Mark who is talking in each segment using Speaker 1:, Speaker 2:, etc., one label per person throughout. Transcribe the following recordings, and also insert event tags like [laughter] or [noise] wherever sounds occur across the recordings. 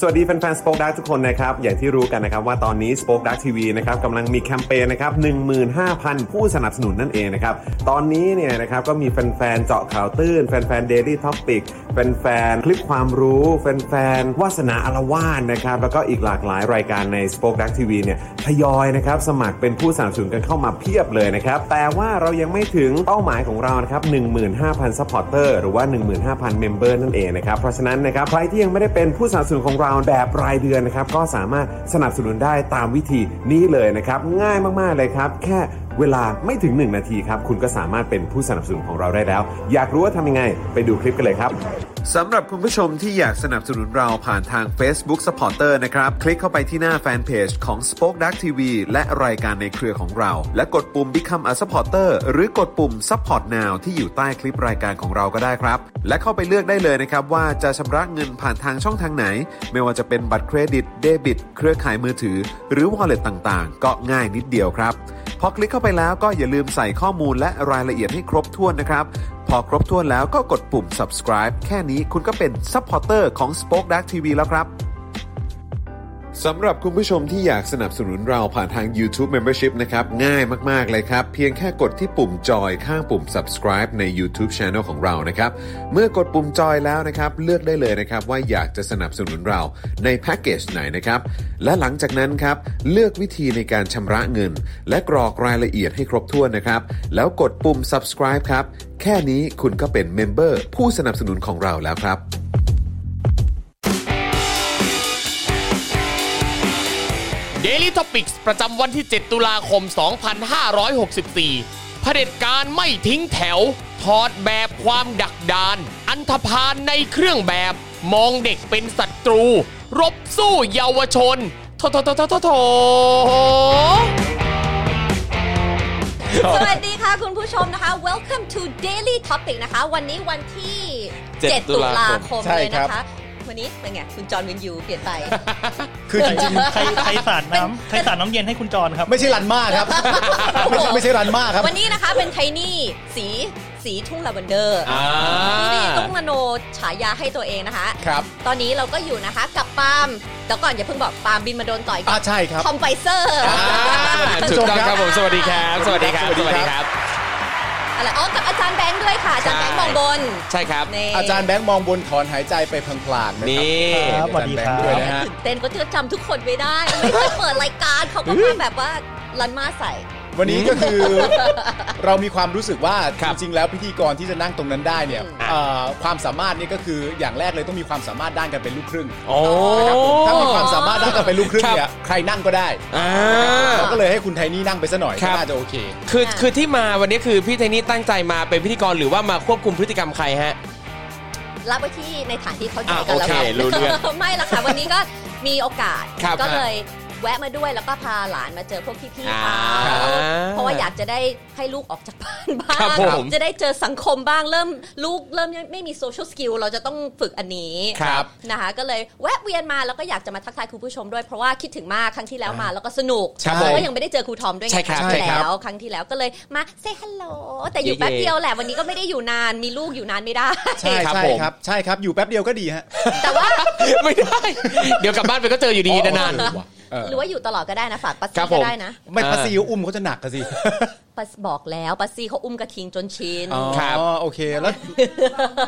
Speaker 1: สวัสดีแฟนๆ Spoke Dark ทุกคนนะครับ อย่างที่รู้กันนะครับว่าตอนนี้ Spoke Dark TV นะครับกำลังมีแคมเปญนะครับ15,000 ผู้สนับสนุนนั่นเองนะครับ ตอนนี้เนี่ยนะครับก็มีแฟนๆ เจาะข่าวตื้น แฟนๆ Daily Topic แฟนๆ คลิปความรู้ แฟนๆ วาสนาอารวาสนะครับ แล้วก็อีกหลากหลายรายการใน Spoke Dark TV เนี่ยทยอยนะครับสมัครเป็นผู้สนับสนุนกันเข้ามาเพียบเลยนะครับ แต่ว่าเรายังไม่ถึงเป้าหมายของเรานะครับ15,000 supporter หรือว่า 15,000 member นั่นเองนะครับ เพราะฉะนั้นนะครับใครที่ยังไม่ได้เป็นผู้สนับสนุนของเราแบบรายเดือนนะครับ ก็สามารถสนับสนุนได้ตามวิธีนี้เลยนะครับ ง่ายมาก ๆ เลยครับ แค่เวลาไม่ถึง 1 นาทีครับ คุณก็สามารถเป็นผู้สนับสนุนของเราได้แล้ว อยากรู้ว่าทำยังไง ไปดูคลิปกันเลยครับ สำหรับคุณผู้ชมที่อยากสนับสนุนเราผ่านทาง Facebook Supporter นะครับ คลิกเข้าไปที่หน้าแฟนเพจของ Spoke Dark TV และรายการในเครือของเรา และกดปุ่ม Become a Supporter หรือกดปุ่ม Support Now ที่อยู่ใต้คลิปรายการของเราก็ได้ครับ และเข้าไปเลือกได้เลยนะครับ ว่าจะชำระเงินผ่านทางช่องทางไหน ไม่ว่าจะเป็นบัตรเครดิตเดบิต เครือข่ายมือถือ หรือ Wallet ต่างๆ ก็ง่ายนิดเดียวครับ พอคลิกเข้าไปแล้วก็อย่าลืมใส่ข้อมูลและรายละเอียดให้ครบถ้วนนะครับ พอครบถ้วนแล้วก็กดปุ่ม subscribe แค่นี้คุณก็เป็น supporter ของ Spoke Dark TV แล้วครับ สำหรับคุณผู้ชมที่อยากสนับสนุนเราผ่านทาง YouTube Membership นะครับ ง่ายมาก ๆ เลยครับ เพียงแค่กดที่ปุ่มจอยข้างปุ่ม subscribe ใน YouTube Channel ของเรานะครับ เมื่อกดปุ่มจอยแล้วนะครับ เลือกได้เลยนะครับ ว่าอยากจะสนับสนุนเราในแพ็กเกจไหนนะครับ และหลังจากนั้นครับ เลือกวิธีในการชำระเงิน และกรอกรายละเอียดให้ครบถ้วนนะครับ แล้วกดปุ่ม subscribe ครับ แค่นี้คุณก็เป็นเมมเบอร์ผู้สนับสนุนของเราแล้วครับ
Speaker 2: Daily Topics ประจำวันที่ 7 ตุลาคม 2564 เผด็จการไม่ทิ้งแถว ถอดแบบความดักดาน อันธพาลในเครื่องแบบ มองเด็กเป็นศัตรู รบสู้เยาวชนโถโถโถโถโถโถ
Speaker 3: สวัสดีค่ะคุณผู้ชมนะคะ welcome to daily topic นะคะ วันนี้วันที่ 7
Speaker 4: 7
Speaker 3: ตุลาคม
Speaker 4: ใช่
Speaker 3: เลย
Speaker 4: ครั
Speaker 3: นะ
Speaker 4: บ
Speaker 3: คะ วันนี้เป็นไง คุณจอห์นวินยูเปลี่ยนไป
Speaker 5: คือจริง
Speaker 6: ใครใครสาดน้ำใครสาดน้ำเย็นให้คุณจรครับ
Speaker 5: ๆ ไม่ใช่รันมากครับ [laughs] ไม่ใช่ไม่ใช่รันมากครับ
Speaker 3: วันนี้นะคะเป็นไทนี่สีสีทุ่งลาเวนเดอร์นี่ต้องมโนฉายาให้ตัวเองนะคะ
Speaker 5: ครับ
Speaker 3: ตอนนี้เราก็อยู่นะคะกับปาล์มแต่ก่อนอย่าเพิ่งบอกปาล์มบินมาโดนต่อย
Speaker 5: อ่าใช่ครับ
Speaker 3: คอมไฟเซอร์
Speaker 2: ถูกต้องครับผม สวัสดีครับ สวัสดีครับ ส
Speaker 5: สวั
Speaker 2: วัส
Speaker 5: สดี
Speaker 2: ดีค
Speaker 5: ค
Speaker 2: รั
Speaker 5: รั
Speaker 2: บ
Speaker 5: บ
Speaker 3: อะไรอ๋อกับอาจารย์แบงค์ด้วยค่ะ อาจารย์แบงค์มองบน
Speaker 2: ใช่ครับ
Speaker 3: นี่
Speaker 5: อาจารย์แบงค์มองบนถอนหายใจไปพลางๆนะ
Speaker 2: นี่
Speaker 5: ค
Speaker 6: ครั
Speaker 5: รับบ
Speaker 6: สวัสดีครับ
Speaker 5: อาจาย์แงด้วยนะฮะ
Speaker 3: ตื่นเต้นก็จะจำทุกคนไม่
Speaker 4: [laughs]
Speaker 3: ได้ไม่เคยเปิดรายการเขาก็มาแบบว่าลันมาใส่
Speaker 5: วันนี้ก็คือ เรามีความรู้สึกว่า
Speaker 2: ครับ
Speaker 5: จริงๆแล้วพิธีกรที่จะนั่งตรงนั้นได้เนี่ยเอ่อความสามารถเนี่ยก็คืออย่างแรกเลยต้องมีความสามารถด้านการเป็นลูกครึ่งนะครับผมถ้ามีความสามารถด้านการเป็นลูกครึ่งเนี่ยใครนั่งก็ได้
Speaker 4: อ่า
Speaker 5: เราก็เลยให้คุณไทนี่นั่งไปซะหน่อย
Speaker 4: ครับ
Speaker 5: น่าจะโอเค
Speaker 4: คือ
Speaker 3: ค่ะ
Speaker 4: คือที่มาวันนี้คือพี่ไทนี่ตั้งใจมาเป็นพิธีกรหรือว่ามาควบคุมพฤติกรรมใครฮะ
Speaker 3: รับไว้ที่ในฐานที่เขาใจ
Speaker 4: อ่ะ
Speaker 3: กันแล้
Speaker 4: โอ
Speaker 3: ว
Speaker 4: เครู้เรื่อง
Speaker 3: [laughs] ไม่ละค่ะวันนี้ก็มีโอกาส
Speaker 4: ครับ
Speaker 3: ก็เลยแวะมาด้วยแล้วก็พาหลานมาเจอพวกพี่ๆ
Speaker 4: อ่า
Speaker 3: เขาเพราะว่าอยากจะได้ให้ลูกออกจากบ้านบ้า
Speaker 4: ครั
Speaker 3: ง
Speaker 4: บผม
Speaker 3: จะได้เจอสังคมบ้างเริ่มลูกเริ่มไม่มีโซเชียลสกิลเราจะต้องฝึกอันนี้
Speaker 4: ครับ
Speaker 3: นะคะก็เลยแวะเวียนมาแล้วก็อยากจะมาทักทายคุณผู้ชมด้วยเพราะว่าคิดถึงมากครั้งที่แล้วมาแล้วก็สนุก
Speaker 4: ครับ
Speaker 3: แล้ว
Speaker 4: ผ
Speaker 3: ก็
Speaker 4: ม
Speaker 3: ยังไม่ได้เจอครูทอมด้วยไง
Speaker 4: ใช่ครับ
Speaker 3: งที่
Speaker 4: ใช่ครับ
Speaker 3: แล้วครั้งที่แล้วก็เลยมาเซฮัลโหลแต่อยู่
Speaker 4: เย่ๆ
Speaker 3: แป๊บเดียวแหละวันนี้ก็ไม่ได้อยู่นานมีลูกอยู่นานไม่ได้
Speaker 5: ใช่
Speaker 4: ครับ
Speaker 5: ใช่
Speaker 4: ผม
Speaker 5: ครับใช่ครับอยู่แป๊บเดียวก็ดีฮะ
Speaker 3: แต่ว่า
Speaker 4: ไม่ได้ เดี๋ยวกลับบ้านไปก็เจออยู่ดีนาน
Speaker 5: เออ
Speaker 3: หรือว่าอยู่ตลอดก็ได้นะฝากปัส
Speaker 4: ครับผ
Speaker 3: ซี่
Speaker 4: ม
Speaker 3: ก็ได้นะ
Speaker 5: ไม่
Speaker 4: อ่า
Speaker 5: ภาษีอุ้มเขาจะหนักกันสิ
Speaker 3: ปัสบอกแล้วปัสซี่เขาอุ้มกระทิงจนชิน
Speaker 5: อ๋อ
Speaker 4: ครับ
Speaker 5: โอเคแล้ว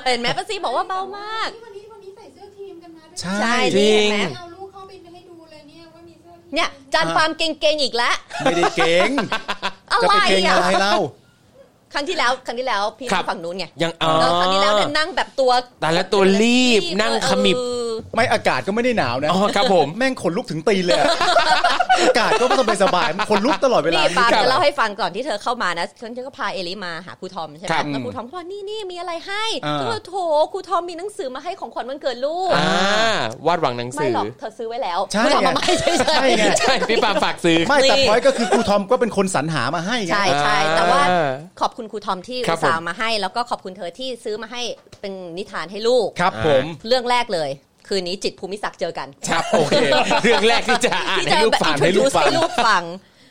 Speaker 3: เห็นไหมปัสซี่บอกว่าเบามาก
Speaker 7: วันนี้วันนี้ใส่เสื้อทีมกันนะ
Speaker 5: ใช่
Speaker 3: ใช่
Speaker 4: จริ
Speaker 3: นี่
Speaker 4: ง
Speaker 3: เห็นไหม
Speaker 7: เอาลูกเข้าไปให้ดูเลยเนี่ยว่ามีเสื้อทีม
Speaker 3: เนี่ยจานฟาร์มเก่งๆอีกแล้ว
Speaker 5: ไม่ได้เก่ง
Speaker 3: อะไร
Speaker 5: จะไปเก่ง
Speaker 3: อ่ะ
Speaker 5: อะไรเล่า
Speaker 3: ครั้งที่แล้วครั้งที่แล้วพี่
Speaker 4: ครับ
Speaker 3: ฝั่งนู้นไง
Speaker 4: ๆยังอ๋อ
Speaker 3: แล้วครั้งที่แล้วเนี่ยนั่งแบบตัว
Speaker 4: แต่ละตัวรีบนั่งขมิบ
Speaker 3: เออ
Speaker 5: ไม่อากาศก็ไม่ได้หนาวนะ
Speaker 4: อ๋อครับผม
Speaker 5: แม่งขนลุกถึงตีน
Speaker 4: [laughs]
Speaker 5: เลยอะอากาศก็ไม่สบายสบายๆมันขนลุกตลอดเวลา
Speaker 3: นี่
Speaker 5: ค
Speaker 3: ปาล์ม
Speaker 5: รับ
Speaker 3: จะเล่าให้ฟังก่อนที่เธอเข้ามานะฉันก็พาเอลิมาหาครูทอมใช่ไห
Speaker 4: ค
Speaker 3: ม
Speaker 4: รับ
Speaker 3: แล้วครูทอมก็บอกนี่นี่มีอะไรให้
Speaker 5: อ่า
Speaker 3: ก็เลยโถครูทอมมีหนังสือมาให้ของขวัญวันเกิดลูก
Speaker 4: อ่าวาดหวังหนัง
Speaker 3: ไม่
Speaker 4: สือ
Speaker 3: หรอกเธอซื้อไว้แล้ว
Speaker 5: ใช่
Speaker 3: ไม่
Speaker 5: ไง
Speaker 3: เอามาไม่ใช่
Speaker 5: ใช่ไง
Speaker 4: ใช่พี่ปาล์มฝากซื้อ
Speaker 5: ไม่แต่พอยก็คือครูทอมก็เป็นคนสรรหามาให้ไง
Speaker 3: ใช่
Speaker 4: อ่า
Speaker 3: ใช่แต่ว่าขอบคุณครูทอมที่
Speaker 4: ครับ
Speaker 3: อุต
Speaker 4: ผม
Speaker 3: ส่าห์มาให้ แล้วก็ขอบคุณเธอที่ซื้อมาให้เป็นนิทานให้ลูก
Speaker 5: ครับผม
Speaker 3: เรื่องแรกเลย คืนนี้จิตรภูมิศักดิ์เจอกัน
Speaker 4: ครับโอเค เรื่องแรกที่จะอ่าน
Speaker 3: ที่
Speaker 4: ให้ลูกฟัง
Speaker 3: จะแบบ introduce ให้ลูกฟัง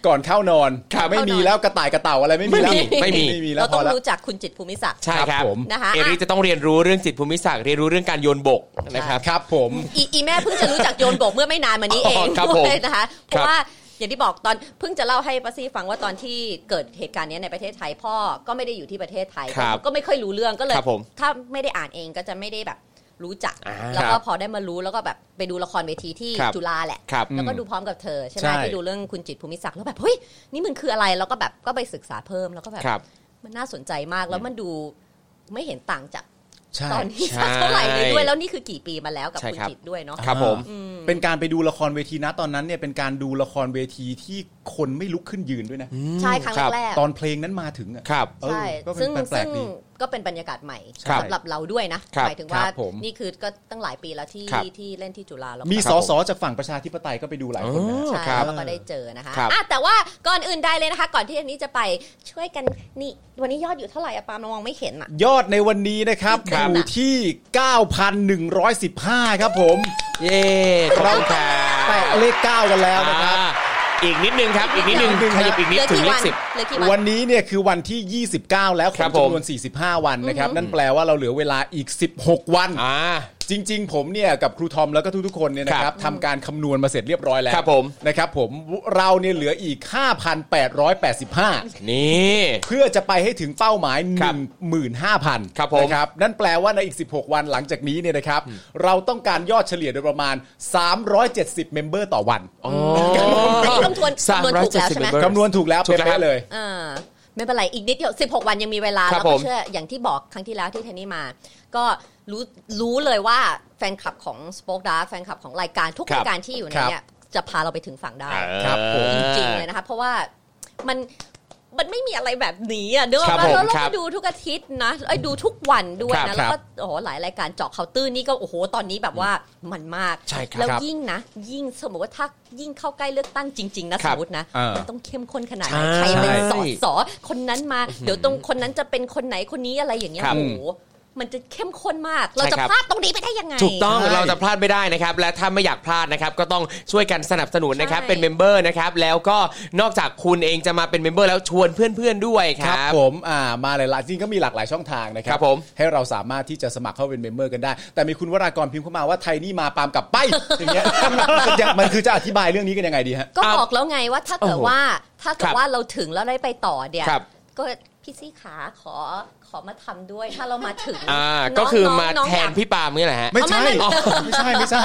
Speaker 5: ก่อนเข้านอน
Speaker 4: ครับ
Speaker 5: ไม่มีแล้วกระต่ายกระเต่าอะไรไม่มีแล้ว
Speaker 4: ไม่มี
Speaker 5: ไม่มีแล้
Speaker 3: เรา
Speaker 5: วพ
Speaker 3: ต้อ
Speaker 5: องแล้ว
Speaker 3: รู้จักคุณจิตรภูมิศักดิ์
Speaker 4: ใช่ค
Speaker 5: ครั
Speaker 4: รับบ
Speaker 5: ผม
Speaker 3: นะคะ
Speaker 4: เอริจะต้องเรียนรู้เรื่องจิตภูมิศาสตร์เรียนรู้เรื่องการโยนบกนะครับ
Speaker 5: ครับผม
Speaker 3: อีอีแม่เพิ่งจะรู้จักโยนโบกเมื่อไม่นานมานี้เอง
Speaker 4: อ๋อครับผม
Speaker 3: ด้วยนะคะ เพ
Speaker 4: ครั
Speaker 3: ราะ
Speaker 4: บ
Speaker 3: ว่าอย่างที่บอกตอนเพิ่งจะเล่าให้ป้าซี่ฟังว่าตอนที่เกิดเหตุการณ์เนี้ยในประเทศไทยพ่อก็ไม่ได้อยู่ที่ประเทศไทย
Speaker 4: ครับ
Speaker 3: ก็ไม่ค่อยรู้เรื่องก็เลย
Speaker 4: ครับผม
Speaker 3: ถ้าไม่ได้อ่านเองก็จะไม่ได้แบบรู้จัก
Speaker 4: อ่า
Speaker 3: แล้ว
Speaker 4: ค
Speaker 3: ก็
Speaker 4: รับ
Speaker 3: พอได้มารู้แล้วก็แบบไปดูละครเวทีที่
Speaker 4: ครับ
Speaker 3: จุฬาแหละ
Speaker 4: ครับ
Speaker 3: แล้วก็ดูพร้อมกับเธอใช่ไหม
Speaker 5: ใช่
Speaker 3: ที่ดูเรื่องคุณจิตรภูมิศักดิ์แล้วแบบเฮ้ยนี่มันคืออะไรแล้วก็แบบก็ไปศึกษาเพิ่มแล้วก็แบบ
Speaker 4: ครับ
Speaker 3: มันน่าสนใจมากแล้วมันดูไม่เห็นต่างจาก
Speaker 5: ใช่
Speaker 3: ตอนนี้
Speaker 4: ใช่
Speaker 3: สักเท่าไหร่เลยด้วยแล้วนี่คือกี่ปีมาแล้วกับคุณจิตรด้วยเนาะ
Speaker 4: ครับผม
Speaker 5: เป็นการไปดูละครเวทีนะตอนนั้นเนี่ยเป็นการดูละครเวทีที่คนไม่ลุกขึ้นยืนด้วยนะ
Speaker 3: ใช่ครั้งแรก
Speaker 5: ตอนเพลงนั้นมาถึงอ่ะ
Speaker 4: ครับ
Speaker 5: เออ
Speaker 3: ใช่
Speaker 5: ก็เป็
Speaker 3: ซึ่ง
Speaker 5: นแปล
Speaker 3: ซึ่
Speaker 5: ก
Speaker 3: ง
Speaker 5: ๆดี
Speaker 3: ก็เป็นบรรยากาศใหม่
Speaker 5: ใช่
Speaker 3: สำหรับเราด้วยนะครับ หมายถึงว่า
Speaker 5: ครับผม
Speaker 3: นี่คือก็ตั้งหลายปีแล้วที่
Speaker 4: ครับ
Speaker 3: ที่เล่นที่จุฬาแล้ว
Speaker 5: มี
Speaker 3: ก็
Speaker 5: สสจากฝั่งประชาธิปไตยก็ไปดูหลายคนนะ
Speaker 4: อ๋อ
Speaker 3: ใช่
Speaker 4: ครับ
Speaker 3: แล้วก็ได้เจอนะคะ
Speaker 4: ครับ
Speaker 3: อ่ะแต่ว่าก่อนอื่นใดเลยนะคะ ก่อนที่อันนี้จะไปช่วยกันนี่วันนี้ยอดอยู่เท่าไหร่อะปาล์มเรามองไม่เห็นอะ
Speaker 5: ยอดในวันนี้นะครับ
Speaker 3: ครั
Speaker 5: อบ ยู่ที่ 9,115 ครับผม
Speaker 4: เย้ขอบคุณครับ
Speaker 5: แตะเลข 9 กันแล้วนะครับ
Speaker 4: อ่าอีกนิดนึงครับ อีกนิดนึง
Speaker 5: อีกนิดเดียว
Speaker 4: ขยับอีกนิด
Speaker 3: เหลื
Speaker 4: ถึง
Speaker 3: กี่
Speaker 4: เล
Speaker 3: วั
Speaker 4: ขสิบ
Speaker 3: เหลือกี่วั
Speaker 5: วัน นนี้เนี่ยคือวันที่ 29 แล้ว
Speaker 4: ครับ
Speaker 5: จำนว
Speaker 4: ผ
Speaker 5: น
Speaker 4: ม
Speaker 5: 45 วันนะครับ นั่นแปลว่าเราเหลือเวลาอีก 16 วัน
Speaker 4: อ่า
Speaker 5: จริง ๆ ผมเนี่ยกับครูทอมแล้วก็ทุกๆคนเนี่ยนะค
Speaker 4: ครั
Speaker 5: รับบ ทำการคำนวณมาเสร็จเรียบร้อยแล้ว
Speaker 4: ครับผม
Speaker 5: นะครับผมเราเนี่ยเหลืออีก 5,885
Speaker 4: นี่
Speaker 5: เพื่อจะไปให้ถึงเป้าหมาย
Speaker 4: ครับ
Speaker 5: 15,000
Speaker 4: ครับผม
Speaker 5: นะครับนั่นแปลว่าในอีก 16 วันหลังจากนี้เนี่ยนะครับ เราต้องการยอดเฉลี่ยโดยประมาณ 370 เมมเบอร์ต่อวัน
Speaker 3: อันนี้คำทวน
Speaker 4: สาม
Speaker 3: คำนวณ
Speaker 4: ร้อย
Speaker 3: ถูก
Speaker 4: เจ็ด
Speaker 3: แล้
Speaker 4: สิบ
Speaker 3: วใช่ไหม
Speaker 4: เบอร์
Speaker 5: คำนวณถูกแล้ว
Speaker 4: ถูกแล้วครั
Speaker 5: เป๊ะ
Speaker 4: บ
Speaker 5: ๆเลย
Speaker 3: อ่าไม่เป็นไร อีกนิดเดียว 16 วันยังมีเวลา
Speaker 4: ครั
Speaker 3: แล้
Speaker 4: บ
Speaker 3: ว
Speaker 4: ผ
Speaker 3: ก็
Speaker 4: ม
Speaker 3: เชื่ออย่างที่บอกครั้งที่แล้วที่เทนนี่มา ก็รู้รู้เลยว่าแฟนคลับของ Spoke Dark แฟนคลับของรายการทุก
Speaker 4: ครับ
Speaker 3: รายการที่อยู่ในเนี่ยจะพาเราไปถึงฝั่งได้
Speaker 5: ครับผม
Speaker 3: จริงๆเลยนะคะ เพราะว่ามันมันไม่มีอะไรแบบนี้อ่ะเด้อ
Speaker 4: ครับผ
Speaker 3: ว่า
Speaker 4: ม
Speaker 3: แล้วเรา
Speaker 4: ครั
Speaker 3: ก็
Speaker 4: บ
Speaker 3: ดูทุกอาทิตย์นะไอ้ยดูทุกวันด้วย
Speaker 4: ครับ
Speaker 3: นะ
Speaker 5: ค
Speaker 3: แล้
Speaker 5: รั
Speaker 3: ว
Speaker 5: บ
Speaker 3: ก็โอ้โหหลายรายการเจาะเคาน์เตอร์นี่ก็โอ้โหตอนนี้แบบว่ามันมาก
Speaker 4: ใช่ครับ
Speaker 3: แล้วยิ่งนะ ยิ่งสมมติว่าถ้ายิ่งเข้าใกล้เลือกตั้งจริง ๆ นะ
Speaker 4: ค
Speaker 3: ส
Speaker 4: รั
Speaker 3: ม
Speaker 4: บ
Speaker 3: มตินะ
Speaker 5: เออ
Speaker 3: มันต้องเข้มข้นขนาดไห
Speaker 4: ใช่
Speaker 3: นใครเป็นสอสอคนนั้นมา เดี๋ยวตรงคนนั้นจะเป็นคนไหนคนนี้อะไรอย่างเงี้ย
Speaker 4: ครับ
Speaker 3: โอ้โหมันจะเข้มข้นมาก เรา
Speaker 4: ใช่
Speaker 3: จะ
Speaker 4: ครับ
Speaker 3: พลาดตรงนี้ไปได้ยังไง
Speaker 4: ถูกต้อง
Speaker 5: ใช่
Speaker 4: เราจะพลาดไม่ได้นะครับ และถ้าไม่อยากพลาดนะครับ ก็ต้องช่วยกันสนับสนุนนะครับ
Speaker 3: ใช่
Speaker 4: เป็นเมมเบอร์นะครับ แล้วก็นอกจากคุณเองจะมาเป็นเมมเบอร์แล้วชวนเพื่อนๆด้วยค
Speaker 5: ครับ
Speaker 4: รับ
Speaker 5: ผมอ่ามาหลายๆจริงก็มีหลากหลายช่องทางนะครั
Speaker 4: ครับผม
Speaker 5: ให้เราสามารถที่จะสมัครเข้าเป็นเมมเบอร์กันได้ แต่มีคุณวรากรพิมพ์เข้ามาว่าไทยนี่มาปาล์มกลับ
Speaker 4: [laughs]
Speaker 5: ไปอย่างเงี้ยมันจะมันคือจะอธิบายเรื่องนี้กันยังไงดีฮะ
Speaker 3: ก็
Speaker 4: อ่ะ
Speaker 3: บอกแล้วไงว่าถ้าเกิด
Speaker 4: โอ้โห
Speaker 3: ว่าถ้าเกิ
Speaker 4: ครั
Speaker 3: ด
Speaker 4: บ
Speaker 3: ว่าเราถึงแล้วได้ไปต่อเนี่ย
Speaker 4: ครับ
Speaker 3: ก็พี่ซี่ขาขอขอมาทำด้วย ถ้าเรามาถึง
Speaker 4: อ่า
Speaker 3: น้ง
Speaker 4: ก็คือมา
Speaker 3: อง
Speaker 4: แท
Speaker 3: อน ยาก
Speaker 4: พี่ปาล์มนี่แหละฮะ
Speaker 5: ไม่ใช่
Speaker 3: เอาไม่ไม่
Speaker 5: อ๋อไม่ใช่ไม่ใช่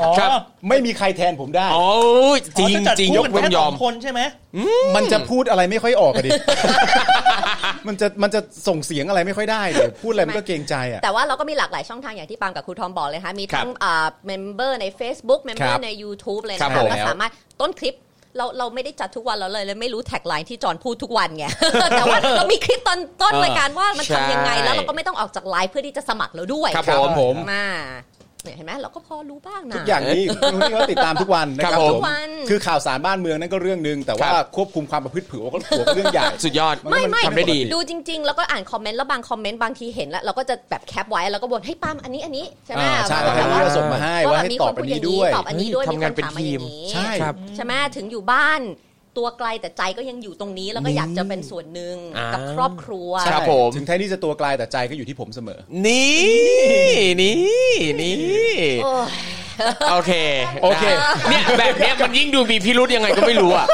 Speaker 6: อ๋อ
Speaker 4: ครับ
Speaker 5: ไม่มีใครแทนผมได้
Speaker 4: โอ้ยจริง
Speaker 6: อ๋อ
Speaker 4: จริงยก
Speaker 6: จะจัดคู่
Speaker 4: เว้น
Speaker 6: แค่
Speaker 4: ยอม
Speaker 6: สงคนใช่ไหม
Speaker 5: [laughs] มันจะพูดอะไรไม่ค่อยออกอะดิ [laughs] มันจะมันจะส่งเสียงอะไรไม่ค่อยได้เดี๋ยวพูดอะไรมันก็เกรงใจอ่ะ
Speaker 3: แต่ว่าเราก็มีหลากหลายช่องทางอย่างที่ปาล์มกับครูทอมบอกเลยนะคะมีทั้
Speaker 4: ค
Speaker 3: ง
Speaker 4: รับ
Speaker 3: เอ่อเมมเบอร์ใน Facebook เมมเบอ
Speaker 5: ครั
Speaker 3: ร์
Speaker 5: บ
Speaker 3: ใน YouTube เลย
Speaker 4: ครั
Speaker 3: นะ
Speaker 4: บผม
Speaker 3: คะก็สามารถต้นคลิปเราเราไม่ได้จัดทุกวันเราเลยเลยไม่รู้แท็กไลน์ที่จอนพูดทุกวันไง [laughs] แต่ว่าเรามีคลิปตอนต้นรายการว่ามันทำยังไงแล้วเราก็ไม่ต้องออกจากไลน์เพื่อที่จะสมัครแล้วด้วย
Speaker 4: ครับ
Speaker 5: ครับ
Speaker 4: ผม
Speaker 3: มาเนี่ยเห็นไหมเราก็พอรู้บ้างนะ
Speaker 5: ทุกอย่างนี้คุณนี่ก็ติดตามทุกวันนะ
Speaker 4: ค
Speaker 5: ค
Speaker 4: รั
Speaker 5: รับบ
Speaker 4: ผม
Speaker 5: ผ
Speaker 3: ทุ
Speaker 5: ม
Speaker 3: กวัน
Speaker 5: คือข่าวสารบ้านเมืองนั่นก็เรื่องหนึ่งแต่ว่า
Speaker 4: ครับ
Speaker 5: ควบคุมความประพฤติผิวก็ถือว่าเป็นเรื่องใหญ่
Speaker 4: สุดยอด
Speaker 5: มันก็
Speaker 3: ไม่ไม่
Speaker 4: ทำได้ดี
Speaker 3: ดูจริง ๆ แล้วก็อ่านคอมเมนต์แล้วบางคอมเมนต์บางทีเห็นแล้วเราก็จะแบบแคปไว้แล้วก็บ่นให้ยปาล์มอันนี้อันนี้ใช่ไหม
Speaker 5: อ่าใช่แล้ว
Speaker 3: แบบ
Speaker 5: ก็ส่งมาให้ว่าให้
Speaker 3: มี
Speaker 5: ต
Speaker 3: ค
Speaker 5: อบ
Speaker 3: น
Speaker 5: อัน
Speaker 3: พูดอย่าง
Speaker 5: นี้ด้วย
Speaker 3: ตอบอันนี้ด้วย
Speaker 4: เฮ้ย
Speaker 3: มี
Speaker 4: ทำ
Speaker 3: ค
Speaker 4: งาน
Speaker 3: น
Speaker 4: เป็น
Speaker 3: ถามมาอย่างนี้
Speaker 5: ใช่
Speaker 4: ครับ
Speaker 3: ใช่ไหมถึงอยู่บ้านตัวไกลแต่ใจก็ยังอยู่ตรงนี้แล้วก็อยากจะเป็นส่วนหนึ่ง
Speaker 4: อ่ากั
Speaker 3: กับครอบครัว
Speaker 5: ใช่
Speaker 4: ครับผม
Speaker 5: ถึงแท้นี่จะตัวไกลแต่ใจก็อยู่ที่ผมเสมอ
Speaker 4: นี่นี่นี่
Speaker 3: โอ้ย
Speaker 4: โอเค
Speaker 5: โอเค
Speaker 4: ได้เนี่ยแบบเนี้ยมันยิ่งดูมีพิรุธยังไงก็ไม่รู้อ่ะ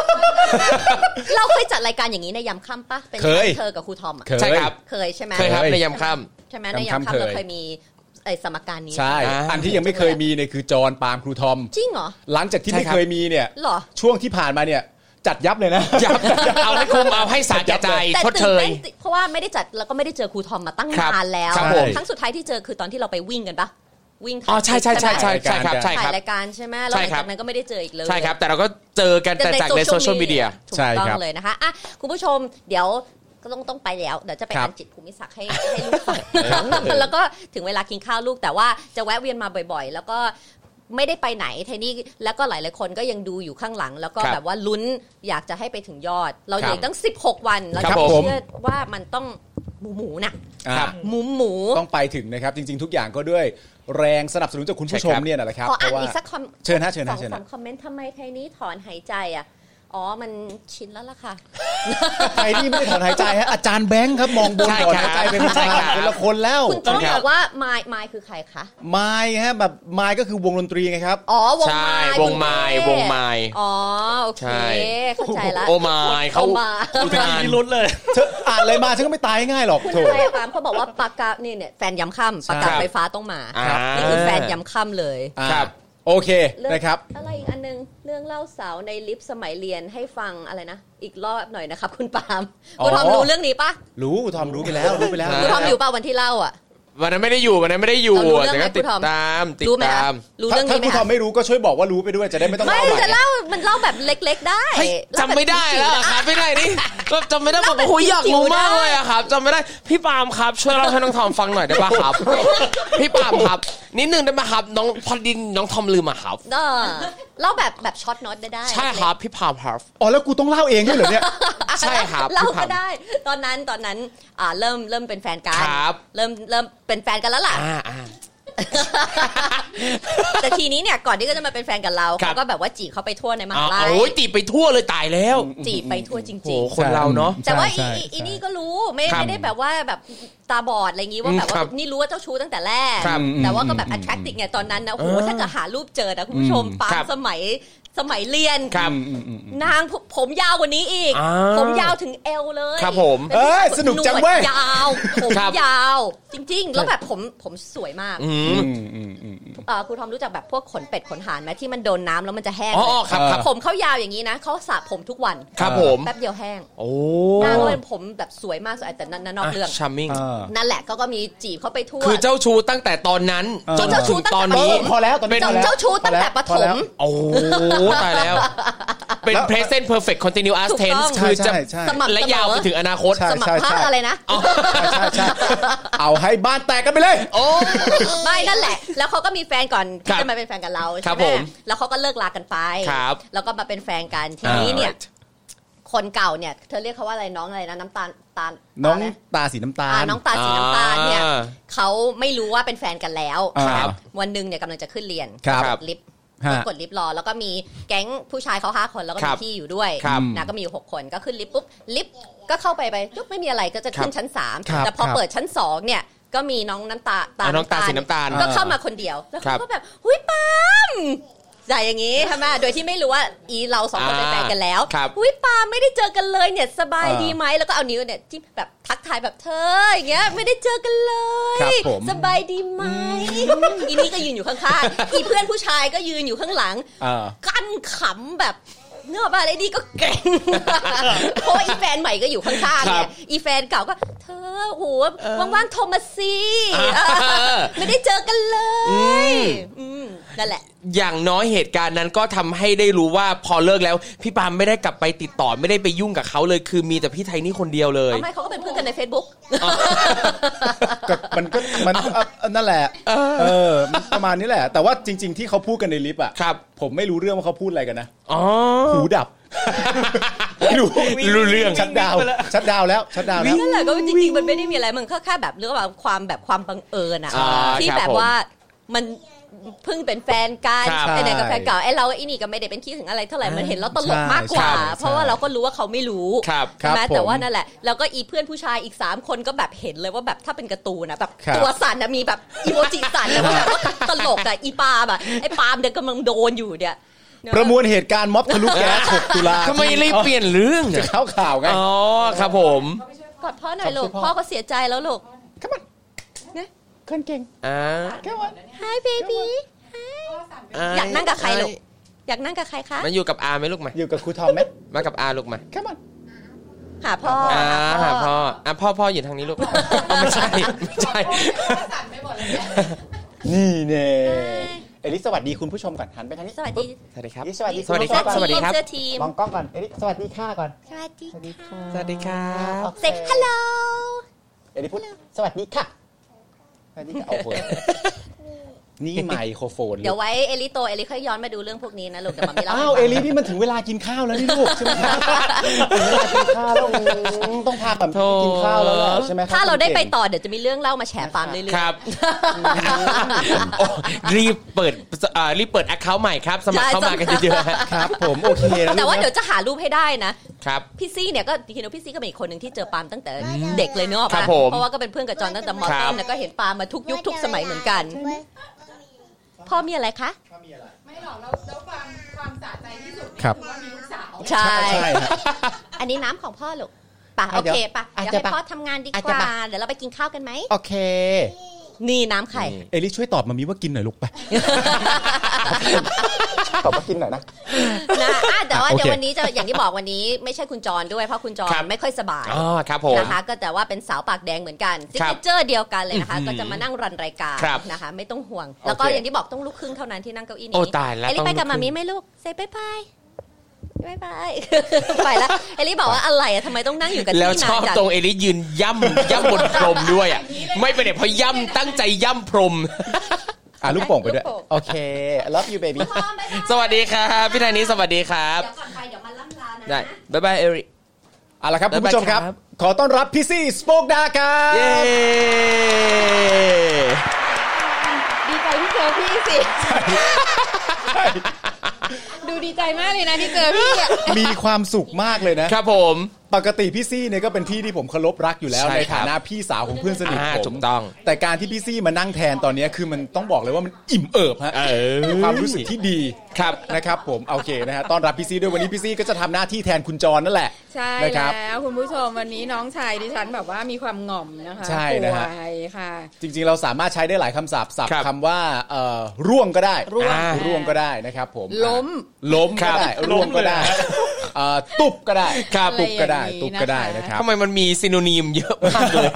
Speaker 3: เราเคยจัดรายการอย่างนี้ในยามค่ำปะเป็น
Speaker 5: เคย
Speaker 3: เธอกับครูทอมอะ
Speaker 5: เคย
Speaker 4: ใช่ครับ
Speaker 3: เคยใช่ไหม
Speaker 4: เคยครับในยามค่
Speaker 3: ใช่ไหมในยาม
Speaker 5: ค่ำๆเค
Speaker 3: ค่ำ
Speaker 5: ย
Speaker 3: เราเคยมีไอ้สมการนี้
Speaker 5: ใช่
Speaker 4: อ่า
Speaker 5: อันที่ยังไม่เคยมีเนี่ยคือจอห์นปาล์มครูทอม
Speaker 3: จริงเหรอ
Speaker 5: หลังจากที่ไม่เคยมีเนี่ย
Speaker 3: เหรอ
Speaker 5: ช่วงที่ผ่านมาเนี่ยจัดยับเลยนะ
Speaker 4: ำยับเอาให้คุมเอาให้สาแก่ใจชดเชย
Speaker 3: นนเพราะว่าไม่ได้จัดแล้วก็ไม่ได้เจอครูทอมมาตั้ง
Speaker 4: ครับ
Speaker 3: นานแล้ว
Speaker 4: ครับผม
Speaker 3: ครั้งสุดท้ายที่เจอคือตอนที่เราไปวิ่งกันปะวิ่งถ่าย
Speaker 4: อ๋อใช่ใช่ใช่ใช่ใช่ครับใช่
Speaker 3: ถ่าย
Speaker 4: ครับ
Speaker 3: รายการใช่ไหมแล้วห
Speaker 4: ใช่
Speaker 3: ลัง
Speaker 4: ครับ
Speaker 3: จากนั้นก็ไม่ได้เจออีกเลย
Speaker 4: ใช่ครับ แต่เราก็เจอกันแต่จากในโซเชียลมีเดีย
Speaker 3: ถูก
Speaker 5: ใช่
Speaker 3: ต้อง
Speaker 5: ครับ
Speaker 3: เลยนะคะอ่ะคุณผู้ชมเดี๋ยวก็ต้องต้องไปแล้วเดี๋ยวจะไป
Speaker 4: ครั
Speaker 3: อ่า
Speaker 4: บ
Speaker 3: นจิตภูมิศักดิ์ให้ให้ลูกฟังแล้วก็ถึงเวลากินข้าวลูกแต่ว่าจะแวะเวียนมาบ่อยๆ แล้วก็ไม่ได้ไปไหนเทนี่แล้วก็หลายๆคนก็ยังดูอยู่ข้างหลัง แล้วก็
Speaker 4: ครับ
Speaker 3: แบบว่าลุ้นอยากจะให้ไปถึงยอด เราเหลือ
Speaker 4: ค
Speaker 3: อ
Speaker 4: รับ
Speaker 3: ตั้ง 16 วันเรา
Speaker 4: ครั
Speaker 3: จะ
Speaker 4: บผม
Speaker 3: เชื่อว่ามันต้องหมูหมูๆน่ะ
Speaker 5: อ่า
Speaker 4: ครับ
Speaker 3: หมูหมู
Speaker 5: ต้องไปถึงนะครับ จริง ๆ ทุกอย่างก็ด้วยแรงสนับสนุนจากคุณผู้ชม
Speaker 4: ใช่ครับ
Speaker 5: เนี่ยแหละครับ
Speaker 3: ขอ
Speaker 5: เพ
Speaker 3: อ่าน
Speaker 5: ราะว่า
Speaker 3: อีกสักคอม
Speaker 5: เชิญฮะเชิญ
Speaker 3: สอง
Speaker 5: ฮะเชิญ
Speaker 3: สา
Speaker 5: ฮะ
Speaker 3: มคอมเมนต์ทำไมไทยนี้ถอนหายใจอ่ะ อ๋อมันชินแล้วล่ะค่ะ
Speaker 5: ใครที่ไม่ได้ถอนหายใจ
Speaker 3: [laughs]
Speaker 5: ฮะอาจารย์แบงค์ครับมองบน
Speaker 4: ใช่
Speaker 5: ถอน
Speaker 4: ครับ
Speaker 5: หายใจเป็น
Speaker 4: ใช่ครับ
Speaker 5: คนละคนแล้ว
Speaker 3: คุณต้อง
Speaker 4: ครับ
Speaker 3: บอกว่ามายมายคือใครคะ
Speaker 5: ไม้ฮะแบบไม้ก็คือวงดนตรีไงครับ
Speaker 3: อ๋อ วง
Speaker 4: ใช่
Speaker 3: ไม้
Speaker 4: วงไม้วงไม้
Speaker 3: อ๋อ โอเค
Speaker 4: ใช่
Speaker 3: เข้าใจละ
Speaker 4: โอ้มายเขา
Speaker 3: โอมา
Speaker 4: อุทาน
Speaker 6: มีลุ้นเลย
Speaker 5: เธออ่านอะไรมาฉันก็ไม่ตายง่ายหรอก
Speaker 3: คุณ
Speaker 5: โถ
Speaker 3: อะไรปาล์มเขาบอกว่าปากกานี่เนี่ยแฟนยำค่ำปากกาไฟฟ้าต้องมา
Speaker 4: อ่า
Speaker 3: นี่คือแฟนยำค่ำเลย
Speaker 5: อ่า
Speaker 4: ครับ
Speaker 5: โอเค
Speaker 3: เอง
Speaker 5: นะครับ
Speaker 3: อะไรอีกอันนึง เรื่องเล่าสาวในลิฟต์สมัยเรียนให้ฟังอะไรนะ อีกรอบหน่อยนะครับ คุณปาล์ม
Speaker 5: อ๋อ
Speaker 3: คุณทอมรู้เรื่องนี้ปะ
Speaker 5: รู้ทอมรู้ไปแล้วรู้ไปแล้ว
Speaker 3: คุณทอมอยู่ปะวันที่เล่าอ่ะ
Speaker 4: วันนั้นไม่ได้อยู่วันนั้นไม่ได้อยู่
Speaker 3: เรารู้เรื่อง
Speaker 4: แต่
Speaker 3: ไหม
Speaker 4: ก็ติด
Speaker 3: คุณทอม
Speaker 4: ตามติด
Speaker 3: รู้ไหม
Speaker 4: ตา
Speaker 3: อะ
Speaker 4: ม
Speaker 3: รู้
Speaker 5: ถ้า
Speaker 3: เรื่อง
Speaker 5: ถ้า
Speaker 3: นี้ไหม
Speaker 5: คุณทอ
Speaker 3: อะ
Speaker 5: มไม่รู้ก็ช่วยบอกว่ารู้ไปด้วยจะได้ไม่ต้อง
Speaker 3: ไม่
Speaker 5: เล่าใหม่
Speaker 3: จะเล่ามันเล่าแบบเล็กๆได้
Speaker 4: เฮ้ย
Speaker 3: เล่าแบบ
Speaker 4: จำไม่ได้แล้วอะ
Speaker 3: ๆ
Speaker 4: ครับไม่ได้
Speaker 3: [laughs]
Speaker 4: นี่ก็จำไม่ได้
Speaker 3: แล้
Speaker 4: ผ
Speaker 3: ว
Speaker 4: ม
Speaker 3: แบบ
Speaker 4: โอ้ยอยากรู้
Speaker 3: จิ๋วๆ
Speaker 4: มาก
Speaker 3: ได้
Speaker 4: เลยอะครับจำไม่ได้พี่ปาล์มครับช่วยเล่าให้น้องทอมฟังหน่อยได้ป่ะ
Speaker 3: [laughs]
Speaker 4: ครับ พี่ปาล์มครับนิดนึงได้ไหมครับน้องพอดินน้องทอมลืมอะครับ
Speaker 3: เออเล่าแบบแบบช็อตโน็อตได้ได้
Speaker 4: ใช่ครับพี่ปาล์มครับ
Speaker 5: อ๋อแล้วกูต้องเล่าเองด้วยเหรอเนี่ย
Speaker 4: ใช่ครับ
Speaker 3: เล่า
Speaker 4: พี่ปา
Speaker 3: ก็
Speaker 4: ล์ม
Speaker 3: ได้ ตอนนั้นตอนนั้นอ่าเริ่มเริ่มเป็นแฟนกัน
Speaker 4: ครับ
Speaker 3: เริ่มเริ่มเป็นแฟนกันแล้วล่ะ
Speaker 4: อ่าอ่า
Speaker 3: แต่ทีนี้เนี่ยก่อนที่ก็จะมาเป็นแฟนกับเรา
Speaker 4: ครับ
Speaker 3: เขาก็แบบว่าจีบเขาไปทั่วในม
Speaker 4: อ่า
Speaker 3: หาลัย
Speaker 4: โอ้ยตีบไปทั่วเลยตายแล้ว
Speaker 3: จีบไปทั่วจ
Speaker 4: โห
Speaker 3: ริง
Speaker 4: คนเราเนาะ
Speaker 3: ๆ แต่ว่า
Speaker 5: ใช่
Speaker 3: อีอี
Speaker 5: ใช่
Speaker 3: อีนี่ก็รู้ไม่
Speaker 4: ครับ
Speaker 3: ไม่ได้แบบว่าแบบตาบอดอะไรอย่างงี้ว่าแบบ
Speaker 4: ค
Speaker 3: ว่า
Speaker 4: รับ
Speaker 3: นี่รู้ว่าเจ้าชู้ตั้งแต่แรก
Speaker 4: ครับ
Speaker 3: แต่ว่าก็แบบ attractive ไงตอนนั้นนะโอ้โห
Speaker 4: เออ
Speaker 3: ถ้าเกิดหารูปเจอนะคุณผู้ชมปาล์ม
Speaker 4: ครับ
Speaker 3: สมัยสมัยเรียน
Speaker 4: ครับ
Speaker 3: นางผมผมยาวกว่านี้อีก
Speaker 4: อ่า
Speaker 3: ผมยาวถึงเอวเลย
Speaker 4: ครับผม
Speaker 3: ป็ผู้ชา
Speaker 5: เอ้ยสนุกจังเว้ย
Speaker 3: หนดยาว ผม
Speaker 4: ครับ
Speaker 3: ยาว จริง ๆ แล้วแบบผมผมสวยมาก
Speaker 4: อื
Speaker 5: อื
Speaker 4: ม
Speaker 5: มอืมอืมอืม
Speaker 3: เอ่อครูทอมรู้จักแบบพวกขนเป็ดขนห่านไหมที่มันโดนน้ำแล้วมันจะแห้ง
Speaker 4: อ๋ออ๋อครับครับ
Speaker 3: ผมเขายาวอย่างนี้นะเขาสระผมทุกวัน
Speaker 4: ครับผม
Speaker 3: แป๊บเดียวแห้ง
Speaker 4: โอ้
Speaker 3: หน้าก็เป็นผมแบบสวยมากสวยแต่นั่นนั่นนอกเรื่อง
Speaker 4: ชามิง
Speaker 5: อ่า
Speaker 3: นั่นแหละเขาก็มีจีบเขาไปทั่ว
Speaker 4: คือเจ้าชูตั้งแต่ตอนนั้น
Speaker 5: เออ
Speaker 4: จนถึงตอน
Speaker 5: เอ
Speaker 4: นี้
Speaker 5: อพอแล้วตอนนี้
Speaker 4: เป็น
Speaker 5: พอแล้ว
Speaker 3: เจ้าชู้ตั้งแต่ปฐม
Speaker 5: พอแล้ว
Speaker 4: โอ้ตายแล้ว เป็น
Speaker 5: แล้ว
Speaker 4: present perfect continuous
Speaker 3: ถูกต้อง
Speaker 4: tense
Speaker 5: ใช่
Speaker 4: คือ
Speaker 5: ใช่
Speaker 4: จะ
Speaker 5: ใช่
Speaker 3: สม่ำเสมอ
Speaker 4: และยาวไปถึงอนาคต
Speaker 5: ใช่
Speaker 3: สมัครภาคอะไรนะ
Speaker 5: ใช่ใช่เอาให้บ้านแตกกันไปเลย
Speaker 4: โอ้
Speaker 3: ไม่นั่นแหละ แล้วเขาก็มีแฟนก่อน
Speaker 4: ครับ
Speaker 3: ที่จะมาเป็นแฟนกับเรา
Speaker 4: ครั
Speaker 3: ใช่
Speaker 4: บ
Speaker 3: ไหม
Speaker 4: ผม
Speaker 3: แล้วเขาก็เลิกลากันไป
Speaker 4: ครับ
Speaker 3: แล้วก็มาเป็นแฟนกันทีนี้เนี่ย
Speaker 4: Alright
Speaker 3: คนเก่าเนี่ย เธอเรียกเขาว่าอะไรน้องอะไรนะน้ำตาลตาล
Speaker 5: น้อง
Speaker 3: ตาล
Speaker 5: ตาสีน้ำตา
Speaker 3: อ่า
Speaker 5: ล
Speaker 3: น้องตาลสีน้ำตาลเนี่ย
Speaker 4: อ่า
Speaker 3: เขาไม่รู้ว่าเป็นแฟนกันแล้ว
Speaker 5: ครับ
Speaker 3: วันหนึ่งเนี่ยกำลังจะขึ้นเรียน
Speaker 5: ครับ
Speaker 3: กดลิฟต์
Speaker 5: ฮะ
Speaker 3: กดลิฟต์รอ แล้วก็มีแก๊งผู้ชายเขาห้าคนแล้วก็
Speaker 4: ครั
Speaker 3: มี
Speaker 4: บ
Speaker 3: พี่อยู่ด้วย
Speaker 4: ครับ
Speaker 3: นะก็มีอยู่หกคนก็ขึ้นลิฟต์ปุ๊บลิฟต์ก็เข้าไปไปปุ๊บไม่มีอะไรก็จะขึ้นชั้นสาม
Speaker 5: ครับ
Speaker 3: แต่พอ
Speaker 5: ครับ
Speaker 3: เปิดชั้นสองเนี่ยก็มีน้องน้ำตาตาล
Speaker 4: อ่าน้องตาลสีน้ำตาล
Speaker 3: ก็เข้ามาคนเดียวแล้ว
Speaker 4: ครั
Speaker 3: เขา
Speaker 4: บ
Speaker 3: ก็แบบหุยปั๊ม จ่ายอย่างนี้ใช่ไหมโดยที่ไม่รู้ว่าอีเราสองคน
Speaker 4: อ่า
Speaker 3: เป็นแฟนกันแล้ว
Speaker 4: ครับ
Speaker 3: อุ้ยปาไม่ได้เจอกันเลยเนี่ยสบาย
Speaker 5: อ่า
Speaker 3: ดีไหมแล้วก็เอานิ้วเนี่ยจิ้มแบบทักทายแบบเธออย่างเงี้ยไม่ได้เจอกันเลย
Speaker 5: ครับผม
Speaker 3: สบายดีไหมอีนี่ก็ยืนอยู่ข้างๆ อีเพื่อนผู้ชายก็ยืนอยู่ข้างหลัง
Speaker 5: อ่า
Speaker 3: กั้นขำแบบเนื้อมาอะไรนี่ก็เก่ง [laughs] เพราะว่าอีแฟนใหม่ก็อยู่ข้างๆ
Speaker 4: ครั
Speaker 3: เนี่
Speaker 4: บ
Speaker 3: ยอีแฟนเก่าก็เธอโหัวว่างๆโทรมาสิ
Speaker 4: อ่า
Speaker 3: เออไม่ได้เจอกันเลยอืมนั่นแหละ
Speaker 4: อย่างน้อยเหตุการณ์นั้นก็ทำให้ได้รู้ว่าพอเลิกแล้ว พี่ปาล์มไม่ได้กลับไปติดต่อไม่ได้ไปยุ่งกับเขาเลย คือมีแต่พี่ไทนี่คนเดียวเลย
Speaker 3: เอาไม่เขาก็เป็นเพื่อนกันใน Facebook
Speaker 5: ก็มันก็มันอ่ะนั่นแหละ เออ ประมาณนี้แหละ แต่ว่าจริง ๆ ที่เขาพูดกันในลิฟต์อ่ะ
Speaker 4: ครับ
Speaker 5: ผมไม่รู้เรื่องว่าเขาพูดอะไรกันนะ
Speaker 4: อ๋อ
Speaker 5: หู
Speaker 4: [laughs]
Speaker 5: ดับ ไม่รู้
Speaker 4: รู้เรื่อง
Speaker 5: ชัดดาวน์ชัดดาวน์แล้ว ชัดดาวน์แล้ว
Speaker 3: นั่นแหละก็จริงๆมันไม่ได้มีอะไรมันก็แค่แบบเรื่องแบบความแบบความบังเอิญอะ
Speaker 4: อ่า
Speaker 3: ที่
Speaker 4: ครับ
Speaker 3: แบบว่ามันเพิ่งเป็นแฟนกัน
Speaker 4: ครับ
Speaker 3: ไปไหนกับแฟนเก่าไอ้เราไอ้นี่ก็ไม่ได้เป็นขี้ถึงอะไรเท่าไหร่มันเห็นแล้วตลกมากกว่า
Speaker 5: ใช่ใช่
Speaker 3: เพราะว่าเราก็รู้ว่าเขาไม่รู้
Speaker 4: ครับ
Speaker 3: ใช่ไหม
Speaker 5: ครับผม
Speaker 3: แต่ว่านั่นแหละแล้วก็อีเพื่อนผู้ชายอีก 3 คนก็แบบเห็นเลยว่าแบบถ้าเป็นการ์ตูนนะแบบ
Speaker 5: ครับ
Speaker 3: ตัวสั่นนะมีแบบอีโมจิสั่นนะว่าแบบว่าตลกอะ [laughs] อีปาล์มอะไอ้ปาล์มเนี่ยกำลังโดนอยู่เนี่ย
Speaker 5: ประมวลเหตุการณ์ม็อบทะลุแก๊ส
Speaker 4: [laughs]
Speaker 5: 6 ตุลา
Speaker 4: ทำไมรีบเปลี่ยนเรื่องเนี่ย
Speaker 5: ข่าวข่าวไง
Speaker 4: อ๋อครับผม
Speaker 3: กอดพ่อหน่อยลูก
Speaker 5: ขอบคุณพ่อ
Speaker 3: พ่อก็เสียใจแล้วลูก
Speaker 5: คนเก่ง
Speaker 4: อ่า
Speaker 3: Hi baby อยากนั่งกับใครลูกอยากนั่งกับใครคะ
Speaker 4: มาอยู่กับอาไหมลูกมา
Speaker 5: อยู่กับครูทอมไหม
Speaker 4: มากับอาลูกมา
Speaker 5: แค่มัน
Speaker 3: หาพ่อ
Speaker 4: อ่า
Speaker 3: หา
Speaker 4: หา
Speaker 3: พ่
Speaker 4: พ่
Speaker 3: อ
Speaker 4: ออ่ะพ่อพ่ออยู่ทางนี้ลูกเอาไม่ใช่ไม่ใช่
Speaker 7: สั่นไปหมดเลย
Speaker 5: นี่เน่เอลิสวัสดีคุณผู้ชมก่อนหันไปทางนี้
Speaker 3: สวัสดี
Speaker 4: สวัสดีครับ
Speaker 5: สวัสดี
Speaker 4: สวัสดีครับ
Speaker 5: ณผู้ช
Speaker 4: วัสดีค
Speaker 5: มก่อน
Speaker 4: รับ
Speaker 3: เสื้อทีม
Speaker 5: มองกล้องก่อน เอลิสวัสดีค่ะก่อน
Speaker 3: สวัสดี
Speaker 5: สวัสดีค่ะ
Speaker 4: สวัสดีครับ
Speaker 5: โอเค
Speaker 3: เซ็กฮัลโหล
Speaker 5: เอลิพูด สวัสดีค่ะ สวัสดีค่ะ โอ้โห นี่ไมโครโฟนลูก
Speaker 3: เดี๋ยวไว้เอลิโตเอลิค่อยย้อนมาดูเรื่องพวกนี้นะลูกเดี๋ยวมามีเล่าให้
Speaker 5: อ้าว
Speaker 3: ฟั
Speaker 5: เอง ลินี่มันถึงเวลากินข้าวแล้วนี่ลูกใช่ไหมครับถึงเวลากินข้าวแล้วอืมต้องพาแบบกินข้าวแล้วล่ะใช่ไหมคบ
Speaker 3: ถ้าเราได้ไป
Speaker 5: คุณก่ง
Speaker 3: ต่อเดี๋ยวจะมีเรื่องเล่ามาแฉปาล์มเรื่อย [laughs]
Speaker 4: ครับโอ้รีบเปิดอ่ารีบเปิดแอคเคาท์ใหม่ครับ สมัครเข้ามากันเยอะๆฮะ
Speaker 5: ครับผมโอเคนะ
Speaker 3: ๆ แต่ว่า
Speaker 5: ลูกนะ
Speaker 3: เดี๋ยวจะหารูปให้ได้นะ
Speaker 4: ครับ
Speaker 3: พี่ซี่เนี่ยก็ทีนี้พี่ซี่ก็เป็นอีกคนหนึ่งที่เจอปาล์มตั้งแต่เด็กเลยเนกอะ
Speaker 4: ครั
Speaker 3: ปะ
Speaker 4: บผม
Speaker 3: เพราะว่าก็เป็นเพื่อนกับจอนตั้งแต่มอ
Speaker 4: ครั
Speaker 3: ต้
Speaker 4: บ
Speaker 3: นแล้วก็เห็นปาล์มมาทุกยุคทุกสมัยเหมือนกัน พ่อมีอะไรคะ
Speaker 7: ไม่หรอกแล้วแล้วความความสะใจที่สุด
Speaker 5: ครับ
Speaker 7: คือว่ามีลูกสาว
Speaker 3: ใช่
Speaker 5: ใช่ฮะ
Speaker 3: อันนี้น้ำของพ่อลูกป่ะ
Speaker 5: อ่ะ
Speaker 3: โอเค
Speaker 5: เดี๋ยว
Speaker 3: ป่ะ
Speaker 5: อ่ะ
Speaker 3: เดี๋ยว
Speaker 5: จะ
Speaker 3: ให้
Speaker 5: ป่ะ
Speaker 3: พ่อทำงานดี
Speaker 5: อ่ะ
Speaker 3: ก
Speaker 5: จะ
Speaker 3: ว่า
Speaker 5: ป่ะ
Speaker 3: เดี๋ยวเราไปกินข้าวกันไหม
Speaker 5: โอเค
Speaker 3: นี่น้ำไข่
Speaker 5: เอลิช่วยตอบมามีว่ากินหน่อยลูกไป ตอบว่ากินหน่อยนะ
Speaker 3: นะอ่ะแต่ว่า
Speaker 5: อ่ะโอเค
Speaker 3: เดี๋ยววันนี้จะอย่างที่บอกวันนี้ไม่ใช่คุณจรด้วยเพราะคุณจร
Speaker 4: ครับ
Speaker 3: ไม่ค่อยสบาย
Speaker 4: อ๋อครับผม
Speaker 3: นะคะก็แต่ว่าเป็นสาวปากแดงเหมือนกันซิก
Speaker 4: ครับ
Speaker 3: เนเจอร์เดียวกันเลยนะคะ ก็จะมานั่งรันรายการ
Speaker 4: ครับ
Speaker 3: นะคะ ไม่ต้องห่วง แล้วก็
Speaker 4: โอเค
Speaker 3: อย่างที่บอกต้องลูกครึ่งเท่านั้นที่นั่งเก้าอี้นี้
Speaker 4: โอ้ตายแล้ว
Speaker 3: เอลิ
Speaker 4: ต้อง
Speaker 3: ไป
Speaker 4: ลูก
Speaker 3: กับมามีไหมลูกเซบายบายบายบาย [laughs] ไปแล้วเอลิบอกว่าอะไรอะทำไมต้องนั่งอยู่กันที่
Speaker 4: แล้ว
Speaker 3: นี่
Speaker 4: ช
Speaker 3: นา
Speaker 4: อน บ
Speaker 3: จัง
Speaker 4: ตรงเอลิยืนย่ำย่ำบนพรมด้วยอ่ะไม่เป็นไรเพราะย่ำตั้งใจย่ำพรม [laughs]
Speaker 5: อ่ะลูกโป่งไปด้วย โอเค love you baby
Speaker 3: พ่อไม่ต้อง
Speaker 4: สวัสดีครับพี่ธานิสวัสดีครับ
Speaker 3: เดี๋ยวก่อนไปเดี๋ยวมาล่ำลานะ
Speaker 4: ได้บ๊ายบายเอริ
Speaker 5: เอาละครับคุณผู้ชมครับ
Speaker 4: บ๊ายบายครับ
Speaker 5: ขอต้อนรับพี่ซี่สปอกดาครับ
Speaker 4: เย้
Speaker 8: ดีใจที่เจอพี่สิ ดูดีใจมากเลยนะที่เจอพี่อะ
Speaker 5: มีความสุขมากเลยนะ
Speaker 4: ครับผม
Speaker 5: ปกติพี่ซี่เนี่ยก็เป็นพี่ที่ผมเคารพรักอยู่แล้ว
Speaker 4: ใช่
Speaker 5: ใน
Speaker 4: ครั
Speaker 5: ฐา
Speaker 4: บ
Speaker 5: นะพี่สาวของเพื่อนสนิท
Speaker 4: อ่า
Speaker 5: ผม
Speaker 4: ถูกต้อง
Speaker 5: แต่การที่พี่ซี่มานั่งแทนตอนเนี้ยคือมันต้องบอกเลยว่ามันอิ่มเอิบฮะ
Speaker 4: เออ
Speaker 5: ความรู้สึกที่ดี
Speaker 4: ครับ
Speaker 5: นะครับผมโอเคนะฮะต้อนรับพี่ซีด้วยวันนี้พี่ซีก็จะทำหน้าที่แทนคุณจรนั่นแหละ
Speaker 8: ใช่
Speaker 5: นะครับ
Speaker 8: แล้วคุณผู้ชมวันนี้น้องชายดิฉันแบบว่ามีความหง่อมนะคะ
Speaker 5: ใช่นะฮะ
Speaker 8: ป่วยค่ะ
Speaker 5: จริงๆเราสามารถใช้ได้หลายคำศัพท์ศัพ
Speaker 4: ครับ
Speaker 5: ท์คำว่าเอ่อร่วงก็ได้
Speaker 4: ร่วง
Speaker 5: อ่าร่วงก็ได้นะครับผม
Speaker 8: ล้ม
Speaker 5: ล้มก็ได้
Speaker 6: ครับ
Speaker 5: ร่วงก็ได้
Speaker 6: ล้มเลย
Speaker 5: เอ่อตุบก็ได้
Speaker 4: ครับ
Speaker 5: ตุบก็ได้
Speaker 8: อะไรอย่างนี้
Speaker 5: ตุบก็ได้
Speaker 8: นะคะ
Speaker 5: นะครับ
Speaker 4: ทำไมมันมีซิโนนีมเยอะมากเลย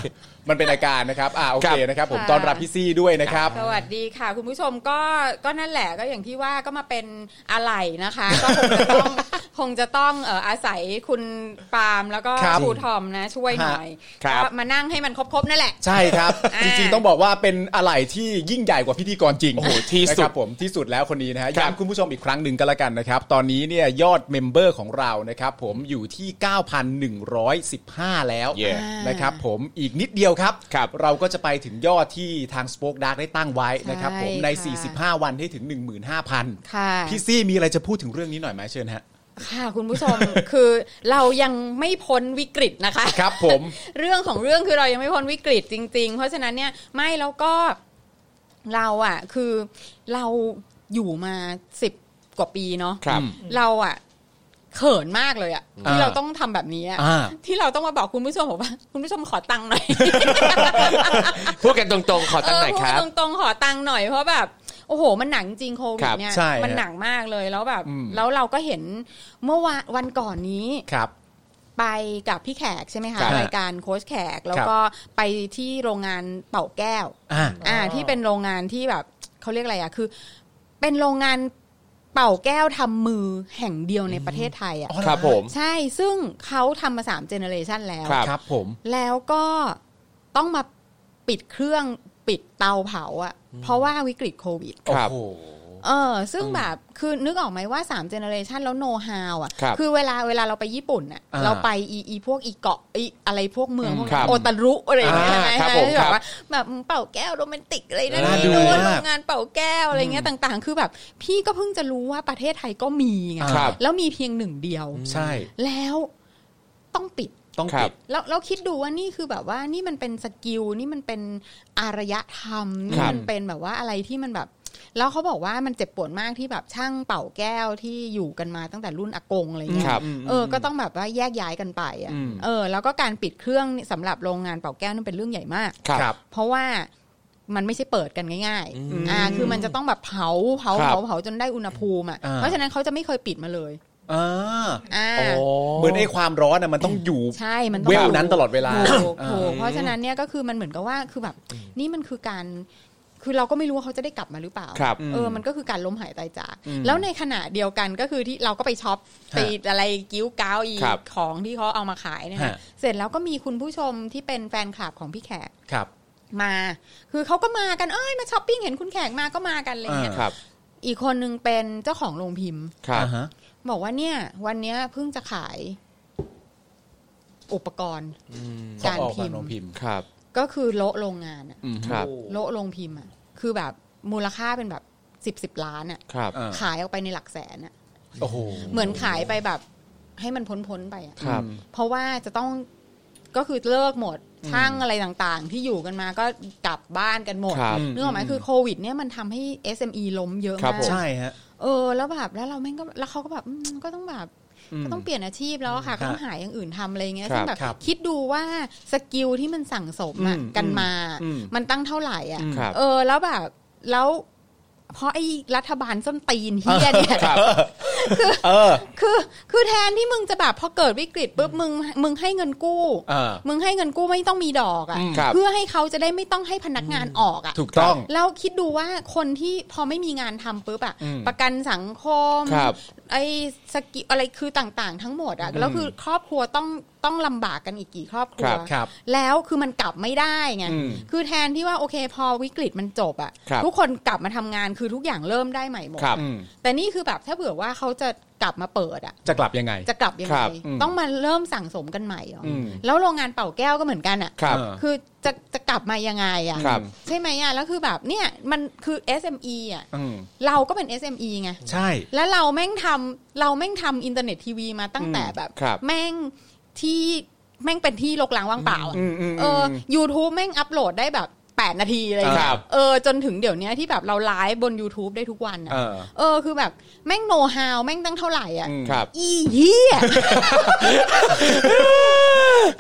Speaker 5: มันเป็นอาการนะครับอ่าโอ
Speaker 4: ครั
Speaker 5: เค
Speaker 4: บ
Speaker 5: นะครับผม
Speaker 8: ค่ะ
Speaker 5: ต้อนรับพี่ซีด้วยนะครับ
Speaker 8: สวัสดีค่ะ คุณผู้ชมก็ก็นั่นแหละก็อย่างที่ว่าก็มาเป็นอะไหล่นะคะ
Speaker 5: [laughs]
Speaker 8: ก็คงจะต้องคงจะต้องเอ่ออาศัยคุณปาล์มแล้วก็
Speaker 5: ครับ
Speaker 8: ครูทอมนะช่วยหน่อย
Speaker 4: ครับ
Speaker 8: ก็มานั่งให้มันครบๆนั่นแหละ
Speaker 5: ใช่ครับ
Speaker 8: อ่า
Speaker 5: จริงๆต้องบอกว่าเป็นอะไรที่ยิ่งใหญ่กว่าพิธีกรจริง
Speaker 4: โอ้โหที่สุด
Speaker 5: นะครับผมที่สุดแล้วคนนี้นะฮะ
Speaker 4: ครับ
Speaker 5: ย้ำคุณผู้ชมอีกครั้งหนึ่งก็แล้วกันนะครับ ตอนนี้เนี่ยยอดเมมเบอร์ของเรานะครับผมอยู่ที่ 9,115 แล้ว
Speaker 4: เย่
Speaker 5: นะครับผมอีกนิดเดียวครับ
Speaker 4: ครับ
Speaker 5: เราก็จะไปถึงยอดที่ทาง Spoke Dark ได้ตั้งไว้นะครับผมใน
Speaker 8: ใช่ค่ะ
Speaker 5: 45 วันให้ถึง 15,000
Speaker 8: ค่ะ
Speaker 5: พี่ซี่มีอะไรจะพูดถึงเรื่องนี้หน่อยไหมเชิญฮะ
Speaker 8: ค่ะคุณผู้ชม คือเรายังไม่พ้นวิกฤตนะคะ
Speaker 5: ครับผม
Speaker 8: เรื่องของเรื่องคือเรายังไม่พ้นวิกฤตจริง ๆ เพราะฉะนั้นเนี่ยไม่แล้วก็เราอ่ะ คือเราอยู่มาสิบกว่าปีเนาะ
Speaker 4: ครับ
Speaker 8: เราอ่ะเขินมากเลยอ่ะที่
Speaker 5: อ่า
Speaker 8: เราต้องทำแบบนี้อะ
Speaker 5: อ่า
Speaker 8: ที่เราต้องมาบอกคุณผู้ชมบอกว่า คุณผู้ชมขอตังค์หน่อย
Speaker 4: พูดกันตรงๆ ขอตั้งหน่อย
Speaker 8: เออ
Speaker 4: ครั
Speaker 8: พู
Speaker 4: บ
Speaker 8: ดตรงๆขอตังค์หน่อยเพราะแบบ โอ้โห มันหนังจริงโควิ
Speaker 4: ค
Speaker 8: ด
Speaker 4: รับ
Speaker 8: เนี่ย
Speaker 5: ใช่ฮะ
Speaker 8: มันหนักมากเลยแล้วแบบ
Speaker 5: อืม
Speaker 8: แล้วเราก็เห็นเมื่อวานวันก่อนนี้
Speaker 5: ครับ
Speaker 8: ไปกับพี่แขกใช่ไหมคะ
Speaker 5: ครับ
Speaker 8: รายการโค้ชแขกแล้ว
Speaker 5: ครับ
Speaker 8: ก็ไปที่โรงงานเป่าแก้ว
Speaker 5: อ่า
Speaker 8: อ่าที่เป็นโรงงานที่แบบเขาเรียกอะไรอ่ะคือ เป็นโรงงานเป่าแก้วทำมือแห่งเดียวในประเทศไทยอ่ะ
Speaker 5: อ๋อ
Speaker 4: ครับผม
Speaker 8: ใช่ซึ่งเขาทำมาสามเจเนอเรชันแล้ว
Speaker 4: ครับ
Speaker 5: ครับผม
Speaker 8: แล้วก็ต้องมาปิดเครื่องปิดเตาเผาอ่ะเพราะว่าวิกฤตโควิด
Speaker 4: ครับ
Speaker 5: โอ้โห
Speaker 8: เออซึ่งแบบคือนึกออกไหมว่า3ามเจเนอเรชันแล้วโน้ตฮาวอ่ะ
Speaker 4: ครับ
Speaker 8: อเวลาเวลาเราไปญี่ปุ่นอ่ะ
Speaker 5: อ่า
Speaker 8: เราไปอีอีพวกอีเกาะอีอะไรพวกเมืองพวก
Speaker 4: ครั
Speaker 8: นั้
Speaker 4: บ
Speaker 8: นโอตารุอะไรอย่างเงี้ย
Speaker 4: อ่า
Speaker 8: ใช่
Speaker 4: ครับผ
Speaker 8: ไหมฮะ
Speaker 4: ม
Speaker 8: ที่แบ
Speaker 4: ค
Speaker 8: บ
Speaker 4: รับ
Speaker 8: ว่าแบบเป่าแก้วโรแมนติกอะไรนั่น
Speaker 5: น่าดู
Speaker 8: นี่นู่น
Speaker 5: มาก
Speaker 8: โรงงานเป่าแก้วอะไรเงี้ยต่างๆ คือแบบ พี่ก็เพิ่งจะรู้ว่าประเทศไทยก็มีไง
Speaker 5: ครับ
Speaker 8: แล้วมีเพียงหนึ่งเดียว
Speaker 5: ใช่
Speaker 8: แล้วต้องปิด
Speaker 5: ต้อง
Speaker 4: ครั
Speaker 5: ปิ
Speaker 4: บ
Speaker 5: ด
Speaker 8: แล้วเราคิดดูว่านี่คือแบบว่านี่มันเป็นสกิลนี่มันเป็นอารยธรรมนี่
Speaker 4: ครับ
Speaker 8: มันเป็นแบบว่าอะไรที่มันแบบ แล้วเขาบอกว่ามันเจ็บปวดมากที่แบบช่างเป่าแก้วที่อยู่กันมาตั้งแต่รุ่นอากงอะไรเงี้ย
Speaker 4: ครับ
Speaker 8: เออก็ต้องแบบว่าแยกย้ายกันไปอ่ะ
Speaker 5: อืม
Speaker 8: เออ แล้วก็การปิดเครื่องสำหรับโรงงานเป่าแก้วนั่นเป็นเรื่องใหญ่มาก
Speaker 4: ครับ
Speaker 8: เพราะว่ามันไม่ใช่เปิดกันง่ายๆอ่าคือมันจะต้องแบบเผาเผา
Speaker 4: ครับ
Speaker 8: เผาเผาจนได้อุณหภูมิอ่ะ
Speaker 5: อ่า
Speaker 8: เพราะฉะนั้นเขาจะไม่เคยปิดมาเลย
Speaker 5: อ่า
Speaker 8: อ่า
Speaker 5: เหมือนไอ้ความร้อนน่ะมันต้องอยู่
Speaker 8: ใช่มันต้อง
Speaker 5: เวลนั้นตลอดเวลา
Speaker 8: ถูก
Speaker 5: อ่า
Speaker 8: ถูกเพราะฉะนั้นเนี่ยก็คือมันเหมือนกับว่าคือแบบนี่มันคือการ คือเราก็ไม่รู้ว่าเขาจะได้กลับมาหรือเปล่า
Speaker 4: ครับ
Speaker 8: เออ
Speaker 5: อืม
Speaker 8: มันก็คือการล้มหายตายจาก
Speaker 5: อืม
Speaker 8: แล้วในขณะเดียวกันก็คือที่เราก็ไปช็อปไปอะไรกิ้วก้าวอี
Speaker 4: ครับ
Speaker 8: ของที่เขาเอามาขายเนี่ยนะ
Speaker 5: ฮะ
Speaker 8: เสร็จแล้วก็มีคุณผู้ชมที่เป็นแฟนคลับของพี่แขก
Speaker 5: ครับ
Speaker 8: มา คือเขาก็มากันเอ้ยมาช้อปปิ้งเห็นคุณแขกมาก็มากันอะไรเงี้ย
Speaker 4: ครับ
Speaker 8: อีกคนนึงเป็นเจ้าของโรงพิมพ์
Speaker 4: ครับ
Speaker 5: อ่าฮะ
Speaker 8: บอกว่าเนี่ย วันเนี้ยเพิ่งจะขายอุปกรณ์การ
Speaker 5: ของออก
Speaker 8: พิ
Speaker 5: มาม โรง
Speaker 8: พ์
Speaker 5: พิมพ์
Speaker 4: ครับ
Speaker 8: ก็คือโละโรงงานอะ
Speaker 4: ครับ
Speaker 8: โละโรงพิมพ์อะคือแบบมูลค่าเป็นแบบสิบสิบล้านอะ
Speaker 4: ครับ
Speaker 5: อ่า
Speaker 8: ขายออกไปในหลักแสนอะ
Speaker 5: โอ้โห
Speaker 8: เหมือนขายไปแบบ ให้มันพ้นพ้นๆไปอะ
Speaker 4: ครับ
Speaker 8: เพราะว่าจะต้องก็คือเลิกหมดช่างอะไรต่างๆ ที่อยู่กันมาก็กลับบ้านกันหมด
Speaker 4: ครับ
Speaker 8: นึกออกไหมคือโควิด เนี่ยมันทำให้ SME ล้มเยอะ
Speaker 4: ครั
Speaker 8: มา
Speaker 4: บ
Speaker 8: ก
Speaker 4: ผม
Speaker 5: ใช่ฮะ
Speaker 8: เออแล้วแบบแล้วเราแม่งก็แล้วเขาก็แบบอืมก็ต้องแบบก็ต้องเปลี่ยนอาชีพแล้วอะค่ะก็ต้องหาอย่างอื่นทำอะไรเงี้ย
Speaker 4: ครับ
Speaker 8: ซึ่งแบบ
Speaker 5: ครับ
Speaker 8: คิดดูว่าสกิลที่มันสั่งสมอะ
Speaker 5: อืม
Speaker 8: กันมา
Speaker 5: อืม
Speaker 8: มันตั้งเท่าไหร่อ่ะ
Speaker 4: ครับ
Speaker 8: เออแล้วแบบแล้วเพราะไอ้รัฐบาลส้นตีนเฮียเนี่ย
Speaker 4: ครับ
Speaker 5: เออ
Speaker 8: คือคือแทนที่มึงจะแบบพอเกิดวิกฤตปุ๊บมึงมึงให้เงินกู้
Speaker 5: เออ
Speaker 8: มึงให้เงินกู้ไม่ต้องมีดอกอ่ะ
Speaker 4: อืมครับ
Speaker 8: เพื่อให้เขาจะได้ไม่ต้องให้พนักงานออกอ่ะ
Speaker 5: ถูกต้อง
Speaker 8: แล้วคิดดูว่าคนที่พอไม่มีงานทำปุ๊บอะ
Speaker 5: อืม
Speaker 8: ประกันสังคม
Speaker 4: ครับ
Speaker 8: ไอ้สกิอะไรคือต่างๆ ทั้งหมดอะแล้วคือครอบครัวต้องต้องลำบากกันอีกกี่ครอบครั
Speaker 4: ค
Speaker 8: ว
Speaker 4: รับ
Speaker 5: ครับ
Speaker 8: แล้วคือมันกลับไม่ได้ไง
Speaker 5: อืม
Speaker 8: คือแทนที่ว่าโอเคพอวิกฤตมันจบอะ
Speaker 4: ครับ
Speaker 8: ทุกคนกลับมาทำงานคือทุกอย่างเริ่มได้ใหม่หมด
Speaker 4: ครับ
Speaker 5: อืม
Speaker 8: แต่นี่คือแบบถ้าเผื่อว่าเขาจะกลับมาเปิดอะ
Speaker 5: จะกลับยังไง
Speaker 8: จะกลับยัง
Speaker 4: ค
Speaker 8: ไง
Speaker 4: รับ
Speaker 5: อืม
Speaker 8: ต้องมาเริ่มสั่งสมกันใหม่เหรออ
Speaker 5: ม
Speaker 8: แล้วโรงงานเป่าแก้วก็เหมือนกันอะ
Speaker 4: ครับ
Speaker 5: เออ
Speaker 8: คือจะจะกลับมายังไงอ่ะ
Speaker 4: ครับ
Speaker 8: ใช่ไหมอ่ะแล้วคือแบบเนี่ยมันคือ SME อ่ะ
Speaker 5: อืม
Speaker 8: เราก็เป็น SME ไง
Speaker 5: ใช่
Speaker 8: แล้วเราแม่งทำเราแม่งทำอินเทอร์เน็ตทีวีมาตั้งแต่แบบ
Speaker 4: ครับ
Speaker 8: แม่งที่แม่งเป็นที่ลกลางว่างเปล่าอะ
Speaker 5: อืมอืมอืม
Speaker 8: เออ YouTube แม่งอัปโหลดได้แบบ 8 นาทีอะไรอย่าง
Speaker 4: ค
Speaker 8: เงี้
Speaker 4: รั
Speaker 8: ย
Speaker 4: บ
Speaker 8: เออจนถึงเดี๋ยวเนี้ยที่แบบเราไลฟ์บน YouTube ได้ทุกวันอะ
Speaker 5: เออ
Speaker 8: เออคือแบบแม่งโนฮาวแม่งตั้งเท่าไหร่อ่ะ
Speaker 5: อืม
Speaker 4: ครับ
Speaker 8: อีเหี้ย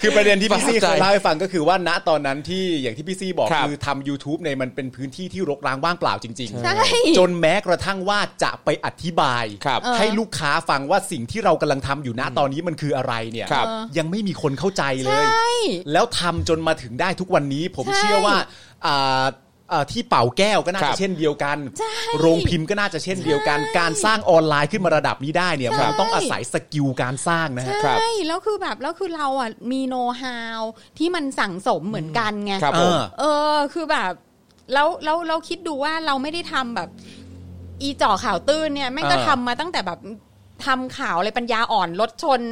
Speaker 5: คือประเด็นที่พี่ซี่
Speaker 4: ประทับใจ
Speaker 5: เขาเล่าให้ฟังก็คือว่าณตอนนั้นที่อย่างที่พี่ซี่บอก
Speaker 4: ครับ
Speaker 5: คือทำ YouTube ในยมันเป็นพื้นที่ที่รกร้างว่างเปล่าจริง
Speaker 8: ใช่
Speaker 5: ๆ จนแม้กระทั่งว่าจะไปอธิบาย
Speaker 4: ครับเออ
Speaker 5: ให้ลูกค้าฟังว่าสิ่งที่เรากำลังทำอยู่ณตอนนี้มันคืออะไรเนี่ย
Speaker 4: ครับ
Speaker 5: ยังไม่มีคนเข้าใจเลย
Speaker 8: ใช่
Speaker 5: แล้วทำจนมาถึงได้ทุกวันนี้ ผม
Speaker 8: ใช่
Speaker 5: เชื่อว่าอ่าอ่าที่เป่าแก้วก็น่า
Speaker 4: ครั
Speaker 5: จะ
Speaker 4: บ
Speaker 5: เช่นเดียวกัน
Speaker 8: ใช่
Speaker 5: โรงพิมพ์ก็น่าจะเช่นเดียวกัน
Speaker 8: ใช่
Speaker 5: การสร้างออนไลน์ขึ้นมาระดับนี้ได้เนี่ย
Speaker 8: ใช่
Speaker 5: มันต้องอาศัยสกิลการสร้างนะฮะ
Speaker 4: ครับ
Speaker 8: ใช่ แล้วคือแบบแล้วคือเราอ่ะมีโน้ตฮาวที่มันสั่งสมเหมือนกันไง
Speaker 4: ครับผม
Speaker 8: เออคือแบบ แล้วแล้วเราคิดดูว่าเราไม่ได้ทำแบบ อีจ่อข่าวตื้นเนี่ยแม่งก็
Speaker 5: เออ
Speaker 8: ทำมาตั้งแต่แบบทำข่าวอะไรปัญญาอ่อนรถชน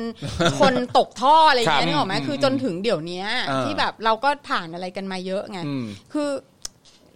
Speaker 8: [laughs] คนตกท่ออะไรอย่างเงี้ย
Speaker 4: ครับ
Speaker 8: นึกออกไหมคือจนถึงเดี๋ยวเนี้ย
Speaker 5: เออ
Speaker 8: ที่แบบเราก็ผ่านอะไรกันมาเยอะไง
Speaker 5: อืม
Speaker 8: คือ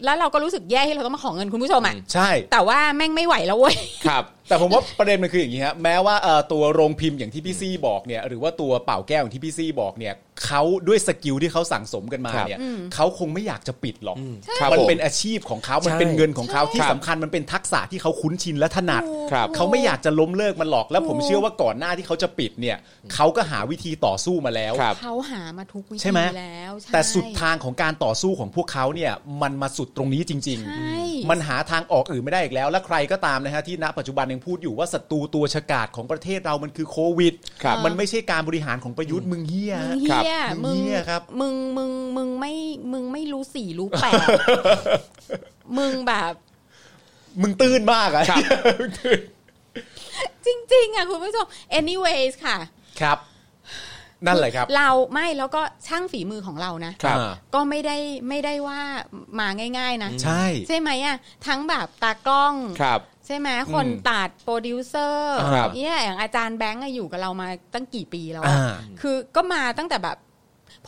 Speaker 8: แล้วเราก็รู้สึกแย่ที่เราต้องมาขอเงินคุณผู้ชมอ่ะ
Speaker 5: ใช่
Speaker 8: แต่ว่าแม่งไม่ไหวแล้วเว้ย
Speaker 4: ครับ
Speaker 5: แต่ผมว่าประเด็นมันคืออย่างนี้ฮะแม้ว่าเอ่อตัวโรงพิมพ์อย่างที่พี่ซี่บอกเนี่ยหรือว่าตัวเป่าแก้วอย่างที่พี่ซี่บอกเนี่ยเขาด้วยสกิลที่เขาสั่งสมกันมา
Speaker 4: ครับ
Speaker 5: เนี่ยเขาคงไม่อยากจะปิดหรอก
Speaker 4: ครับ
Speaker 5: มัน
Speaker 4: ผม
Speaker 5: เป็นอาชีพของเขามัน
Speaker 4: ใช่
Speaker 5: เป็นเงินของเขาที่
Speaker 4: ครับ
Speaker 5: สำคัญมันเป็นทักษะที่เขาคุ้นชินและถนัด
Speaker 4: ครับ
Speaker 5: เขาไม่อยากจะล้มเลิกมันหรอกแล้วผมเชื่อว่าก่อนหน้าที่เขาจะปิดเนี่ยเขาก็หาวิธีต่อสู้มาแล้ว
Speaker 4: ครับ
Speaker 8: เขาหามาทุกวิ
Speaker 5: ใช่
Speaker 8: ธี
Speaker 5: ไหม
Speaker 8: แล้วใช่
Speaker 5: แต่สุดทางของการต่อสู้ของพวกเขาเนี่ยมันมาสุดตรงนี้จริง
Speaker 8: ใช่
Speaker 5: ๆ มันหาทางออกอื่นไม่ได้อีกแล้ว และใครก็ตามนะฮะที่ณปัจจุบันยังพูดอยู่ว่าศัตรูตัวฉกาจของประเทศเรามันคือโควิด
Speaker 4: ครับ
Speaker 5: มันไม่ใช่การบริหารของประยุทธ์มึงเฮีย
Speaker 8: มึงเฮีย
Speaker 5: ครับ
Speaker 8: มึง
Speaker 5: มึงเหี้ยครับ
Speaker 8: มึง มึง มึงไม่ มึงไม่รู้สี่รู้แป
Speaker 5: [laughs]
Speaker 8: ด มึงแบบ
Speaker 5: มึงตื้นมากอะ
Speaker 4: ครับ
Speaker 5: มึงตื้น
Speaker 8: จริง ๆ อ่ะ คุณผู้ชม anyways ค่ะ
Speaker 5: ครับ นั่นแหละครับ
Speaker 8: เราไม่แล้วก็ช่างฝีมือของเรานะ
Speaker 4: ครับ
Speaker 5: อ่า
Speaker 8: ก็ไม่ได้ไม่ได้ว่ามาง่าย ๆ นะ
Speaker 5: ใช่
Speaker 8: ใช่ไหมอ่ะ ทั้งแบบตากล้อง
Speaker 4: ครับ
Speaker 8: ใช่ไหมคน
Speaker 5: อืม
Speaker 8: ตัดโปรดิวเซอร์
Speaker 5: ครับ
Speaker 8: เนี่ยอย่างอาจารย์แบงค์อะอยู่กับเรามาตั้งกี่ปีแล้วอะ
Speaker 5: อ่า
Speaker 8: คือก็มาตั้งแต่แบบ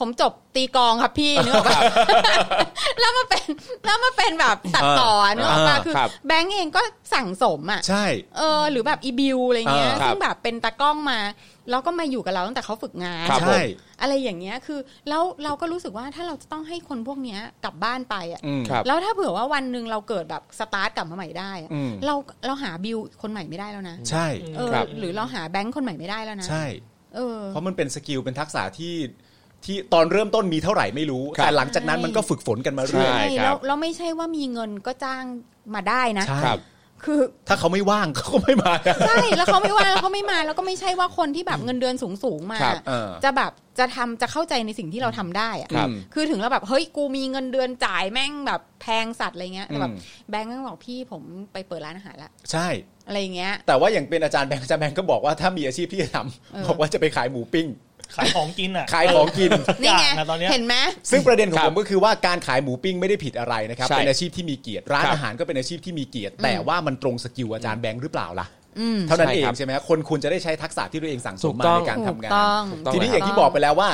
Speaker 8: ผมจบตีกลองครับพี่ นึกออกปะ [laughs] แล้วมาเป็นแล้วมาเป็นแบบตัดต่อ
Speaker 5: เออ
Speaker 8: นึกออกปะ
Speaker 5: เออ
Speaker 8: คือ
Speaker 4: ครับ
Speaker 8: แบงก์เองก็สั่งสมอ่ะ
Speaker 5: ใช่
Speaker 8: เออหรือแบบอีบิวอะไรเงี้ย
Speaker 5: เออครับ
Speaker 8: ซึ่งแบบเป็นตากล้องมา แล้วก็มาอยู่กับเราตั้งแต่เขาฝึกงาน
Speaker 4: ครับ ผม
Speaker 5: ใช่
Speaker 8: อะไรอย่างเงี้ยคือแล้วเราก็รู้สึกว่าถ้าเราจะต้องให้คนพวกเนี้ยกลับบ้านไปอ่ะ
Speaker 5: อืม
Speaker 4: ครับ
Speaker 8: แล้วถ้าเผื่อว่าวันหนึ่งเราเกิดแบบสตาร์ทกลับมาใหม่ได้อะ
Speaker 5: อืม
Speaker 8: เราเราหาบิวคนใหม่ไม่ได้แล้วนะ
Speaker 5: ใช่
Speaker 8: เออ
Speaker 4: ครับ
Speaker 8: หรือเราหาแบงค์คนใหม่ไม่ได้แล้วนะ
Speaker 5: ใช่
Speaker 8: เออ
Speaker 5: เพราะมันเป็นสกิลเป็นทักษะที่ที่ตอนเริ่มต้นมีเท่าไหร่ไม่รู้
Speaker 4: ครับ
Speaker 5: แต่หลังจากนั้น
Speaker 8: ใช่
Speaker 5: มันก็ฝึกฝนกันมาเรื่อย
Speaker 4: ใช่
Speaker 8: ใช่
Speaker 4: ครับ
Speaker 8: แล้วแล้วไม่ใช่ว่ามีเงินก็จ้างมาได้นะ
Speaker 5: ใช่
Speaker 4: ครับ
Speaker 8: คือ
Speaker 5: ถ้าเขาไม่ว่าง [laughs] เขาก็ไม่มานะ
Speaker 8: ใช่แล้วเขาไม่ว่าแล้วเขาไม่มาแล้วก็ไม่ใช่ว่าคนที่แบบเงินเดือนสูงสูงๆมา
Speaker 4: ครับ
Speaker 5: เออ
Speaker 8: จะแบบจะทำจะเข้าใจในสิ่งที่เราทำได้อะ
Speaker 5: ครับ
Speaker 8: คือถึงเราแบบเฮ้ยกูมีเงินเดือนจ่ายแม่งแบบแพงสัตว์อะไรเงี้ยแต่แบบ
Speaker 5: อืม
Speaker 8: แบงก์แม่งบอกพี่ผมไปเปิดร้านอาหารละ
Speaker 5: ใช่
Speaker 8: อะไรอย่างเงี้ย
Speaker 5: [laughs] แต่ว่าอย่างเป็นอาจารย์แบงค์อาจารย์แบงค์ก็บอกว่าถ้ามีอาชีพที่จะท
Speaker 8: เออ
Speaker 5: ำบอกว่าจะไปขายหมูปิ้ง
Speaker 6: ขายของกินอ่ะ
Speaker 5: ขายของกิน
Speaker 6: ทุ
Speaker 8: นี่
Speaker 6: กอ
Speaker 8: ไง
Speaker 6: ย่างอะตอนเนี้ย
Speaker 8: เห็นไหม
Speaker 5: ซึ่งประเด็นของ
Speaker 4: ครั
Speaker 5: ผ
Speaker 4: บ
Speaker 5: มก็คือว่าการขายหมูปิ้งไม่ได้ผิดอะไรนะครับ
Speaker 4: ใช่
Speaker 5: เป็นอาชีพที่มีเกียรติร้าน
Speaker 4: ครับ
Speaker 5: อาหารก็เป็นอาชีพที่มีเกียรติ แต่ว่ามันตรงสกิลอาจารย์แบงค์หรือเปล่าล่ะ
Speaker 8: อืม
Speaker 5: เท่านั้น
Speaker 4: ใช่
Speaker 5: เอง
Speaker 4: ครับ
Speaker 5: ใช่ไหมคนควรจะได้ใช้ทักษะที่ตัวเองสั่งส
Speaker 4: ถู
Speaker 5: ม
Speaker 4: ก
Speaker 5: มา
Speaker 4: ต้อง
Speaker 5: ในการทำ
Speaker 8: ถูก
Speaker 5: งาน
Speaker 8: ต้อง
Speaker 4: ต้อง
Speaker 5: ทีนี้อย่างที่
Speaker 8: ครั
Speaker 5: บ
Speaker 8: บ
Speaker 5: อกไปแล้วว่า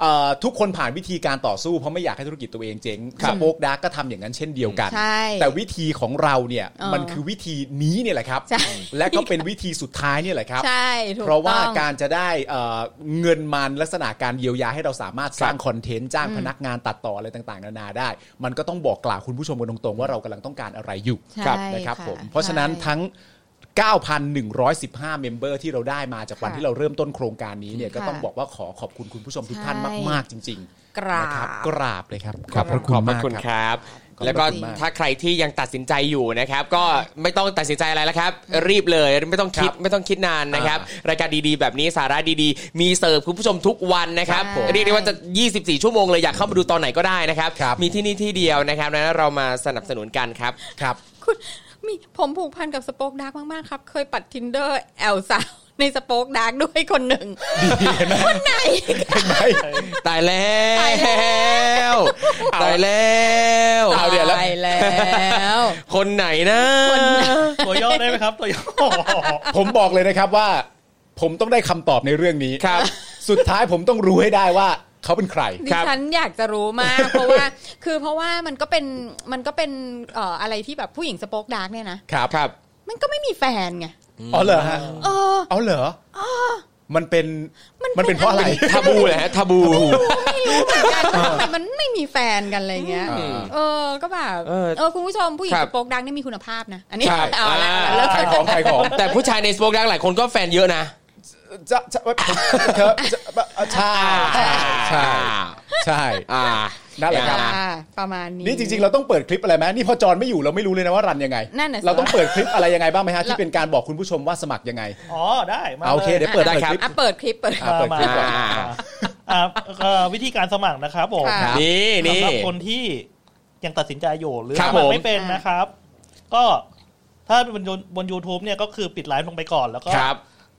Speaker 5: เอ่อทุกคนผ่านวิธีการต่อสู้เพราะไม่อยากให้ธุรกิจตัวเองเจ๊งสโป๊กดาร์กก็ทำอย่างนั้นเช่นเดียวกัน
Speaker 8: ใช่
Speaker 5: แต่วิธีของเราเนี่ย
Speaker 8: เออ
Speaker 5: มันคือวิธีนี้เนี่ยแหละครับ
Speaker 8: ใช่
Speaker 5: และก็เป็นวิธีสุดท้ายเนี่ยแหละครับ
Speaker 8: ใช่ถูก
Speaker 5: เพราะว่า
Speaker 8: ต้อง
Speaker 5: การจะได้เอ่อเงินมันลักษณะการเยียวยาให้เราสามารถสร้างคอนเทนต์จ้างพนักงานตัดต่ออะไรต่างๆ นานาได้ มันก็ต้องบอกกล่าวคุณผู้ชมกันตรงๆ ว่าเรากำลังต้องการอะไรอยู่
Speaker 8: ใช่
Speaker 5: นะครับ
Speaker 8: ค่ะ
Speaker 5: ผมเพราะฉะนั้น
Speaker 8: ใช่
Speaker 5: ทั้ง 9,115 เมมเบอร์ที่เราได้มาจากวัน
Speaker 8: ค่ะ
Speaker 5: ที่เราเริ่มต้นโครงการนี้เนี่ย
Speaker 8: ค่ะ
Speaker 5: ก็ต้องบอกว่าขอขอบคุณคุณผู้ชมทุกท่าน
Speaker 8: ใช่
Speaker 5: มากๆจริง
Speaker 8: ก
Speaker 5: ๆ
Speaker 8: รา
Speaker 5: นะครั
Speaker 8: บ
Speaker 5: บกราบเลยครับ
Speaker 4: ขอบขอบพระคุณ
Speaker 5: มาก
Speaker 4: ครับ
Speaker 5: ขอบพระคุณมาก
Speaker 4: แล้วก็
Speaker 5: มาก
Speaker 4: ถ้าใครที่ยังตัดสินใจอยู่นะครับ ก็ไม่ต้องตัดสินใจอะไรแล้วครับ รีบเลยไม่ต้องคิด
Speaker 5: ครับ
Speaker 4: ไม่ต้องคิดนานนะครับ
Speaker 5: อ่
Speaker 4: รายการดีๆ แบบนี้สาระดีๆ มีเสิร์ฟคุณผู้ชมทุกวันนะครับ
Speaker 8: ครับผม
Speaker 4: เรียกได้ว่าจะ 24 ชั่วโมงเลยอยากเข้ามาดูตอนไหนก็ได้นะครับ
Speaker 5: ครับ
Speaker 4: มีที่นี่ที่เดียวนะครับดังนั้นเรามาสนับสนุนกันครับ
Speaker 5: ครับ
Speaker 8: คุณมีผมผูกพันกับสโป๊กดาร์กมาก ๆ ครับ เคยปัดทินเดอร์แอลสาว [laughs] ในสโป๊กดาร์กด้วยคนหนึ่งคนไหน
Speaker 4: ตายแล้ว
Speaker 8: ตายแล้
Speaker 4: วตายแล้ว
Speaker 8: ตายแล้ว
Speaker 4: คนไหนนะ
Speaker 6: ตัวย่อได้ไหมครับ ตัวย่อ
Speaker 5: ผมบอกเลยนะครับว่า ผมต้องได้คำตอบในเรื่องนี้
Speaker 4: ครับ
Speaker 5: สุดท้ายผมต้องรู้ให้ได้ว่าเขาเป็นใคร
Speaker 8: ดิ
Speaker 4: ครับ
Speaker 8: ฉันอยากจะรู้มาก เพราะว่าคือเพราะว่ามันก็เป็นมันก็เป็นเอ่ออะไรที่แบบผู้หญิงสโป๊กดาร์กเนี่ยนะครับ
Speaker 5: ครับ
Speaker 8: มันก็ไม่มีแฟนไง
Speaker 5: อ๋อเหรอฮะ
Speaker 8: เออ
Speaker 5: เอาเหรอมันเป็น
Speaker 8: มันเป็น
Speaker 5: มันเป็นเพราะอะไร
Speaker 4: ทาบูแหละฮะทาบู
Speaker 8: ไม่รู้เหมือนกันแต่มันไม่มีแฟนกันอะไรเงี้ย
Speaker 5: อืม
Speaker 8: เออก็แบบ
Speaker 4: เออ
Speaker 8: เออคุณผู้ชมผู้หญิง
Speaker 4: ครั
Speaker 8: ส
Speaker 4: บ
Speaker 8: โป๊กดาร์กเนี่ยมีคุณภาพนะ อันนี้
Speaker 4: ใช่
Speaker 8: เอาละเอา
Speaker 5: แล้
Speaker 8: ละ
Speaker 5: วใครของใครของ
Speaker 4: แต่ผู้ชายในสโปกดังหลายคนก็แฟนเยอะนะ
Speaker 5: จะจะเอ้ยเธอจะใช่ใช่ใช่ใช่
Speaker 4: อ่า
Speaker 5: นั่นแหละครับ
Speaker 8: อ่าประมาณนี้
Speaker 5: นี่จริง ๆ เราต้องเปิดคลิปอะไรไหมนี่พอจอนไม่อยู่เราไม่รู้เลยนะว่ารันยังไง
Speaker 8: นั่นน่ะสิ
Speaker 5: เราต้องเปิดคลิปอะไรยังไงบ้างไหมฮะที่เป็นการบอกคุณผู้ชมว่าสมัครยังไง
Speaker 6: อ๋อได้มา
Speaker 5: เอาโอเค
Speaker 6: ลย
Speaker 5: เดี๋ยวเปิด
Speaker 4: ได้
Speaker 5: เปิด
Speaker 4: ครับ
Speaker 5: คลิป
Speaker 8: อ่ะเปิดคลิปเปิด
Speaker 5: อ่ะเปิดคลิปก่อน
Speaker 6: มาอ่ะเอ่อวิธีการสมัครนะครับผม
Speaker 8: ค่ะ
Speaker 4: นี่นี่
Speaker 6: สำหรับคนที่ยังตัดสินใจอยู่หรือ
Speaker 4: ครับ
Speaker 6: สมั
Speaker 4: ผ
Speaker 6: ค
Speaker 4: ม
Speaker 6: รไม่เป็นนะครับ ก็ถ้าบนยูบน YouTube เนี่ยก็คือปิดไลฟ์ลงไปก่อนแล้วก็
Speaker 4: ครับ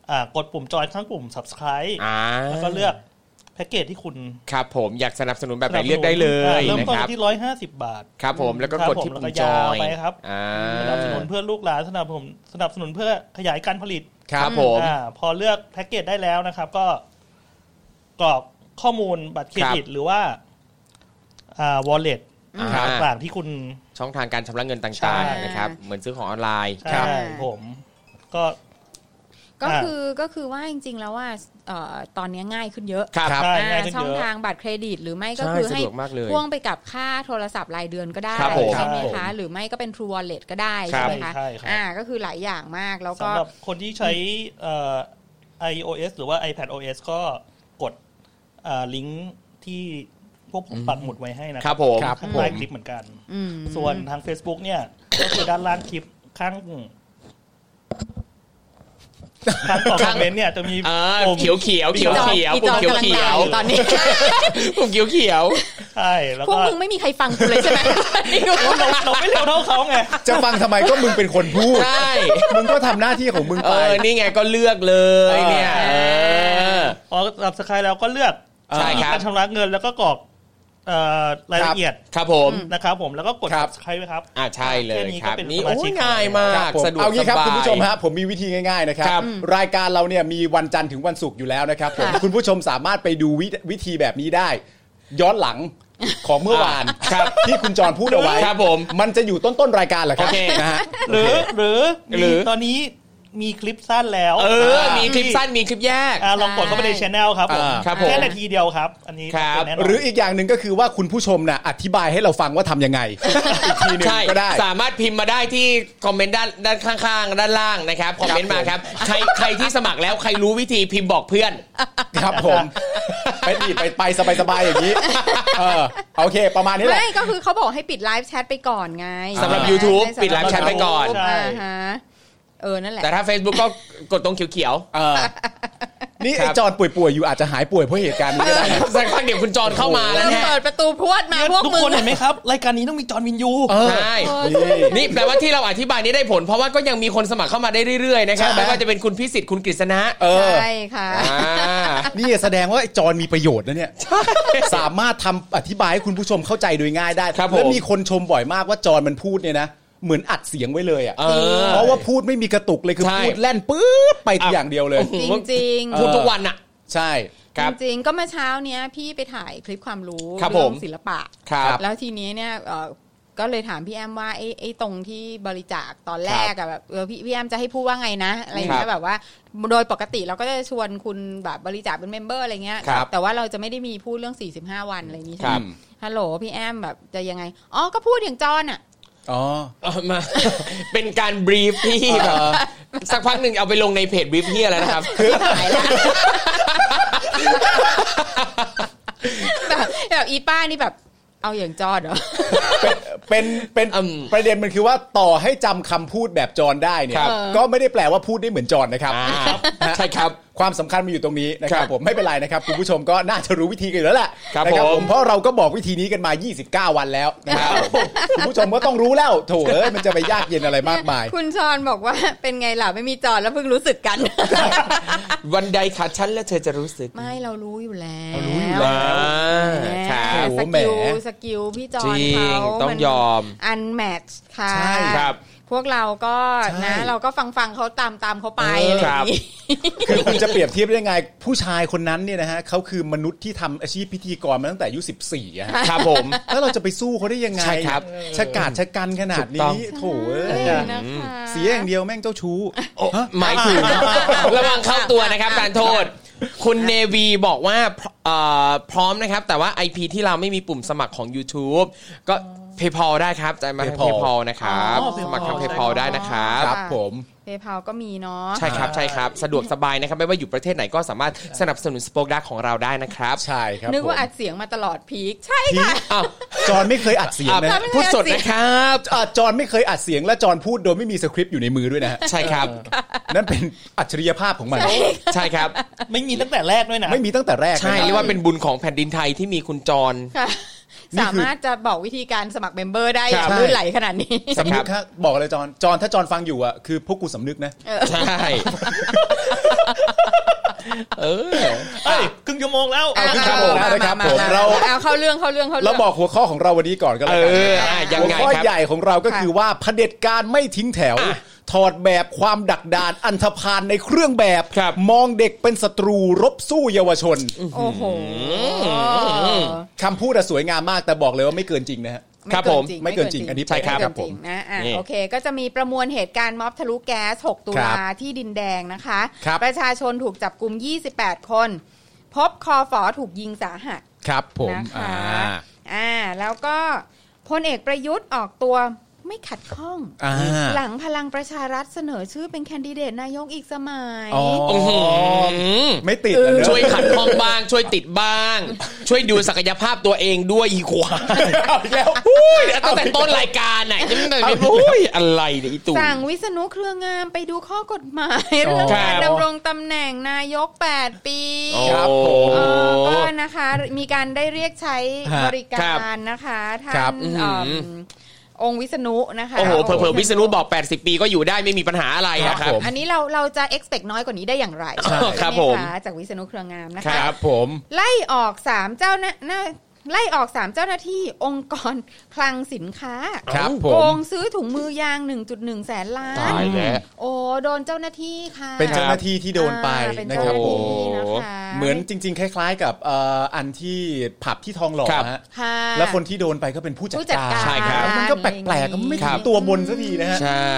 Speaker 6: อ่ากดปุ่มจอยข้างปุ่ม subscribe
Speaker 4: อ่า
Speaker 6: แล้วก็เลือกแพ็กเกจที่คุณ
Speaker 4: ครับผมอยากสนับสนุนแบบไหนเลือกได้เลย
Speaker 6: อ่าเริ่ม
Speaker 4: นะ
Speaker 6: ต้น
Speaker 4: ครับ
Speaker 6: ที่ร้อยห้าสิบบาท
Speaker 4: ครับผมแล้วก็กดที่ปุ่มจอ
Speaker 6: ค
Speaker 4: ย
Speaker 6: รับผมแล้วก็ยาวไปครับ
Speaker 4: อ่า
Speaker 6: สนับสนุนเพื่อลูกหลานสนับสนุนสนับสนุนเพื่อขยายการผลิต
Speaker 4: ครับผม
Speaker 6: อาพอเลือกแพ็กเกจได้แล้วนะครับ ก็กรอกข้อมูลบัตรเครดิตหรือว่าอ่าวอลเล็ต
Speaker 4: ครับ
Speaker 6: ต่างๆที่คุณ
Speaker 4: ช่องทางการชำระเงิน
Speaker 6: ใช่
Speaker 4: ต่างๆนะครับ เหมือนซื้อของออนไลน์
Speaker 6: ใช่ผม ก็
Speaker 8: ก็
Speaker 6: อ่า
Speaker 8: คือก็คือว่าจริง ๆ แล้วว่าเอ่อตอนนี้ง่ายขึ้นเยอะ
Speaker 4: ครับ
Speaker 6: ใช่
Speaker 8: อ่า
Speaker 6: ง่ายขึ้น
Speaker 8: ช่อ
Speaker 6: เย
Speaker 8: ง
Speaker 6: อะ
Speaker 8: ทางบัตรเครดิต หรือไม่ก็
Speaker 4: ใช่
Speaker 8: คือให้
Speaker 4: สะดวกมากเลย
Speaker 8: พ่วงไปกับค่าโทรศัพท์รายเดือนก็ได้
Speaker 4: ครับผม
Speaker 8: ใช่ไห
Speaker 6: ครับผ
Speaker 8: ม
Speaker 6: ม
Speaker 8: คะหรือไม่ก็เป็น True Wallet ก็ได้
Speaker 4: ครั
Speaker 8: ใช่
Speaker 4: บ
Speaker 8: ไหมคะ
Speaker 6: ใช่ครับ
Speaker 8: อ่าก็คือหลายอย่างมากแล้วก็
Speaker 6: สำหรับคนที่ใช้เอ่อ iOS หรือว่า iPad OS ก็กดอ่าลิงก์ที่พวกผมปักหมุดไว้ให้นะ
Speaker 4: ค
Speaker 6: ค
Speaker 4: รั
Speaker 6: รั
Speaker 4: บบผม
Speaker 6: ข้างใต้คลิปเหมือนกัน
Speaker 8: อืม
Speaker 6: ส่วนทาง Facebook เนี่ย ก็คือด้านล่างคลิปข้างข้างของคอมเมนต์เนี่ยจะมี
Speaker 4: เออ
Speaker 6: ปุ่ม
Speaker 4: เขียวเขียวๆเขียวเขียว
Speaker 8: อี
Speaker 4: ปุ่
Speaker 8: จ
Speaker 4: ม
Speaker 8: อ
Speaker 4: เขียว
Speaker 8: กำลัง
Speaker 4: เขีย
Speaker 8: ด่าวอยู่ตอนนี้
Speaker 4: ปุ่มเขียวเขียว
Speaker 6: ใช่แล้ว
Speaker 8: พวก
Speaker 6: ก็
Speaker 8: มึงไม่มีใครฟังกูเลยใช่ไหมนี่กู
Speaker 6: เราเราไม่เร็วเท่าเขาไง
Speaker 5: จะฟังทำไมก็มึงเป็นคนพูด
Speaker 4: ๆใช่
Speaker 5: มึงก็ทำหน้าที่ของมึง
Speaker 4: เอ
Speaker 5: ไป
Speaker 4: อ [laughs] นี่ไงก็เลือกเลยเนี่ยเออ
Speaker 6: พอรับสกายแล้วก็เลือก
Speaker 4: ใช่
Speaker 6: วิธี
Speaker 4: ครับ
Speaker 6: การชำระเงินแล้วก็กรอกเอ่อรายละเอียด
Speaker 4: ครับผม
Speaker 6: นะครับผมแล้วก็กด
Speaker 5: ครับ
Speaker 6: subscribe ไว้ครับ
Speaker 4: อ่าใช่เลยครับ
Speaker 6: แค่นี้
Speaker 4: นี่
Speaker 6: ก็เป็นสมา
Speaker 4: โอ้
Speaker 6: ชิ
Speaker 4: ย
Speaker 6: ก
Speaker 4: ง่ายมา
Speaker 5: ครั
Speaker 4: ก
Speaker 5: บผม
Speaker 4: สะดวก
Speaker 5: เอางี้ครับ
Speaker 4: สบาย
Speaker 5: คุณผู้ชมฮะผมมีวิธีง่ายๆนะครับ
Speaker 4: ครับ
Speaker 5: รายการเราเนี่ยมีวันจันทร์ถึงวันศุกร์อยู่แล้วนะครับผม
Speaker 8: ค่ะ
Speaker 5: คุณผู้ชมสามารถไปดูวิวิธีแบบนี้ได้ ย้อนหลังของเมื่อวาน
Speaker 4: ครับ
Speaker 5: ที่คุณจรพูดเอาไว้
Speaker 4: ครับผม
Speaker 5: มันจะอยู่ต้นๆรายการเหรอครับ
Speaker 4: โอเค
Speaker 5: นะฮะ
Speaker 6: หรือหรือ
Speaker 4: หรือ
Speaker 6: มีตอนนี้มีคลิปสั้นแล้ว
Speaker 4: เออ มีคลิป
Speaker 6: ที่
Speaker 4: สั้นมีคลิปแยก
Speaker 6: อ่าลองกดเข้าไปในช anel ครับผม
Speaker 5: อ่า
Speaker 4: ครับผม
Speaker 6: แค่นาทีเดียวครับ อันนี้
Speaker 4: ครับ
Speaker 6: แน่นน
Speaker 5: หรืออีกอย่างหนึ่งก็คือว่าคุณผู้ชมน่ะอธิบายให้เราฟังว่าทำยังไง อีกทีหนึ่ง
Speaker 4: ใช่
Speaker 5: ก็ได้
Speaker 4: สามารถพิมพ์มาได้ที่คอมเมนต์ด้านด้านข้างๆ ด้านล่างนะครับคอมเมนต์มาครับใครใครที่สมัครแล้วใครรู้วิธีพิมพ์บอกเพื่อน
Speaker 5: ครับผมไปดีไปไปสบายๆอย่างนี้เออโอเค ประมาณนี้แหละ
Speaker 8: ไม่ก็คือเขาบอกให้ปิดไลฟ์แชทไปก่อนไง
Speaker 4: สำหรับ
Speaker 8: ใช่ไหม
Speaker 4: YouTube
Speaker 8: ใช่
Speaker 4: ปิดไลฟ์แชทไปก่อน
Speaker 8: ใช่าฮะเออนั่นแหละ
Speaker 4: แต่ถ้า Facebook ก็กดตรงเขียว
Speaker 5: เออ นี่ไอ้จอนป่วยๆอยู่อาจจะหายป่วยเพราะเหตุการณ์นี้ก็ได้นะ
Speaker 4: [laughs] สักพักเดี๋ยวคุณจอนเข้ามาแล้ว
Speaker 8: เริ่ม
Speaker 4: แน่
Speaker 8: เปิดประตูพรวดมาพวก
Speaker 6: ทุก
Speaker 8: มึง
Speaker 6: คนเห็นไหมครับ รายการนี้ต้องมีจอร์นวินยู
Speaker 5: เออ
Speaker 4: ใช่
Speaker 8: เออ
Speaker 4: [laughs] นี่แปลว่าที่เราอธิบายนี้ได้ผล เพราะว่าก็ยังมีคนสมัครเข้ามาได้เรื่อยๆนะครับ
Speaker 5: ใช่
Speaker 4: ไม่ว่าจะเป็นคุณพิสิทธิ์คุณกฤษ
Speaker 5: [laughs]
Speaker 4: ณะ
Speaker 5: เออ
Speaker 8: ใช่ค่ะ
Speaker 4: อ่า
Speaker 5: นี่แสดงว่าไอ้จอนมีประโยชน์นะเนี่ยสามารถทำอธิบายให้คุณผู้ชมเข้าใจโดยง่ายได้
Speaker 4: ครับผม
Speaker 5: แล้วมีคนชมบ่อยมากว่าจอนมันพูดเนี่ยนะเหมือนอัดเสียงไว้เลยอ่ะ
Speaker 4: เออ
Speaker 5: เพราะว่าพูดไม่มีกระตุกเลยคือ
Speaker 4: ใช่
Speaker 5: พูดแล่นปื๊บไปอย่างเดียวเลย
Speaker 8: จริงจริงๆ
Speaker 4: พูดทุกวันอ่ะ
Speaker 5: ใช่
Speaker 4: ครับ
Speaker 8: จริงๆก็เมื่อเช้าเนี้ยพี่ไปถ่ายคลิปความรู้
Speaker 4: ครับ
Speaker 8: เรื่
Speaker 4: ผม
Speaker 8: ศิลปะ
Speaker 4: ครับ
Speaker 8: แล้วทีนี้เนี่ยเอ่อก็เลยถามพี่แอมว่าไอ้ไอ้ตรงที่บริจาคตอนแรกอะแบบเออพี่พี่แอมจะให้พูดว่าไงนะอะไรอย่างเงี้
Speaker 4: ครั
Speaker 8: ย
Speaker 4: บ
Speaker 8: แบบว่า โดยปกติเราก็จะชวนคุณแบบบริจาคเป็นเมมเบอร์อะไรเงี้ย
Speaker 4: ครับ
Speaker 8: แต่ว่าเราจะไม่ได้มีพูดเรื่อง 45 วันอะไรอย่างนี้ใช่
Speaker 4: ค
Speaker 8: ไห
Speaker 4: รั
Speaker 8: ม
Speaker 4: บ
Speaker 8: ฮัลโหลพี่แอมแบบจะยังไงอ๋อก็พูดอย่างจอนอะ [laughs]
Speaker 5: อ๋อ
Speaker 4: เอามา [laughs] เป็นการบรีฟที่แบบสักพักหนึ่งเอาไปลงในเพจบรีฟที่อะไรนะครับ
Speaker 8: หายแล้วแบบแบบอีป้านี่แบบเอาอย่างจอ
Speaker 4: [laughs]
Speaker 8: ดเหรอ
Speaker 5: เป็นเป็น
Speaker 4: อืม
Speaker 5: ประเด็นมันคือว่าต่อให้จำคำพูดแบบจรได้เนี่ย
Speaker 4: ครับ
Speaker 5: ก็ไม่ได้แปลว่าพูดได้เหมือนจรนะครับ
Speaker 4: อ่า
Speaker 5: ฮะ
Speaker 4: ใช่ครับ
Speaker 5: ความสำคัญมันอยู่ตรงนี้นะค
Speaker 4: ค
Speaker 5: รั
Speaker 4: รับ บ
Speaker 5: ผมไม่เป็นไรนะครับคุณผู้ชมก็น่าจะรู้วิธีกันอยู่แล้วแหละ
Speaker 4: ครับ
Speaker 5: นะ
Speaker 4: ผม
Speaker 5: เพราะเราก็บอกวิธีนี้กันมา 29 วันแล้วนะครับคุณผู้ชมก็ต้องรู้แล้วโถเอ้ยมันจะไปยากเย็นอะไรมากมาย
Speaker 8: คุณชอนบอกว่าเป็นไงล่ะ ไม่มีจอดแล้วเพิ่งรู้สึกกัน
Speaker 4: วันใดขาดฉันแล้วเธอจะรู้สึก
Speaker 8: [laughs] ไม่เรารู้อยู่แล้ว
Speaker 5: เรารู้อยู่แล้ว
Speaker 8: แหม
Speaker 4: ครับ
Speaker 8: ส
Speaker 5: โอ้แหม
Speaker 8: กิลสกิลพี่จอ
Speaker 4: จ
Speaker 8: น
Speaker 4: ริ
Speaker 8: เขา
Speaker 4: งต้องยอม
Speaker 8: อันแมทค่ะ
Speaker 5: ใช่
Speaker 4: ครับ
Speaker 8: พวกเราก็
Speaker 5: ใช่
Speaker 8: นะ เราก็ฟังฟังๆเขาตามตามๆเขาไปอะไรอย่างนี้
Speaker 5: คือคุณจะเปรียบเทียบได้ยังไง ผู้ชายคนนั้นเนี่ยนะฮะเขาคือมนุษย์ที่ทำอาชีพพิธีกรมาตั้งแต่อายุ14อะฮะ
Speaker 4: ครับผม
Speaker 5: แล้วเราจะไปสู้เขาได้ยังไง
Speaker 4: ใช่ครับ
Speaker 5: ชะกาดชะกันขนาด
Speaker 4: ถูกต้อ
Speaker 5: นี้
Speaker 4: ง
Speaker 5: โถเอ้ย
Speaker 8: นะคะ
Speaker 5: เสียอย่างเดียวแม่งเจ้าชู้
Speaker 4: หมายถึง [laughs] ระวังเข้าตัว [laughs] นะครับการโทษ คุณเนวีบอกว่าเอ่อพร้อมนะครับ แต่ว่า IP ที่เราไม่มีปุ่มสมัครของ YouTube ก็ PayPal ได้ครับจ่ายมาทาง
Speaker 5: PayPal
Speaker 4: PayPal นะครับ
Speaker 8: อ๋อ
Speaker 4: สมัครทาง PayPal ได้นะครับ
Speaker 5: ครับผม
Speaker 8: เพย์พาก็มีเนาะ
Speaker 4: ใช่ครับใช่ครับ สะดวกสบายนะครับ ไม่ว่าอยู่ประเทศไหนก็สามารถสนับสนุนสป o อ e ด a r k ของเราได้นะครับ
Speaker 5: ใช่ครับ
Speaker 8: นึกว่า
Speaker 5: ผม
Speaker 8: อัดเสียงมาตลอดพีคใช่
Speaker 5: พีค
Speaker 4: อ้าว
Speaker 5: จอนไม่เคยอัดเสียง
Speaker 4: อ่ะ
Speaker 5: นะ
Speaker 8: ทำไม
Speaker 4: พูดสดนะครับ
Speaker 5: อ่ะจอนไม่เคยอัดเสียงและจอนพูดโดยไม่มีสคริปต์อยู่ในมือด้วย
Speaker 4: [laughs]
Speaker 5: นะฮะ
Speaker 4: ใช่ครับ
Speaker 5: นั่นเป็นอัจฉริยภาพของมัน
Speaker 4: ใช่ครับ
Speaker 6: ไม่มีตั้งแต่แรกด้วยนะ
Speaker 5: ไม่มีตั้งแต่แรก
Speaker 4: ใช่
Speaker 5: นะ
Speaker 4: เรีย
Speaker 5: ค
Speaker 4: ก
Speaker 5: รับ
Speaker 4: ว่าเป็นบุญของแผ่นดินไทยที่มีคุณจร
Speaker 8: ค่ะ
Speaker 5: นี่คือ
Speaker 8: สามารถจะบอกวิธีการสมัครเมมเบอร์ได้
Speaker 4: ค
Speaker 8: อ
Speaker 4: รั
Speaker 8: ย่า
Speaker 4: บ
Speaker 8: งลื่นไหลขนาดนี้
Speaker 5: สำนึกฮะบอกเลยจอนจอนถ้าจอนฟังอยู่อ่ะคือพวกกูสำนึกนะ
Speaker 4: ใช่ [laughs] เออ
Speaker 6: เอ้ยครึ่งชั่วโมงแล้ว
Speaker 8: เอา
Speaker 5: ครับผม
Speaker 8: เอา
Speaker 5: นะครับ
Speaker 8: มา
Speaker 5: ผม
Speaker 8: มา
Speaker 5: เรา
Speaker 8: เอาเข้าเรื่องเข้าเรื่องเข้า
Speaker 5: เรา
Speaker 8: เรื่อง
Speaker 5: บอกหัวข้อของเราวันนี้ก่อนก็
Speaker 4: เอ
Speaker 5: แ
Speaker 4: อ
Speaker 5: ล้วกัน
Speaker 4: อ่ะยัง
Speaker 5: หัว
Speaker 4: ไง
Speaker 5: ข้อ
Speaker 4: ครับ
Speaker 5: ใหญ่ของเราก็คือว่าเผด็จการไม่ทิ้งแถว ถอดแบบความดักดานอันธพาลในเครื่องแบบ
Speaker 4: ครับ
Speaker 5: มองเด็กเป็นศัตรูรบสู้เยาวชน
Speaker 8: โอ้โห
Speaker 5: คำพูดอะสวยงามมากแต่บอกเลยว่าไม่เกินจริงนะฮะ
Speaker 4: ครับผม
Speaker 5: ไม่เกินจริงอันนี้
Speaker 4: ใช่ครับ
Speaker 8: ไม่เกินจงนะอ่ะ
Speaker 4: นี่
Speaker 8: โอเค ก็จะมีประมวลเหตุการณ์ม็อบทะลุแก๊ส 6 ตุลาที่ดินแดงนะคะ
Speaker 5: ครับ
Speaker 8: ประชาชนถูกจับกลุ่ม 28 คน พบคอฝอถูกยิงสาหัส
Speaker 5: ครับผม
Speaker 8: นะคะ
Speaker 5: อ่า
Speaker 8: อ่า แล้วก็พลเอกประยุทธ์ออกตัวไม่ขัดข้อง
Speaker 5: อ่า
Speaker 8: หลังพลังประชารัฐเสนอชื่อเป็นแคนดิเดตนายกอีกสมัย
Speaker 5: อ๋อไม่ติดอะเนอะ
Speaker 4: ช่วยขัดข้องบ้าง ช่วยติดบ้าง ช่วยดูศักยภาพตัวเองด้วยอีควาย
Speaker 5: เอาอีกแล้ว
Speaker 4: อุ้ยตั้งแต่ต้นรายการไหนยังไม่ได้อุ้ยอะไรเนี่ยอีตู่
Speaker 8: สั่งวิษณุเครืองามไปดูข้อกฎหมายเรื่อง
Speaker 4: ครับ
Speaker 8: การดำรงตำแหน่งนายก 8 ปี
Speaker 4: ครับผ
Speaker 8: เอ่อ
Speaker 4: ม
Speaker 8: ก็นะคะ มีการได้เรียกใช้
Speaker 5: ฮะ
Speaker 8: บริการนะคะท่าน
Speaker 5: ครับ
Speaker 8: เอิ่ม
Speaker 4: อืม
Speaker 8: องค์วิษณุนะคะ
Speaker 4: โอ้โหเผื่อๆวิษณุบอก 80 ปีก็อยู่ได้ไม่มีปัญหาอะไรนะค
Speaker 5: ครั
Speaker 4: รับ
Speaker 5: บผม
Speaker 8: อันนี้เราเราจะ expect น้อยกว่านี้ได้อย่างไร
Speaker 4: ใช่ครับ
Speaker 8: ใช่ไห
Speaker 4: ผม
Speaker 8: คะจากวิษณุเครืองามนะ
Speaker 5: ค
Speaker 8: คะ
Speaker 5: รับผม
Speaker 8: ไล่ออกสามเจ้าหน้าหน้าไล่ออกสามเจ้าหน้าที่องค์กรคลังสินค้า
Speaker 5: ครับผ
Speaker 8: โก
Speaker 5: ม
Speaker 8: งซื้อถุงมือยาง 1.1 แสนล้าน
Speaker 4: ตายแล้ว
Speaker 8: โอ้ โดนเจ้าหน้าที่ค่ะ
Speaker 5: เป็นเจ้าหน้าที่ที่โดนไป
Speaker 8: อ่าเป็
Speaker 5: นะค
Speaker 8: เจ้าห
Speaker 5: รับ
Speaker 8: น้า
Speaker 5: ผ
Speaker 8: ที่
Speaker 5: ม
Speaker 8: นะคะ
Speaker 5: เหมือนจริง ๆ คล้าย ๆ กับเอ่ออันที่ผับที่ทองหล่อ
Speaker 4: ครับ
Speaker 5: ฮะ
Speaker 8: ค่ะ
Speaker 5: แล้วคนที่โดนไปก็เป็นผู้จัด
Speaker 8: ผู้จัด
Speaker 5: การ
Speaker 8: การ
Speaker 4: ใช่ครับ
Speaker 5: มันก็แปลกๆก็ไม่
Speaker 4: ครั
Speaker 5: ถึ
Speaker 4: บ
Speaker 5: งตัวบนสักทีนะฮะ
Speaker 4: ใช่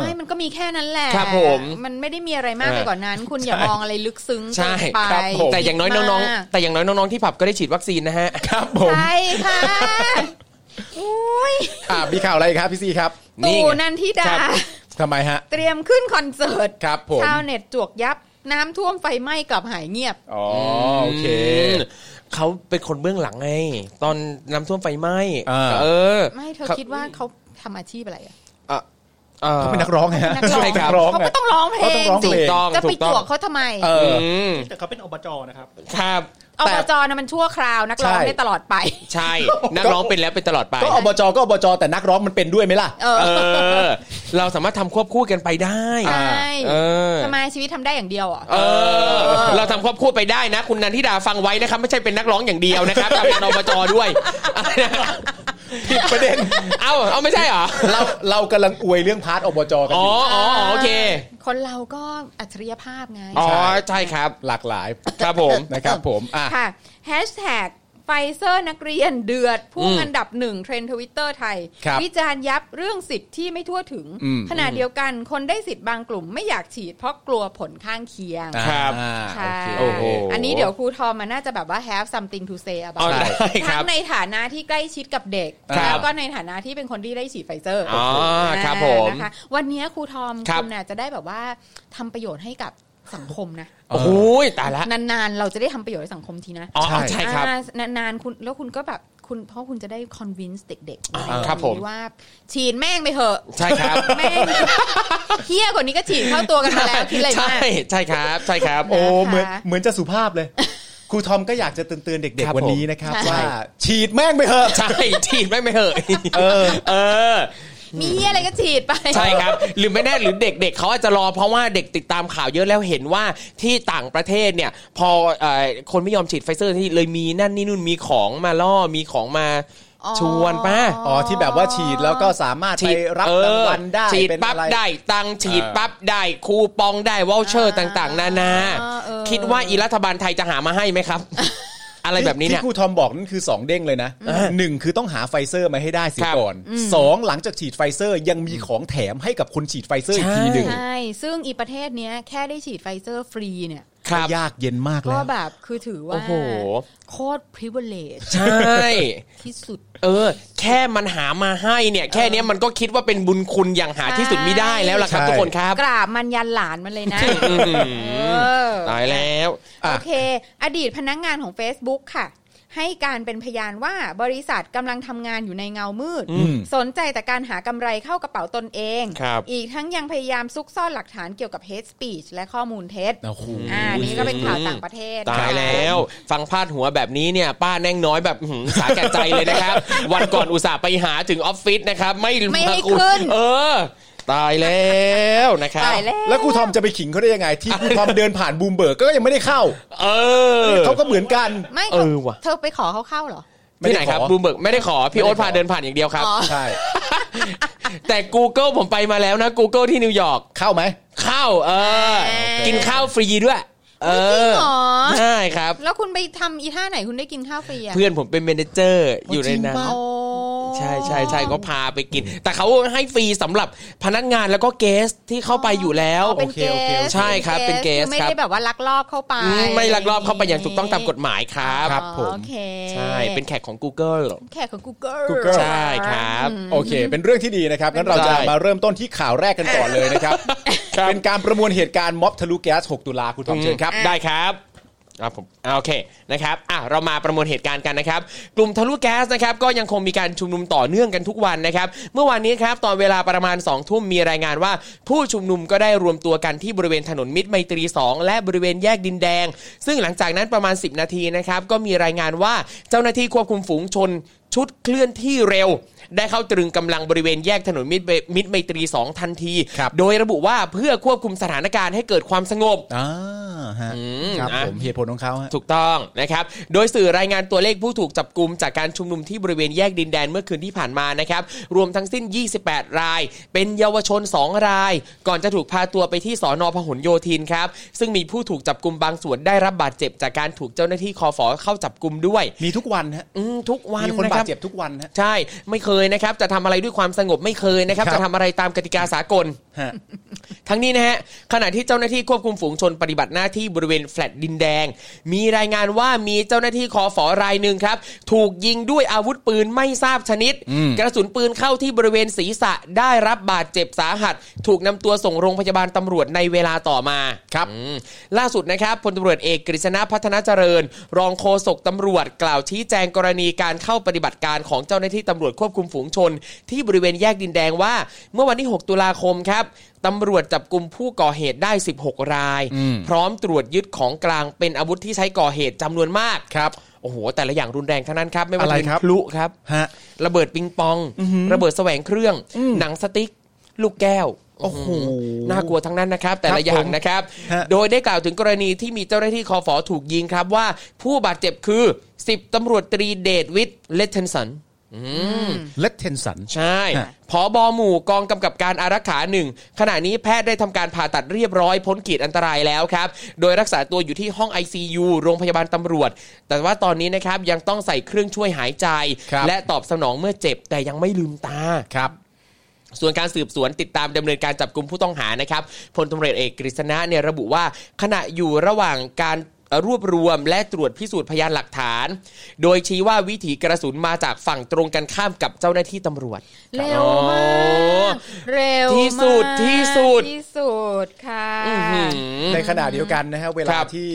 Speaker 8: ไม่มันก็มีแค่นั้นแหละ
Speaker 4: ครับผม
Speaker 8: มันไม่ได้มีอะไรมากไปกว่านั้น คุณอย่ามองอะไรลึกซึ้ง
Speaker 4: ใช่
Speaker 8: เกินไป
Speaker 5: ครับผม
Speaker 4: แต่อย่างน้อยน้องๆ แต่อย่างน้อยน้องๆ ที่ผับก็ได้ฉีดวัคซีนนะฮะ
Speaker 5: ครับผ
Speaker 8: ๆ
Speaker 5: ม
Speaker 8: ใช่ค่ะอุ้ย
Speaker 5: อ่ะมีข่าวอะไรครับพี่ซีครับ
Speaker 4: นี่
Speaker 8: ตู่
Speaker 4: ไง
Speaker 8: นันทิดา
Speaker 4: ครับ
Speaker 5: ทำไมฮะ
Speaker 8: เตรียมขึ้นคอนเสิร์ต
Speaker 5: ครับผม
Speaker 8: ชาวเน็ตจวกยับ น้ำท่วมไฟไหม้กลับหายเงียบ
Speaker 5: อ๋อโอเค
Speaker 4: มเขาเป็นคนเบื้องหลังไง ตอนน้ำท่วมไฟไหม้
Speaker 5: อ่า
Speaker 4: เออ
Speaker 8: ไม่เธอ
Speaker 4: รับ
Speaker 8: คิดว่าเขาทำอาชีพอะไรอะ
Speaker 4: อ่ะ เอ่อ
Speaker 5: เขาเป็นนักร้องไงฮะ
Speaker 8: นักร้อง
Speaker 4: ใช่ครับ
Speaker 5: นักร้อง
Speaker 8: เขา
Speaker 5: ไง
Speaker 8: ก็ต้องร้องเพล
Speaker 5: เขาต้องงร้อง
Speaker 8: สิ
Speaker 5: เพลง
Speaker 8: จะไป
Speaker 4: ถูกต้อง
Speaker 8: จวกเขาทำไม
Speaker 5: เออ
Speaker 4: ม
Speaker 6: แต่เขาเป็นอบจนะครับ
Speaker 4: ครับ
Speaker 8: เอา
Speaker 5: แต่
Speaker 8: บจนะมันชั่วคราวนักร้องได้ตลอดไป
Speaker 4: ใช่ นักร้องเป็นแล้วเป็นตลอดไป
Speaker 5: ก็อบจก็อบจแต่นักร้องมันเป็นด้วยไหมล่ะ
Speaker 8: เออ
Speaker 4: เออ เราสามารถทำควบคู่กันไปได้
Speaker 8: ใช่
Speaker 4: เออ
Speaker 8: ทำไมชีวิตทำได้อย่างเดียวเหรอ่ะ
Speaker 4: เออ เราทำควบคู่ไปได้นะ คุณนันทิดาฟังไว้นะครับ ไม่ใช่เป็นนักร้องอย่างเดียวนะครับแต่เป็นอบจ
Speaker 8: [laughs]
Speaker 4: ด้วยอะไรนะ
Speaker 5: ผิดประเด็น
Speaker 4: เอ้าเอาไม่ใช่เหรอ
Speaker 5: เราเรากำลังอวยเรื่องพาร์ทอบจกัน
Speaker 4: อ๋
Speaker 5: อ
Speaker 4: อยู่ อ๋อโอเค
Speaker 8: คนเราก็อัจฉริยภาพไง
Speaker 4: อ๋อ ใช่ครับ
Speaker 5: หลากหลาย
Speaker 4: ครับผม
Speaker 5: นะครับผมอ่ะ
Speaker 8: ค่ะแฮชแท็กไฟเซอร์นักเรียนเดือดพุ่ง
Speaker 4: อืม
Speaker 8: อันดับหนึ่งเทรนด์ทวิตเตอร์ไทย
Speaker 5: ครับ
Speaker 8: วิจารณ์ยับเรื่องสิทธิ์ที่ไม่ทั่วถึง
Speaker 5: อืม
Speaker 8: ขณะเดียวกันคนได้สิทธิ์บางกลุ่มไม่อยากฉีดเพราะกลัวผลข้างเคียง
Speaker 4: ครับ
Speaker 5: อ่า
Speaker 8: ใช่
Speaker 5: โอเค
Speaker 4: โอ้โห
Speaker 8: อันนี้เดี๋ยวครูทอมมันน่าจะแบบว่า have something to say
Speaker 4: เอา
Speaker 8: about
Speaker 4: ได้ครั
Speaker 8: ทั้
Speaker 4: บ
Speaker 8: งในฐานะที่ใกล้ชิดกับเด็ก
Speaker 5: ครับ
Speaker 8: แล้วก็ในฐานะที่เป็นคนที่ได้ฉีดไฟเซอร์
Speaker 4: อ๋อครับผม
Speaker 8: นะคะวันนี้ครูทอม
Speaker 4: ครับ
Speaker 8: คุณน่ะจะได้แบบว่าทำประโยชน์ให้กับสังคมนะ
Speaker 4: โอ้โหตายละ
Speaker 8: นานๆ เราจะได้ทำประโยชน์ให้สังคมทีนะ
Speaker 4: อ๋อ
Speaker 5: ใช่
Speaker 4: ใช่ครับ
Speaker 8: อ่านานๆคุณแล้วคุณก็แบบคุณเพราะคุณจะได้ convince เด็กๆใน
Speaker 4: ครับผม
Speaker 8: ว่า ฉีดแม่งไปเถอะ
Speaker 4: ใช่ครับ
Speaker 8: แม่งเฮี้ยกว่านี้ก็ฉีดเข้าตัวกันมาแล้วคิดอะไร
Speaker 4: ใช่
Speaker 8: มาก
Speaker 4: ใช่ครับ ใช่ครับ
Speaker 5: โอ้เหมือน
Speaker 8: นะคะ
Speaker 5: เหมือนจะสุภาพ
Speaker 8: [laughs]
Speaker 5: เลย ครูทอมก็อยากจะเตือนๆเด็ก
Speaker 4: ครับ
Speaker 5: ๆวัน
Speaker 4: ผม
Speaker 5: นี้นะครับว่าฉีดแม่งไปเถอะ
Speaker 4: ใช่ [laughs] ฉีดไม่ไม่เหอะเออ เออ
Speaker 8: มีเฮี้ยอะไรก็ฉีดไป
Speaker 4: ใช่ครับ หรือไม่แน่หรือเด็กๆเขาอาจจะรอเพราะว่าเด็กติดตามข่าวเยอะแล้วเห็นว่าที่ต่างประเทศเนี่ย พอเอ่อคนไม่ยอมฉีดไฟเซอร์ที่เลยมีนั่นนี่นู่นมีของมาล่อมีของมา
Speaker 8: อ๋อ
Speaker 4: ชวนป้า
Speaker 5: อ๋อที่แบบว่าฉีดแล้วก็สามารถไป
Speaker 4: ฉีด
Speaker 5: รับ
Speaker 4: เอ
Speaker 5: ราง
Speaker 4: อ
Speaker 5: วัลได้
Speaker 4: ฉีด
Speaker 5: เป็น
Speaker 4: ปั๊บ
Speaker 5: อะไร
Speaker 4: ได้ ตังค์ฉีด
Speaker 5: เออ
Speaker 4: ปั๊บได้คูปองได้วอลเชอร์
Speaker 8: อ่า
Speaker 4: ต่างๆ นานา
Speaker 8: เออเออ
Speaker 4: คิดว่าอีรัฐบาลไทยจะหามาให้ไหมครับ อะไรแบบนี้เนี่ย
Speaker 5: ที่ครูทอมบอกนั่นคือ 2 เด้งเลยนะหนึ่งคือต้องหาไฟเซอร์มาให้ได้เสิ
Speaker 4: ครับ
Speaker 5: ก่อนสองหลังจากฉีดไฟเซอร์ยังมีของแถมให้กับคนฉีดไฟเซอร์อีกทีหนึ่ง
Speaker 8: ใช่ ซึ่งอีประเทศเนี้ยแค่ได้ฉีดไฟเซอร์ฟรีเนี่ย
Speaker 4: ครับ
Speaker 5: ยากเย็นมากแล้
Speaker 8: ก็
Speaker 5: ว
Speaker 8: แบบคือถือ
Speaker 4: โอ้
Speaker 8: ว่า
Speaker 4: โห
Speaker 8: โคตร privilege
Speaker 4: ใช่
Speaker 8: ที่สุด
Speaker 4: เออ แค่มันหามาให้เนี่ย แค่เนี้ยมันก็คิดว่าเป็นบุญคุณอย่างหาที่สุดไม่ได้แล้วล่ะครับ
Speaker 5: ใช่
Speaker 4: ทุกคนครับ
Speaker 8: กราบมันยันหลานมันเลยนะเออ
Speaker 4: ตายแล้ว
Speaker 8: โอเค อดีตพนักงานของ Facebook ค่ะ ให้การเป็นพยานว่าบริษัทกำลังทำงานอยู่ในเงามืด สนใจแต่การหากำไรเข้ากระเป๋าตนเอง
Speaker 4: ครับ
Speaker 8: อีกทั้งยังพยายามซุกซ่อนหลักฐานเกี่ยวกับ hate speech และข้อมูลเท็จ
Speaker 5: โอ้โห
Speaker 8: อ่า นี่ก็เป็นข่าวต่างประเทศ
Speaker 4: ตายแล้ว ฟังพาดหัวแบบนี้เนี่ย ป้าแน่งน้อยแบบอื้อหือสาแก่ใจเลย
Speaker 5: [laughs]
Speaker 4: นะครับ วันก่อนอุตส่าห์ไปหาถึงออฟฟิศนะครับ ไม่
Speaker 8: ไม่ให้ขึ้น
Speaker 4: เออ ตายแล้วนะครับ
Speaker 8: ตายแล้ว
Speaker 5: แล้วครูทอมจะไปขิงเขาได้ยังไง ที่ครูทอมเดินผ่านบูมเบิร์กก็ยังไม่ได้เข้า
Speaker 4: เออ
Speaker 5: เขาก็เหมือนกัน
Speaker 8: ไม่
Speaker 4: เออว่ะ
Speaker 8: เธอไปขอเขาเข้าเหรอ
Speaker 4: ที่ไหนครับ
Speaker 5: ไม่ได้ขอ
Speaker 4: บูมเบิร์กไม่ได้ขอ พี่
Speaker 5: ไม่ได้
Speaker 4: โอ๊ต
Speaker 5: ขอ
Speaker 4: พาเดินผ่านอย่างเดียวครับ
Speaker 8: อ๋อ
Speaker 5: ใช่
Speaker 4: [laughs] แต่ Google ผมไปมาแล้วนะ Google ที่นิวยอร์ก
Speaker 5: เข้าไหม
Speaker 4: ข้าวเออ
Speaker 8: อ่า
Speaker 4: กินข้าวฟรีด้วย เอ
Speaker 8: จริ
Speaker 4: อ
Speaker 8: งเหรอ
Speaker 4: ใช่ครับ
Speaker 8: แล้วคุณไปทำอีท่าไหนคุณได้กินข้าวฟรีอะ
Speaker 4: เพื่อนผมเป็นเมเนเจอร์อยู่ในนั้น
Speaker 5: จริงปะ
Speaker 8: โอ้
Speaker 4: ใช่ใช่ใช่ก็พาไปกิน แต่เขาให้ฟรีสำหรับพนักงานแล้วก็เกสที่เข้าไปอยู่แล้ว
Speaker 8: อ๋อเป็นเก
Speaker 5: โอเคโอเค
Speaker 8: ส
Speaker 4: ใช่ครับเป็นเกส
Speaker 8: คือไม่
Speaker 4: ครับ
Speaker 8: ได้แบบว่าลักลอบเข้าไป
Speaker 4: อืมไม่ลักลอบเข้าไปอย่างถูกต้องตามกฎหมายครับ
Speaker 5: ครับผม
Speaker 8: โอเค
Speaker 4: ใช่ เป็นแขกของ Google
Speaker 8: แขกของ Google
Speaker 5: Google
Speaker 4: ใช่ครับ
Speaker 5: โอเค เป็นเรื่องที่ดีนะครับงั้นเราจะ
Speaker 4: ใช่
Speaker 5: มาเริ่มต้นที่ข่าวแรกกันก่อนเลยนะครับ เป็นการประมวลเหตุการณ์ม็อบทะลุแก๊ส 6 ตุลาครูทอมเชิญครับ
Speaker 4: ได้ครับอ่ะผมอ่ะโอเคนะครับอ่ะเรามาประมวลเหตุการณ์กันนะครับ กลุ่มทะลุแก๊สนะครับก็ยังคงมีการชุมนุมต่อเนื่องกันทุกวันนะครับ เมื่อวานนี้ครับตอนเวลาประมาณ2องทุ่มมีรายงานว่า ผู้ชุมนุมก็ได้รวมตัวกันที่บริเวณถนนมิตรไมตรี 2 และบริเวณแยกดินแดง ซึ่งหลังจากนั้นประมาณ 10 นาทีนะครับก็มีรายงานว่าเจ้าหน้าที่ควบคุมฝูงชน ชุดเคลื่อนที่เร็ว ได้เข้าตรึงกำลังบริเวณแยกถนนมิตรเวมิตรไมตรี 2 ทันที
Speaker 5: ครับ
Speaker 4: โดยระบุว่าเพื่อควบคุมสถานการณ์ให้เกิดความสงบ
Speaker 5: อ่าฮะ
Speaker 4: ม
Speaker 5: ครับ
Speaker 4: อ่ะ
Speaker 5: ผมเหตุผลของเขาฮะ
Speaker 4: ถูกต้องนะครับ โดยสื่อรายงานตัวเลขผู้ถูกจับกลุ่มจากการชุมนุมที่บริเวณแยกดินแดนเมื่อคืนที่ผ่านมานะครับ รวมทั้งสิ้น 28 ราย เป็นเยาวชน 2 ราย ก่อนจะถูกพาตัวไปที่สอนอพหลโยธินครับ ซึ่งมีผู้ถูกจับกลุ่มบางส่วนได้รับบาดเจ็บจากการถูกเจ้าหน้าที่คอฟอเข้าจับกลุ่มด้วย
Speaker 5: มีทุกวันฮะ
Speaker 4: อืมทุกวัน
Speaker 5: มีคน
Speaker 4: นะ
Speaker 5: บา
Speaker 4: ค
Speaker 5: ด
Speaker 4: รับ
Speaker 5: เจ็บทุกวันฮะ
Speaker 4: ใช่ไม่เคยนะครับ จะทำอะไรด้วยความสงบไม่เคยนะครับ
Speaker 5: ครับ
Speaker 4: จะทำอะไรตามกติกาสากล
Speaker 5: ฮะ
Speaker 4: ทั้งนี้นะฮะขณะที่เจ้าหน้าที่ควบคุมฝูงชนปฏิบัติหน้าที่บริเวณแฟลตดินแดง มีรายงานว่ามีเจ้าหน้าที่คอฝอรายหนึ่งครับ ถูกยิงด้วยอาวุธปืนไม่ทราบชนิด
Speaker 5: อืม
Speaker 4: กระสุนปืนเข้าที่บริเวณศีรษะได้รับบาดเจ็บสาหัส ถูกนำตัวส่งโรงพยาบาลตำรวจในเวลาต่อมาครับล่าสุดนะครับพลตำรวจเอกกฤษณะพัฒนาเจริญ รองโฆษกตำรวจกล่าวชี้แจงกรณีการเข้าปฏิบัติการของเจ้าหน้าที่ตำรวจควบคุมฝูงชน ที่บริเวณแยกดินแดงว่า เมื่อวันที่ 6 ตุลาคมครับ ตำรวจจับกลุ่มผู้ก่อเหตุได้ 16 ราย พร้อมตรวจยึดของกลางเป็นอาวุธที่ใช้ก่อเหตุจำนวนมาก
Speaker 5: ครับ
Speaker 4: โอ้โห แต่ละอย่างรุนแรงทั้งนั้นครับ ไม่ว่า
Speaker 5: อะไร
Speaker 4: จะเป็น
Speaker 5: ครับ
Speaker 4: พลุครับ
Speaker 5: ฮะ
Speaker 4: ระเบิดปิงปอง ระเบิดแสวงเครื่อง หนังสติ๊ก ลูกแก้ว
Speaker 5: โอ้โห
Speaker 4: น่ากลัวทั้งนั้นนะครับ แต่ละ
Speaker 5: ครับ
Speaker 4: อย่างนะครับ
Speaker 5: ฮะ
Speaker 4: โดยได้กล่าวถึงกรณีที่มีเจ้าหน้าที่คอฟอถูกยิงครับว่าผู้บาดเจ็บคือ 10ตำรวจตรีเดชวิทย์เลตเทนสัน
Speaker 5: เลตเทนสัน
Speaker 4: ใช่
Speaker 5: ฮะ
Speaker 4: ผอบอหมู่กองกำกับการอารักขาหนึ่ง ขณะนี้แพทย์ได้ทำการผ่าตัดเรียบร้อยพ้นขีดอันตรายแล้วครับ โดยรักษาตัวอยู่ที่ห้อง ICU โรงพยาบาลตำรวจ แต่ว่าตอนนี้นะครับยังต้องใส่เครื่องช่วยหายใจ
Speaker 5: ครับ
Speaker 4: และตอบสนองเมื่อเจ็บแต่ยังไม่ลืมตา
Speaker 5: ครับ
Speaker 4: ส่วนการสืบสวนติดตามดำเนินการจับกลุ่มผู้ต้องหานะครับพลตำรวจเอกกฤษณะเนี่ยระบุว่า ขณะอยู่ระหว่างการเอ่อรวบรวมและตรวจพิสูจน์พยานหลักฐาน โดยชี้ว่าวิถีกระสุนมาจากฝั่งตรงกันข้ามกับเจ้าหน้าที่ตำรวจ
Speaker 8: เร็วมากเร็วมาก
Speaker 4: ที่สุดที่สุด
Speaker 8: ที่สุดค่ะ
Speaker 4: อื้อหือ
Speaker 5: ในขณะเดียวกันนะฮะเว
Speaker 4: ค
Speaker 5: ลา
Speaker 4: รับ
Speaker 5: ที่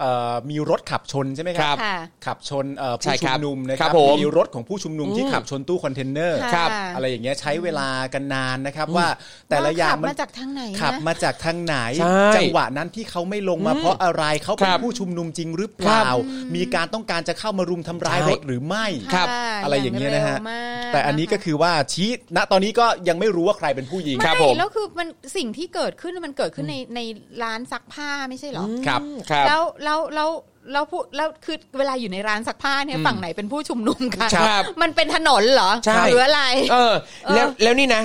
Speaker 5: เอ่อมีรถขับชนใช่ไหมค
Speaker 4: ครั
Speaker 5: รับ
Speaker 8: ค่ะ
Speaker 5: ขับชนเอ่อ
Speaker 4: ใช่
Speaker 5: ผู้
Speaker 4: ครั
Speaker 5: ชุม
Speaker 4: บ
Speaker 5: นุมนะค
Speaker 4: ครั
Speaker 5: รั
Speaker 4: บบ ผม
Speaker 5: มีรถของผู้ชุมนุมที่ขับชนตู้คอนเทนเนอร์
Speaker 4: ครับ
Speaker 8: ค่ะ
Speaker 5: อะไรอย่างเงี้ยใช้เวลากันนานนะครับว่าแต่ละ
Speaker 8: ว่
Speaker 5: อย่าง
Speaker 8: ขับ
Speaker 5: มัน
Speaker 8: มาจากทางไหนนะ
Speaker 5: ขับมาจากทางไหน
Speaker 4: ใช่
Speaker 5: จังหวะนั้นที่เขาไม่ลงมาเพราะอะไรเขาเป็
Speaker 4: คน รับ
Speaker 5: ผู้ชุมนุมจริงหรือเป
Speaker 4: ครั
Speaker 5: ล่า
Speaker 4: บ
Speaker 5: มีการต้องการจะเข้ามารุมทำร้าย
Speaker 4: ใช่
Speaker 5: รถหรือไม่
Speaker 4: ครับ
Speaker 8: ค่
Speaker 5: อะไรอย่างเงี้ยนะฮะ
Speaker 8: ร็วมาก
Speaker 5: แต่อันนี้ก็คือว่าชี้ณตอนนี้ก็ยังไม่รู้ว่าใครเป็นผู้ยิง
Speaker 4: ครั
Speaker 8: ไม่
Speaker 4: บผม
Speaker 8: แล้วคือมันสิ่งที่เกิดขึ้นมันเกิดขึ้นในในร้านซักผ้าไม่ใช่เหรออ
Speaker 4: ครับครับ
Speaker 8: แล้วแล้วแล้วแล้วผู้แล้วคือเวลาอยู่ในร้านซักผ้าเนี่ยฝั่งไหนเป็นผู้ชุมนุมคะ
Speaker 4: ครับ
Speaker 8: มันเป็นถนนเหรอ
Speaker 4: ใช่
Speaker 8: หรืออะไร
Speaker 4: เออ แล้ว
Speaker 8: เออ
Speaker 4: แล้วนี่นะ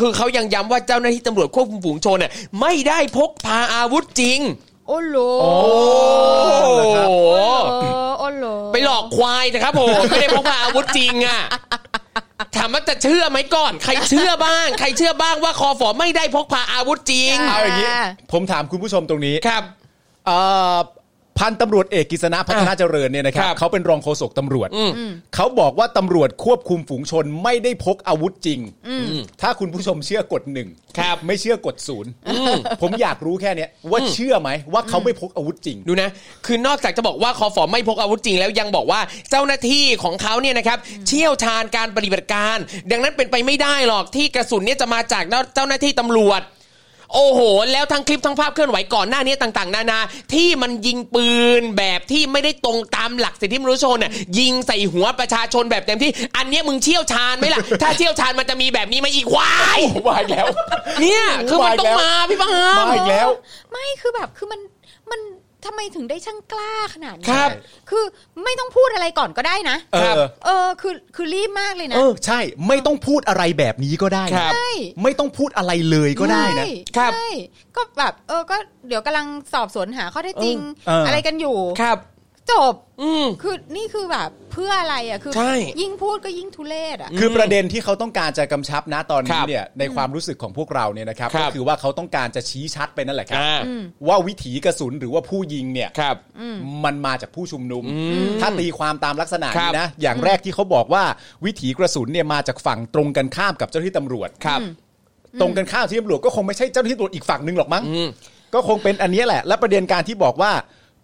Speaker 4: คือเขายังย้ำว่าเจ้าหน้าที่ตำรวจควบคุมฝูงชนน่ะไม่ได้พกพาอาวุธจริง
Speaker 8: โอ้โห
Speaker 4: โอ้
Speaker 5: นะครับ
Speaker 4: โห
Speaker 8: โอ้โอ้โห
Speaker 4: ไปหลอกควายนะครับผมไม่ได้พกพาอาวุธจริงอ่ะถามว่าจะเชื่อไหมก่อน ใครเชื่อบ้าง ใครเชื่อบ้างว่าคอฝอไม่ได้พกพาอาวุธจริง
Speaker 5: เอาอย่างนี้ผมถามคุณผู้ชมตรงนี้
Speaker 4: ครับ
Speaker 5: เอ่อพันตำรวจเอกกิษณะพัฒนาเจริญเนี่ยนะครับ
Speaker 4: ครับ
Speaker 5: เขาเป็นรองโฆษกตำรวจ
Speaker 4: อืม
Speaker 5: เขาบอกว่าตำรวจควบคุมฝูงชนไม่ได้พกอาวุธจริง ถ้าคุณผู้ชมเชื่อกดหนึ่ง
Speaker 4: ครับ
Speaker 5: ไม่เชื่อกดศูนย์ผมอยากรู้แค่เนี้ยว่าเชื่อไหมว่าเขาไม่พกอาวุธจริง
Speaker 4: ดูนะ คือนอกจากจะบอกว่าคอฝอไม่พกอาวุธจริง แล้วยังบอกว่าเจ้าหน้าที่ของเขาเนี่ยนะครับเชี่ยวชาญการปฏิบัติการ ดังนั้นเป็นไปไม่ได้หรอกที่กระสุนเนี่ยจะมาจากเจ้าหน้าที่ตำรวจ โอ้โห แล้วทั้งคลิปทั้งภาพเคลื่อนไหวก่อนหน้านี้ต่างๆ นานาที่มันยิงปืนแบบที่ไม่ได้ตรงตามหลักสิทธิมนุษยชนน่ะยิงใส่หัวประชาชนแบบเต็มที่ อันเนี้ยมึงเชี่ยวชาญไหมล่ะ ถ้าเชี่ยวชาญมันจะมีแบบนี้ไหมาอีกวาย
Speaker 5: มาอีกแล้ว
Speaker 4: เนี่ยคือมันต้องมาพี่ปาล์ม
Speaker 5: มาอีกแล้ว
Speaker 8: ไม่คือแบบคือมันมันทำไมถึงได้ช่างกล้าขนาดนี้
Speaker 4: ครับ
Speaker 8: คือไม่ต้องพูดอะไรก่อนก็ได้นะ
Speaker 5: เออ
Speaker 8: เออคือคือรีบมากเลยนะ
Speaker 5: เออใช่ไม่ต้องพูดอะไรแบบนี้ก็ได้นะครับ
Speaker 8: ใช่
Speaker 5: ไม่ต้องพูดอะไรเลยก็ได้นะ
Speaker 8: ใช่
Speaker 4: ครับ
Speaker 8: ใช่ก็แบบเออก็เดี๋ยวกำลังสอบสวนหาข้อเท็จจริง
Speaker 5: เอออ
Speaker 8: อะไรกันอยู่
Speaker 4: ครับ
Speaker 8: จบ
Speaker 4: อืม
Speaker 8: คือนี่คือแบบเพื่ออะไรอ่ะคือ
Speaker 4: ใช่
Speaker 8: ยิ่งพูดก็ยิ่งทุเลศอ่ะ
Speaker 5: คือประเด็นที่เขาต้องการจะกำชับนะตอน
Speaker 4: ค
Speaker 5: นี้
Speaker 4: รับ
Speaker 5: เนี่ยในความรู้สึกของพวกเราเนี่ยนะครับ
Speaker 4: ครั
Speaker 5: ก็
Speaker 4: บ
Speaker 5: คือว่าเขาต้องการจะชี้ชัดไปนั่นแหละครับ
Speaker 4: อ่า
Speaker 5: ว่าวิถีกระสุนหรือว่าผู้ยิงเนี่ย
Speaker 4: ครับ
Speaker 5: มันมาจากผู้ชุมนุม ถ้าตีความตามลักษณะ
Speaker 4: ครับ
Speaker 5: นี้นะอย่างแรกที่เขาบอกว่าวิถีกระสุนเนี่ยมาจากฝั่งตรงกันข้ามกับเจ้าหน้าที่ตำรวจ
Speaker 4: ครับ
Speaker 5: ตรงกันข้ามที่ตำรวจก็คงไม่ใช่เจ้าหน้าที่ตำรวจอีกฝั่งหนึ่งหรอกมั้ง
Speaker 4: อืม
Speaker 5: ก็คงเป็นอันเนี้ยแหละ และประเด็นการที่บอกว่า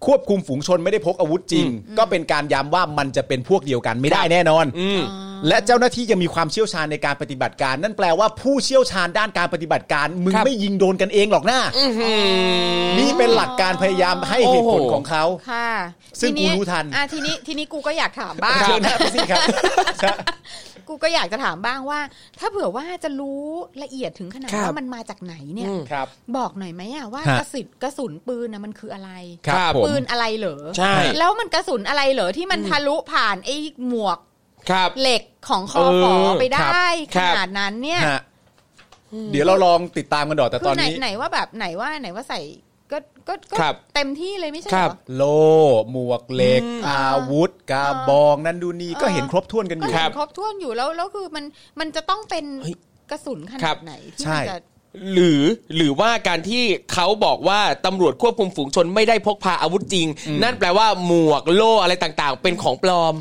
Speaker 5: ควบคุมฝูงชนไม่ได้พกอาวุธจริง ก็เป็นการย้ำว่ามันจะเป็นพวกเดียวกันไม่ได้แน่นอน
Speaker 4: อืม
Speaker 5: และเจ้าหน้าที่ยังมีความเชี่ยวชาญในการปฏิบัติการ นั่นแปลว่าผู้เชี่ยวชาญด้านการปฏิบัติการมึง
Speaker 4: ครับ
Speaker 5: ไม่ยิงโดนกันเองหรอกหน้า
Speaker 4: อื้อหือ
Speaker 5: นี่เป็นหลักการพยายามให้เหตุผล
Speaker 4: โอ้โห
Speaker 5: ของเขา
Speaker 8: ค่ะ
Speaker 5: ซึ่ง
Speaker 8: ที
Speaker 5: กูรู้ทัน
Speaker 8: อ่ะทีนี้ทีนี้กูก็อยากถามบ้าง
Speaker 5: เชิญหน้าไปสิครับ
Speaker 8: กูก็อยากจะถามบ้างว่า ถ้าเผื่อว่าจะรู้ละเอียดถึงขนาด
Speaker 4: ครับ
Speaker 8: ว่ามันมาจากไหนเนี่ย
Speaker 4: อืม
Speaker 5: ครับ
Speaker 8: บอกหน่อยไหมอ่ะว่าก
Speaker 5: ฮะ
Speaker 8: ระสุนกระสุนปืนนะมันคืออะไร
Speaker 5: ครับผม
Speaker 8: ปืนอะไรเหรอ
Speaker 4: ใช่
Speaker 8: แล้วมันกระสุนอะไรเหรอที่มันทะลุผ่านไอ้หมวก
Speaker 4: ครับ
Speaker 8: เหล็กของคอ
Speaker 4: เอ
Speaker 8: ฝอ
Speaker 4: อ
Speaker 8: ไปได้
Speaker 4: ค
Speaker 8: ข
Speaker 4: รับ
Speaker 8: นาดนั้นเนี่ย
Speaker 5: ฮะเดี๋ยวเราลองติดตามกันต่อแต่
Speaker 8: คื
Speaker 5: ตอ
Speaker 8: อน ไหน
Speaker 5: นี้
Speaker 8: ไหนว่าแบบไหนว่าไหนว่าใส่ก็ก็ก็
Speaker 4: ครับ
Speaker 8: เต็มที่เลยไม่ใช่
Speaker 4: ค
Speaker 8: เห
Speaker 4: รั
Speaker 8: ร
Speaker 4: บ
Speaker 8: อ
Speaker 5: โลหมวกเหล็ก อาวุธกาบอง นั่นดูนี่ก็
Speaker 8: เออ
Speaker 5: เห็นครบถ้วนกันอ
Speaker 8: ก็
Speaker 5: ยู่
Speaker 8: เห็นครบถ้วนอยู่แล้วแล้วคือมันมันจะต้องเป็น
Speaker 4: เฮ้ย
Speaker 8: กระสุน
Speaker 4: ค
Speaker 8: ข
Speaker 4: รั
Speaker 8: นา
Speaker 4: บ
Speaker 8: ดไหนที่
Speaker 5: ใช่
Speaker 8: มันจะ
Speaker 4: หรือหรือว่าการที่เขาบอกว่าตำรวจควบคุมฝูงชนไม่ได้พกพาอาวุธจริง นั่นแปลว่าหมวกโล่อะไรต่างๆ เป็นของปลอม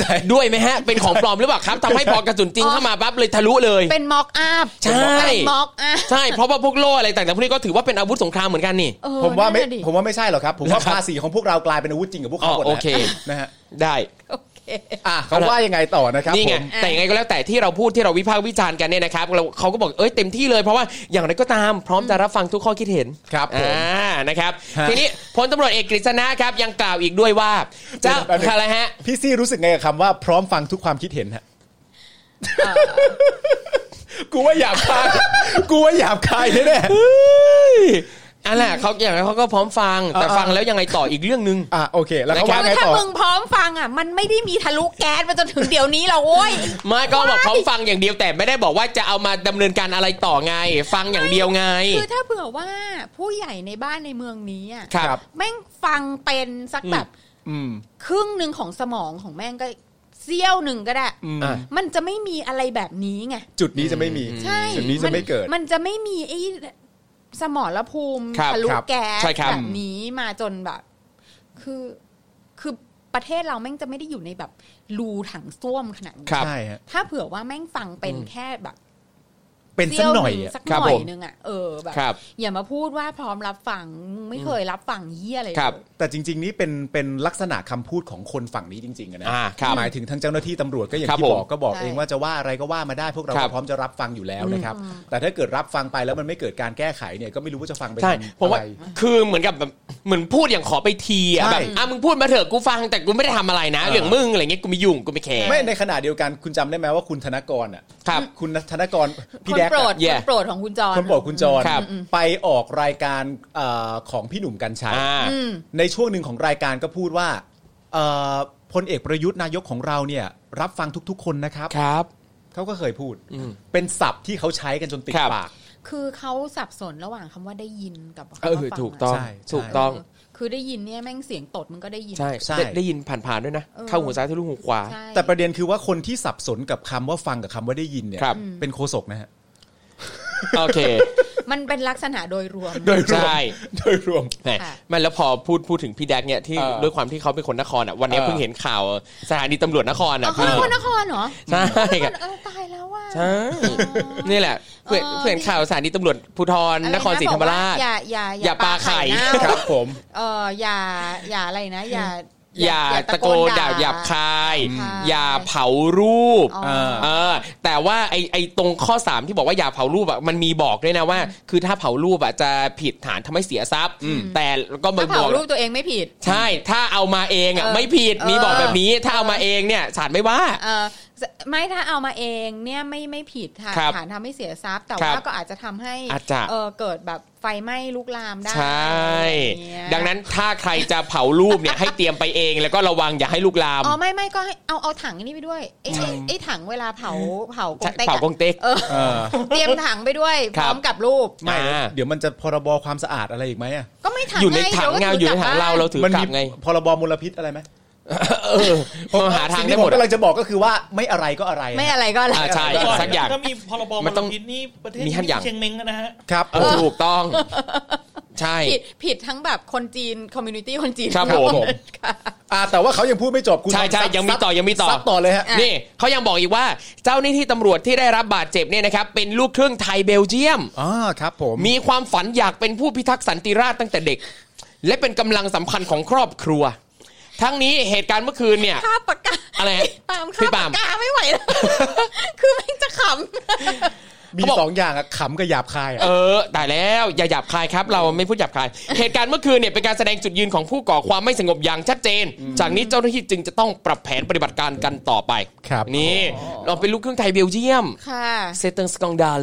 Speaker 5: ใช่
Speaker 4: ด้วยไหมฮะ เป็นของปลอมหรือเปล่าครับทำให้พอกระสุนจริงเข้ามาปั๊บเลยทะลุเลย
Speaker 8: เป็นม็อกอัพ
Speaker 4: ใช่
Speaker 8: เป็นม็อกอัพ
Speaker 4: ใช่เพราะว่าพวกโล่อะไรต่างๆพวกนี้ก็ถือว่าเป็นอาวุธสงครามเหมือนกันนี่
Speaker 8: เออ
Speaker 5: ผมว่าไม่
Speaker 8: นั่นน่ะดิ
Speaker 5: ผมว่าไม่ใช่หรอกครับ ผมว่า
Speaker 4: นะครับ
Speaker 5: ภาษีของพวกเรากลายเป็นอาวุธจริงกับพวกเขา
Speaker 4: อ๋อ
Speaker 5: หมด
Speaker 4: โอ
Speaker 5: แล้ว
Speaker 4: เค
Speaker 5: นะฮะ
Speaker 4: ได้
Speaker 8: โอเค
Speaker 5: อ่ะเขาว่ายังไงต่อนะครับ
Speaker 4: นี่ไง
Speaker 5: ผม
Speaker 4: แต่ยังไงก็แล้วแต่ที่เราพูดที่เราวิพากษ์วิจารณ์กันเนี่ยนะครับเราเขาก็บอกเอ้ยเต็มที่เลยเพราะว่าอย่างไรก็ตามพร้อมจะรับฟังทุกข้อคิดเห็น
Speaker 5: ครับผม
Speaker 4: อ่านะครับ
Speaker 5: ฮะ
Speaker 4: ทีนี้พลตำรวจเอกกฤษณะครับยังกล่าวอีกด้วยว่าเจ้า
Speaker 5: เดี๋ยวแป๊บนึง
Speaker 4: อะไรฮะ
Speaker 5: พี่ซี่รู้สึกไงกับคำว่าพร้อมฟังทุกความคิดเห็นฮะ [laughs] กูว่าหยาบคายกูว่าหยาบคายแน่
Speaker 4: อันแหละเขาอย่างไรเขาก็พร้อมฟังแต่
Speaker 5: อ่า
Speaker 4: ฟังแล้วยังไงต่ออีกเรื่องหนึ่ง
Speaker 5: ๆอ่ะโอเค แล้วเขาว่า
Speaker 8: คื
Speaker 5: ไง
Speaker 8: อถ้า
Speaker 5: ต่อ
Speaker 8: มึงพร้อมฟังอ่ะ มันไม่ได้มีทะลุแก๊สมาจนถึงเดี๋ยวนี้หรอกโว้ย
Speaker 4: ไม่ก็บอกพร้อมฟังอย่างเดียวแต่ไม่ได้บอกว่าจะเอามาดำเนินการอะไรต่อไง ฟังอย่างเดียวไง
Speaker 8: คือถ้าเผื่อว่าผู้ใหญ่ในบ้านในเมืองนี้อ่ะ
Speaker 4: ครับ
Speaker 8: แม่งฟังเป็นสักแบบ
Speaker 5: อืม
Speaker 8: ครึ่งหนึ่งของสมองของแม่งก็เซี่ยวหนึ่งก็ได้
Speaker 5: อืม
Speaker 8: มันจะไม่มีอะไรแบบนี้ไง
Speaker 5: จุดนี้จะไม่มี
Speaker 8: ใช่
Speaker 5: จุดนี้จะไม่เกิด
Speaker 8: มันจะไม่มีไอ้สมรภูมิ
Speaker 4: ครับ
Speaker 8: ทะลุ
Speaker 5: ครับ
Speaker 8: แก๊ส
Speaker 4: ใช่ครับ
Speaker 8: แบบนี้มาจนแบบ คือคือประเทศเราแม่งจะไม่ได้อยู่ในแบบรูถังส้วมขนาดนี้
Speaker 4: ครับ
Speaker 5: ใช่ฮะ
Speaker 8: ถ้าเผื่อว่าแม่งฟังเป็นแค่แบบ
Speaker 5: เป็นสักหน่อย
Speaker 8: เสี้วง
Speaker 5: อะ
Speaker 8: สัก
Speaker 4: ค
Speaker 8: ห
Speaker 4: รับ
Speaker 8: น่อ
Speaker 4: ผ
Speaker 8: ย
Speaker 4: ม
Speaker 8: นึงอ่ะเออแบบ
Speaker 4: ครับ
Speaker 8: อย่ามาพูดว่าพร้อมรับฟังมึงไม่เคยรับฟังเฮียอะไรเลย
Speaker 4: ครับ
Speaker 5: แต่จริง ๆ นี่เป็นเป็นลักษณะคำพูดของคนฝั่งนี้จริงๆอะนะ
Speaker 4: อ่าครับ
Speaker 5: หมายถึงทั้งเจ้าหน้าที่ตำรวจก็อย่าง
Speaker 4: ครับ
Speaker 5: ที่บอ
Speaker 4: ผ
Speaker 5: ก
Speaker 4: ม
Speaker 5: ก็บอก
Speaker 8: ใช่
Speaker 5: เองว่าจะว่าอะไรก็ว่ามาได้พวกเรา
Speaker 4: ครั
Speaker 5: ก็
Speaker 4: บ
Speaker 5: พร้อมจะรับฟังอยู่แล้วนะครับ แต่ถ้าเกิดรับฟังไปแล้วมันไม่เกิดการแก้ไขเนี่ยก็ไม่รู้ว่าจะฟังไป
Speaker 4: ใช่
Speaker 5: ทำ
Speaker 4: ผมว่า
Speaker 5: อะไร
Speaker 4: คือเหมือนกับแบบเหมือนพูดอย่างขอไปทีอ่ะ
Speaker 5: ใช่
Speaker 4: แบบอ่ะมึงพูดมาเถอะกูฟังแต่กูไม่ได้ทำอะไรนะ
Speaker 5: เออ
Speaker 4: เรื่องมึงอะไรเงี้ยกูไม่ยุ่งกูไม่แคร์
Speaker 5: ไม่ในขณะเดียวกันคุณจำได้ไหมว่าคุณธนกรอ่ะ
Speaker 4: ครับ
Speaker 5: คุณธนกร
Speaker 8: ค
Speaker 5: พี่
Speaker 8: น
Speaker 5: แดก
Speaker 8: โปรด
Speaker 5: อะ
Speaker 4: แย่
Speaker 8: คนโปรดของคุณจร
Speaker 5: คนโปรดคุณจร
Speaker 4: ครับ
Speaker 5: ไปออกรายการเอ่อของพี่หนุ่มกัญชัย
Speaker 4: อ่า
Speaker 5: ในช่วงหนึ่งของรายการก็พูดว่าเอ่อพลเอกประยุทธ์นายกของเราเนี่ยรับฟังทุกๆ คนนะครับ
Speaker 4: ครับ
Speaker 5: เขาก็เคยพูด เป็นศัพท์ที่เขาใช้กันจนติด
Speaker 4: ครับ
Speaker 5: ปาก
Speaker 8: คือเขาสับสนระหว่างคำว่าได้ยินกับคำว่า
Speaker 4: เออ
Speaker 8: ฟังะ
Speaker 4: ถูกต้อง
Speaker 5: ใช่ใช่
Speaker 4: ถูกต้อง
Speaker 8: เคือได้ยินเนี่ยแม่งเสียงตดมันก็ได้ยิน
Speaker 4: ใช่
Speaker 5: ใช่
Speaker 4: ได้ได้ยินผ่านๆด้วยนะ
Speaker 8: เออ
Speaker 4: เข้าหูซ้ายทะลุหูขวา
Speaker 8: ใช่
Speaker 5: แต่ประเด็นคือว่าคนที่สับสนกับคำว่าฟังกับคำว่าได้ยินเนี่ย
Speaker 4: ครับ
Speaker 5: เป็นโคศกนะฮะ
Speaker 4: โอเค
Speaker 8: มันเป็นลักษณะโดยรวม
Speaker 5: โดยรวม
Speaker 4: ใช่
Speaker 5: โดยรวม
Speaker 4: แหม่
Speaker 8: ค่ะ
Speaker 4: ไม่แล้วพอพูดพูดถึงพี่แดกเนี่ยที่
Speaker 5: เออ
Speaker 4: ด้วยความที่เขาเป็นคนนครอ่ะวันนี้
Speaker 5: เออ
Speaker 4: เพิ่งเห็นข่าวสถานีตำรวจนครอ่ะ
Speaker 8: เอาเขาเป็นคนนครเหรอ
Speaker 4: ใช่
Speaker 8: ค
Speaker 4: ครับ
Speaker 8: นเออตายแล้วว่า
Speaker 4: ใช่นี่แหละเพื่อน
Speaker 8: เออ
Speaker 4: เพื่อนข่าวสถานีตำรวจภูธรนครศรีธรรมราช
Speaker 8: อย่าอย่า
Speaker 4: อย่าปลาไข่
Speaker 5: ค
Speaker 8: เน่า
Speaker 5: รับผม
Speaker 8: เอออย่าอย่าอะไรนะ อย่า
Speaker 4: อย่าตะโกนด่าหยาบคาย
Speaker 8: หยบค
Speaker 4: อย่าเผารูป
Speaker 8: อ๋
Speaker 5: เอ
Speaker 8: อ
Speaker 5: อ
Speaker 4: เออแต่ว่าไอไอตรงข้อ 3 ที่บอกว่าอย่าเผารูปอ่ะมันมีบอกด้วยนะว่า คือถ้าเผารูปอ่ะจะผิดฐานทำให้เสียทรัพย์ แต่ก็มั
Speaker 8: ถ้าน
Speaker 4: บ
Speaker 8: เผา
Speaker 4: อก
Speaker 8: รูปตัวเองไม่ผิด
Speaker 4: ใช่ ถ้าเอามาเองอ่ะ
Speaker 8: เออ
Speaker 4: ไม่ผิด มี
Speaker 8: เออ
Speaker 4: บอกแบบนี้ ถ้าเอามาเองเนี่ยศาลไม่ว่า
Speaker 8: เออไม่ถ้าเอามาเองเนี่ยไม่ไม่ผิดค่ะ
Speaker 4: ครับ
Speaker 8: ฐานทำให้เสียทรัพย์ แต่
Speaker 4: ครั
Speaker 8: ว่า
Speaker 4: บ
Speaker 8: ก็อาจจะทำให้
Speaker 4: อาจจะ
Speaker 8: เออเกิดแบบไฟไหม้ลุกลามได้
Speaker 4: ใช่
Speaker 8: อะไรอย่าเย
Speaker 4: ดังนั้นถ้าใครจะเผารูปเนี่ย ให้เตรียมไปเอง แล้วก็ระวังอย่าให้ลุกลาม
Speaker 8: อ๋อไม่ไม่ก็ให้เอาเอาถังนี่ไปด้วยไอ้ไอ้ไอ้ถังเวลาเผาเผากงเต็ก
Speaker 4: เผากงเต็ก
Speaker 8: เออ
Speaker 5: เออ
Speaker 8: เตรียมถังไปด้วย
Speaker 4: ค
Speaker 8: พ
Speaker 4: รับ
Speaker 8: ร้อมกับรูป
Speaker 5: ไม่
Speaker 4: อ่า
Speaker 5: เดี๋ยวมันจะพรบความสะอาดอะไรอีกไหมอะ
Speaker 8: ก็ไม่ถัง
Speaker 4: อยู่ใน
Speaker 8: ไ
Speaker 4: ถังเงาอยู่ในถังเราเราถือ
Speaker 5: มั
Speaker 4: กลั
Speaker 5: มี
Speaker 4: บไง
Speaker 5: พรบมลพิษอะไรไหม
Speaker 4: เออมนหาทาง
Speaker 5: สิ่
Speaker 4: ได้
Speaker 5: ที่
Speaker 4: หมด
Speaker 5: ผมกำลั
Speaker 4: อะ
Speaker 5: งจะบอกก็คือว่าไม่อะไรก็อะไร
Speaker 8: ไม่อะไรก็อะไร
Speaker 4: อ่าใช่
Speaker 6: ก่น
Speaker 4: สักอย่าง
Speaker 6: ก็มีพรบ
Speaker 4: มั
Speaker 6: ม
Speaker 4: น
Speaker 6: ล
Speaker 4: ต้อง
Speaker 6: พิษนี่ประเทศ
Speaker 4: มีห้าอย่าง
Speaker 6: เชียงเม้งนะฮะ
Speaker 5: ครับ
Speaker 4: เออถูกต้อง ใช่
Speaker 8: ผิดผิดทั้งแบบคนจีนคอมมูนิตี้คนจีน
Speaker 4: ครับผม
Speaker 5: อ่าแต่ว่าเขายังพูดไม่จบคุณ
Speaker 4: ใช่ใช่
Speaker 5: ซับ
Speaker 4: ยังมีต่อยังมีต่อ
Speaker 5: ซับต่อเลยฮะ
Speaker 4: นี่เขายังบอกอีกว่า เจ้าหน้าที่ตำรวจที่ได้รับบาดเจ็บเนี่ยนะครับ เป็นลูกครึ่งไทยเบลเยียม
Speaker 5: อ่าครับผม
Speaker 4: มีความฝันอยากเป็นผู้พิทักษ์สันติราษฎร์ตั้งแต่เด็ก และเป็นกำลังสำคัญของครอบครัว ทั้งนี้เหตุการณ์เมื่อคืนเนี่ย
Speaker 8: ค่าปากกา
Speaker 4: อะไรฮะ
Speaker 8: ตาม
Speaker 4: พี่
Speaker 8: ค่า
Speaker 4: ปา
Speaker 8: ปา
Speaker 4: ล์ม
Speaker 8: กกาไม่ไหวแล้ว [laughs] คือแม่งจะขำ
Speaker 5: มี
Speaker 4: เขาบอก
Speaker 5: สองอย่างอะขำกับหยาบคายอะ
Speaker 4: เออตายแล้วอย่าหยาบคายครับ เราไม่พูดหยาบคาย เหตุการณ์เมื่อคืนเนี่ยเป็นการแสดงจุดยืนของผู้ก่อความไม่สงบอย่างชัดเจน จากนี้เจ้าหน้าที่จึงจะต้องปรับแผนปฏิบัติการกันต่อไป
Speaker 5: ครับ
Speaker 4: นี่ เราเป็นลูกครึ่งไทยเบลเยียม
Speaker 8: ค่ะ
Speaker 4: เซเติงสกองดาล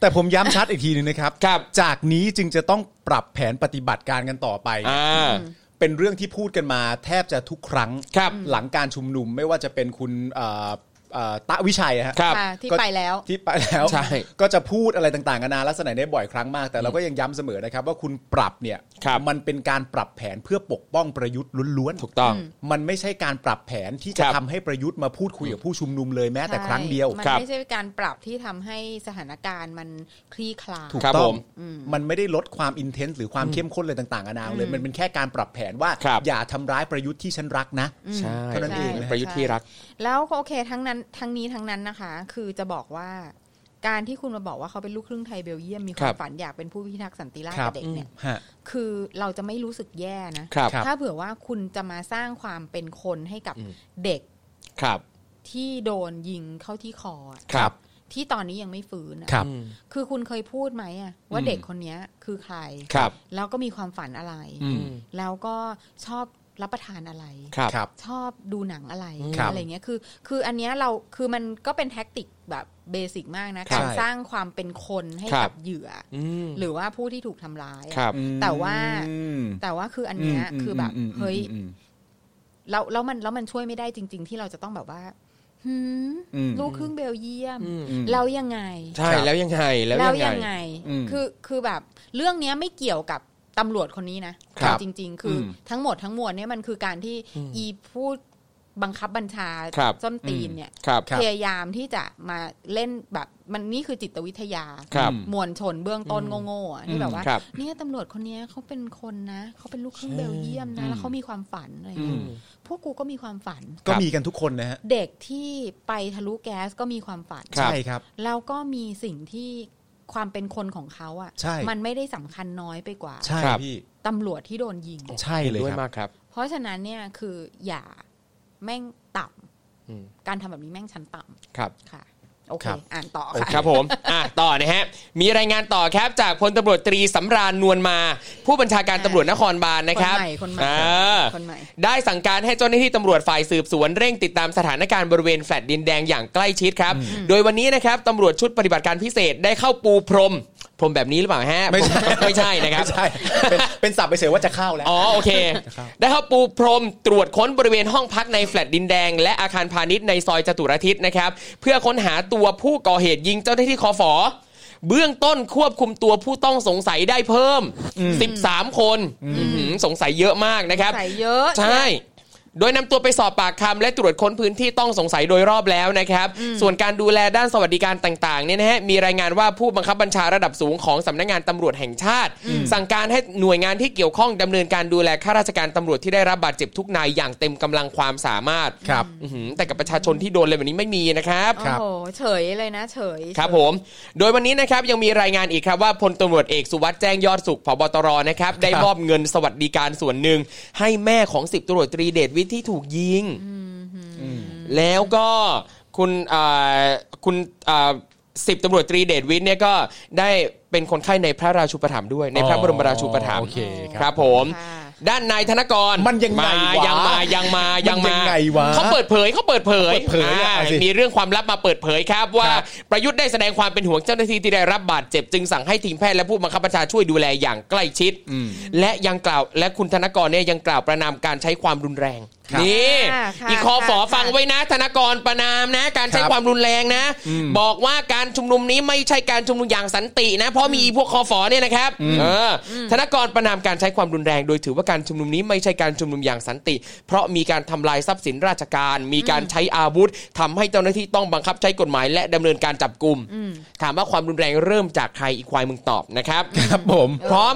Speaker 5: แต่ผมย้ำชัดอีกทีหนึงนะครับ
Speaker 4: ครับ
Speaker 5: จากนี้จึงจะต้องปรับแผนปฏิบัติการกันต่อไป
Speaker 4: อ่า
Speaker 5: เป็นเรื่องที่พูดกันมาแทบจะทุกครั้ง
Speaker 4: ครับ
Speaker 5: หลังการชุมนุมไม่ว่าจะเป็นคุณเอ่อ เอ่อตะวิชัยอะฮะ
Speaker 4: ครับ
Speaker 8: ค่ะที่
Speaker 5: ก็
Speaker 8: ไปแล้ว
Speaker 5: ที่ไปแล้ว
Speaker 4: ใช่
Speaker 5: ก็จะพูดอะไรต่างๆกันานาลักษณะนี้บ่อยครั้งมาก แต่เราก็ยังย้ำเสมอนะครับ ว่าคุณปรับเนี่ย
Speaker 4: ครับ
Speaker 5: มันเป็นการปรับแผนเพื่อปกป้องประยุทธ์ล้วนๆ
Speaker 4: ถูกต้อง
Speaker 5: มันไม่ใช่การปรับแผนที่จะ
Speaker 4: ครับ
Speaker 5: ทำให้ประยุทธ์มาพูดคุยกับผู้ชุมนุมเลยแม้แต่
Speaker 8: ใช่
Speaker 5: ครั้งเดียว
Speaker 8: มันไม่ใช่การปรับที่ทำให้สถานการณ์มันคลี่คลาย
Speaker 5: ถูก
Speaker 4: ครับ
Speaker 5: ต้อ
Speaker 4: ผ
Speaker 5: ง
Speaker 4: ม
Speaker 5: มันไม่ได้ลดความอินเทนส์หรือความเข้มข้นเลยต่างๆนานาเลย มันเป็นแค่การปรับแผนว่า
Speaker 4: ครับ
Speaker 5: อย่าทำร้ายประยุทธ์ที่ฉันรักนะ
Speaker 4: ใช่
Speaker 5: เท่านั้นเองนะ
Speaker 4: ประยุทธ์ที่รัก
Speaker 8: แล้วก็โอเคทั้งนั้นทั้งนี้ทั้งนั้นนะคะ คือจะบอกว่าการที่คุณมาบอกว่าเขาเป็นลูกครึ่งไทยเบลเยียมมีค
Speaker 4: ครั
Speaker 8: วาม
Speaker 4: บ
Speaker 8: ฝันอยากเป็นผู้พิทักษ์สันติราษฎ
Speaker 5: ครับ
Speaker 8: ร์กับเด็กเนี่ย
Speaker 5: ฮะ
Speaker 8: คือเราจะไม่รู้สึกแย่นะ
Speaker 4: ครับ
Speaker 5: ครับ
Speaker 8: ถ้าเผื่อว่าคุณจะมาสร้างความเป็นคนให้กับเด็ก
Speaker 4: ครับ
Speaker 8: ที่โดนยิงเข้าที่คออะ
Speaker 4: ครับ
Speaker 8: ที่ตอนนี้ยังไม่ฟื้นอะ
Speaker 5: ครับ
Speaker 4: อืม
Speaker 8: คือคุณเคยพูดไหมอะว่า
Speaker 4: อืม
Speaker 8: เด็กคนเนี้ยคือใคร
Speaker 4: ครับ
Speaker 8: แล้วก็มีความฝันอะไร
Speaker 4: อืม
Speaker 8: แล้วก็ชอบรับประทานอะไร
Speaker 4: ครับ
Speaker 5: ครับ
Speaker 8: ชอบดูหนังอะไร
Speaker 5: ครับ
Speaker 8: อะไรเงี้ยคือคืออันเนี้ยเราคือมันก็เป็นแท็กติกแบบเบสิกมากนะ
Speaker 5: ครั
Speaker 8: กา
Speaker 5: บ
Speaker 8: รสร้างความเป็นคนให้
Speaker 4: ครับ
Speaker 8: กับเหยื่ออ
Speaker 4: อืม
Speaker 8: หรือว่าผู้ที่ถูกทำร้ายอะ
Speaker 4: ครับ
Speaker 8: แต่ว่า
Speaker 5: อืม
Speaker 8: แต่ว่าคืออันเนี้ย
Speaker 5: ม
Speaker 8: คือแบบ
Speaker 5: ม
Speaker 8: เฮ้ย
Speaker 5: อืม
Speaker 8: แล้วแล้วมันแล้วมันช่วยไม่ได้จริง ๆ ที่เราจะต้องแบบว่าหืม
Speaker 5: อืม
Speaker 8: ลูกครึ่งเบลเยียม
Speaker 4: อืม
Speaker 8: แล้วยังไง
Speaker 4: ใช่
Speaker 5: ครับ
Speaker 4: แล้วยังไงแล้ว
Speaker 8: แล้ว
Speaker 4: ยั
Speaker 8: ยัง ง
Speaker 4: ไง
Speaker 8: ไง
Speaker 5: อืม
Speaker 8: คือ คือแบบ เรื่องเนี้ยไม่เกี่ยวกับตำรวจคนนี้นะครับ เอาจริง ๆ คืออ
Speaker 5: ม
Speaker 8: ทั้งหมดทั้งมวลเนี่ยมันคือการที่อีพูดบังคับบัญชา
Speaker 4: ครับ
Speaker 8: ส้นตีนเนี่ย
Speaker 4: ครับ
Speaker 5: ครับ
Speaker 8: พยายามที่จะมาเล่นแบบ มันนี่คือจิตวิทยา
Speaker 4: ครับ
Speaker 8: มวลชนเบื้องต้นโง่ๆอะที่แบบว่า
Speaker 4: ครับ
Speaker 8: เนี่ยตำรวจคนเนี้ยเขาเป็นคนนะ เขาเป็นลูกครึ่งเบลเยียมนะ แล้วเขามีความฝันอะไรเงี้ย
Speaker 5: อืม
Speaker 8: พวกกูก็มีความฝัน
Speaker 5: ก็มีกันทุกคนนะฮะ
Speaker 8: เด็กที่ไปทะลุแก๊สก็มีความฝัน
Speaker 4: ครับ
Speaker 5: ใช่ครับ
Speaker 8: แล้วก็มีสิ่งที่ความเป็นคนของเขาอ่ะ
Speaker 5: ใช่
Speaker 8: มันไม่ได้สำคัญน้อยไปกว่า
Speaker 5: ใช่
Speaker 4: ครับ
Speaker 5: พี่
Speaker 8: ตำรวจที่โดนยิง
Speaker 5: ใช่เลย
Speaker 4: ด้วย
Speaker 5: ครับ
Speaker 4: มากครับ
Speaker 8: เพราะฉะนั้นเนี่ยคืออย่าแม่งต่ำ
Speaker 4: อืม
Speaker 8: การทำแบบนี้แม่งชั้นต่ำ
Speaker 4: ครับ
Speaker 8: ค่ะ โอเค
Speaker 5: ครับ
Speaker 8: อ่านต่อ
Speaker 4: โอ
Speaker 8: ค่ะ
Speaker 4: เคครับผมอ่ะต่อนะฮะ มีรายงานต่อครับจากพลตำรวจตรีสำราญนวลมา ผู้บัญชาการตำรวจนครบาลนะครับ
Speaker 8: คนใหม่คนใหม่
Speaker 4: อ่า
Speaker 8: คนใหม่
Speaker 4: ได้สั่งการให้เจ้าหน้าที่ตำรวจฝ่ายสืบสวนเร่งติดตามสถานการณ์บริเวณแฟลตดินแดงอย่างใกล้ชิดครับ โดยวันนี้นะครับตำรวจชุดปฏิบัติการพิเศษได้เข้าปูพรม พรมแบบนี้หรือเปล่าฮะ
Speaker 5: ไม่ใช่
Speaker 4: พรไม่ใช่นะครับ
Speaker 5: ไม่ใช่ [laughs] เป็นเป็นสับไปเฉยว่าจะเข้าแล้ว
Speaker 4: อ๋อโอเค
Speaker 5: นะครับ
Speaker 4: ได้เข้าปูพรมตรวจค้นบริเวณห้องพักในแฟลตดินแดง และอาคารพาณิชย์ในซอยจตุรทิศนะครับ เพื่อค้นหาตัวผู้ก่อเหตุยิงเจ้าหน้าที่คอฟอเบื้องต้นควบคุมตัวผู้ต้องสงสัยได้เพิ่ม 13 คนอื้อหือสงสัยเยอะมากนะครับ
Speaker 8: ใส่เยอะ
Speaker 4: ใช่ โดยนำตัวไปสอบปากคำและตรวจค้นพื้นที่ต้องสงสัยโดยรอบแล้วนะครับ ส่วนการดูแลด้านสวัสดิการต่างๆเนี่ยนะฮะ มีรายงานว่าผู้บังคับบัญชาระดับสูงของสำนักงานตำรวจแห่งชาติ สั่งการให้หน่วยงานที่เกี่ยวข้องดำเนินการดูแลข้าราชการตำรวจที่ได้รับบาดเจ็บทุกนายอย่างเต็มกำลังความสามารถ
Speaker 5: ครับ
Speaker 4: อื้อหือแต่กับประชาชนที่โดนเลยแบบนี้ไม่มีนะครับ
Speaker 8: โอ้โหเฉยเลยนะ เฉย
Speaker 4: ครับผม โดยวันนี้นะครับยังมีรายงานอีกครับว่าพลตำรวจเอกสุวัสด์แจ้งยอดสุขผบตร
Speaker 5: [laughs]
Speaker 4: นะครับ ได้มอบเงินสวัสดิการส่วนหนึ่ง ให้แม่ของสิบตำรวจตรีเดชวิทย์ที่ถูกยิง แล้วก็คุณอ่าคุณอ่าสิบตำรวจตรีเดชวิทย์เนี่ยก็ได้เป็นคนไข้ในพระราชูปถัมภ์ด้วยในพระบรมราชูปถัมภ์
Speaker 5: โอเคครับ
Speaker 4: ครับผม
Speaker 8: ค่ะ
Speaker 4: ด้านนายธนกร
Speaker 5: มันยังไง
Speaker 4: มาว
Speaker 5: ะ
Speaker 4: ยังมายังมายัง
Speaker 5: มันยั
Speaker 4: มาง
Speaker 5: ไงวะ
Speaker 4: เขาเปิดเผยเขาเปิดเผย
Speaker 5: เปิดเผยอะ
Speaker 4: อ่า
Speaker 5: เอาสิ
Speaker 4: มีเรื่องความลับมาเปิดเผยครับว่า
Speaker 5: ครับ
Speaker 4: ประยุทธ์ได้แสดงความเป็นห่วงเจ้าหน้าที่ที่ได้รับบาดเจ็บจึงสั่งให้ทีมแพทย์และผู้บังคับบัญชาช่วยดูแลอย่างใกล้ชิด และยังกล่าวและคุณธนกรเนี่ยยังกล่าวประนามการใช้ความรุนแรงนี่
Speaker 8: ค่ะค่ะ
Speaker 4: อีกคอฝอ
Speaker 8: ค่ะ
Speaker 4: ฟังไว้นะ ธนกรประนามนะ การใช้ความรุนแรงนะ บอกว่าการชุมนุมนี้ไม่ใช่การชุมนุมอย่างสันตินะ เพราะมีพวกคอฝอเนี่ยนะครับเอออธนกรประนามการใช้ความรุนแรง โดยถือว่าการชุมนุมนี้ไม่ใช่การชุมนุมอย่างสันติ เพราะมีการทำลายทรัพย์สินราชการ มีการใช้อาวุธทำให้เจ้าหน้าที่ต้องบังคับใช้กฎหมายและดำเนินการจับกลุ่มถามว่าความรุนแรงเริ่มจากใครอีกควายมึงตอบนะครับ
Speaker 5: ครับผม
Speaker 4: พร้อม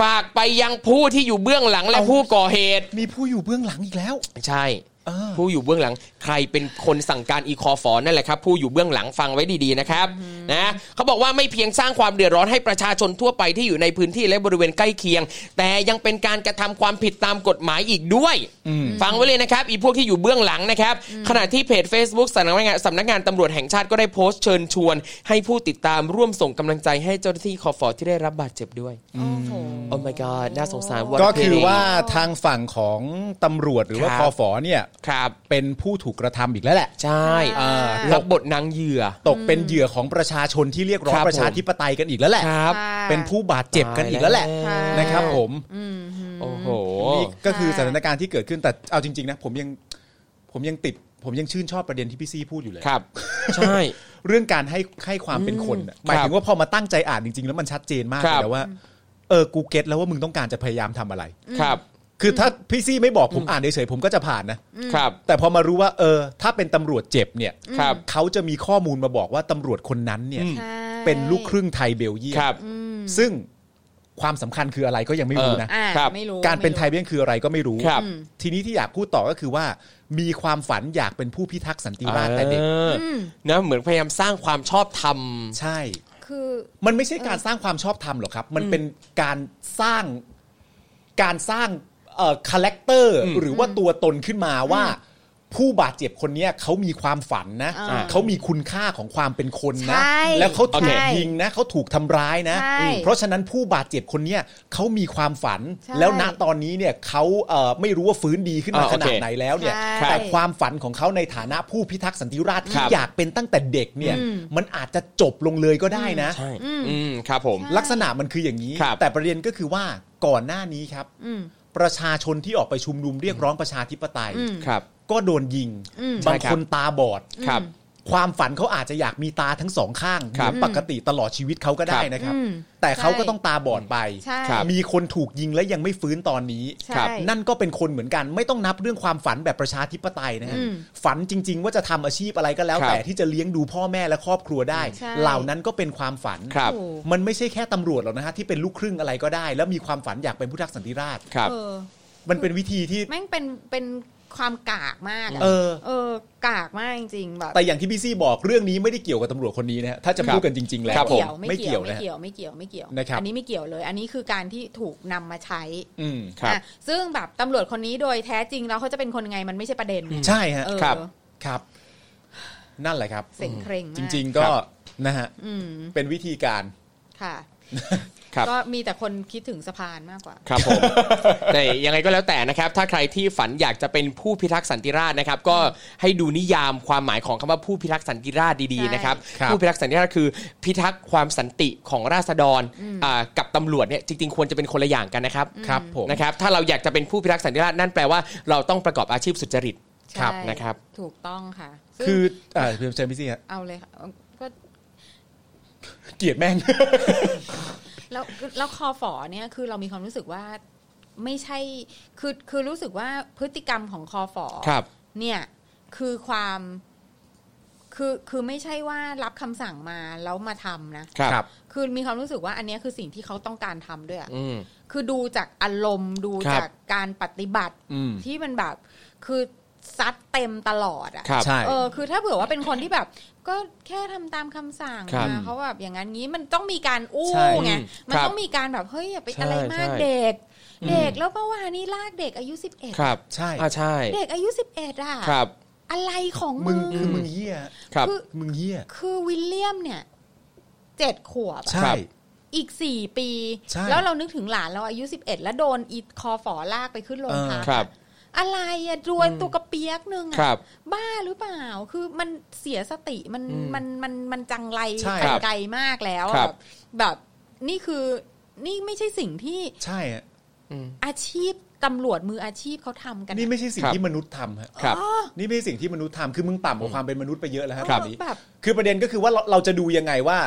Speaker 4: ฝากไปยังผู้ที่อยู่เบื้องหลังและ
Speaker 5: เอา
Speaker 4: ผู้ก่อเหตุ
Speaker 5: มีผู้อยู่เบื้องหลังอีกแล้ว
Speaker 4: ใช่
Speaker 5: เออ
Speaker 4: ผู้อยู่เบื้องหลัง ใครเป็นคนสั่งการอีคอฟอนั่นแหละครับ ผู้อยู่เบื้องหลังฟังไว้ดีๆนะครับนะเขาบอกว่าไม่เพียงสร้างความเดือดร้อนให้ประชาชนทั่วไปที่อยู่ในพื้นที่และบริเวณใกล้เคียง แต่ยังเป็นการกระทำความผิดตามกฎหมายอีกด้วย ฟังไว้เลยนะครับ อีพวกที่อยู่เบื้องหลังนะครับ ขณะที่เพจ Facebook สำนักงานสำนักงานตำรวจแห่งชาติก็ได้โพสต์เชิญชวน ให้ผู้ติดตามร่วมส่งกำลังใจให้เจ้าหน้าที่คอฟอที่ได้รับบาดเจ็บด้วย
Speaker 8: โอ้โห
Speaker 4: โอ้ my god น่าสงสารว่า
Speaker 5: ก็คือว่าทางฝั่งของตำรวจหรือว่าคอฝอเนี่ย
Speaker 4: ครับ
Speaker 5: เป็นผู้ถูกกระทำอีกแล้วแหละ
Speaker 4: ใช่
Speaker 8: อ่า
Speaker 4: รับบทนางเหยื่อ
Speaker 5: ตกเป็นเหยื่อของประชาชนที่เรียกร้อ
Speaker 4: ค
Speaker 5: ง
Speaker 4: รับ
Speaker 5: ประชาธิปไตยกันอีกแล้วแหละ
Speaker 4: ครับ
Speaker 8: ค่ะ
Speaker 5: เป็นผู้บาดเจ็บกันอีกแล้วแหละ
Speaker 8: ใช่
Speaker 5: นะครับผม
Speaker 8: อืมหืม
Speaker 4: โอ้โห
Speaker 5: นี่ก็คือสถานการณ์ที่เกิดขึ้นแต่เอาจริง ๆ นะ ผมยังผมยังติด ผ ผมยังชื่นชอบประเด็นที่พี่ซี่พูดอยู่เลย
Speaker 4: ครับ ใช่
Speaker 5: เรื่องการให้ให้ความเป็นคนน่ะหมายถึงว่าพอมาตั้งใจอ่านจริง ๆ แล้วมันชัดเจนมาก
Speaker 4: ค
Speaker 5: เล
Speaker 4: รับ
Speaker 5: ยนะว่าเออกูเก็ตแล้วว่ามึงต้องการจะพยายามทำอะไร
Speaker 4: ครับ
Speaker 5: คือถ้าพี่ซี่ไม่บอกผมอ่านเฉยๆผมก็จะผ่านนะ
Speaker 4: ครับ
Speaker 5: แต่พอมารู้ว่าเออ ถ้าเป็นตำรวจเจ็บเนี่ย
Speaker 4: ครับ
Speaker 5: เขาจะมีข้อมูลมาบอกว่าตำรวจคนนั้นเนี่ย
Speaker 8: ใช่
Speaker 5: เป็นลูกครึ่งไทยเบลเยียม
Speaker 4: ครับ
Speaker 5: ซึ่งความสำคัญคืออะไรก็ยังไม่รู้นะ
Speaker 8: อ่า
Speaker 4: ครับ
Speaker 8: ไม่รู้
Speaker 5: การเป็นไทย
Speaker 8: ม่
Speaker 5: เบี้ยนคืออะไรก็ไม่รู้
Speaker 4: ครับ
Speaker 5: ทีนี้ที่อยากพูดต่อก็คือว่า มีความฝันอยากเป็นผู้พิทักษ์สันติราษฎร์แต่เด็ก
Speaker 4: เออนะเหมือนพยายามสร้างความชอบธรรม
Speaker 5: ใช่
Speaker 8: คือ
Speaker 5: มันไม่ใช่การสร้างความชอบธรรมหรอกครับ มันเป็นการสร้างการสร้างคาแรคเตอร์หรือว่าตัวตนขึ้นมาว่า ผู้บาดเจ็บคนเนี้ยเขามีความฝันนะ
Speaker 8: อ่า
Speaker 5: เขามีคุณค่าของความเป็นคนนะ
Speaker 8: ใช่
Speaker 5: แล้วเขาถู
Speaker 8: ใช่
Speaker 5: กยิงนะเขาถูกทำร้ายนะ
Speaker 8: ใช่
Speaker 5: เพราะฉะนั้นผู้บาดเจ็บคนเนี้ยเขามีความฝัน
Speaker 8: ใช่
Speaker 5: แล้วณตอนนี้เนี่ยเขาเอ่อไม่รู้ว่าฟื้นดีขึ้นมา
Speaker 4: อ่า
Speaker 5: ข
Speaker 4: โอเค
Speaker 5: นาดไหนแล้วเนี่ย
Speaker 8: ใช่
Speaker 5: แต่ความฝันของเขาในฐานะผู้พิทักษ์สันติราษฎร์
Speaker 4: ค
Speaker 5: ที่
Speaker 4: รับ
Speaker 5: อยากเป็นตั้งแต่เด็กเนี่ยมันอาจจะจบลงเลยก็ได้นะ
Speaker 4: ใช่อืมครับผม
Speaker 5: ลักษณะมันคืออย่างนี้
Speaker 4: ครับ
Speaker 5: แต่ประเด็นก็คือว่าก่อนหน้านี้ครับ
Speaker 8: อืม
Speaker 5: ประชาชนที่ออกไปชุมนุมเรียกร้องประชาธิปไตย
Speaker 8: อืม
Speaker 4: ครับ
Speaker 5: ก็โดนยิง บาง
Speaker 4: ใช่ครับ
Speaker 5: คนตาบอด
Speaker 4: ครับ
Speaker 5: ความฝันเขาอาจจะอยากมีตาทั้งสองข้าง
Speaker 4: ครับ
Speaker 5: เหมือนปกติตลอดชีวิตเขาก็ได้
Speaker 4: ครับ
Speaker 5: นะครับ
Speaker 8: อืม
Speaker 5: แต่เขาก็
Speaker 8: ใช่
Speaker 5: ต้องตาบอดไป
Speaker 8: ใช่
Speaker 4: ครับ
Speaker 5: มีคนถูกยิงและยังไม่ฟื้นตอนนี้
Speaker 8: ใช่
Speaker 4: ครับ
Speaker 5: นั่นก็เป็นคนเหมือนกัน ไม่ต้องนับเรื่องความฝันแบบประชาธิปไตยนะฮะ
Speaker 8: อืม
Speaker 5: ฝันจริง ๆ ว่าจะทำอาชีพอะไรก็แล้ว
Speaker 4: ครับ
Speaker 5: แต่ที่จะเลี้ยงดูพ่อแม่และครอบครัวได้
Speaker 8: ใช่
Speaker 5: เหล่านั้นก็เป็นความฝัน
Speaker 4: ครับ
Speaker 8: ถูก
Speaker 5: มันไม่ใช่แค่ตำรวจหรอกนะฮะที่เป็นลูกครึ่งอะไรก็ได้ แล้วมีความฝันอยากเป็นผู้ทักษ์สันติราษฎร์
Speaker 4: ครับ
Speaker 8: เออ
Speaker 5: มันเป็นวิธีที่
Speaker 8: แม่งเป็นเป็นความกากมากะ
Speaker 5: เออ
Speaker 8: เออกากมากจริงๆแบบ
Speaker 5: แต่อย่างที่พี่ซี่บอกเรื่องนี้ไม่ได้เกี่ยวกับตำรวจคนนี้นะฮะถ้าจะพูดกันจริง ๆ แล้ว
Speaker 4: ครับผม
Speaker 5: ไม่
Speaker 8: ไม่
Speaker 5: เกี่
Speaker 8: เกี่
Speaker 5: ย
Speaker 8: ยว ว
Speaker 5: นะ
Speaker 8: ไม่
Speaker 5: ฮะ
Speaker 8: เกี่ยวไม่เกี่ยวไม่เกี่ยว
Speaker 5: นะครับ
Speaker 8: อันี้ไม่เกี่ยวเลย อันนี้คือการที่ถูกนำมาใช้
Speaker 5: อืม
Speaker 4: ครับ
Speaker 8: อ่ะซึ่งแบบตำรวจคนนี้โดยแท้จริงแล้วเขาจะเป็นคนไงมันไม่ใช่ประเด็นไง
Speaker 5: ใช่ฮะ
Speaker 8: เออ
Speaker 4: ครับ
Speaker 5: ครับ นั่นแหละครับ
Speaker 8: เสียงเคร่ง
Speaker 5: จ
Speaker 8: มาก
Speaker 5: ริง ๆ ก็
Speaker 4: ครับ
Speaker 5: นะฮะ
Speaker 8: อืม
Speaker 5: เป็นวิธีการ
Speaker 8: ค่ะ
Speaker 4: ครับ
Speaker 8: ก็มีแต่คนคิดถึงสะพานมากกว่า
Speaker 4: ครับผม แต่ยังไงก็แล้วแต่นะครับ ถ้าใครที่ฝันอยากจะเป็นผู้พิทักษ์สันติราษฎร์นะครับ ก็ให้ดูนิยามความหมายของคำว่าผู้พิทักษ์สันติราษฎร์ดีๆนะครับ
Speaker 5: ครับ
Speaker 4: ผู้พิทักษ์สันติราษฎร์คือพิทักษ์ความสันติของราษฎรอ่ากับตำรวจเนี่ยจริงๆ ควรจะเป็นคนละอย่างกันนะครับ
Speaker 5: ครับผม
Speaker 4: นะครับ ถ้าเราอยากจะเป็นผู้พิทักษ์สันติราษฎร์นั่นแปลว่าเราต้องประกอบอาชีพสุจริต
Speaker 8: ใช่
Speaker 4: นะครับ
Speaker 8: ถูกต้องค่ะ
Speaker 5: คือ
Speaker 8: ซึ่ง
Speaker 5: อ่าเชิญพี่ซี่ฮะ
Speaker 8: เอาเลยค่ะก็
Speaker 5: เกลียดแม่ง [laughs]
Speaker 8: แล้วแล้วคอฝอเนี่ยคือเรามีความรู้สึกว่าไม่ใช่คือคือรู้สึกว่าพฤติกรรมของคอฝอ
Speaker 4: ครับ
Speaker 8: เนี่ยคือความคือคือไม่ใช่ว่ารับคำสั่งมาแล้วมาทำนะ
Speaker 4: ครับ
Speaker 8: คือมีความรู้สึกว่าอันเนี้ยคือสิ่งที่เขาต้องการทำด้วยอะ
Speaker 4: อืม
Speaker 8: คือดูจากอารมณ์ดู
Speaker 4: ครับ
Speaker 8: จากการปฏิบัติ
Speaker 5: อืม
Speaker 8: ที่มันแบบคือซัดเต็มตลอดอ่ะ
Speaker 4: ครับ
Speaker 5: ใช่
Speaker 8: เออคือถ้าเผื่อว่าเป็นคนที่แบบ ก็แค่ทำตามคำสั่ง
Speaker 4: ครับ
Speaker 8: มาเขาแบบอย่างนั้นงี้มันต้องมีการอู้
Speaker 5: ใช่
Speaker 8: ไงมัน
Speaker 4: ครับ
Speaker 8: ต้องมีการแบบเฮ้ยอย่าไป
Speaker 4: ใช่
Speaker 8: อะไรมาก
Speaker 4: ใช่
Speaker 8: เด็ก เด็กแล้วเมื่อวานนี้ลากเด็กอายุ 11
Speaker 4: ครับ
Speaker 5: ใช่
Speaker 4: อ่าใช่
Speaker 8: เด็กอายุ 11อ่ะ
Speaker 4: ครับ
Speaker 8: อะไรของ
Speaker 5: มึ
Speaker 8: มึ
Speaker 5: ง
Speaker 8: ง
Speaker 5: คือมึงเหี้ย
Speaker 4: ครับ
Speaker 8: คือ
Speaker 5: มึงเหี้ย
Speaker 8: คือวิลเลียมเนี่ยเจ็ดขวบอะ
Speaker 5: ใช่
Speaker 4: ครับ
Speaker 8: อีกสี่ปี
Speaker 5: ใช่
Speaker 8: แล้วเรานึกถึงหลานเราอายุ 11 แล้วโดนอีคอฝอลากไปขึ้นโรงพัก
Speaker 4: ครับ
Speaker 8: อะไรอะรวยตัวกระเปียกนึงอะ
Speaker 4: ครับ
Speaker 8: บ้าหรือเปล่า คือมันเสียสติ มัน
Speaker 4: อืม
Speaker 8: มัน มัน มันจังไร
Speaker 5: ใช่
Speaker 8: ไป
Speaker 5: ครับ
Speaker 8: ไกลมากแล้ว
Speaker 4: ครั
Speaker 8: แบบ บแบบ นี่คือ นี่ไม่ใช่สิ่งที่
Speaker 5: ใช่ฮะ
Speaker 4: อืม
Speaker 8: อาชีพตำรวจมืออาชีพเขาทำกัน
Speaker 5: นี่ไม่ใช่สิ่ง
Speaker 4: ครับ
Speaker 5: ที่มนุษย์ทำฮะ
Speaker 4: ครับ
Speaker 5: นี่ไม่ใช่สิ่งที่มนุษย์ทำคือมึงต่ำกว่าความเป็นมนุษย์ไปเยอะแล้วฮะ
Speaker 8: เออ
Speaker 5: แบบนี้
Speaker 8: แบบ
Speaker 5: คือประเด็นก็คือว่าเราเราจะดูยังไงว่า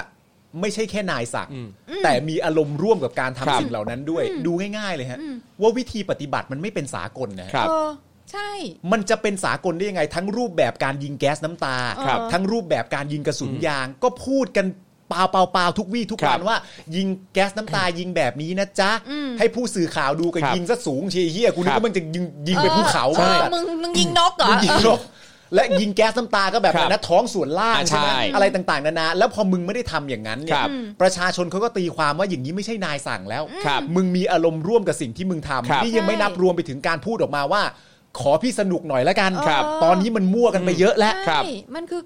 Speaker 5: ไม่ใช่แค่นายสั่ง
Speaker 4: อืม
Speaker 5: แต่มีอารมณ์ร่วมกับการ
Speaker 4: ครั
Speaker 5: ทำ
Speaker 4: บ
Speaker 5: สิ่งเหล่านั้นด้วย ดูง่ายๆเลยฮะ
Speaker 8: อืม
Speaker 5: ว่าวิธีปฏิบัติมันไม่เป็นสากลนะฮะ
Speaker 4: ครับ
Speaker 8: เออ ใช่
Speaker 5: มันจะเป็นสากลได้ยังไง ทั้งรูปแบบการยิงแก๊สน้ำตา
Speaker 4: ครับ
Speaker 5: ทั้งรูปแบบการยิงกระสุนยาง ก็พูดกันเปล่าเปล่าเปล่าทุกวี่ทุกวัน
Speaker 4: ครับ
Speaker 5: ว่า ยิงแก๊สน้ำตา [coughs] ยิงแบบนี้นะจ๊ะ
Speaker 8: อืม
Speaker 5: ให้ผู้สื่อข่าวดูกัน
Speaker 4: ครับ
Speaker 5: ยิงซะสูงเชียเฮียกูนึ
Speaker 4: ค
Speaker 5: ก
Speaker 4: รับ
Speaker 5: ว่ามันจะยิง [coughs] ยิงไปภูเขา
Speaker 8: ออ
Speaker 5: มาก
Speaker 8: ออมึง มึงยิงนกเหรอ
Speaker 5: ยิงนก [coughs] และยิงแก๊สน้ำตาก็แบบ
Speaker 4: ครับ
Speaker 5: นะท้องส่วนล่าง
Speaker 4: อ่า
Speaker 5: ใช่ไหม
Speaker 4: ใช่
Speaker 5: อะไรต่างๆนานาแล้วพอมึงไม่ได้ทำอย่างนั้นเนี่
Speaker 4: ค
Speaker 5: ย
Speaker 4: รับ
Speaker 5: ประชาชนเขาก็ตีความว่าอย่างนี้ไม่ใช่นายสั่งแล้ว
Speaker 4: ครับ
Speaker 5: มึงมีอารมณ์ร่วมกับสิ่งที่มึง
Speaker 4: ครั
Speaker 5: ทำ
Speaker 4: บ
Speaker 5: นี่ยังไม่นับรวมไปถึงการพูดออกมาว่า ขอพี่สนุกหน่อยละกัน
Speaker 4: ครับ
Speaker 5: ตอนนี้มันมั่วกันไปเยอะแล้ว
Speaker 4: ครับ
Speaker 8: ใช่มันคือ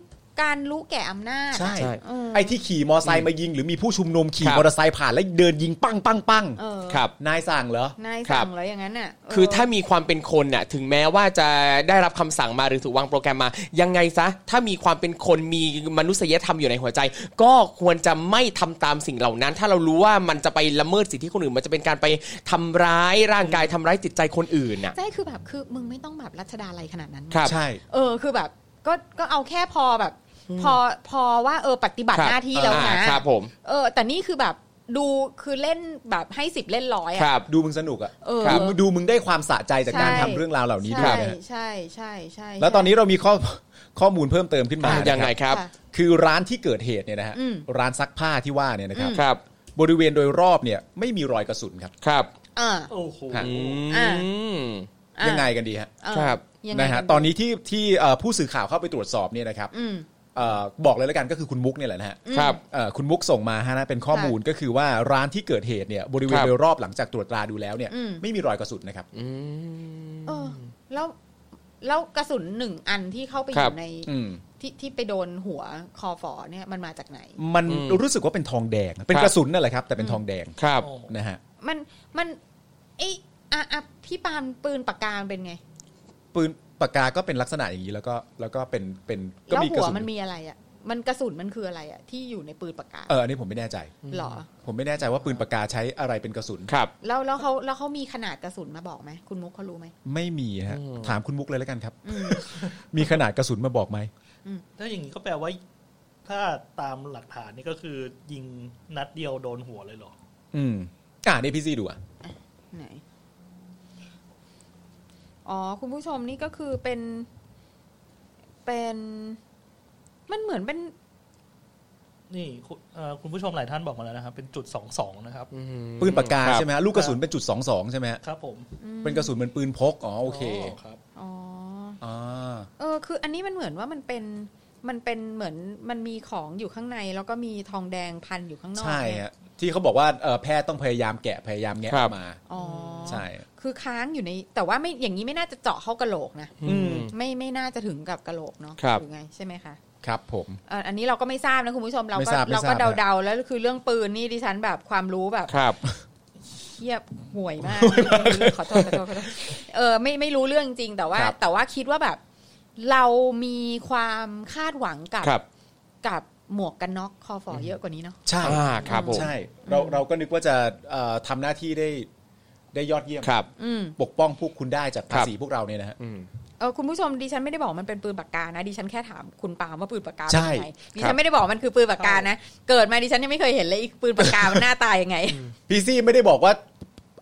Speaker 8: การรู้แก่อำนาจ
Speaker 5: ใช่
Speaker 4: ใช่
Speaker 5: ไอ้ที่ขี่มอไซค์มายิง หรือมีผู้ชุมนุมขี่
Speaker 4: ครับ
Speaker 5: มอเตอร์ไซค์ผ่านแล้วเดินยิงปังปังปัง
Speaker 8: เออ
Speaker 4: ครับ
Speaker 5: นายสั่งเหรอ
Speaker 8: นาย
Speaker 4: ครั
Speaker 8: สั่
Speaker 4: บ
Speaker 8: งแล้วอย่างนั้นน่ะเ
Speaker 4: คือถ้ามีความเป็นคนน่ะถึงแม้ว่าจะได้รับคำสั่งมาหรือถูกวางโปรแกรมมา ยังไงซะ ถ้ามีความเป็นคนมีมนุษยธรรมอยู่ในหัวใจ ก็ควรจะไม่ทำตามสิ่งเหล่านั้น ถ้าเรารู้ว่ามันจะไปละเมิดสิทธิคนอื่น มันจะเป็นการไปทำร้ายร่างกายทำร้ายจิตใจคนอื่นน่ะ
Speaker 8: ใช่คือแบบ คือมึงไม่ต้องแบบรัชดาอะไรขนาดนั้น
Speaker 4: ครับ
Speaker 5: ใช่
Speaker 8: เออ คือแบบ ก็ก็เอาแค่พอแบบ พอพอว่าเออปฏิบัติ
Speaker 4: ครับ
Speaker 8: หน้าที่แล้ว
Speaker 4: อ่า
Speaker 8: นะครับ
Speaker 4: ผม
Speaker 8: เออ แต่นี่คือแบบดูคือเล่นแบบให้สิบเล่นร้อย
Speaker 4: ค
Speaker 8: อ่ะ
Speaker 4: รับ
Speaker 5: ดูมึงสนุกอ่ะ
Speaker 8: เออ
Speaker 5: ดูมึงดูมึงได้ความสะใจจากการ
Speaker 8: ใช่
Speaker 5: ทำเรื่องราวเหล่านี้ด้วย
Speaker 8: ใช่
Speaker 5: นะฮะ
Speaker 8: ใช่ใช่ใช่
Speaker 5: แล้วตอนนี้เรามีข้อ [laughs] ข้อมูลเพิ่มเติมขึ้นมา
Speaker 4: อ่ะ
Speaker 5: นะครับ
Speaker 4: ยังไงครับ
Speaker 8: ค่ะ
Speaker 5: คือร้านที่เกิดเหตุเนี่ยนะฮะ
Speaker 8: อืม
Speaker 5: ร้านซักผ้าที่ว่าเนี่ยนะครับ
Speaker 4: ครับ
Speaker 5: บริเวณโดยรอบเนี่ยไม่มีรอยกระสุนครับ
Speaker 4: ครับ
Speaker 8: อ่า
Speaker 6: โอ้โห
Speaker 8: อ่า
Speaker 4: อืม
Speaker 8: อ่า
Speaker 5: ยังไงกันดีฮะ
Speaker 8: เออ
Speaker 4: ครับ
Speaker 8: ยังไง
Speaker 5: นะฮะตอนนี้ที่ที่เอ่อผู้สื่อข่าวเข้าไปตรวจสอบเนี่ยนะครับ
Speaker 8: อืม
Speaker 5: เอ่อบอกเลยแล้วกันก็คือคุณมุกเนี่ยแหละนะฮะ
Speaker 4: ครับ
Speaker 5: เอ่อคุณมุกส่งมาฮะนะเป็นข้อมูลก็คือว่าร้านที่เกิดเหตุเนี่ยบริเว
Speaker 4: ค
Speaker 5: ณ
Speaker 4: รับ
Speaker 5: โดยรอบหลังจากตรวจตราดูแล้วเนี่ย
Speaker 8: อืม
Speaker 5: ไม่มีรอยกระสุนนะครับ
Speaker 4: อืม
Speaker 8: เออ แล้วแล้วกระสุนหนึ่งอันที่เข้าไปอ
Speaker 4: ครั
Speaker 8: ยู่
Speaker 4: บ
Speaker 8: ใน
Speaker 5: อืม
Speaker 8: ที่ที่ไปโดนหัวคอฝอเนี่ยมันมาจากไหน
Speaker 5: มัน
Speaker 4: อืม
Speaker 5: รู้สึกว่าเป็นทองแดง เป็
Speaker 4: ครับ
Speaker 5: นกระสุนนั่นแหละครับ แต่เป็นทองแดง
Speaker 4: ครับ
Speaker 5: นะฮะ
Speaker 8: มันมันไอยอ่ะอ่ะพี่ปาล์มปืนปากกามันเป็นไง
Speaker 5: ปืนปากกาก็เป็นลักษณะอย่างนี้แล้วก็แล้วก็เป็นเป็นก็
Speaker 8: แล้ว
Speaker 5: มีก
Speaker 8: หั
Speaker 5: ระ
Speaker 8: ว
Speaker 5: สุน
Speaker 8: มันมีอะไรอ่ะ มันกระสุนมันคืออะไรอ่ะ ที่อยู่ในปืนปากกา
Speaker 5: เอออันนี้ผมไม่แน่ใจ
Speaker 8: หรอ
Speaker 5: ผมไม่แน่ใจว่าปืนปากกาใช้อะไรเป็นกระสุน
Speaker 4: ครับ
Speaker 8: แล้วแล้วเขาแล้วเขามีขนาดกระสุนมาบอกไหมคุณมุกเขารู้ไหม
Speaker 5: ไม่มีฮะถามคุณมุกเลยแล้วกันครับ
Speaker 8: อืม
Speaker 5: มีขนาดกระสุนมาบอกไหม
Speaker 6: ถ้าอย่างนี้ก็แปลว่า ถ้าตามหลักฐานนี่ก็คือยิงนัดเดียวโดนหัวเลยเหรอ
Speaker 5: อืมอ่าเนี่ยพี่ซีดูอ่ะ
Speaker 8: ไหน อ๋อ คุณผู้ชมนี่ก็คือเป็น เป็น มันเหมือนเป็น
Speaker 6: นี่คุณเอ่อคุณผู้ชมหลายท่านบอกมาแล้วนะครับ เป็นจุดสองสองนะครับ
Speaker 5: ปืนปากกา
Speaker 4: ครับ
Speaker 5: ใช่ไหมฮะลูกกระสุนเป็นจุดสองสองใช่ไหมฮะ
Speaker 6: ครับผม
Speaker 5: เป็นกระสุนเหมือนปืนพกอ๋อโอเค
Speaker 6: ครับ
Speaker 8: อ๋อ
Speaker 5: อ่า
Speaker 8: เออ คือ อันนี้มันเหมือนว่ามันเป็น มันเป็นเหมือนมันมีของอยู่ข้างใน แล้วก็มีทองแดงพันอยู่ข้างนอก
Speaker 5: ใช่
Speaker 8: เนี่ย
Speaker 5: ฮะที่เขาบอกว่าเอ่อแพทย์ต้องพยายามแกะพยายามแงะ
Speaker 4: ค
Speaker 5: อ
Speaker 4: รั
Speaker 5: อบ กมา
Speaker 8: อ๋อ
Speaker 5: ใช่
Speaker 8: คือค้างอยู่ใน แต่ว่าไม่ อย่างนี้ไม่น่าจะเจาะเข้ากระโหลกนะ
Speaker 4: อืม
Speaker 8: ไม่ ไม่น่าจะถึงกับกระโหลกเนาะ
Speaker 4: ครับ
Speaker 8: หรือไง ใช่ไหมคะ
Speaker 5: ครับผม
Speaker 8: เอ่ออันนี้เราก็ไม่ทราบนะคุณผู้ชมเรา
Speaker 5: ไม่
Speaker 8: ก็
Speaker 5: ทราบไม่
Speaker 8: เรา
Speaker 5: ทรา
Speaker 8: ก็
Speaker 5: บ
Speaker 8: เดาๆแล้วคือเรื่องปืนนี่ดิฉันแบบความรู้แบบ
Speaker 4: ครับ
Speaker 8: เทียบห่วยมากขอโทษขอโทษขอโทษเออไม่ไม่รู้เรื่องจริงแต่ว่า
Speaker 5: ครับ
Speaker 8: แต่ว่าคิดว่าแบบ เรามีความคาดหวังกับ
Speaker 4: ครับ
Speaker 8: กับหมวกกันน็อกคอฟอเยอะกว่านี้เนาะ
Speaker 5: ใช่
Speaker 4: อ่าครับผม
Speaker 5: ใช่เราเราก็นึกว่าจะเอ่อทำหน้าที่ได้ได้ยอดเยี่ยม
Speaker 4: ครับ
Speaker 8: อืม
Speaker 5: ปกป้องพวกคุณได้จาก
Speaker 4: ค
Speaker 5: ภา
Speaker 4: รับ
Speaker 5: ษีพวกเราเนี่ยนะฮะ
Speaker 4: อืม
Speaker 8: เออคุณผู้ชมดิฉันไม่ได้บอกมันเป็นปืนปากกานะดิฉันแค่ถามคุณปาล์มว่าปืนปากกา
Speaker 5: ใช่
Speaker 8: เป็นยังไงดิ
Speaker 4: ครั
Speaker 8: ฉั
Speaker 4: บ
Speaker 8: นไม่ได้บอกมันคือปืนปากกานะเกิดมาดิฉันยังไม่เคยเห็นเลยอีกปืนปากกามันหน้าตายังไง
Speaker 5: พี่ซี่ไม่ได้บอกว่า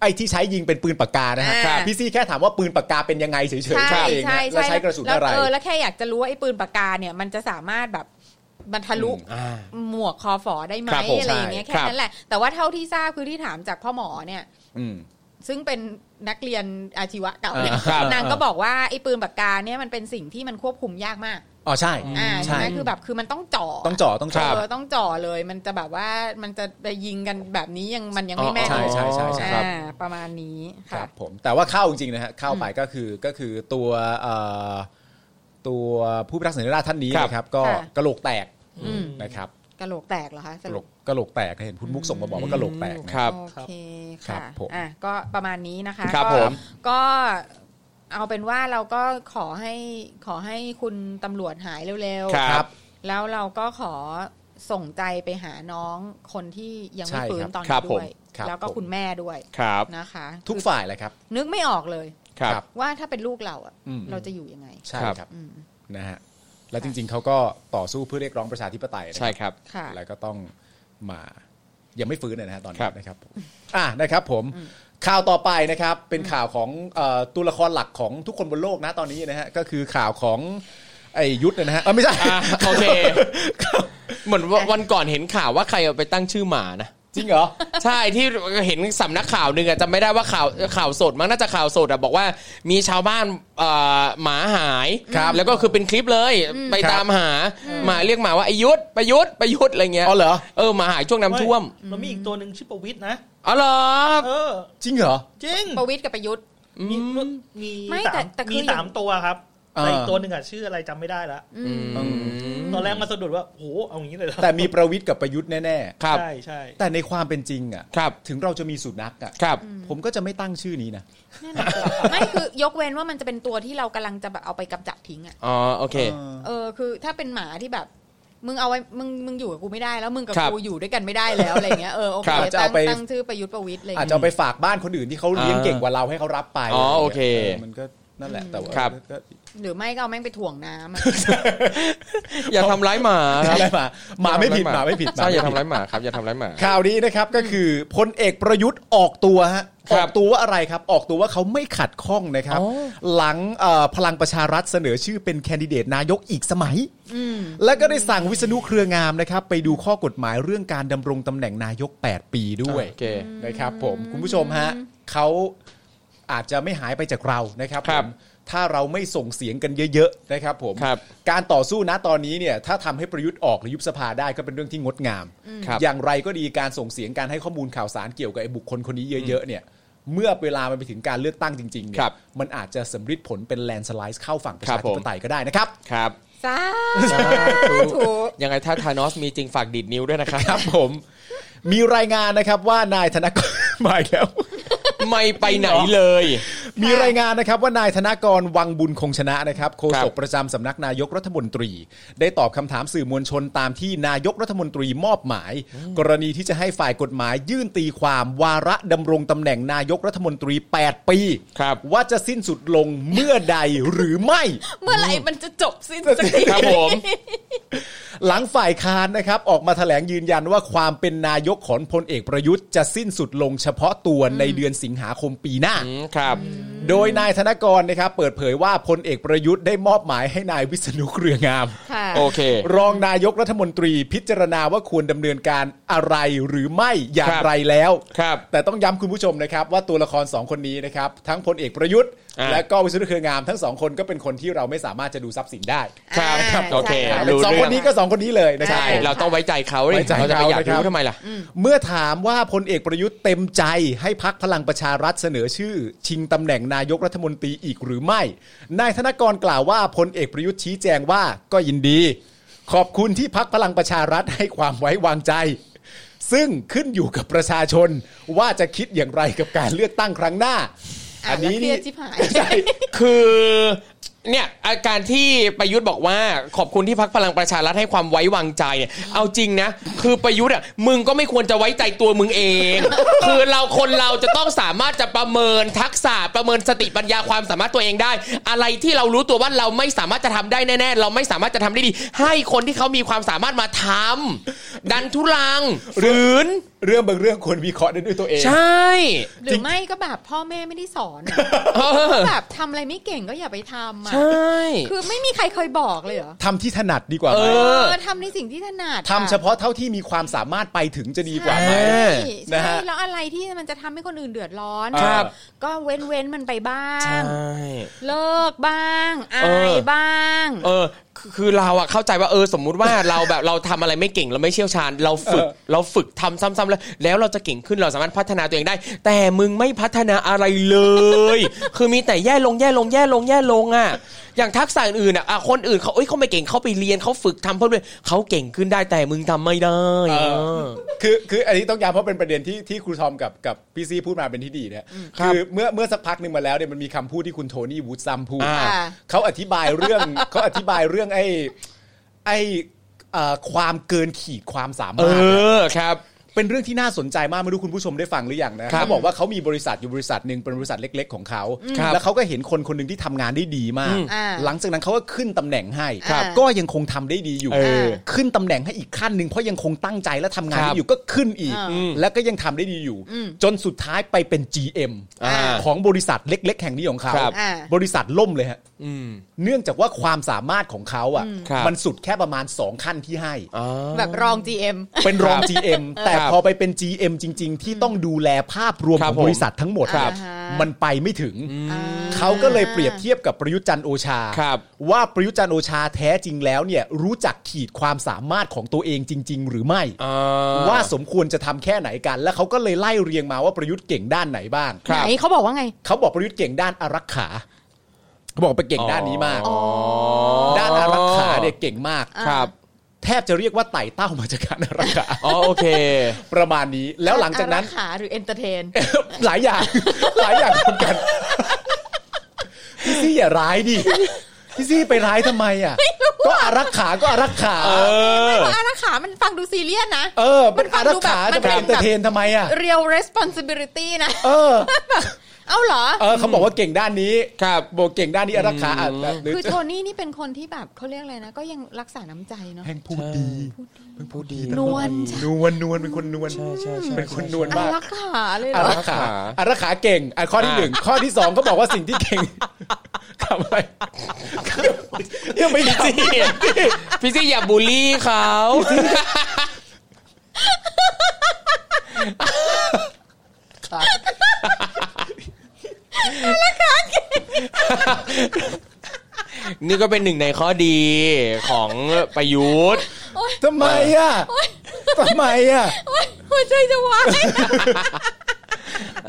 Speaker 5: ไอ้ที่ใช้ยิงเป็นปืนปากกานะฮะ
Speaker 8: อ่าครับ
Speaker 5: พี่ซี่แค่ถามว่าปืนปากกาเป็นยังไงเฉยๆ
Speaker 8: ใช่
Speaker 5: แค่เอง
Speaker 8: ใช่
Speaker 5: นะแล้ว
Speaker 8: ใช่
Speaker 5: ใช้กระสุนอะไร
Speaker 8: แล้วเออแล้วแค่อยากจะรู้ว่าไอ้ปืนปากกาเนี่ยมันจะสามารถแบบมันทะลุ
Speaker 4: อ่า
Speaker 8: หมวกคอฝอได้ไหม
Speaker 4: ครับผม
Speaker 8: อะไรอย่างเงี้ย
Speaker 4: ใช่
Speaker 8: แค่นั้นแหละ แต่ว่าเท่าที่ทราบคือที่ถามจากพ่อหมอเนี่ย
Speaker 5: อืม
Speaker 8: ซึ่งเป็นนักเรียนอาชีวะเก่าเนี่ย
Speaker 5: อ่าครับ
Speaker 8: นางก็บอกว่าไอ้ปืนปากกาเนี่ยมันเป็นสิ่งที่มันควบคุมยากมาก
Speaker 5: อ๋อใช่
Speaker 8: อ่าใช่
Speaker 5: ใช่
Speaker 8: ไหมคือแบบคือมันต้องจ่อ
Speaker 5: ต้องจ่อต้องจ่อ
Speaker 8: เออต้องจ่อเลย มันจะแบบว่ามันจะไปยิงกันแบบนี้ยังมันยังไม่แม่น
Speaker 5: อ๋อใช่ใช่ใช่
Speaker 8: อ่าประมาณนี้
Speaker 5: ค
Speaker 8: ค่ะ
Speaker 5: รับผมแต่ว่าเข้าจริงๆนะฮะเข้าไปก็คือก็คือตัวเอ่อตัวผู้พิทักษ์สันติราษฎร์ท่านนี้
Speaker 4: ครับ
Speaker 5: นะครับ ก็กระโหลกแตก
Speaker 8: อืม
Speaker 5: นะครับ
Speaker 8: กะโหลกแตกเหรอคะส
Speaker 5: กระโหล
Speaker 8: รุป
Speaker 5: กกระโหลกแตกนะเห็นคุณมุกส่งมาบอกว่ากระโหลกแตกนะ
Speaker 4: ครับ
Speaker 8: โอเค
Speaker 5: ครั
Speaker 8: ค่ะ
Speaker 5: บผม
Speaker 8: อ่ะก็ประมาณนี้นะคะ
Speaker 4: ครับ
Speaker 8: ก็
Speaker 4: ผม
Speaker 8: ก็เอาเป็นว่าเราก็ขอให้ขอให้คุณตำรวจหายเร็ว
Speaker 4: ค
Speaker 8: ๆ
Speaker 4: รับ
Speaker 8: แล้วเราก็ขอส่งใจไปหาน้องคนที่ยังไม่
Speaker 5: ใช่
Speaker 8: ฟื้น
Speaker 5: ครับ
Speaker 8: ตอน
Speaker 4: ครั
Speaker 8: นี้
Speaker 4: บ
Speaker 8: ด้วย
Speaker 5: ผมครับ
Speaker 8: แล้วก็
Speaker 5: ผม
Speaker 8: คุณแม่ด้วย
Speaker 4: ครับ
Speaker 8: นะคะ
Speaker 5: ทุกฝ่ายแหละครับ
Speaker 8: นึกไม่ออกเลย
Speaker 4: ครับ
Speaker 5: ครับ
Speaker 8: ว่าถ้าเป็นลูกเราอะ
Speaker 5: อืม
Speaker 8: เราจะอยู่ยังไง
Speaker 5: ใช่
Speaker 4: ค
Speaker 5: ค
Speaker 4: รั
Speaker 5: รับ บ
Speaker 8: อืม
Speaker 5: นะฮะและจริง ๆเขาก็ต่อสู้เพื่อเรียกร้องประชาธิปไตยนะ
Speaker 4: ใช่ครับ
Speaker 8: ค่ะ
Speaker 5: แล้วก็ต้องมายังไม่ฟื้นเลยนะฮะตอน
Speaker 4: ครับ
Speaker 5: นี้นะครับผมอ่ะนะครับผมข่าวต่อไปนะครับเป็นข่าวของเอ่อตัวละครหลักของทุกคนบนโลกนะตอนนี้นะฮะก็คือข่าวของไอ้ยุทธนะฮะเออไม่ใช่
Speaker 4: อ่าโอเค เหมือนว่าวันก่อนเห็นข่าวว่าใครเอาไปตั้งชื่อหมานะ
Speaker 5: จริงเหรอ
Speaker 4: ใช่ที่เห็นสำนักข่าวหนึ่งอะจำไม่ได้ว่าข่าวข่าวสดมั้งน่าจะข่าวสดอะบอกว่ามีชาวบ้านเอ่อหมาหาย
Speaker 5: ครับ
Speaker 4: แล้วก็คือเป็นคลิปเลยไป
Speaker 5: ครับ
Speaker 4: ตามหาหมาเรียกหมาว่าไอายุทธประยุทธ์ประยุทธ์อะไรเงี้ย
Speaker 5: อ๋อเหรอ
Speaker 4: เออหมาหายช่วงน้ำท่วม
Speaker 6: แล้วมีอีกตัวหนึ่งชื่อประวิทย์นะ
Speaker 4: อ๋อเหรอ
Speaker 6: เออ
Speaker 5: จริงเหรอ
Speaker 6: จริง
Speaker 8: ประวิทย์กับประยุทธ์
Speaker 6: มีมี
Speaker 8: ไม่แต่
Speaker 6: สาม
Speaker 8: แต่คือ
Speaker 6: มีสามตัวครับ
Speaker 5: เออ
Speaker 6: แต่อีกตัวหนึ่งอะชื่ออะไรจำไม่ได้ละ
Speaker 5: อืม
Speaker 6: ตอนแรกมาสะดุดว่าโอ้โหเอาอย่างนี้เลยเหรอ
Speaker 5: [laughs] แต่มีประวิทย์กับประยุทธ์แน่
Speaker 4: ครับ
Speaker 6: ใช่ใช่
Speaker 5: ๆ แต่ในความเป็นจริงอ่ะ
Speaker 4: ครับ
Speaker 5: ถึงเราจะมีสุนัขอ่ะ
Speaker 4: ครับ
Speaker 5: ผมก็จะไม่ตั้งชื่อนี้นะ
Speaker 8: นั่นน่ะสิไม่คือยกเว้นว่ามันจะเป็นตัวที่เรากำลังจะแบบเอาไปกำจัดทิ้งอะ
Speaker 4: อ๋อโอเค
Speaker 8: เออคือถ้าเป็นหมาที่แบบ มึงเอาไว้มึงมึงอยู่กับกูไม่ได้แล้วมึงกับ
Speaker 4: ครับ
Speaker 8: กูอยู่ด้วยกันไม่ได้แล้วอะไรเงี้ยเออโอเค
Speaker 4: ครับ
Speaker 5: จะ
Speaker 8: ตั้
Speaker 5: เอา
Speaker 8: ง
Speaker 5: ไป
Speaker 8: ตั้งชื่อประยุทธ์ประวิทย์อะไร
Speaker 5: อาจ
Speaker 8: เงี้ย
Speaker 5: จะเอาไปฝากบ้านคนอื่นที่เขาเลี้ยงเก่งกว่าเราให้เขารับไป
Speaker 4: อ๋อโอเค
Speaker 5: มันก็ นั่นแหละแต่ว่า
Speaker 4: ครับ
Speaker 5: ก็
Speaker 8: หรือไม่ก็เอาแม่งไปถ่วงน้ำอะ
Speaker 4: อย่าทำร้ายหมาครับ
Speaker 5: อะไรมาหมาไม่ผิดหมาไม่ผิดห
Speaker 4: ใช่อย่า
Speaker 5: ไม่ผิด
Speaker 4: ทำร้ายหมาครับอย่าทำร้ายหมา
Speaker 5: ข่าวนี้นะครับก็คือพลเอกประยุทธ์ออกตัวฮะ
Speaker 4: ค
Speaker 5: อ
Speaker 4: รับอก
Speaker 5: ตัวว่าอะไรครับ ออกตัวว่าเขาไม่ขัดข้องนะครับ
Speaker 4: อ๋อ
Speaker 5: หลังเอ่อพลังประชารัฐเสนอชื่อเป็นแคนดิเดตนายกอีกสมัย และก็ได้สั่งวิษณุเครืองามนะครับ ไปดูข้อกฎหมายเรื่องการดำรงตำแหน่งนายก 8 ปีด้วย
Speaker 4: โอเค
Speaker 5: นะครับผมคุณผู้ชมฮะเขาอาจจะไม่หายไปจากเรานะครับ
Speaker 4: ครับ
Speaker 5: ผมถ้าเราไม่ส่งเสียงกันเยอะๆนะครับผม
Speaker 4: ครับ
Speaker 5: การต่อสู้นะตอนนี้เนี่ยถ้าทำให้ประยุทธ์ออกหรือยุบสภาได้ก็เป็นเรื่องที่งดงาม
Speaker 4: ครับ
Speaker 5: อย่างไรก็ดีการส่งเสียงการให้ข้อมูลข่าวสารเกี่ยวกับไอ้บุคคลคนนี้เยอะๆเนี่ยเมื่อเวลามันไปถึงการเลือกตั้งจริงๆเนี่
Speaker 4: ครั
Speaker 5: ย
Speaker 4: บ
Speaker 5: มันอาจจะสำฤทธิ์ผลเป็นแลนสไลด์เข้าฝั่งประ
Speaker 4: ครั
Speaker 5: ชา
Speaker 4: บผ
Speaker 5: ธิ
Speaker 4: ม
Speaker 5: ปไตยก็ได้นะครับ
Speaker 4: ครับ
Speaker 8: สา
Speaker 4: ธุ
Speaker 8: ธุ
Speaker 4: ยังไงถ้าธานอสมีจริงฝากดีดนิ้วด้วยนะครับ
Speaker 5: ครับผม มีรายงานนะครับว่านายธนกร [laughs] มาอีกแล้ว
Speaker 4: ไม่ไปไหนเลย
Speaker 5: มีรายงานนะครับว่านายธนกรวังบุญคงชนะนะครับโฆ
Speaker 4: ค
Speaker 5: ษ
Speaker 4: รั
Speaker 5: ก
Speaker 4: บ
Speaker 5: ประจำสำนักนายกรัฐมนตรี ได้ตอบคำถามสื่อมวลชนตามที่นายกรัฐมนตรีมอบหมาย กรณีที่จะให้ฝ่ายกฎหมายยื่นตีความวาระดำรงตำแหน่งนายกรัฐมนตรี 8 ปี
Speaker 4: ครับ
Speaker 5: ว่าจะสิ้นสุดลงเมื่อใดหรือไม่
Speaker 8: เมื่อไหร่มันจะจบสิ้นสักที
Speaker 4: ครับผม
Speaker 5: หลังฝ่ายค้านนะครับออกมาแถลงยืนยันว่าความเป็นนายกของพลเอกประยุทธ์จะสิ้นสุดลงเฉพาะตัวในเดือนสิงหาคมปีหน้า
Speaker 4: อืมครับ
Speaker 5: โดยนายธนกรนะครับเปิดเผยว่าพลเอกประยุทธ์ได้มอบหมายให้นายวิษณุเครืองาม
Speaker 8: ค่ะ
Speaker 4: โอเค
Speaker 5: รองนายกรัฐมนตรีพิจารณาว่าควรดำเนินการอะไรหรือไม่อย่างไรแล้ว
Speaker 4: ครับ
Speaker 5: แต่ต้องย้ำคุณผู้ชมนะครับว่าตัวละครสองคนนี้นะครับทั้งพลเอกประยุทธ์
Speaker 4: อ่า
Speaker 5: และก็วิษณุเครืองาม ทั้งสองคนก็เป็นคนที่เราไม่สามารถจะดูทรัพย์สินได้
Speaker 4: ครับ
Speaker 8: อ่า
Speaker 4: ครับโอเค
Speaker 8: ใช่ค่ะ
Speaker 5: เป็น
Speaker 4: รู้
Speaker 5: สอง
Speaker 4: เรื่
Speaker 5: ค
Speaker 4: อน ง
Speaker 5: นี้ก็สองคนนี้เลยนะครับ
Speaker 4: ใช่เราต้องไว้ใจเขาดิ
Speaker 5: ไว้ใจ
Speaker 4: เราจะไปอยากรู้
Speaker 5: เขานะครับ
Speaker 4: ทำไมล่ะ
Speaker 5: เมื่อถามว่าพลเอกประยุทธ์เต็มใจให้พักพลังประชารัฐเสนอชื่อ ชิงตำแหน่งนายกรัฐมนตรีอีกหรือไม่ นายธนกรกล่าวว่าพลเอกประยุทธ์ชี้แจงว่าก็ยินดี ขอบคุณที่พักพลังประชารัฐให้ความไว้วางใจ ซึ่งขึ้นอยู่กับประชาชนว่าจะคิดอย่างไรกับการเลือกตั้งครั้งหน้า
Speaker 8: อ่ะ
Speaker 5: อันนี้นี่
Speaker 8: แล้วเครียดชิบหาย [laughs]
Speaker 5: ใช่
Speaker 4: คือเนี่ยอาการที่ประยุทธ์บอกว่าขอบคุณที่พักพลังประชารัฐให้ความไว้วางใจเนี่ยเอาจริงนะ คือประยุทธ์อ่ะมึงก็ไม่ควรจะไว้ใจตัวมึงเอง คือเราคนเราจะต้องสามารถจะประเมินทักษะประเมินสติปัญญาความสามารถตัวเองได้ อะไรที่เรารู้ตัวว่าเราไม่สามารถจะทำได้แน่ๆ เราไม่สามารถจะทำได้ดี ให้คนที่เขามีความสามารถมาทำดันทุลัง
Speaker 5: หรืนเรื่องบางเรื่องควรวิเคราะห์ได้ด้วยตัวเอง
Speaker 4: ใช่
Speaker 8: หรือไม่ก็แบบพ่อแม่ไม่ได้สอนอะ
Speaker 4: เออ
Speaker 8: แบบทำอะไรไม่เก่งก็อย่าไปทำอ่ะ
Speaker 4: ใช่
Speaker 8: คือไม่มีใครเคยบอกเลยเหรอ
Speaker 5: ทำที่ถนัดดีกว่า
Speaker 4: เอ
Speaker 5: ไหม
Speaker 4: อ
Speaker 8: เออทำในสิ่งที่ถนัด
Speaker 5: ทำเฉพาะเท่าที่มีความสามารถไปถึงจะดีกว่าไหม
Speaker 8: ใช่
Speaker 5: นะ
Speaker 8: ใช่
Speaker 5: ฮะ
Speaker 8: แล้วอะไรที่มันจะทำให้คนอื่นเดือดร้อน
Speaker 4: ครับ
Speaker 8: ก็เว้นเว้นๆมันไปบ้าง
Speaker 4: ใช่
Speaker 8: เลิกบ้างอา
Speaker 4: เออ
Speaker 8: ยบ้าง
Speaker 4: เออคือคือเราอะเข้าใจว่าเออสมมุติว่า เราแบบเราทำอะไรไม่เก่งเราไม่เชี่ยวชาญ เราฝึกเราฝึกทำซ้ำๆแล้วแล้วเราจะเก่งขึ้นเราสามารถพัฒนาตัวเองได้ แต่มึงไม่พัฒนาอะไรเลย [laughs] คือมีแต่แย่ลงแย่ลงแย่ลงแย่ลงอะอย่างทักษะอื่นอะอ่ะคนอื่นเขาเอ้ยเขาไม่เก่งเขาไปเรียนเขาฝึกทำเพิ่มเลยเขาเก่งขึ้นได้แต่มึงทำไม่ได้
Speaker 5: เออ
Speaker 4: เออ
Speaker 5: คือคืออันนี้ต้องย้ำเพราะเป็นประเด็นที่ที่ครูทอมกับกับพี่ซีพูดมาเป็นที่ดีเนี่ยคือเมื่อเมื่อสักพักหนึ่งมาแล้วเนี่ยมันมีคำพูดที่คุณโทนี่วูดซัมพูด
Speaker 4: อ่า
Speaker 5: เขาอธิบายเรื่อง เขาอธิบายเรื่องไอ้ไอ้เอ่อความเกินขีดความสา
Speaker 4: เอ
Speaker 5: มารถ
Speaker 4: อครับ
Speaker 5: เป็นเรื่องที่น่าสนใจมากไม่รู้คุณผู้ชมได้ฟังหรือยังนะครับเขาบอกว่าเขามีบริษัทอยู่บริษัทหนึ่งเป็นบริษัทเล็ก ๆ ของเขา
Speaker 4: ครับ
Speaker 5: แล้วเขาก็เห็นคนคนหนึ่งที่ทำงานได้ดีมาก
Speaker 4: อืม
Speaker 8: อ่า
Speaker 5: หลังจากนั้นเขาก็ขึ้นตำแหน่งให้
Speaker 8: ครับ
Speaker 5: ก็ยังคงทำได้ดีอยู่
Speaker 4: เออ
Speaker 5: ขึ้นตำแหน่งให้อีกขั้นหนึ่งเพราะยังคงตั้งใจและทำงาน
Speaker 4: ครั
Speaker 5: ได้
Speaker 4: บ
Speaker 5: อยู่ก็ขึ้นอีก
Speaker 8: อ่า
Speaker 5: แล้วก็ยังทำได้ดีอยู่ จนสุดท้ายไปเป็น GM
Speaker 4: อ่า
Speaker 5: ของบริษัทเล็ก ๆ แห่งนี้ของเขา
Speaker 4: ครับ
Speaker 8: อ่า
Speaker 5: บริษัทล่มเลยฮะ
Speaker 4: อืม
Speaker 5: เนื่องจากว่าความสามารถของเขาอ่ะ
Speaker 4: ครับ
Speaker 5: มันสุดแค่ประมาณสองขั้นที่ให้
Speaker 4: อ๋อ
Speaker 8: แบบรอง GM
Speaker 5: เป็นรอง GM แต่
Speaker 4: ครับ
Speaker 5: พอไปเป็น GM จริง ๆ ที่ต้องดูแลภาพรวม
Speaker 4: ครั
Speaker 5: ข
Speaker 4: บ
Speaker 5: อง
Speaker 4: ผม
Speaker 5: บริษัททั้งหมด
Speaker 4: ครับ
Speaker 5: อ่าฮะมันไปไม่ถึง เขาก็เลยเปรียบเทียบกับประยุทธ์จันทร์โอชา
Speaker 4: ครับ
Speaker 5: ว่าประยุทธ์จันทร์โอชาแท้จริงแล้วเนี่ยรู้จักขีดความสามารถของตัวเองจริง ๆ หรือไม่
Speaker 4: อ่
Speaker 5: ว่าสมควรจะทำแค่ไหนกัน แล้วเขาก็เลยไล่เรียงมาว่าประยุทธ์เก่งด้านไหนบ้าง
Speaker 4: ครับ
Speaker 8: ไหนเขาบอกว่าไง
Speaker 5: เขาบอกประยุทธ์เก่งด้านอารักขาเขาบอกไปเก่งด้านนี้มาก
Speaker 4: อ๋อ
Speaker 5: ด้านอารักขาเนี่ยเก่งมาก
Speaker 4: ครับ
Speaker 5: แทบจะเรียกว่าไต่เต้ามาจากการอารักขา
Speaker 4: อ๋อโอเค
Speaker 5: ประมาณนี้แล้วหลังจากนั้น [laughs]
Speaker 8: อรขาหรือเอนเตอร์เทน
Speaker 5: หลายอย่าง [laughs] หลายอย่างรวมกัน [laughs] พี่ซี่อย่าร้ายดิพี่ซี่ไปร้ายทำไมอ่ะ ก็อารักขาก็อารักขา
Speaker 4: เออ
Speaker 8: เพราะอารักขามันฟังดูซีเรียสนะ
Speaker 5: เออ
Speaker 8: มั
Speaker 5: เป็น น
Speaker 8: ฟั
Speaker 5: อาง รั
Speaker 8: ดู
Speaker 5: ก
Speaker 8: แบบ
Speaker 5: ขาจะไปเอ
Speaker 8: มันเป็น
Speaker 5: นเต
Speaker 8: แบบ
Speaker 5: อร์เทนทำไมอ่ะ
Speaker 8: real responsibility นะ
Speaker 5: เออ
Speaker 8: แบบ เอ้าเหรอ
Speaker 5: เออเขาบอกว่าเก่งด้านนี้
Speaker 4: ครับ
Speaker 5: บอกเก่งด้านนี้รักษาอ่ะหรือ
Speaker 8: คือโทนี่นี่เป็นคนที่แบบเขาเรียกอะไรนะ ก็ยังรักษาน้ำใจเนาะ
Speaker 5: แห่งพูดดีแห่งพูดดีแต่
Speaker 8: นวล
Speaker 5: นวลนวลเป็นคนนวล
Speaker 4: ใช่ใช่ใช่
Speaker 5: เป็นคนนวล
Speaker 8: อ่ะ
Speaker 5: มาก
Speaker 8: รักขาเลยเหร
Speaker 5: อา
Speaker 8: อ
Speaker 5: รักขาอารักขาเก่งอ่ะข้อที่หนึ่งข้อที่สองก็บอกว่าสิ่งที่เก่ง
Speaker 4: [laughs]
Speaker 5: ทำอะไรยังไม่จริง
Speaker 4: พี่ซี่อย่าบูลลี่เขา นี่ก็เป็นหนึ่งในข้อดีของประยุทธ์
Speaker 5: ทำไมอ่ะทำไมอ่ะ
Speaker 8: หัวใจจะวาย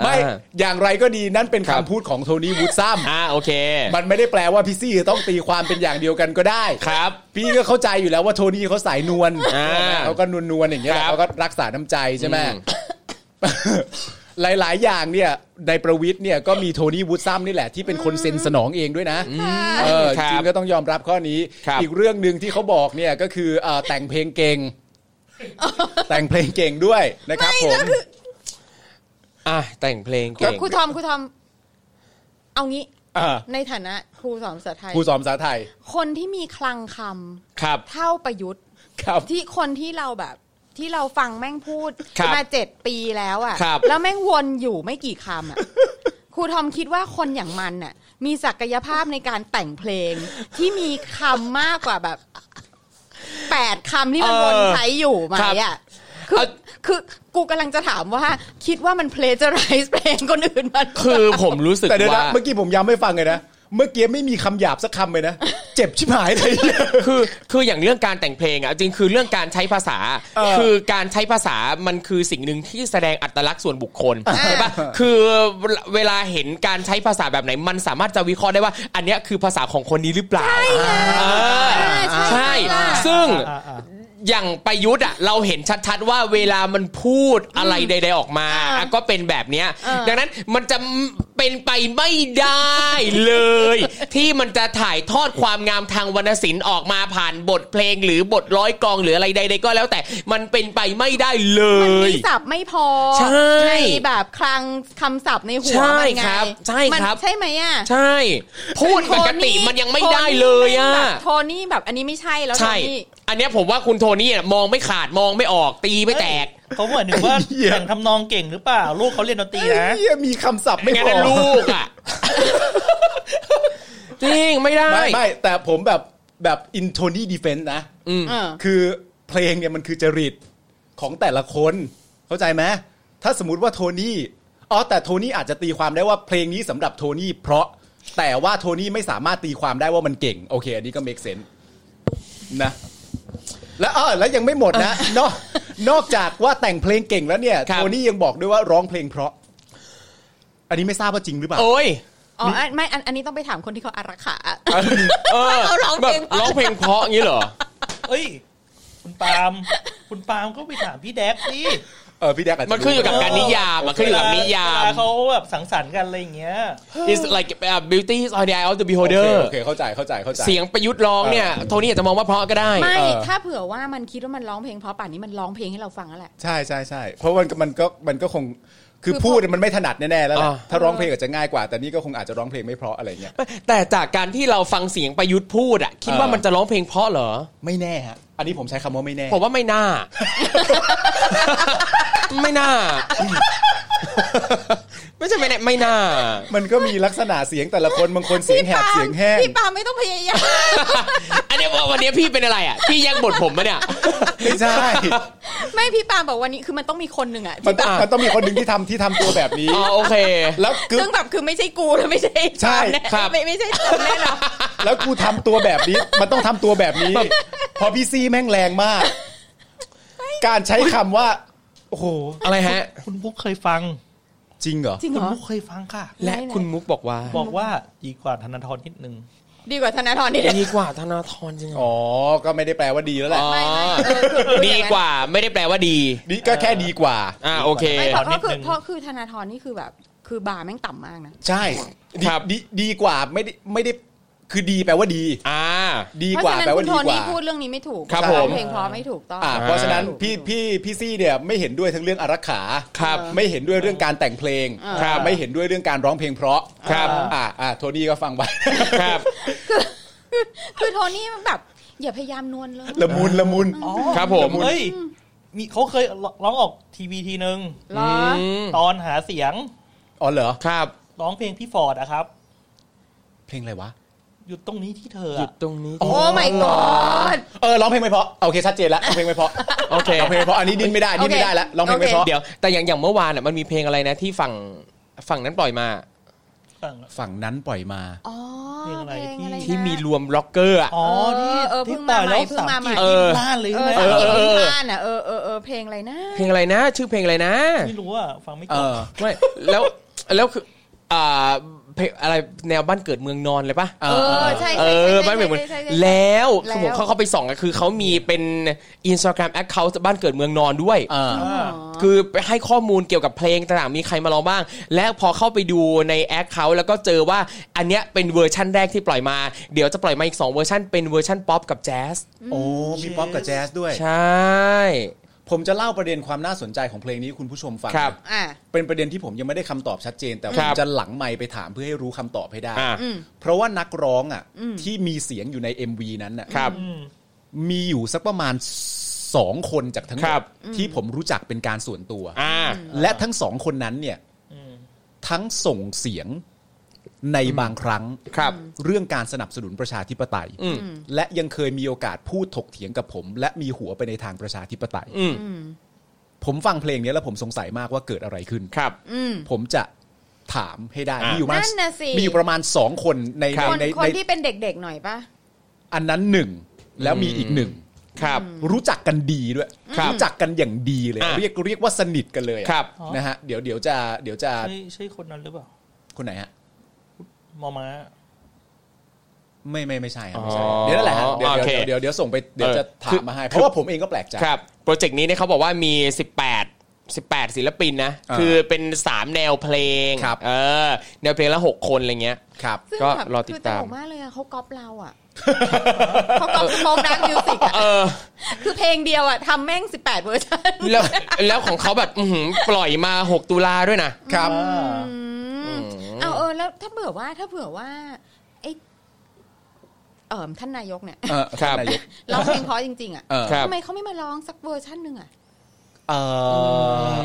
Speaker 5: ไม่
Speaker 4: อ่า
Speaker 5: อย่างไรก็ดีนั่นเป็นคำพูดของโทนี่วูดซัม
Speaker 4: อ่าโอเค
Speaker 5: มันไม่ได้แปลว่าพี่ซี่จะต้องตีความเป็นอย่างเดียวกันก็ได้
Speaker 4: ครับ
Speaker 5: พี่ก็เข้าใจอยู่แล้วว่าโทนี่เขาสายนวล
Speaker 4: อ่า
Speaker 5: เขาก็นวลนวลๆอย่างเงี้ย
Speaker 4: ครับ
Speaker 5: เขาก็รักษาน้ำใจใช่ไหม
Speaker 4: อืม
Speaker 5: หลาย ๆ อย่างเนี่ยในประวิทย์เนี่ยก็มีโทนี่วูดซัมนี่แหละที่เป็นคนเซ็นสนองเองด้วยนะ เออ
Speaker 4: ครั
Speaker 5: จ
Speaker 4: บ
Speaker 5: ริงๆก็ต้องยอมรับข้อนี้
Speaker 4: ครับ
Speaker 5: อีกเรื่องหนึ่งที่เขาบอกเนี่ยก็คือเอ่อแต่งเพลงเก่ง แต่งเพลงเก่งด้วยนะครับผม
Speaker 4: อ่ะแต่งเพลง
Speaker 8: ครู
Speaker 4: เก่ง
Speaker 8: ครูทอมครูทอม เอางี้
Speaker 5: อ่า
Speaker 8: ในฐานะครูสอนภาษาไทย
Speaker 5: ครูสอนภาษาไทย
Speaker 8: คนที่มีคลังคำ
Speaker 4: ครับ
Speaker 8: เท่าประยุทธ์
Speaker 5: ครับ
Speaker 8: ที่คนที่เราแบบ ที่เราฟังแม่งพูด
Speaker 4: ครับ
Speaker 8: มาเจ็ดปีแล้วอะ
Speaker 4: ครับ
Speaker 8: แล้วแม่งวนอยู่ไม่กี่คำอะ [laughs] ครูทอมคิดว่าคนอย่างมันน่ะ มีศักยภาพในการแต่งเพลง ที่มีคำมากกว่าแบบแปดคำที่มันวนใช้อยู่ไหมอะคือ คือกูกำลังจะถามว่า คิดว่ามันเพล g i a r i z e เพลงคนอื่นมัน
Speaker 4: คือผมรู้สึก
Speaker 5: แต่เดี๋ยวนะ
Speaker 4: ว่า
Speaker 5: เมื่อกี้ผมย้ำไม่ฟังเลยนะ เมื่อกี้ไม่มีคำหยาบสักคำเลยนะ เจ็บชิบหายเลย
Speaker 4: คือคืออย่างเรื่องการแต่งเพลงอ่ะจริงคือเรื่องการใช้ภาษา
Speaker 5: เออ
Speaker 4: คือการใช้ภาษามันคือสิ่งหนึ่งที่แสดงอัตลักษณ์ส่วนบุคคลใช่ปะคือเวลาเห็นการใช้ภาษาแบบไหน มันสามารถจะวิเคราะห์ได้ว่า อันเนี้ยคือภาษาของคนนี้หรือเปล่าเออ
Speaker 8: ใช่
Speaker 4: ใช่
Speaker 8: ใช่
Speaker 4: ซึ่ง
Speaker 6: อ่าอ่า
Speaker 4: อย่างประยุทธ์อ่ะเราเห็นชัดๆว่าเวลามันพูดอะไรใด ๆออกมา
Speaker 8: อ่า
Speaker 4: อ่ะก็เป็นแบบเนี้ย
Speaker 8: เออ
Speaker 4: ดังนั้นมันจะเป็นไปไม่ได้เลย [laughs] ที่มันจะถ่ายทอดความงามทางวรรณศิลป์ออกมาผ่านบทเพลงหรือบทร้อยกลองหรืออะไรใด ๆ ก็แล้วแต่มันเป็นไปไม่ได้เล
Speaker 8: มัน
Speaker 4: ย
Speaker 8: มีศัพท์ไม่พอ
Speaker 4: ใช่
Speaker 8: แบบคลังคำศัพท์ในหัว
Speaker 4: ใช่
Speaker 8: มันไง
Speaker 4: ครับใช่
Speaker 8: มัน
Speaker 4: ครับ
Speaker 8: ใช่ไหมอ่ะ
Speaker 4: ใช่ พูดปกติมันยังไม่ได้เลยอ่ะ
Speaker 8: โทนี่แบบอันนี้ไม่ใช่แล้วโท
Speaker 4: ใช่
Speaker 8: นี่
Speaker 4: อันเนี้ยผมว่าคุณโทนี่อะมองไม่ขาดมองไม่ออกตีไม่แตก
Speaker 6: เขาหมายถึงว่า
Speaker 5: เหี้ย
Speaker 6: แต่งทำนองเก่งหรือเปล่า ลูกเขาเรียนดนตรีนะ
Speaker 5: เหี้ยมีคำศัพท์ไม่
Speaker 4: งั้น
Speaker 5: พอ
Speaker 4: นะลูกอ่ะ [laughs] จริง ไม่ได้
Speaker 5: ไม่ไม่แต่ผมแบบแบบอินโทนี่ดีเฟนต์นะ
Speaker 8: เออ
Speaker 5: คือเพลงเนี่ยมันคือจริตของแต่ละคนเข้าใจไหมถ้าสมมติว่าโทนี่อ๋อแต่โทนี่อาจจะตีความได้ว่าเพลงนี้สำหรับโทนี่เพราะแต่ว่าโทนี่ไม่สามารถตีความได้ว่ามันเก่ง โอเค อันนี้ก็เม e เซน s e นะ และเออแล้วยังไม่หมด
Speaker 4: [laughs]
Speaker 5: นะนอกนอกจากว่าแต่งเพลงเก่งแล้วเนี่ย
Speaker 4: ครับ
Speaker 5: โทนี่ยังบอกด้วยว่าร้องเพลงเพราะ อันนี้ไม่ทราบว่าจริงหรือเปล่า
Speaker 4: โอ้ย
Speaker 8: อ๋ออันไม่อันอันนี้ต้องไปถามคนที่เขาอารักขา
Speaker 4: เออ
Speaker 8: เขาร้องเพลง
Speaker 4: แบบร้องเพลงเพราะอย่างนี้เหรอ
Speaker 6: เอ้ย คุณปาล์มคุณปาล์มก็ไปถามพี่แดกสิ
Speaker 5: [laughs] เออพี่แดกาจจะ
Speaker 4: มันขึ้นอยู่กับร
Speaker 5: รู้
Speaker 4: นิยามอะขึ้นอยู่กับนิยาม
Speaker 6: เวลเขาแบบสังสรรค์กันอะไรอย่างเงี้ย
Speaker 4: is like uh, beauty is on the eye of the beholder
Speaker 5: โอเคโอเคเข้าใจเข้าใจเข้าใจ
Speaker 4: เสียงประยุทธ์ร้องเนี่ย โทนี่อาจจะมองว่าเพราะก็ได้
Speaker 8: ไม่
Speaker 5: เออ
Speaker 8: ถ้าเผื่อว่ามันคิดว่ามันร้องเพลงเพราะป่านนี้มันร้องเพลงให้เราฟังแล้วแหละ
Speaker 5: ใช่ใช่ใช่เพราะมันก็มันก็มันก็คงคือพูดเนี่ยมันไม่ถนัดแน่ๆแล้วแหละ
Speaker 4: อ่า
Speaker 5: ถ้าร้องเพลงอาจจะง่ายกว่า แต่นี่ก็คงอาจจะร้องเพลงไม่เพราะอะไรเงี้ย
Speaker 4: แต่จากการที่เราฟังเสียงประยุทธ์พูดอะคิดว่ามันจะร้องเพลงเพราะเหรอ
Speaker 5: ไม่แน่ฮะอันนี้ผมใช้คำว่าไม่แน่
Speaker 4: ผมว่าไม่ [laughs] น่า ไม่น่า ไม่ใช่ไม่แน่ไม่น่า
Speaker 5: มันก็มีลักษณะเสียงแต่ละคนบางคนเสียงแหบเสียงแห้ง
Speaker 8: พี่ปาไม่ต้องพยายาม [laughs]
Speaker 4: อันเนี้ยวันเนี้ยพี่เป็นอะไรอ่ะ พี่แย่งบทผมมะเนี่ย
Speaker 5: ไม่ใช่
Speaker 8: ไม่พี่ปาบอกวันนี้คือมันต้องมีคนหนึ่งอะ
Speaker 5: มันต้องมันต้องมีคนหนึ่งที่ทำที่ทำตัวแบบนี้
Speaker 4: อ๋อโอเค
Speaker 5: แล้วคือ
Speaker 8: ซึ่งแบบคือไม่ใช่กูแล้วไม่ใช่
Speaker 5: ใช่
Speaker 8: แน่
Speaker 4: ครับ
Speaker 8: ไม่ไม่ใช่ตอนแน่นอน
Speaker 5: แล้วกูทำตัวแบบนี้ มันต้องทำตัวแบบนี้เพอพี่ซีแม่งแรงมาก การใช้คำว่า
Speaker 6: โอ้โห
Speaker 4: อะไรฮะ
Speaker 6: คุณมุกเคยฟัง
Speaker 5: จริงเหรอ
Speaker 8: จริง
Speaker 6: คุ
Speaker 8: เหร
Speaker 6: ณ
Speaker 8: อ
Speaker 6: มุกเคยฟังค่ะ
Speaker 4: และคุณมุกบอกว่า
Speaker 6: บอกว่าดีกว่าธนาธรนิดนึง
Speaker 8: ดีกว่าธนาธรนิดเดียว
Speaker 4: ดีกว่าธนาธรจริงเหรอ
Speaker 5: อ๋อก็ไม่ได้แปลว่าดีแล้วแหละ
Speaker 4: อ๋อ
Speaker 8: ไม่ไม่เออคือคือ
Speaker 4: ดีกว่าไม่ได้แปลว่าดี
Speaker 5: นี่ก็แค่ดีกว่า
Speaker 4: อ่าโอเค
Speaker 8: ไม่เพราะเพราะคือ
Speaker 6: นิดนึง
Speaker 8: เพราะคือธนาธรนี่คือแบบ คือบาร์แม่งต่ำมากนะ
Speaker 5: ใช่ดี
Speaker 4: ครับ
Speaker 5: ดีดีกว่าไม่ได้ไม่ได้ คือดีแปลว่าดี
Speaker 4: อ่า
Speaker 5: ดี
Speaker 8: เพ
Speaker 5: ก
Speaker 8: ราะ
Speaker 5: ว่า
Speaker 8: ฉะนั้น
Speaker 5: แปล
Speaker 8: คุ
Speaker 5: ว่า
Speaker 8: ณโท
Speaker 5: ดีกว่า
Speaker 8: นี่พูดเรื่องนี้ไม่ถูก
Speaker 4: ครับ
Speaker 8: เพาะ
Speaker 4: ผม
Speaker 8: เพลงเพราะไม่ถูกต้อง
Speaker 5: อ่าเพราะฉะนั้นพี่พี่พี่ซี่เนี่ยไม่เห็นด้วยทั้งเรื่องอารักขา
Speaker 4: ครับ
Speaker 5: ไม่เห็นด้วยเรื่องการแต่งเพลง
Speaker 4: ครับ
Speaker 5: ไม่เห็นด้วยเรื่องการร้องเพลงเพราะ
Speaker 4: ครับ
Speaker 5: อ่าอ่าโทนี่ก็ฟังไป
Speaker 4: ครับ
Speaker 8: คือโทนี่มันแบบอย่าพยายามนวลเลย
Speaker 5: [laughs] ละมุนละมุน
Speaker 4: ครับผม
Speaker 6: เฮ้ยมีเขาเคยร้องออกทีวีทีนึง
Speaker 8: เหรอ
Speaker 4: อืม
Speaker 6: ตอนหาเสียง
Speaker 5: อ๋อเหรอ
Speaker 4: ครับ
Speaker 6: ร้องเพลงพี่ฟอร์ดอะครับ
Speaker 5: เพลงอะไรวะ
Speaker 6: หยุดตรงนี้ที่เธอ
Speaker 4: หยุ
Speaker 6: อะ
Speaker 4: ดตรงนี้
Speaker 8: โอ้ my god
Speaker 5: เออร้องเพลงไม่เพราะโอเคชัดเจนแล้วร้องเพลงไม่เพราะ
Speaker 4: โอเค
Speaker 5: ร้องเพลงไม่เพราะอันนี้ดิ้นไม่ได้ดิ้นไม่ได้แล้วร้องเพลงไม่เพราะ
Speaker 4: เดี๋ยวแต่อย่างอย่างเมื่อวานอ่ะมันมีเพลงอะไรนะที่ฝั่งฝั่งนั้นปล่อยมา
Speaker 6: ฟัง
Speaker 5: ฝั่งนั้นปล่อยมา
Speaker 8: อ๋อ
Speaker 6: เพลงอะไร
Speaker 8: เพลงอะไรนะ
Speaker 4: ที่มีรวมร็อกเกอร์อ่ะ
Speaker 6: อ๋อที่
Speaker 8: เออเพิ่
Speaker 6: ที่
Speaker 8: ง
Speaker 6: ปล่
Speaker 8: มา
Speaker 6: อยแล้
Speaker 8: ใหม่
Speaker 6: ว
Speaker 8: เพิ่ง
Speaker 6: สาม
Speaker 8: มาใหม่
Speaker 6: กีบล้านเลย
Speaker 8: เอ
Speaker 6: ใช่ไห
Speaker 8: อ
Speaker 6: ม
Speaker 8: เออ
Speaker 4: เออเออ
Speaker 8: บ้านอ่ะเออเออเออเพลงอะไรนะ
Speaker 4: เพลงอะไรนะ ชื่อเพลงอะไรนะ
Speaker 6: ไม่รู้อ่ะฟังไม่
Speaker 5: เอ
Speaker 6: เก่ง
Speaker 5: อ
Speaker 4: ไม่แล้วแล้วคืออ่าเพลงอะไรแนวบ้านเกิดเมืองนอนเลยปะ
Speaker 8: เออใช่
Speaker 4: เอ
Speaker 8: ใช่ใช่
Speaker 4: อ
Speaker 8: ใช่
Speaker 4: บ้านเกิดเมือง
Speaker 8: ใช่ใช่ใช่
Speaker 4: แล้ว
Speaker 8: แล้ว
Speaker 4: คือผมเขาเข้าไปส่องอะคือเขามีเป็นอินสตาแกรมแอคเคาท์บ้านเกิดเมืองนอนด้วย
Speaker 5: เออ
Speaker 6: อ่า
Speaker 4: คือไปให้ข้อมูลเกี่ยวกับเพลงต่างๆ มีใครมาร้องบ้าง และพอเข้าไปดูในแอคเขาแล้วก็เจอว่าอันเนี้ยเป็นเวอร์ชั่นแรกที่ปล่อยมา เดี๋ยวจะปล่อยมาอีก 2 เวอร์ชันเป็นเวอร์ชันป๊อปกับแจ๊ส
Speaker 5: โอ้มีป๊อปกับแจ๊สด้วย
Speaker 4: ใช่
Speaker 5: ผมจะเล่าประเด็นความน่าสนใจของเพลงนี้ให้คุณผู้ชมฟัง
Speaker 4: ครับ
Speaker 8: อ่ะ
Speaker 5: เป็นประเด็นที่ผมยังไม่ได้คำตอบชัดเจน แต่ผ
Speaker 4: ครั
Speaker 5: ม
Speaker 4: บ
Speaker 5: จะหลังไมค์ไปถามเพื่อให้รู้คำตอบให้ได้
Speaker 4: อ่ะ
Speaker 5: เพราะว่านักร้องอ่ะที่มีเสียงอยู่ใน MV นั้นน่ะ
Speaker 4: ครับ
Speaker 5: มีอยู่สักประมาณสองคนจากทั้งหม
Speaker 4: ครั
Speaker 5: ด
Speaker 4: บ
Speaker 5: ที่ผมรู้จักเป็นการส่วนตัว
Speaker 4: อ่ะ
Speaker 5: และทั้งสองคนนั้นเนี่ย
Speaker 6: อืม
Speaker 5: ทั้งส่งเสียงในบางครั้ง
Speaker 4: ครับ
Speaker 5: เรื่องการสนับสนุนประชาธิปไตย
Speaker 4: อืม
Speaker 5: และยังเคยมีโอกาสพูดถกเถียงกับผม และมีหัวไปในทางประชาธิปไตย
Speaker 4: อืม
Speaker 5: ผมฟังเพลงเนี้ยแล้วผมสงสัยมากว่าเกิดอะไรขึ้น
Speaker 4: ครับ
Speaker 8: อืม
Speaker 5: ผมจะถามให้ได้
Speaker 4: อ่ะ
Speaker 5: มีอยู่ประมาณ
Speaker 8: นั่นน่ะสิ
Speaker 5: มีอยู่ประมาณสองคนใน
Speaker 4: ค
Speaker 5: ใน
Speaker 4: รับ
Speaker 8: คน
Speaker 5: ใน
Speaker 8: คน
Speaker 5: ใน
Speaker 8: ที่เป็นเด็กๆหน่อยปะ
Speaker 5: อันนั้นหนึ่งแล้วมีอีกหนึ่ง
Speaker 4: ครับ
Speaker 5: รู้จักกันดีด้วย
Speaker 4: ครับ
Speaker 5: รู้จักกันอย่างดีเลย
Speaker 4: อ่ะ
Speaker 5: เรียกเรียกว่าสนิทกันเลยอะ
Speaker 4: ครับ
Speaker 5: นะฮะเดี๋ยวเดี๋ยวจะเดี๋ยวจะ
Speaker 6: ใช่ใช่คนนั้นหรือเปล่า
Speaker 5: คนไหนฮะ
Speaker 6: มอม้า
Speaker 5: ไม่ไม่ไม่ใช่ครับไม่ใช่
Speaker 4: อ๋อ
Speaker 5: เดี๋ยวนั่นแหละฮะเดี๋ยว
Speaker 4: โอเค
Speaker 5: เดี๋ยวเดี๋ยวเดี๋ยวส่งไปเดี๋ยวจะถา
Speaker 4: คื
Speaker 5: ม
Speaker 4: อ
Speaker 5: มาให้ เพราะว่าผมเองก็แปลกใจ
Speaker 4: ครับ โปรเจกต์นี้เนี่ยเขาบอกว่ามี 18 18 ศิลปินนะ
Speaker 5: อ่า
Speaker 4: คือเป็น 3 แนวเพลง
Speaker 5: ครับ
Speaker 4: เออ แนวเพลงละ 6 คนอะไรเงี้ย
Speaker 5: ครับ
Speaker 8: ซึ่ง
Speaker 4: ก็
Speaker 8: แบบ
Speaker 4: รอติด
Speaker 8: คือตล
Speaker 4: ตาม
Speaker 8: กมากเลยอ่ะเขาก๊อปเราอ่ะเขาก๊อปสโมกดักมิวสิกอ่ะ
Speaker 4: เออ
Speaker 8: คือเพลงเดียวอ่ะทำแม่ง 18 เวอร์ชัน
Speaker 4: แล้วแล้วของเขาแบบอื้อหือปล่อยมา 6 ตุลาด้วยนะ
Speaker 5: ครับ
Speaker 8: อืมเอาเออแล้วถ้าเผื่อว่าถ้าเผื่อว่าไอเอ่อท่านนายกเนี่ย
Speaker 5: เออ
Speaker 4: ครับ
Speaker 5: ท่านนายก
Speaker 8: [laughs] ร้องเพลงเพราะจริง ๆ อ่ะ
Speaker 5: เออ
Speaker 4: ครับ
Speaker 8: ทำไมเขาไม่มาร้องสักเวอร์ชันหนึ่งอ่ะ
Speaker 5: เออ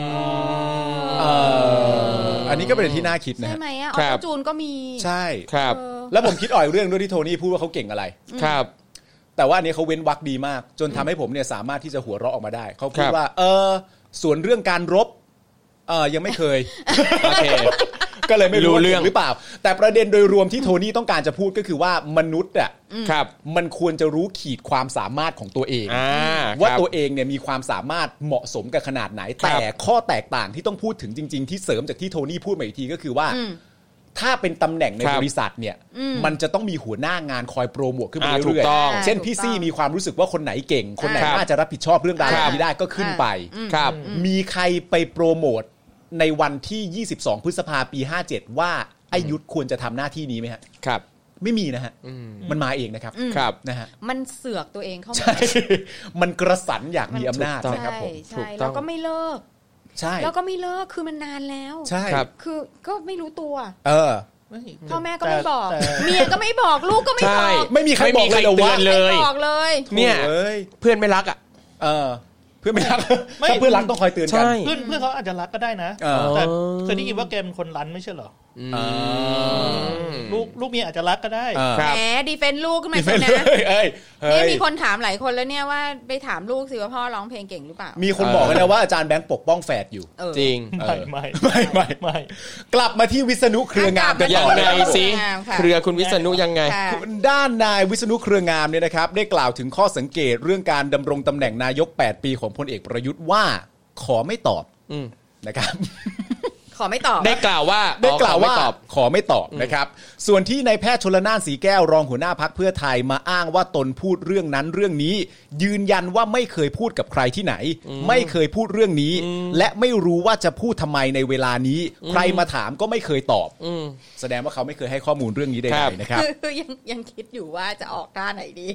Speaker 5: เอออันนี้ก็เป็นที่น่าคิดนะ
Speaker 8: ใช่
Speaker 5: ฮะ
Speaker 8: ไหมอ่ะอ
Speaker 4: ค
Speaker 8: อ
Speaker 4: รับ
Speaker 8: โต้จูนก็มี
Speaker 5: ใช่
Speaker 4: ครับ
Speaker 8: เออ
Speaker 5: แล้วผมคิดอ่อยเรื่องด้วยที่โทนี่พูดว่าเขาเก่งอะไร
Speaker 4: ครับ
Speaker 5: แต่ว่าอันนี้เขาเว้นวักดีมาก จนทำให้ผมเนี่ยสามารถที่จะหัวเราะออกมาได้ เขาพู
Speaker 4: ค
Speaker 5: ด
Speaker 4: รับ
Speaker 5: ว่า เออส่วนเรื่องการรบเออยังไม่เคย [laughs]
Speaker 4: โอเค
Speaker 5: ก็เลยไม่รู้ว่า
Speaker 4: รู้เรื่อง
Speaker 5: ก่หรือเปล่า แต่ประเด็นโดยรวมที่โทนี่ต้องการจะพูดก็คือว่ามนุษย์อ่ะ
Speaker 4: ครับ
Speaker 5: มันควรจะรู้ขีดความสามารถของตัวเอง
Speaker 4: อ่า
Speaker 5: ว่า
Speaker 4: ครับ
Speaker 5: ตัวเองเนี่ยมีความสามารถเหมาะสมกับขนาดไหน
Speaker 4: ครั
Speaker 5: แต่
Speaker 4: บ
Speaker 5: ข้อแตกต่างที่ต้องพูดถึงจริง ๆ ที่เสริมจากที่โทนี่พูดมาอีกทีก็คือว่า ถ้าเป็นตำแหน่งในบริษัทเนี่ย มันจะต้องมีหัวหน้างานคอยโปรโมทขึ้นไป
Speaker 4: อ่าถู
Speaker 5: เรื่
Speaker 4: ก
Speaker 5: อย
Speaker 4: ต้อง
Speaker 5: ๆเช่นพี่ซี่มีความรู้สึกว่าคนไหนเก่ง คนไหน
Speaker 4: ครับ
Speaker 5: น่าจะรับผิดชอบเรื่องราว
Speaker 4: ครับ
Speaker 5: แบบนี้ได้ก็ขึ้นไป
Speaker 4: ครับ
Speaker 5: มีใครไปโปรโมทในวันที่ 22 พฤษภาปี 57 ว่าไอายุทธควรจะทำหน้าที่นี้ไหมฮะ
Speaker 4: ครับ
Speaker 5: ไม่มีนะฮะ มันมาเองนะครับ
Speaker 4: ครับ
Speaker 5: นะฮะ
Speaker 8: มันเสือกตัวเองเข้ามา
Speaker 5: ใช่ [laughs] มันกระสันอยากมีอำนาจ
Speaker 4: ถูกต้อง
Speaker 5: นะครับผม
Speaker 8: ใช่แล้วก็ไม่เลิก
Speaker 5: ใช่
Speaker 8: แล้วก็ไม่เลิกคือมันนานแล้ว
Speaker 5: ใช่
Speaker 4: ครับ
Speaker 8: คือก็ไม่รู้ตัว
Speaker 5: เออ
Speaker 6: ไม่
Speaker 8: พ่อแม่ก็ไม่บอก
Speaker 6: แต่แต่
Speaker 8: เมียก็ไม่บอกลูกก็ไม่บ
Speaker 4: ใช่
Speaker 8: อก
Speaker 5: ไม่มีใครบอกเลยเหรอ
Speaker 4: ไม่มี
Speaker 5: วะ
Speaker 4: ใครเตือนเลย
Speaker 8: ไม่บอกเลย
Speaker 4: เนี่ย
Speaker 5: โถ่อ้ย
Speaker 4: เพื่อนไม่รักอ่ะ
Speaker 5: เออ เพื่อนไม่รักถ้าเพื่อนรักต้องคอยเตือนกัน
Speaker 4: ใช่
Speaker 6: เพื่อนเพื่อนเขาอาจจะรักก็ได้นะ
Speaker 5: เออ
Speaker 6: แต่เคยได้ยินว่าแกเป็นคนรันไม่ใช่เหรอ
Speaker 5: อ่า
Speaker 6: ลูกลูกเมียอาจจะรักก็ได้
Speaker 5: เออ
Speaker 4: ครั
Speaker 8: แห
Speaker 4: บ
Speaker 8: มดีเฟนต์ลูกขึ้นมา
Speaker 5: นี่
Speaker 8: สิ
Speaker 5: เป็น
Speaker 8: นะ
Speaker 5: เฮ้ยเอ้ยเฮ้
Speaker 8: นี่
Speaker 5: ย
Speaker 8: มีคนถามหลายคนแล้วเนี่ยว่าไปถามลูกสิว่าพ่อร้องเพลงเก่งหรือเปล่า
Speaker 5: มีคนบอกไว้แล้วว่าอาจารย์แบงค์ปกป้องแฝดอยู่
Speaker 8: เออ
Speaker 4: จริง
Speaker 5: เอ
Speaker 6: ไม่
Speaker 5: อ
Speaker 6: ไม่
Speaker 5: ไม่ไม่
Speaker 6: ไม่
Speaker 5: กลับมาที่วิษณุเครืองามกัน
Speaker 4: ยั
Speaker 5: ต่
Speaker 4: ง
Speaker 5: อ
Speaker 4: ไง
Speaker 5: นะครับ
Speaker 4: สิ
Speaker 8: งามค่ะ
Speaker 4: เครือคุณวิษณุยังไง
Speaker 8: ค่ะ
Speaker 5: ด้านนายวิษณุเครืองามเนี่ยนะครับ ได้กล่าวถึงข้อสังเกตเรื่องการดำรงตำแหน่งนายก 8 ปีของพลเอกประยุทธ์ว่า ขอไม่ตอบ
Speaker 4: อืม
Speaker 5: นะครับ
Speaker 8: ข ขอไม่ตอบ
Speaker 4: ได้กล่าวว่า
Speaker 5: ได้กล่าวว่า
Speaker 4: ขอไม่ตอบ
Speaker 5: ขอไม่ตอบนะครับ ส่วนที่นายแพทย์ชนละนานสีแก้วรองหัวหน้าพักเพื่อไทยมาอ้างว่าตนพูดเรื่องนั้นเรื่องนี้ ยืนยันว่าไม่เคยพูดกับใครที่ไหน ไม่เคยพูดเรื่องนี้ และไม่รู้ว่าจะพูดทำไมในเวลานี้ ใครมาถามก็ไม่เคยตอบแสดงว่าเขาไม่เคยให้ข้อมูลเรื่องนี้ใด
Speaker 4: ครับ
Speaker 5: ๆนะครับ
Speaker 8: คือคือยังยังคิดอยู่ว่าจะออกท่าไหนดี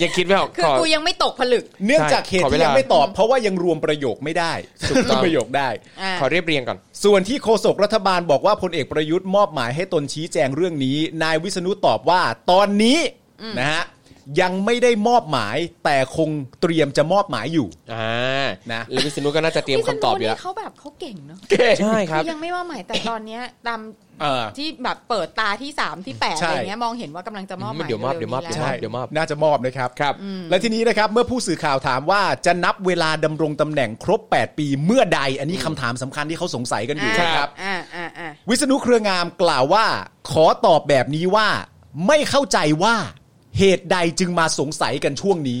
Speaker 4: อย่าคิดไม่ออก
Speaker 8: คือ
Speaker 4: ขอ
Speaker 8: กูยังไม่ตกผลึก
Speaker 5: เนื่องจากเหตุ
Speaker 4: ขอเว
Speaker 5: ที่
Speaker 4: ลา
Speaker 5: ยังไม่ตอบ เพราะว่ายังรวมประโยคไม่ได้
Speaker 4: ถูกต้อง
Speaker 5: ประโยคได้
Speaker 8: อ่า
Speaker 4: ขอเรียบเรียงก่อน
Speaker 5: ส่วนที่โฆษกรัฐบาลบอกว่าพลเอกประยุทธ์มอบหมายให้ตนชี้แจงเรื่องนี้ นายวิษณุตอบว่า ตอนนี้นะฮะยังไม่ได้มอบหมายแต่คงเตรียมจะมอบหมายอยู่
Speaker 4: อ่า
Speaker 5: นะ
Speaker 4: แล้ววิษณุก็น่าจะเตรียมคำตอบอยู่แล้ว
Speaker 8: พี่สนุกนี่เขาแบบเขาเก่งเนาะ
Speaker 4: ใช่ครับ
Speaker 8: คือยังไม่ว่าหมายแต่ตอนเนี้ยตาม
Speaker 5: เออ
Speaker 8: ที่แบบเปิดตาที่สามที่แปด
Speaker 5: ใช่
Speaker 8: อะไรเงี้ยมองเห็นว่ากำลังจะมอบหมาย
Speaker 4: เดี๋ยวมอบ
Speaker 8: ร็ๆ
Speaker 4: เดี๋ยวมอบ
Speaker 8: นี้แล้
Speaker 5: ใช่
Speaker 4: เดี๋ยวมอบ
Speaker 5: น่าจะมอบนะครับ
Speaker 4: ครับ
Speaker 5: และทีนี้นะครับ เมื่อผู้สื่อข่าวถามว่าจะนับเวลาดำรงตำแหน่งครบ 8 ปีเมื่อใด อันนี้คำถามสำคัญที่เขาสงสัยกันอยู่
Speaker 8: อ่า
Speaker 5: นะครับ
Speaker 8: อ่าอ่าอ่า
Speaker 5: วิษณุเครืองามกล่าวว่า ขอตอบแบบนี้ว่า ไม่เข้าใจว่าเหตุใดจึงมาสงสัยกันช่วงนี้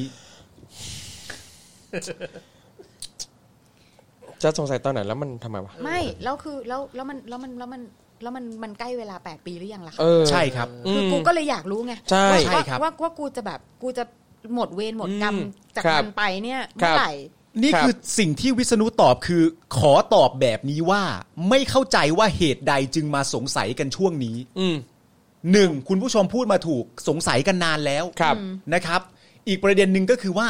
Speaker 4: จะสงสัยตอนไหนแล้วมันทำไมวะ
Speaker 8: ไม่แล้วคือแล้วแล้วมันแล้วมันแล้วมันแล้วมันมันใกล้เวลา 8 ปีหรือยังล่ะคะ
Speaker 4: เออ
Speaker 5: ใช่ครับ
Speaker 8: คือกูก็เลยอยากรู้ไง
Speaker 4: ใช่
Speaker 8: ว่า
Speaker 5: ใช่ครับ
Speaker 8: ว่าว่าว่ากูจะแบบกูจะหมดเวรหมดกรรม
Speaker 4: อืม
Speaker 8: จาก
Speaker 4: ครับ
Speaker 8: มันไปเนี่ย
Speaker 4: ครั
Speaker 8: เมื่
Speaker 4: บ
Speaker 8: อไหร่
Speaker 5: นี่
Speaker 4: ครับ
Speaker 5: คือสิ่งที่วิษณุตอบคือ ขอตอบแบบนี้ว่า ไม่เข้าใจว่าเหตุใดจึงมาสงสัยกันช่วงนี้
Speaker 4: อืม
Speaker 5: หนึ่งคุณผู้ชมพูดมาถูกสงสัยกันนานแล้ว
Speaker 4: ครับ
Speaker 5: นะครับ อีกประเด็นหนึ่งก็คือว่า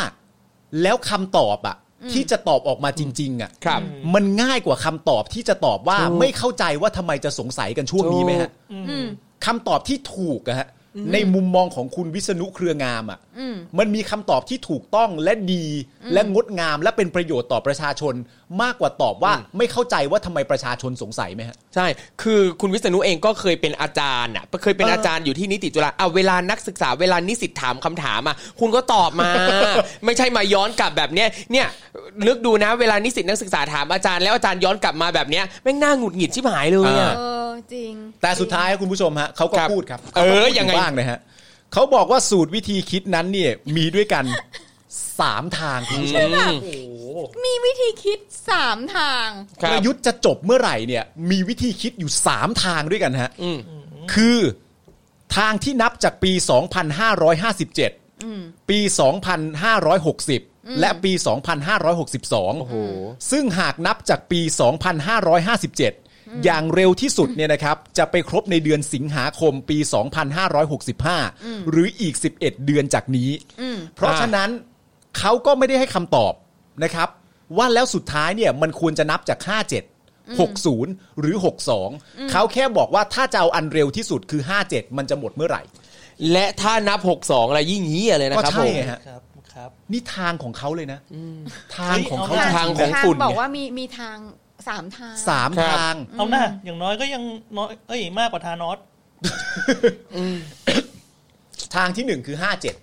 Speaker 5: แล้วคำตอบอะที่จะตอบออกมาจริง ๆอะ
Speaker 4: ครับ
Speaker 5: มันง่ายกว่าคำตอบที่จะตอบว่า ไม่เข้าใจว่าทำไมจะสงสัยกันช่วงนี้ไหมฮะ
Speaker 8: อืม
Speaker 5: คำตอบที่ถูกอะฮะในมุมมองของคุณวิษณุเครืองามอะ
Speaker 8: อืม
Speaker 5: มันมีคำตอบที่ถูกต้องและดีและงดงามและเป็นประโยชน์ต่อประชาชน มากกว่าตอบว่าไม่เข้าใจว่าทำไมประชาชนสงสัยไหมฮะ
Speaker 4: ใช่ คือคุณวิษณุเองก็เคยเป็นอาจารย์อ่ะ เคยเป็น
Speaker 5: เอออ
Speaker 4: อาจารย์อยู่ที่นิติจุฬาเอาเวลานักศึกษาเวลานิสิตถามคำถามอ่ะ คุณก็ตอบมา ไม่ใช่มาย้อนกลับแบบเนี้ย เนี่ยนึกดูนะเวลานิสิตนักศึกษาถามอาจารย์แล้วอาจารย์ย้อนกลับมาแบบเนี้ยแม่งน่าหงุดหงิดชิบหายเลยอ่ะ
Speaker 8: เออจริง
Speaker 5: แต่สุดท้ายคุณผู้ชมฮะเขาก็
Speaker 4: ครับ
Speaker 5: พูดครับ
Speaker 4: เออ
Speaker 5: ขาก็พูด
Speaker 4: ยังไง
Speaker 5: บ้างนะฮะเขาบอกว่าสูตรวิธีคิดนั้นเนี่ยมีด้วยกัน สามทางคุณผู้ชม
Speaker 4: อืม
Speaker 8: มีวิธีคิดสามทาง
Speaker 4: ครับ
Speaker 5: ประยุทธ์จะจบเมื่อไหร่เนี่ย มีวิธีคิดอยู่สามทางด้วยกันฮะ
Speaker 4: อืม
Speaker 5: คือทางที่นับจากปี 2557 ปี 2560 และปี 2562
Speaker 4: โอ้โห
Speaker 5: ซึ่งหากนับจากปี 2557 อย่างเร็วที่สุดเนี่ยนะครับ จะไปครบในเดือนสิงหาคมปี 2565 หรืออีก 11 เดือนจากนี้ เพราะ
Speaker 4: อ่า
Speaker 5: ฉะนั้นเขาก็ไม่ได้ให้คำตอบนะครับ ว่าแล้วสุดท้ายเนี่ยมันควรจะนับจาก 57 60 หรือ 62 เขาแค่บอกว่าถ้าจะเอาอันเร็วที่สุดคือ 57 มันจะหมดเมื่อไหร่
Speaker 4: และถ้านับ 6-2 อะไรยิ่งเหี้ยเลยนะ
Speaker 5: ก็
Speaker 4: ครับ
Speaker 5: ใช่
Speaker 4: ผม
Speaker 5: ไงฮะ
Speaker 6: ครับครับ
Speaker 5: นี่ทางของเขาเลยนะทางของเขา
Speaker 6: เฮ้ยเอ
Speaker 4: ทางของฝุ่น
Speaker 8: บอก
Speaker 4: ไง
Speaker 8: ว่ามีมีทางสามทาง
Speaker 5: สาม
Speaker 4: ครับ
Speaker 5: ทาง
Speaker 6: เอาหน้าอย่างน้อยก็ยังน้อยเอ้ยมากกว่าทานอส
Speaker 5: ทางที่ 1 คือ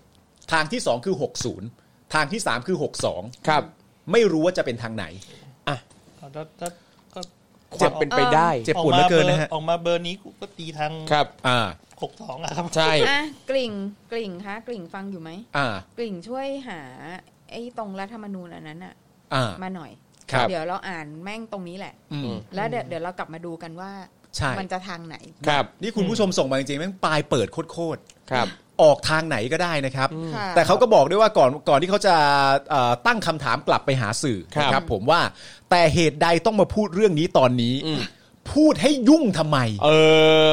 Speaker 5: 57 ทางที่ 2 คือ 60 ทางที่ 3 คือ
Speaker 4: ครับ
Speaker 5: 62 ไม่รู้ว่าจะเป็นทางไหน
Speaker 6: เอาถ้าถ้าก็
Speaker 4: ควา
Speaker 6: อ
Speaker 4: ม
Speaker 6: อก
Speaker 4: เป็นไปได้
Speaker 5: เจ็บปวดเหลือเกินนะฮะ
Speaker 6: ออกมาเบอร์นี้กูก็ตีทาง
Speaker 4: ครับ
Speaker 5: อ่า
Speaker 6: หกสองอะครับ
Speaker 4: ใช่
Speaker 8: อ่ะกลิ่งกลิ่งคะกลิ่งฟังอยู่ไหม
Speaker 5: อ่าก
Speaker 8: ลิ่งช่วยหาไอ้ตรงรัฐธรรมนูญอันนั้นอะ
Speaker 5: อ่า
Speaker 8: มาหน่อย
Speaker 4: ครับ
Speaker 8: เดี๋ยวเราอ่านแม่งตรงนี้แหละ
Speaker 5: อืม
Speaker 8: แล้วเดี๋ยวเดี๋ยวเรากลับมาดูกันว่า
Speaker 5: ใช่
Speaker 8: มันจะทางไหน
Speaker 4: ครับ
Speaker 5: นี่คุณผู้ชมส่งมาจริงๆแม่งปลายเปิดโคตร
Speaker 4: ครับ
Speaker 5: ๆออกทางไหนก็ได้นะครับ
Speaker 8: ค่ะ
Speaker 5: แต่เขาก็บอกด้วยว่าก่อนก่อนที่เขาจะเอ่อตั้งคำถามกลับไปหาสื่อ
Speaker 4: ครับ
Speaker 5: นะครับ ผมว่าแต่เหตุใดต้องมาพูดเรื่องนี้ตอนนี้
Speaker 4: อืม
Speaker 5: พูดให้ยุ่งทำไม
Speaker 4: เอ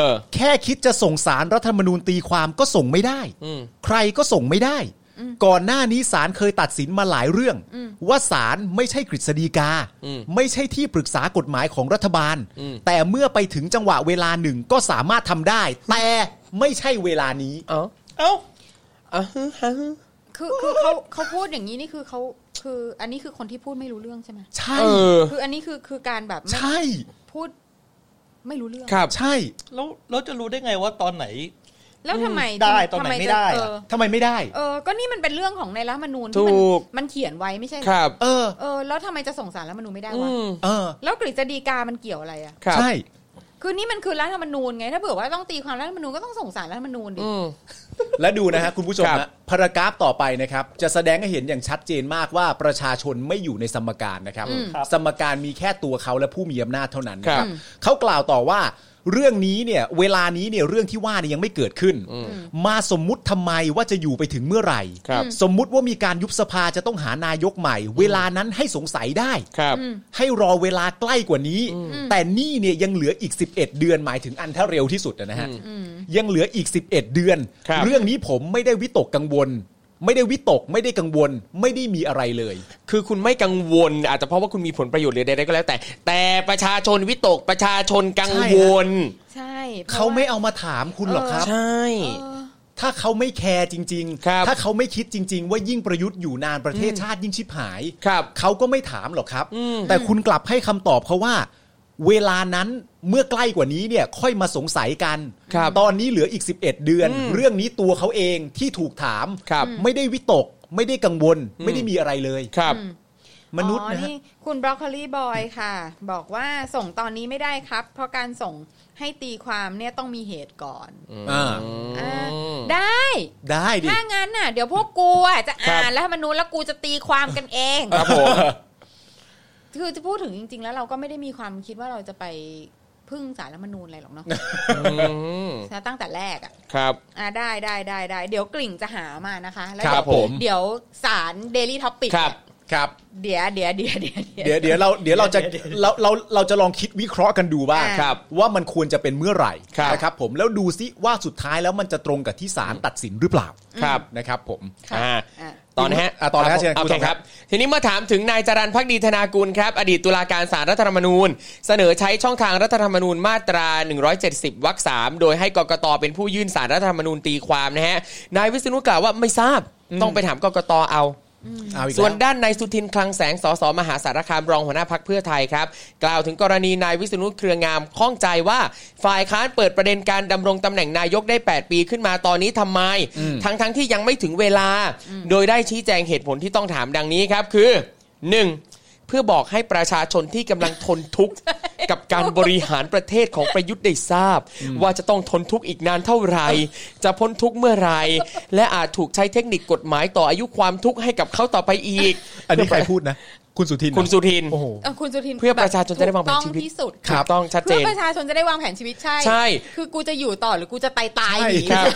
Speaker 4: อ
Speaker 5: แค่คิดจะส่งสารรัฐธรรมนูญตีความก็ส่งไม่ได้
Speaker 4: อืม
Speaker 5: ใครก็ส่งไม่ได้ ก่อนหน้านี้ศาลเคยตัดสินมาหลายเรื่อง ว่าศาลไม่ใช่กฤษฎีกา
Speaker 4: อืม
Speaker 5: ไม่ใช่ที่ปรึกษากฎหมายของรัฐบาล
Speaker 4: อืม
Speaker 5: แต่เมื่อไปถึงจังหวะเวลาหนึ่งก็สามารถทำได้ แต่ไม่ใช่เวลานี้
Speaker 4: เอ้า
Speaker 6: เอ้า
Speaker 4: อ่ะฮึอ่ะฮึ
Speaker 8: คือคือเขาเขาพูดอย่างนี้นี่คือเขาคืออันนี้คือคนที่พูดไม่รู้เรื่องใช่ไหม
Speaker 5: ใช่
Speaker 4: เออ
Speaker 8: คืออันนี้คือคือการแบบไม่
Speaker 5: ใช่
Speaker 8: พูดไม่รู้เรื่อง
Speaker 4: ครับ
Speaker 5: ใช่
Speaker 6: แล้วเราจะรู้ได้ไงว่าตอนไหน
Speaker 8: แล้วทำไม
Speaker 6: ได้
Speaker 8: ทำ
Speaker 6: ตอนไหน
Speaker 8: ทำ
Speaker 6: ไม่
Speaker 8: จะ
Speaker 6: ได้
Speaker 8: เอ
Speaker 6: อะ
Speaker 8: อ
Speaker 5: ทำไมไม่ได้
Speaker 8: เออ ก็นี่มันเป็นเรื่องของในรัฐธรรมนูญ
Speaker 4: ถู
Speaker 8: ที่มัน
Speaker 4: ก
Speaker 8: มันเขียนไว้ไม่ใช่เหรอ
Speaker 4: ครับ
Speaker 5: เออ
Speaker 8: เออแล้วทำไมจะส่งสารรัฐธรรมนูญไม่ได้
Speaker 4: อื
Speaker 8: วะ
Speaker 4: ม
Speaker 5: เออ
Speaker 8: แล้วกฤษฎีกามันเกี่ยวอะไรอะ
Speaker 4: ครับ
Speaker 5: ใช่
Speaker 8: คือนี่มันคือรัฐธรรมนูญไง ถ้าเผื่อว่าต้องตีความรัฐธรรมนูญก็ต้องส่งสารรัฐธรรมนูญดิ
Speaker 4: อืม
Speaker 5: และดูนะฮะคุณผู้ชม
Speaker 4: ครั
Speaker 5: ฮะ
Speaker 4: บ
Speaker 5: พารากราฟต่อไปนะครับ จะแสดงให้เห็นอย่างชัดเจนมากว่าประชาชนไม่อยู่ในสมการนะครับ
Speaker 8: อืม
Speaker 6: ครับ
Speaker 5: สมการมีแค่ตัวเขาและผู้มีอำนาจเท่านั้นนะค
Speaker 4: ครั
Speaker 5: รับ บเขากล่าวต่อว่า เรื่องนี้เนี่ยเวลานี้เนี่ยเรื่องที่ว่าเนี่ยยังไม่เกิดขึ้น มาสมมุติทำไมว่าจะอยู่ไปถึงเมื่อไหร่
Speaker 4: ครับ
Speaker 5: สมมุติว่ามีการยุบสภาจะต้องหานายกใหม่ เวลานั้นให้สงสัยได้
Speaker 4: ครับ
Speaker 5: ให้รอเวลาใกล้กว่านี้ แต่นี่เนี่ยยังเหลืออีก 11 เดือนหมายถึงอันถ้าเร็วที่สุดนะฮะยังเหลืออีก 11 เดือน
Speaker 4: ครับ
Speaker 5: เรื่องนี้ผมไม่ได้วิตกกังวล ไม่ได้วิตกไม่ได้กังวล ไม่ได้มีอะไรเลย
Speaker 4: คือคุณไม่กังวล อาจจะเพราะว่าคุณมีผลประโยชน์หรือใดๆก็แล้ว แต่ แต่ประชาชนวิตกประชาชนกังวล
Speaker 8: ใช่พระ
Speaker 5: เขาไม่
Speaker 8: ว่
Speaker 5: เอามาถามคุณหรอกครับ
Speaker 4: ใช่
Speaker 5: ถ้าเขาไม่แคร์จริง
Speaker 4: ครับ
Speaker 5: ๆ ถ้าเขาไม่คิดจริง ๆ ว่ายิ่งประยุทธ์อยู่นานประเทศชาติยิ่งชิบหาย
Speaker 4: ครับ
Speaker 5: เขาก็ไม่ถามหรอกครับ แต่คุณกลับให้คำตอบเขาว่า เวลานั้นเมื่อใกล้กว่านี้เนี่ยค่อยมาสงสัยกัน
Speaker 4: ครับ
Speaker 5: ตอนนี้เหลืออีก 11 เดือน เรื่องนี้ตัวเขาเองที่ถูกถาม
Speaker 4: ครับ
Speaker 5: ไม่ได้วิตก ไม่ได้กังวล ไม่ได้มีอะไรเลย
Speaker 4: ครับ
Speaker 5: มนุษย์
Speaker 8: อ๋อ
Speaker 5: นะฮะ
Speaker 8: นี่คุณบรอกโคลีบอยค่ะ บอกว่าส่งตอนนี้ไม่ได้ครับ เพราะการส่งให้ตีความเนี่ยต้องมีเหตุก่อน
Speaker 5: อ่า
Speaker 8: อ่าได้
Speaker 5: ได้ดิ
Speaker 8: ถ้างั้นน่ะ เดี๋ยวพวกกูอ่ะจะ
Speaker 4: ครับ
Speaker 8: อ่านแล้วมนูญแล้วกูจะตีความกันเอง
Speaker 4: ครับผม
Speaker 8: คือจะพูดถึงจริง ๆ แล้วเราก็ไม่ได้มีความคิดว่าเราจะไปพึ่งสารรัฐธรรมนูญอะไรหรอกเนาะ
Speaker 4: อืม
Speaker 8: นะตั้งแต่แรกอ่ะ
Speaker 4: ครับ
Speaker 8: อ่ะได้ได้ได้ได้เดี๋ยวกลิ่งจะหามานะคะแล้ว
Speaker 5: ครับ
Speaker 8: เดี๋ยว
Speaker 5: ผม
Speaker 8: เดี๋ยวสารเดลี่ท็อปิก
Speaker 4: ครับ
Speaker 5: ครับ
Speaker 8: เดี๋ยวเดี๋ยวเดี๋ยวเดี๋ยวเดี๋ยว
Speaker 5: เดี๋ยวเดี๋ยวเราเดี๋ยวเราจะเราเราเราจะลองคิดวิเคราะห์กันดูบ้าง
Speaker 8: อ่า
Speaker 4: ครับ
Speaker 5: ว่ามันควรจะเป็นเมื่อไหร่
Speaker 4: ครับ
Speaker 5: นะครับผมแล้วดูซิว่าสุดท้ายแล้วมันจะตรงกับที่ศาลตัดสินหรือเปล่า
Speaker 4: ครับ
Speaker 5: นะครับผม
Speaker 8: ค่ะ
Speaker 4: อ่า
Speaker 8: อ่ะ
Speaker 4: ตอนนะฮะ
Speaker 5: อ่ะต่อเลยฮะเชิญค
Speaker 4: โอ
Speaker 5: รู
Speaker 4: เค
Speaker 5: ต่อ
Speaker 4: ค
Speaker 5: ครั
Speaker 4: รับ
Speaker 5: บ
Speaker 4: ทีนี้เมื่อถามถึงนายจรันพักดีธนากุลครับ อดีตตุลาการศาลรัฐธรรมนูญ เสนอใช้ช่องทางรัฐธรรมนูญมาตรา 170 วรรคสามโดยให้กกตเป็นผู้ยื่นสารรัฐธรรมนูญตีความนะฮะ นายวิษณุกล่าวว่าไม่ทราบ ต้องไปถามกกตเอา
Speaker 5: เอาอีก
Speaker 4: ส่วน
Speaker 5: แล้ว
Speaker 4: ด้านนายสุทินคลังแสง สสมหาสารคามรองหัวหน้าพักเพื่อไทยครับ กล่าวถึงกรณีนายวิษณุเครืองามข้องใจว่า ฝ่ายค้านเปิดประเด็นการดำรงตำแหน่งนายกได้ 8 ปีขึ้นมาตอนนี้ทำไม ทั้งๆทที่ยังไม่ถึงเวลา โดยได้ชี้แจงเหตุผลที่ต้องถามดังนี้ครับคือ 1. เพื่อบอกให้ประชาชนที่กำลังทน
Speaker 8: [laughs]
Speaker 4: ทุกข์ กับการบริหารประเทศของประยุทธ์ได้ทราบ ว่าจะต้องทนทุกข์อีกนานเท่า
Speaker 5: [laughs]
Speaker 4: ไหร่ จะพ้นทุกข์เมื่อไหร่และอาจถูกใช้เทคนิคกฎหมายต่ออายุความทุกข์ให้กับเขาต่อไปอี
Speaker 5: [laughs]
Speaker 4: ก
Speaker 5: อันนี้ใครพูดนะ คุณสุทินเหรอ
Speaker 4: คุณสุทิน
Speaker 5: โอ้โห
Speaker 8: เอ่อคุณสุทิน
Speaker 4: เพื่อประชาชนจะได้วางแผนชีวิต
Speaker 8: ถูกต้องที่สุด
Speaker 4: ถูกต้องชัดเจน
Speaker 8: เพื่อประชาชนจะได้วางแผนชีวิตใช่
Speaker 4: ใช่
Speaker 8: คือกูจะอยู่ต่อหรือกูจะไปตาย
Speaker 5: ใช่
Speaker 8: หนี
Speaker 4: ครับ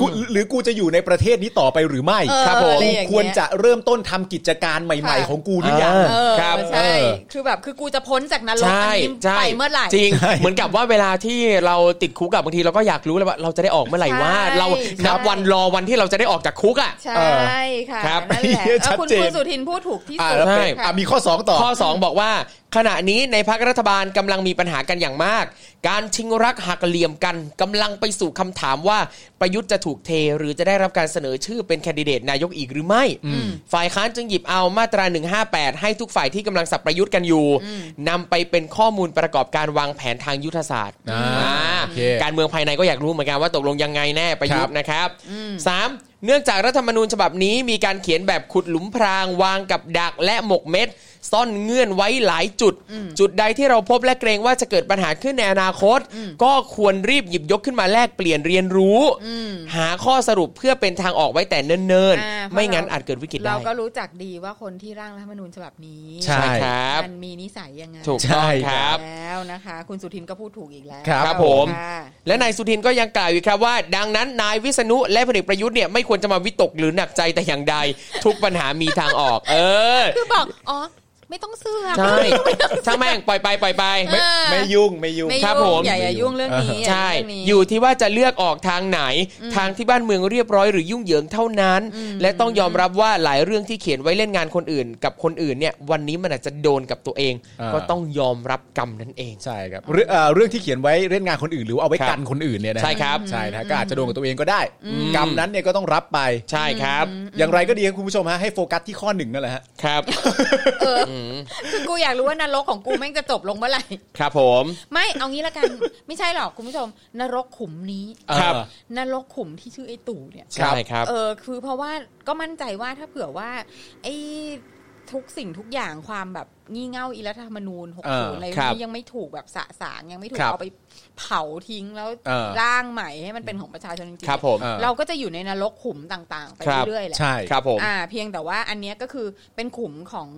Speaker 5: กูหรือกูจะอยู่ในประเทศนี้ต่อไปหรือไม่
Speaker 8: เออ
Speaker 4: ครับผม
Speaker 8: อะ
Speaker 5: กู
Speaker 8: ไอย่าง
Speaker 5: ค
Speaker 8: เงี้ยว
Speaker 5: รจะเริ่มต้นทำกิจการใหม่ ๆ ของกูหรือยัง
Speaker 4: อ่า
Speaker 8: เออ
Speaker 4: ครับ
Speaker 8: ใช่
Speaker 5: เออ
Speaker 8: คือแบบคือกูจะพ้นจากนรก
Speaker 4: ใช่
Speaker 8: อันนี้
Speaker 4: ใช่
Speaker 8: ไปเมื่อไหร่
Speaker 4: จริง
Speaker 5: ใช่
Speaker 4: เหมือนกับว่าเวลาที่เราติดคุกอะบางทีเราก็อยากรู้เลยว่าเราจะได้ออกเมื่อไหร่
Speaker 8: ใช่
Speaker 4: ว่า เรานับ
Speaker 8: ใช่
Speaker 4: วันรอวันที่เราจะได้ออกจากคุกอะ
Speaker 8: ใช่ค่ะ
Speaker 4: ครับ
Speaker 8: นั่นแหละ
Speaker 5: เหี้ย
Speaker 8: เออคุณ
Speaker 5: ชัดเจน
Speaker 8: คุณสุทินพูดถูกที่
Speaker 5: อ่า
Speaker 8: สุด
Speaker 5: แล้วเป็น
Speaker 4: ใช่
Speaker 8: ค่ะ
Speaker 5: อ่ะมีข้อสองต่อ
Speaker 4: ข้อ 2 บอกว่า ขณะนี้ในพักรัฐบาลกำลังมีปัญหากันอย่างมาก การชิงรักหักเหลี่ยมกันกำลังไปสู่คำถามว่าประยุทธ์จะถูกเทหรือจะได้รับการเสนอชื่อเป็นแคนดิเดตนายกอีกหรือไม่ ฝ่ายค้านจึงหยิบเอามาตรา 158 ให้ทุกฝ่ายที่กำลังสับประยุทธ์กันอยู่นำไปเป็นข้อมูลประกอบการวางแผนทางยุทธศาสตร์
Speaker 5: อ่า
Speaker 4: อ่า
Speaker 5: โอเค
Speaker 4: การเมืองภายในก็อยากรู้เหมือนกันว่าตกลงยังไงแน่ประยุทธ์นะครับสามเนื่องจากรัฐธรรมนูญฉบับนี้มีการเขียนแบบขุดหลุมพรางวางกับดักและหมกเม็ด ซ่อนเงื่อนไว้หลายจุด จุดใดที่เราพบและเกรงว่าจะเกิดปัญหาขึ้นในอนาคต ก็ควรรีบหยิบยกขึ้นมาแลกเปลี่ยนเรียนรู้ หาข้อสรุปเพื่อเป็นทางออกไว้แต่เนิ่น
Speaker 8: อ่า
Speaker 4: ๆ
Speaker 8: เพราะ
Speaker 4: ไม่งั้น
Speaker 8: เรา
Speaker 4: อาจเกิดวิกฤตได้
Speaker 8: เราก็รู้จักดีว่าคนที่ร่างรัฐธรรมนูญฉบับนี้
Speaker 5: ใช่
Speaker 4: ครับ
Speaker 8: มันมีนิสัยยังไง
Speaker 4: ถูกต้อง
Speaker 5: ใช่
Speaker 4: ครับ
Speaker 8: แล้วนะคะ คุณสุทินก็พูดถูกอีกแล้ว
Speaker 5: ครับ
Speaker 4: ครับผม
Speaker 8: ค่ะ
Speaker 4: และนายสุทินก็ยังกล่าวอีกครับว่า ดังนั้นนายวิษณุและพลเอกประยุทธ์เนี่ยไม่ควรจะมาวิตกหรือหนักใจแต่อย่างใด ทุกปัญหามีทางออก เออ
Speaker 8: คือบอก อ๋อ ไม่ต้องเสื้อก
Speaker 4: ใช่ช่างแม่งปล่อยไปปล่อยไป
Speaker 8: เออ
Speaker 5: ไม่ยุ่งไม่ยุ่ง
Speaker 8: ไม่
Speaker 4: ครับผ
Speaker 8: ยุ่
Speaker 4: ม
Speaker 8: งอย่าอย่ายุ่งเรื่องนี้
Speaker 4: ใช่
Speaker 8: อย่ายุ่งเรื่องนี้
Speaker 4: อยู่ที่ว่าจะเลือกออกทางไหน ทางที่บ้านเมืองเรียบร้อยหรือยุ่งเหยิงเท่านั้น และต้องยอมรับว่าหลายเรื่องที่เขียนไว้เล่นงานคนอื่น กับคนอื่นเนี่ยวันนี้มันอาจจะโดนกับตัวเอง
Speaker 5: อ่า
Speaker 4: ก็ต้องยอมรับกรรมนั่นเอง
Speaker 5: ใช่ครับเรื่องเอ่อเรื่องที่เขียนไว้เล่นงานคนอื่น หรือว่าเอาไว้กันคนอื่นเนี่ยนะ
Speaker 4: ใช่ครับ
Speaker 5: ใช่นะฮะก็อาจจะโดนกับตัวเองก็ได้กรรมนั้นเนี่ยก็ต้องรับไป
Speaker 4: ใช่ครับ
Speaker 5: อย่างไรก็ดีครับคุณผู้ชมฮะให้โฟกัสที่ข้อหนึ่งนั่นแหละฮะ
Speaker 4: ครับ
Speaker 8: เอออคือกูอยากรู้ว่านรกของกูแม่งจะจบลงเมื่อไหร่
Speaker 4: ครับผม
Speaker 8: ไม่เอางี้ละกัน ไม่ใช่หรอกคุณผู้ชม นรกขุมนี้
Speaker 4: ครับ
Speaker 8: นรกขุมที่ชื่อไอ้ตู่เนี่ย
Speaker 4: ใช่ครับ
Speaker 8: เออคือเพราะว่าก็มั่นใจว่าถ้าเผื่อว่า ไอ้ ทุกสิ่งทุกอย่างความแบบงี่เง่าอีรัฐธรรมนูญหก
Speaker 4: เออน
Speaker 8: ศูย์อะไรพ
Speaker 4: ควรั
Speaker 8: ก
Speaker 4: บ
Speaker 8: นี้ยังไม่ถูกแบบสะสางยังไม่ถูก
Speaker 4: ครับ
Speaker 8: เอาไปเผาทิ้งแล้ว
Speaker 4: เออ
Speaker 8: ร่างใหม่ให้มันเป็นของประชาชนจริงๆ
Speaker 4: ครับผม
Speaker 5: เออ
Speaker 8: เราก็จะอยู่ในนรกขุมต่างๆ ไป
Speaker 4: ครับ
Speaker 8: เรื่อยๆแหละ
Speaker 5: ใช่
Speaker 4: ครับผม
Speaker 8: อ่าเพียงแต่ว่าอันเนี้ยก็คือเป็นขุมของ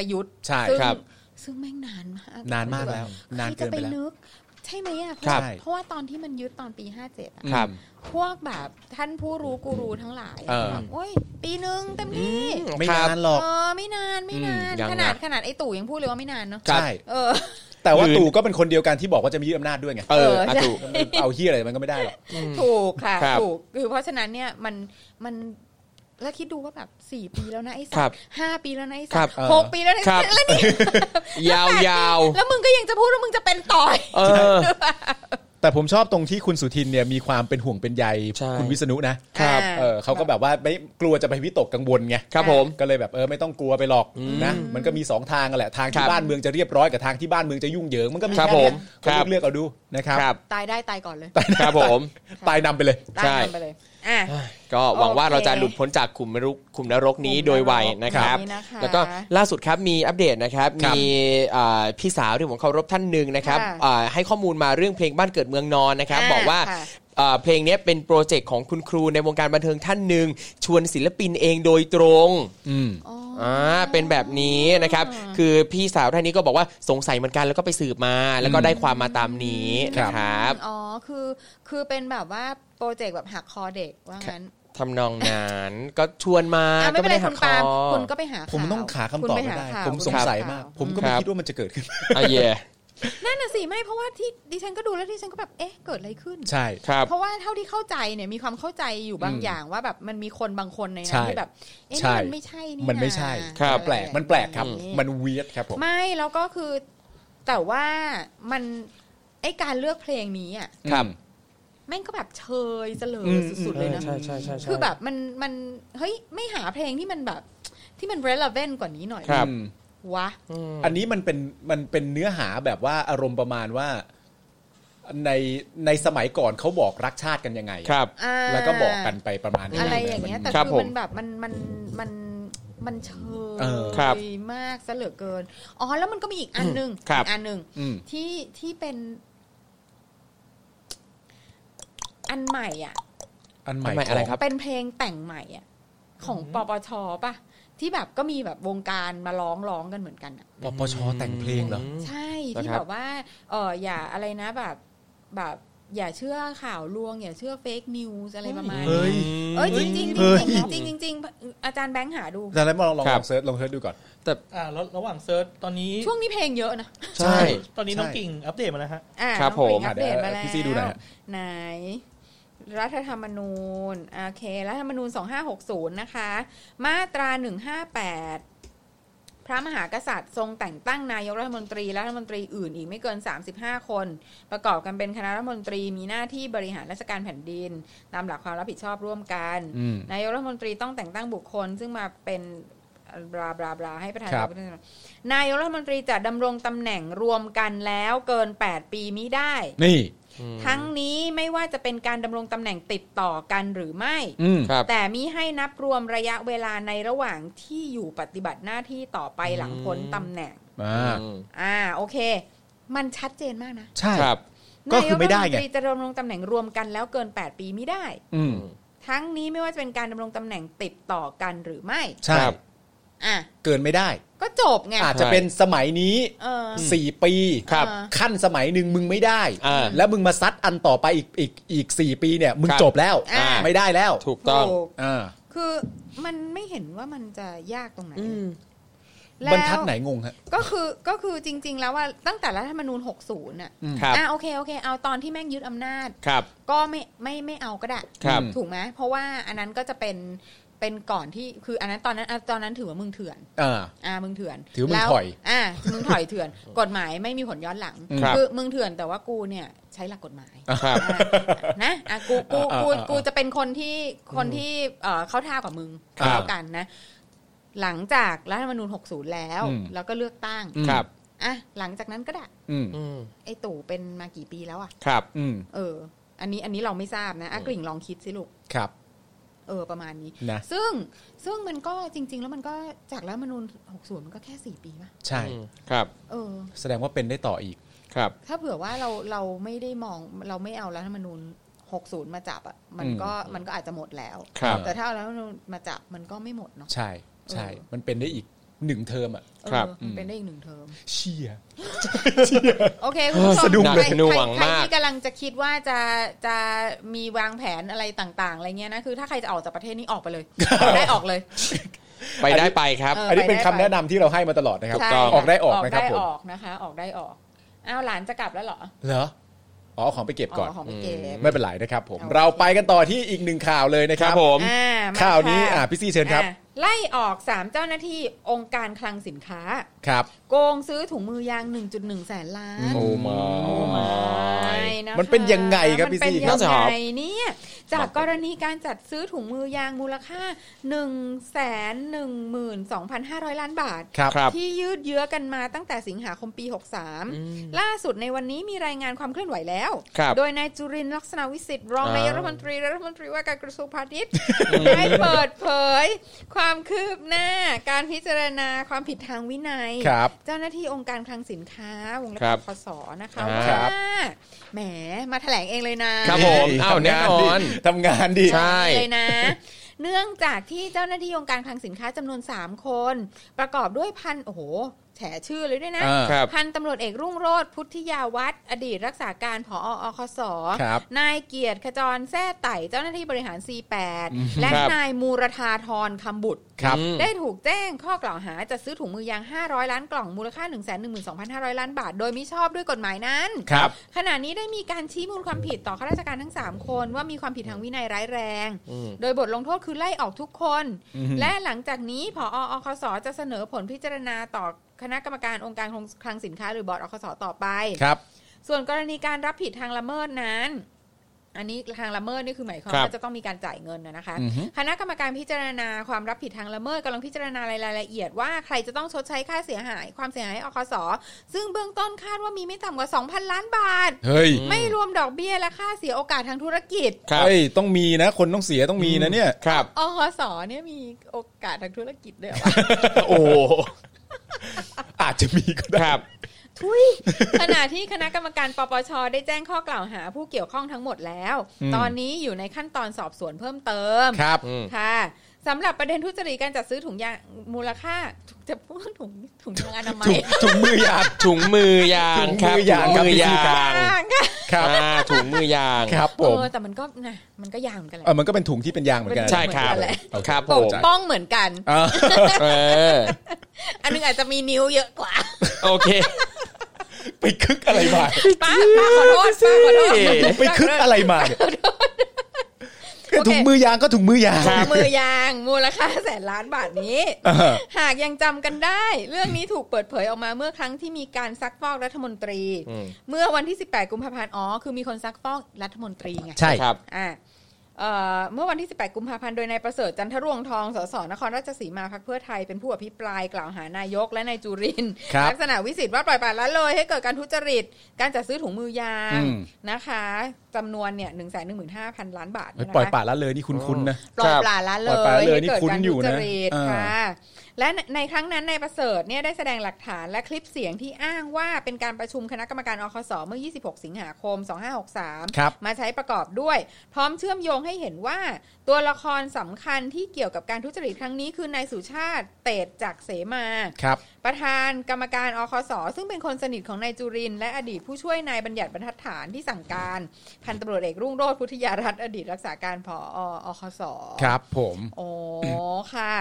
Speaker 8: ประยุทธ์
Speaker 5: ใช่
Speaker 8: ซึ่ง
Speaker 4: ครับ
Speaker 8: ซึ่งแม่งนานมาก
Speaker 5: นานมากแล้ว นาน
Speaker 8: ใคร
Speaker 5: เกิ
Speaker 8: จะ
Speaker 5: น
Speaker 8: ไป
Speaker 5: ไปแล้ว
Speaker 8: นึก ใช่ไหมอ่ะเพ
Speaker 5: ครั
Speaker 8: ราะ
Speaker 5: บ
Speaker 8: เพราะว่าตอนที่มันยึดตอนปี 57อ่ะ
Speaker 4: ครับ
Speaker 8: พวกแบบท่านผู้รู้กูรูทั้งหลาย
Speaker 4: เออ
Speaker 8: แบบโอ้ย ปีหนึ่งเต็มที่
Speaker 5: ไม่
Speaker 4: ครั
Speaker 5: นา
Speaker 4: บ
Speaker 5: นหรอก
Speaker 8: เออไม่นานไม่นาน
Speaker 4: อืมยัง
Speaker 8: ขนาด
Speaker 4: นะ
Speaker 8: ขนาดไอ้ตู่ยังพูดเลยว่าไม่นานเนาะ
Speaker 5: ใช่
Speaker 8: เออ
Speaker 5: แต่ว่า
Speaker 4: หรือ
Speaker 5: ตู่ก็เป็นคนเดียวกันที่บอกว่าจะมียึดอำนาจด้วยไง
Speaker 4: เออ
Speaker 8: เออ
Speaker 4: อะ
Speaker 8: ใช่
Speaker 4: ถูก
Speaker 5: เอาเฮียอะไรมันก็ไม่ได้หรอก
Speaker 8: ถูกค่ะ
Speaker 4: ครับ
Speaker 8: ถูกคือเพราะฉะนั้นเนี่ยมันมันแล้วคิดดูว่าแบบสี่ปีแล้วนะไอ้สั
Speaker 4: ครั
Speaker 8: ต
Speaker 4: บ
Speaker 8: ว์ห้าปีแล้วนะไอ้
Speaker 4: ค
Speaker 8: สั
Speaker 4: รั
Speaker 8: ต
Speaker 4: บ
Speaker 8: ว์หกปีแล้วนะไอ้สัต
Speaker 4: ครับ
Speaker 8: ว์แล้วนี่
Speaker 4: ยาวยาว
Speaker 8: แล้วมึงก็ยังจะพูดว่ามึงจะเป็นต่อย
Speaker 4: ๆเออ
Speaker 5: แต่ผมชอบตรงที่คุณสุทินเนี่ยมีความเป็นห่วงเป็นใย
Speaker 4: ใช่
Speaker 5: คุณวิษณุนะครับ เออเขาก็แบบว่าไม่กลัวจะไปวิตกกังวลไง
Speaker 4: ครับผม
Speaker 5: ก็เลยแบบเออไม่ต้องกลัวไปหรอกนะมันก็มีสองทางอะแหละทาง
Speaker 4: ค
Speaker 5: ที่
Speaker 4: รับ
Speaker 5: บ้านเมืองจะเรียบร้อยกับทางที่บ้านเมืองจะยุ่งเหยิงมันก็มี
Speaker 4: ครับ
Speaker 5: แค่เนี้ย
Speaker 4: ผม
Speaker 5: ก็
Speaker 4: ครับ
Speaker 5: เลือกเอาดูนะครับ
Speaker 4: ครับ
Speaker 8: ตายได้ตายก่อนเลย
Speaker 4: ครับผม
Speaker 5: ตายนำไปเลย
Speaker 8: ตาย
Speaker 4: ใช่
Speaker 8: นำไปเลยอ่ะ
Speaker 4: ก็หวังว่า
Speaker 8: โอเค
Speaker 4: เราจะหลุดพ้นจากขุมนรกขุมนรกนี้
Speaker 8: ขุมนรก
Speaker 4: โดยไวนะครับ
Speaker 8: นี้นะคะ
Speaker 4: แล้วก็ล่าสุดครับมีอัปเดตนะครับ
Speaker 5: ครับ
Speaker 4: มีอ่าพี่สาวที่ผมเคารพท่านหนึ่งนะครับ
Speaker 8: ค่ะ
Speaker 4: อ่าให้ข้อมูลมาเรื่องเพลงบ้านเกิดเมืองนอนนะครับ
Speaker 8: อ่า
Speaker 4: บอกว่า
Speaker 8: ค่ะ
Speaker 4: อ่าเพลงเนี้ยเป็นโปรเจกต์ของคุณครูในวงการบันเทิงท่านหนึ่งชวนศิลปินเองโดยตรง
Speaker 8: อ๋ออ
Speaker 4: อ่าเป็นแบบนี้นะครับ คือพี่สาวท่านนี้ก็บอกว่าสงสัยเหมือนกันแล้วก็ไปสืบมา แล้วก็ได้ความมาตามนี้
Speaker 5: ครั
Speaker 4: นะ
Speaker 5: บ
Speaker 4: ครับ
Speaker 8: อ๋อ คือ คือเป็นแบบว่าโปรเจกต์แบบหักคอเด็กว่างั้น
Speaker 4: ทำนองนั้นก็ชวนมา
Speaker 8: อ่ะ
Speaker 4: ก็
Speaker 8: ไม่เป็
Speaker 4: ไม่
Speaker 8: นไร
Speaker 4: ได้หัก
Speaker 8: คุณ
Speaker 4: คอ
Speaker 8: ปาล์มคุณก็ไปหา
Speaker 5: ผม
Speaker 8: ข่ว
Speaker 5: ต้องหาคำ
Speaker 8: คุณ
Speaker 5: ตอบ
Speaker 8: ป
Speaker 5: ไม่
Speaker 8: หา
Speaker 5: ได้
Speaker 8: ข่าว
Speaker 5: ผม
Speaker 8: คุณ
Speaker 5: สงสัย
Speaker 8: ไปห
Speaker 5: มาก
Speaker 8: ข่ว
Speaker 5: ผมก็
Speaker 4: ค
Speaker 5: ไม่
Speaker 4: รับ
Speaker 5: คิดว่ามันจะเกิดขึ้น
Speaker 4: อ่ะเย่
Speaker 8: นั่นน่ะสิไม่เพราะว่าที่ดิฉันก็ดูแล้วดิฉันก็แบบเอ๊ะเกิดอะไรขึ้น
Speaker 5: ใช่
Speaker 4: ครับ
Speaker 8: เพราะว่าเท่าที่เข้าใจเนี่ยมีความเข้าใจอยู่บาง
Speaker 5: อืม
Speaker 8: อย่างว่าแบบมันมีคนบางคนใน
Speaker 5: ใช่
Speaker 8: นั้นที่แบบเอ๊ะ
Speaker 5: ใช่
Speaker 8: นี่มันไม่ใช่นี่
Speaker 5: มันไม่ใช่
Speaker 8: นะ
Speaker 4: ครับ
Speaker 5: มันแปลกมันแปลกครับ
Speaker 8: อะไรอย่างงี้
Speaker 5: มันเวียดครับผม
Speaker 8: ไม่แล้วก็คือแต่ว่ามันไอการเลือกเพลงนี้อ่ะ
Speaker 4: ครับ
Speaker 8: แม่งก็แบบเชยเสลอ
Speaker 5: ม
Speaker 8: สุดๆเลยนะ
Speaker 4: ใช่ใช่ใช่ใช่
Speaker 8: คือแบบมันมันเฮ้ยไม่หาเพลงที่มันแบบที่มัน relevant กว่านี้หน่อย
Speaker 4: ครับ
Speaker 5: อืม
Speaker 8: วะ
Speaker 5: อันนี้มันเป็นมันเป็นเนื้อหาแบบว่าอารมณ์ประมาณว่าในในสมัยก่อนเขาบอกรักชาติกันยังไงอะ
Speaker 4: ครับ
Speaker 8: อ่า
Speaker 5: แล้วก็บอกกันไปประมาณนี้
Speaker 8: อะไรอย่างเงี้ยแต่
Speaker 4: ครับ
Speaker 8: คือ
Speaker 4: ผม
Speaker 8: มันแบบมันมันมันมันเช
Speaker 5: เออ
Speaker 4: ครั
Speaker 8: ย
Speaker 4: บ
Speaker 8: มากซะเหลือเกินอ๋อแล้วมันก็มีอีกอันหนึ่ง
Speaker 4: ครับ
Speaker 8: อีกอันหนึ่ง
Speaker 5: อืม
Speaker 8: ที่ที่เป็น อันใหม่อ่ะ
Speaker 5: อันให
Speaker 4: อันใหม่
Speaker 5: ม่
Speaker 4: อะไรครับ
Speaker 8: เป็นเพลงแต่งใหม่อะของปปชป่ะ ที่แบบก็มีแบบวงการมาร้องร้องกันเหมือนกันอะ
Speaker 5: ปปชแต่งเพลงเหรอ
Speaker 8: ใช่
Speaker 4: นะ
Speaker 8: ที่
Speaker 4: ครับ
Speaker 8: แบบว่าเอออย่าอะไรนะแบบแบบอย่าเชื่อข่าวลวง อย่าเชื่อเฟกนิวส์อะไรประมาณ
Speaker 5: เฮ้ย
Speaker 8: นี้เอ้ยจริงจริง
Speaker 5: เฮ้ย
Speaker 8: จริงจริงจริงๆอาจารย์แบงค์หาดู
Speaker 5: แต่แล้วลองลอง
Speaker 4: ค
Speaker 5: ล
Speaker 4: รั
Speaker 5: อบ งเซิร์ชลองเซิร์ชดูก่อน
Speaker 6: อ่าแล้วระหว่างเซิร์ชตอนนี้
Speaker 8: ช่วงนี้เพลงเยอะนะ
Speaker 4: ใช่
Speaker 6: ตอนนี้น้อง
Speaker 5: ใช่
Speaker 6: กิ่งอัปเดตมาแล้วฮะ
Speaker 8: อ่า
Speaker 4: ครับ
Speaker 8: น้อ
Speaker 4: ผม
Speaker 8: งเพลงอัปเดตมาแล้ว
Speaker 5: พี่ซีดูหน่อยฮะ
Speaker 8: ไหน รัฐธรรมนูญโอเค รัฐธรรมนูญ 2560 นะคะ มาตรา 158 พระมหากษัตริย์ทรงแต่งตั้งนายกรัฐมนตรีและรัฐมนตรีอื่นอีกไม่เกิน 35 คน ประกอบกันเป็นคณะรัฐมนตรีมีหน้าที่บริหารราชการแผ่นดิน ตามหลักความรับผิดชอบร่วมกัน
Speaker 5: อืม
Speaker 8: นายกรัฐมนตรีต้องแต่งตั้งบุคคล ซึ่งมาเป็นบลาบลาบลาให้ประธาน
Speaker 5: ครับ
Speaker 8: สภาผู้แทนราษฎรนายกรัฐมนตรีจะดำรงตำแหน่งรวมกันแล้วเกิน 8 ปีมิได้
Speaker 5: นี่
Speaker 8: ทั้งนี้ไม่ว่าจะเป็นการดำรงตำแหน่งติดต่อกันหรือไม่
Speaker 5: อืม
Speaker 4: ครับ
Speaker 8: แต่มิให้นับรวมระยะเวลาในระหว่างที่อยู่ปฏิบัติหน้าที่ต่อไปหลังพ้นตำแหน่ง
Speaker 5: อ่า
Speaker 8: อ่าโอเค มันชัดเจนมากนะ
Speaker 5: ใช่
Speaker 4: ครับ
Speaker 5: ก็คือไม่ได้ไง
Speaker 8: นายกรัฐนตรีจะดำรงตำแหน่งรวมกันแล้วเกิน 8 ปีไม่ได้
Speaker 5: อืม
Speaker 8: ทั้งนี้ไม่ว่าจะเป็นการดำรงตำแหน่งติดต่อกันหรือไม่
Speaker 5: ใช่
Speaker 4: ครับ
Speaker 8: อ่ะ
Speaker 5: เกินไม่ได้
Speaker 8: ก็จบไง
Speaker 5: อาจจะเป็นสมัยนี้
Speaker 8: เออ
Speaker 5: สี่ปี
Speaker 4: ครับ
Speaker 8: อ่า
Speaker 5: ขั้นสมัยหนึ่งมึงไม่ได้
Speaker 4: อ่า
Speaker 5: แล้วมึงมาซัดอันต่อไปอีกอีกอีกสี่ปีเนี่ย มึง
Speaker 4: ครับ
Speaker 5: จบแล้ว
Speaker 8: อ่า
Speaker 5: ไม่ได้แล้ว
Speaker 4: ถูกต้อง
Speaker 8: ถูก
Speaker 5: อ่า
Speaker 8: คือมันไม่เห็นว่ามันจะยากตรงไหน
Speaker 5: บ
Speaker 8: แล้
Speaker 5: รรทัด
Speaker 8: ว
Speaker 5: ไหนงงฮะ
Speaker 8: ก็คือก็คือจริง ๆ แล้วว่าตั้งแต่รัฐธรรมนูญ 60น่ะ
Speaker 4: ครับ
Speaker 8: อ่ะโอเคโอเค เอาตอนที่แม่งยึดอำนาจ
Speaker 4: ครับ
Speaker 8: ก็ไม่ไม่ไม่เอาก็ได้
Speaker 4: ครับ
Speaker 8: ถูกไหมเพราะว่าอันนั้นก็จะเป็นเป็นก่อนที่คืออันนั้นตอนนั้นอ่ะตอนนั้นถือว่ามึงเถื่อน
Speaker 5: อ่า
Speaker 8: อ่ามึงเถื่อน
Speaker 5: ถือว่ามึง
Speaker 8: แล้ว
Speaker 5: ถอย
Speaker 8: อ่ามึงถอยเถื่อน กฎหมายไม่มีผลย้อนหลัง
Speaker 4: ครับ
Speaker 8: อมึงเถื่อนแต่ว่ากูเนี่ยใช้หลักกฎหมาย
Speaker 4: ครับ
Speaker 8: อ่ะนะอ่ะกูกู
Speaker 5: อ่ะ
Speaker 8: กู
Speaker 5: อ่ะอ่ะ
Speaker 8: กูจะเป็นคนที่คนที่เอ่อเข้าท่ากว่ามึง
Speaker 5: ครับ
Speaker 8: แล้วกันนะ หลังจากรัฐธรรมนูญ 60 แล้ว
Speaker 5: อืม
Speaker 8: แล้วก็เลือกตั้ง
Speaker 4: ครับ
Speaker 8: อ่ะหลังจากนั้นก็ได้
Speaker 5: อืม
Speaker 4: อืม
Speaker 8: ไอตู่เป็นมากี่ปีแล้วอ่ะ
Speaker 4: ครับ
Speaker 5: อืม
Speaker 8: เออ อันนี้อันนี้เราไม่ทราบนะอ่ะกลิ่งลองคิดสิลูก
Speaker 5: ครับ
Speaker 8: เออประมาณนี้
Speaker 5: นะ
Speaker 8: ซึ่งซึ่งมันก็จริง ๆ แล้วมันก็จากรัฐธรรมนูญ60 มันก็แค่ 4 ปีป่ะ
Speaker 5: ใช่
Speaker 4: ครับ
Speaker 8: เออ
Speaker 5: แสดงว่าเป็นได้ต่ออีก
Speaker 4: ครับ
Speaker 8: ถ้าเผื่อว่าเราเราไม่ได้มองเราไม่เอารัฐธรรมนูญ 60 มาจับอ่ะมันก็มันก็อาจจะหมดแล้ว
Speaker 4: ครับ
Speaker 8: แต่ถ้าเอารัฐธรรมนูญมาจับมันก็ไม่หมดเนาะ
Speaker 5: ใช่ใช่
Speaker 8: เออ
Speaker 5: มันเป็นได้อีกหนึ่งเทอมอ่ะ
Speaker 4: ครับ
Speaker 8: เออมันเป็นได้อีกหนึ่งเทอม
Speaker 5: เชี่ย
Speaker 8: โอ
Speaker 4: [laughs]
Speaker 8: เคคุณผู้ชม
Speaker 4: สะดุ้งเลย
Speaker 8: ใคร
Speaker 4: สะดุ้งหวัง
Speaker 8: ใคร
Speaker 4: มาก
Speaker 8: ที่กำลังจะคิดว่าจะจะมีวางแผนอะไรต่าง ๆ อะไรเงี้ยนะ คือถ้าใครจะออกจากประเทศนี้ออกไป
Speaker 4: [laughs]
Speaker 8: เลย ได้ออกเลย
Speaker 4: ไปได้ไปครับ
Speaker 8: เอ
Speaker 5: อันนี้เป็น
Speaker 8: ไปได้
Speaker 5: คำแนะ
Speaker 8: ไป
Speaker 5: นำที่เราให้มาตลอดนะครับ
Speaker 8: ใช่
Speaker 5: ออกได้ออกนะครับ
Speaker 8: ได้
Speaker 5: ผม
Speaker 8: ออกนะคะ ออกได้ออกอ้าวหลานจะกลับแล้วเหรอ
Speaker 5: เหรอ อ๋อเอาของไปเก็บ
Speaker 8: อ๋
Speaker 5: ก่อ
Speaker 8: อน ของพี่เก๋
Speaker 5: ไม่เป็นไรนะครับผม
Speaker 8: โอเค
Speaker 5: เราไปกันต่อที่อีกหนึ่งข่าวเลยนะค
Speaker 4: ค
Speaker 5: รั
Speaker 4: รั
Speaker 5: บบ
Speaker 4: ผม
Speaker 8: อ่ม
Speaker 5: ข่าวนี้
Speaker 8: ค่ะ
Speaker 5: อ่ะพี่ซี่เชิญครับ
Speaker 8: อ่ะไล่ออก 3 เจ้าหน้าที่องค์การคลังสินค้า
Speaker 5: ครับ
Speaker 8: โกงซื้อถุงมือยาง 1.1 แสนล้าน
Speaker 4: โอ้มา
Speaker 8: ไม่นะคะ
Speaker 5: มันเป็นยังไงครับพี่ซี่
Speaker 8: มัน
Speaker 4: น่า
Speaker 8: เป็นยั
Speaker 4: จะ
Speaker 8: ง
Speaker 4: หอบ
Speaker 8: ไงเนี่ยจากกรณีการจัดซื้อถุงมือยางมูลค่า 1 1 2 5 0 0 ล้านบาท
Speaker 5: ครับ
Speaker 4: ครับ
Speaker 8: ที่ยืดเยื้อกันมาตั้งแต่สิงหาคมปี 63 ล่าสุดในวันนี้มีรายงานความเคลื่อนไหวแล้ว
Speaker 4: ครับ
Speaker 8: โดยนายจุรินทร์ลักษณะวิสิทธิ์รอ
Speaker 4: อ่าน
Speaker 8: งายกรัฐมนตรีและรัฐมนตรีว่าการกระทรวงพาณิชย์ ได้เปิดเผย ความคืบหน้าการพิจารณาความผิดทางวินัย
Speaker 5: ครับ
Speaker 8: เจ้าหน้าที่องค์การคลังสินค้าวงเล็
Speaker 4: ครับ
Speaker 8: บคสนะคะ
Speaker 4: ครั
Speaker 8: ว่า
Speaker 4: บ
Speaker 8: แหมมาแถลงเองเลยนะ
Speaker 4: ครับผม อ้าวแน่นอน
Speaker 5: ทำงานดี
Speaker 4: ใช่
Speaker 8: เลยนะ เนื่องจากที่เจ้าหน้าที่องค์การคลังสินค้าจำนวน 3 คน ประกอบด้วยพัน โอ้โห แฉชื่อเลยด้วยนะ
Speaker 5: อ่า
Speaker 4: ครับ
Speaker 8: พันตำรวจเอกรุ่งโรธพุทธิยาวัฒน์อดีตรักษาการผออคส
Speaker 5: ครับ
Speaker 8: นายเกียรติขจรแท้ไต่เจ้าหน้าที่บริหาร C8 และ
Speaker 4: ครับ
Speaker 8: นายมูรธาธรคำบุตร
Speaker 5: ครับ
Speaker 4: อืม
Speaker 8: ได้ถูกแจ้งข้อกล่าวหาจัดซื้อถุงมือยาง 500 ล้านกล่องมูลค่า 112,500 ล้านบาท โดยมิชอบด้วยกฎหมายนั้น
Speaker 5: ครับ
Speaker 8: ขณะนี้ได้มีการชี้มูลความผิดต่อข้าราชการทั้ง 3 คนว่ามีความผิดทางวินัยร้ายแรง
Speaker 4: อืม
Speaker 8: โดยบทลงโทษคือไล่ออกทุกคน
Speaker 5: อือหือ
Speaker 8: และหลังจากนี้ผออคสจะเสนอผลพิจารณาต่อคณะกรรมการองค์การคลังสินค้าหรือบอร์ดอคสต่อไป
Speaker 5: ครับ
Speaker 8: ส่วนกรณีการรับผิดทางละเมิดนั้น อันนี้ทางละเมิดนี่คือหมายความ
Speaker 4: ครับ
Speaker 8: ว่าจะต้องมีการจ่ายเงินนะนะคะ
Speaker 5: อือฮึ
Speaker 8: คณะกรรมการพิจารณาความรับผิดทางละเมิดกำลังพิจารณารายรายละเอียดว่าใครจะต้องชดใช้ค่าเสียหาย ความเสียหายให้อคส ซึ่งเบื้องต้นคาดว่ามีไม่ต่ำกว่า 2,000 ล้านบาท
Speaker 5: เฮ้ย
Speaker 8: ไม่รวมดอกเบี้ยและค่าเสียโอกาสทางธุรกิจ
Speaker 4: ครับ
Speaker 5: เฮ้ย ต้องมีนะ คนต้องเสียต้องมีนะเนี่ย
Speaker 4: ครับ
Speaker 8: อคสเนี่ยมีโอกาสทางธุรกิจด้วยเหรอ
Speaker 5: [laughs]
Speaker 8: วะ
Speaker 4: โอ้โห
Speaker 5: อาจจะมีก็ได้
Speaker 4: ครับ
Speaker 8: ทุย ขณะที่คณะกรรมการปปช ได้แจ้งข้อกล่าวหาผู้เกี่ยวข้องทั้งหมดแล้ว
Speaker 5: อืม
Speaker 8: ตอนนี้อยู่ในขั้นตอนสอบสวนเพิ่มเติม
Speaker 5: ครับ
Speaker 4: อืม
Speaker 8: ค่ะสำหรับประเด็นทุจริตการจัดซื้อถุงยางมูลค่าจะพูดถุงถุงยางอนามัย
Speaker 5: ถุงถุงมือยาง
Speaker 4: ถุงมือยางครับ
Speaker 5: ถุงมือยาง
Speaker 4: ถุ
Speaker 5: ครับ
Speaker 4: มือยาง
Speaker 5: พี่ ครับ
Speaker 4: อ่าถุงมือยาง
Speaker 5: ครับผ
Speaker 8: เอ
Speaker 5: ม
Speaker 8: อแต่มันก็นะมันก็ยางเหมือนกันแหละ
Speaker 5: เออมันก็เป็นถุงที่เป็นยางเหมือนกัน
Speaker 4: ใช่ครับ
Speaker 8: เหมือนกันแหละ
Speaker 4: ครับผ
Speaker 8: ปก
Speaker 4: ม
Speaker 8: ป้องเหมือนกัน
Speaker 5: เออ
Speaker 4: เออ
Speaker 8: อันนึงอาจจะมีนิ้วเยอะกว่า
Speaker 4: โอเค
Speaker 5: ไปคึกอะไรมา
Speaker 8: ป้าป้าขอโทษป้าขอโทษ
Speaker 4: สิ
Speaker 5: [laughs] ไปคึกอะไรมาเนี่ยคือถุงมือยางก็ถุงมือยาง
Speaker 8: ถุงมือยางมูลค่าแสนล้านบาทนี้
Speaker 5: เออ
Speaker 8: หากยังจำกันได้ เรื่องนี้ถูกเปิดเผยออกมาเมื่อครั้งที่มีการซักฟอกรัฐมนตรี
Speaker 4: อืม
Speaker 8: เมื่อวันที่ 18 กุมภาพันธ์อ๋อคือมีคนซักฟอกรัฐมนตรีไง
Speaker 5: ใช่
Speaker 4: ครับ
Speaker 8: อ่ะเอ่อเมื่อวันที่ 18 กุมภาพันธ์ โดยนายประเสริฐจันทรวงทอง สส นครราชสีมาพักเพื่อไทย เป็นผู้อภิปรายกล่าวหานายกและนายจุรินทร์
Speaker 5: ครับ
Speaker 8: ลักษณะวิสิทธิ์ว่าปล่อยปละละเลย ให้เกิดการทุจริต การจัดซื้อถุงมือยางนะคะจำนวนเนี่ย 1 1 5 0 0 0 ล้านบาท
Speaker 5: เฮ้ย
Speaker 8: เนี่
Speaker 5: ปล่อย
Speaker 8: นะคะ
Speaker 5: ปละละเลยนี่คุ้นๆนะ
Speaker 8: ปล่อยปลาละเลย
Speaker 5: ปล่อยปละเลยนี่
Speaker 8: ให้กิด
Speaker 5: คุ้นอยู่นะ
Speaker 8: การทุจริต
Speaker 5: อ่า
Speaker 8: ค่ะ และในในครั้งนั้นนายประเสริฐเนี่ยได้แสดงหลักฐานและคลิปเสียงที่อ้างว่าเป็นการประชุมคณะกรรมการอคสเมื่อ 26 สิงหาคม
Speaker 5: ค
Speaker 8: 2563
Speaker 5: รับ
Speaker 8: มาใช้ประกอบด้วย พร้อมเชื่อมโยงให้เห็นว่า ตัวละครสำคัญที่เกี่ยวกับการทุจริตครั้งนี้คือนายสุชาติเตดจากเสมา
Speaker 5: ครับ
Speaker 8: ประธานกรรมการอคส ซึ่งเป็นคนสนิทของนายจุรินทร์และอดีตผู้ช่วยนายบัญญัติบรรทัดฐานที่สั่งการ พันตำรวจเอกรุ่งโรธพุทธิยารัตน์อดีตรักษาการผออคส
Speaker 5: ครับผม
Speaker 8: โอ้ค่ะ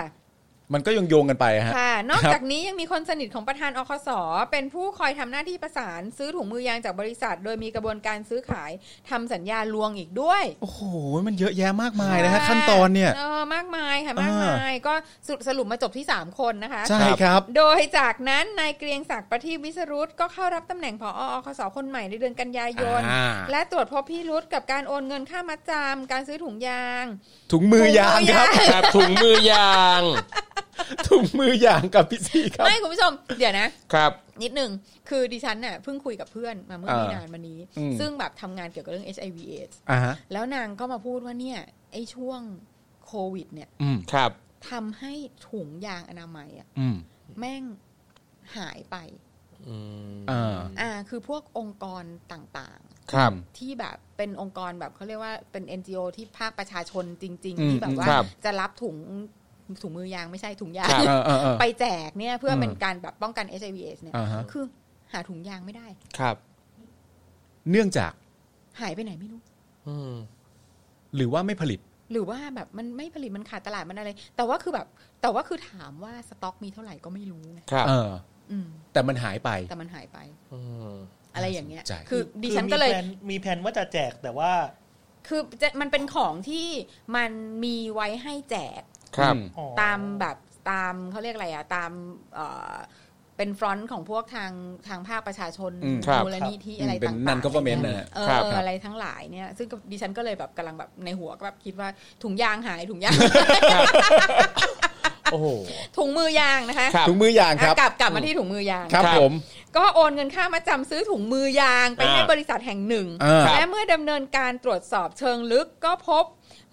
Speaker 5: มันก็โยงๆกันไปฮะ
Speaker 8: ค่ะ นอก
Speaker 5: ครับ
Speaker 8: จากนี้ยังมีคนสนิทของประธานอคส เป็นผู้คอยทำหน้าที่ประสานซื้อถุงมือยางจากบริษัท โดยมีกระบวนการซื้อขายทำสัญญาลวงอีกด้วย
Speaker 5: โอ้โห มันเยอะแยะมากมายนะฮะขั้นตอนเนี่ย
Speaker 8: ออมากมายค่ะ มากมาย ก็สรุปสรุปมาจบที่ 3 คนนะคะ
Speaker 5: ใช่ครับ
Speaker 8: โดยจากนั้นนายเกรียงศักดิ์ประทีปวิสรุตก็เข้ารับตำแหน่งผออคสคนใหม่ในเดือนกันยายน
Speaker 5: อ่า
Speaker 8: และตรวจพบพิรุษกับการโอนเงินค่ามัดจำการซื้อถุงยาง
Speaker 5: ถุงมือยางครับ
Speaker 4: ครับถุงมือยาง
Speaker 5: ถุงมือยางกับพี่ซีครับ
Speaker 8: ไม่คุณผู้ชม เดี๋ยวนะ
Speaker 4: ครับ
Speaker 8: นิดนึง คือดิฉันน่ะเพิ่งคุยกับเพื่อนมาเมื่อไม่
Speaker 5: อ่าน
Speaker 8: นานมานี้
Speaker 5: อืม
Speaker 8: ซึ่งแบบทำงานเกี่ยวกับเรื่อง HIV/AIDS
Speaker 5: อ่าฮะ
Speaker 8: แล้วนางก็มาพูดว่าเนี่ยไอ้ช่วง โควิด เนี่ย
Speaker 5: อืม
Speaker 4: ครับ
Speaker 8: ทำให้ถุงยางอนามัยอะ
Speaker 5: อืม
Speaker 8: แม่งหายไป
Speaker 5: อ่า
Speaker 8: อ่า คือพวกองค์กรต่าง
Speaker 5: ครับ
Speaker 8: ๆ ที่แบบเป็นองค์กรแบบเขาเรียกว่าเป็น NGO ที่ภาคประชาชนจริง
Speaker 5: อื
Speaker 8: ๆ
Speaker 5: ม
Speaker 8: ที่แบบว่า
Speaker 5: ครับ
Speaker 8: จะรับถุงถุงมือยางไม่ใช่ถุงยาง
Speaker 5: เออเออเออ
Speaker 8: ไปแจกเนี่ยเพื่อ
Speaker 5: เออ
Speaker 8: เป็นการแบบป้องกัน HIV/AIDS เนี่ย
Speaker 5: อ่าฮะ
Speaker 8: คือหาถุงยางไม่ได้
Speaker 4: ครับ
Speaker 5: เนื่องจาก
Speaker 8: หายไปไหนไม่รู้
Speaker 4: อืม
Speaker 5: หรือว่าไม่ผลิต
Speaker 8: หรือว่าแบบมันไม่ผลิตมันขาดตลาดมันอะไร แต่ว่าคือแบบ แต่ว่าคือถามว่าสต็อกมีเท่าไหร่ก็ไม่รู้ไง
Speaker 4: ครับ
Speaker 5: เออ
Speaker 8: อืม
Speaker 5: แต่มันหายไป
Speaker 8: แต่มันหายไป
Speaker 4: อืม
Speaker 8: อะไรอย่างเงี้ย
Speaker 5: น่าสนใจ
Speaker 8: คือดิฉัน
Speaker 6: คือมี
Speaker 8: ก็เลย
Speaker 6: แพนมีแผนว่าจะแจกแต่ว่า
Speaker 8: คือจะมันเป็นของที่มันมีไว้ให้แจก
Speaker 4: ครับ
Speaker 5: อืม
Speaker 6: อ๋อ
Speaker 8: ตามแบบตามเขาเรียกอะไรอะตามเอ่อเป็นฟรอนต์ของพวกทางทางภาคประชาชน
Speaker 5: อืมครับ
Speaker 8: มูลนิธิอะไร
Speaker 5: เป็น
Speaker 8: ต่างๆ
Speaker 5: non-government
Speaker 8: ย
Speaker 5: นะฮะ
Speaker 8: เอ
Speaker 4: ครับ
Speaker 8: ออะไรทั้งหลายเนี่ย ซึ่งก็ดิฉันก็เลยแบบกำลังแบบในหัวก็แบบคิดว่าถุงยางหายถุงยาง
Speaker 4: โอ้โห
Speaker 8: ถุงมือยางนะคะ
Speaker 4: ครับ
Speaker 5: ถุงมือยางครับ
Speaker 8: อ่ะกลับกลับมาที่ถุงมือยาง
Speaker 5: ครับผม
Speaker 8: ก็โอนเงินค่ามาจำซื้อถุงมือยางไปให้
Speaker 4: อ่า
Speaker 8: บริษัทแห่งหนึ่ง
Speaker 5: อ่า
Speaker 8: และเมื่อดำเนินการตรวจสอบเชิงลึกก็พบ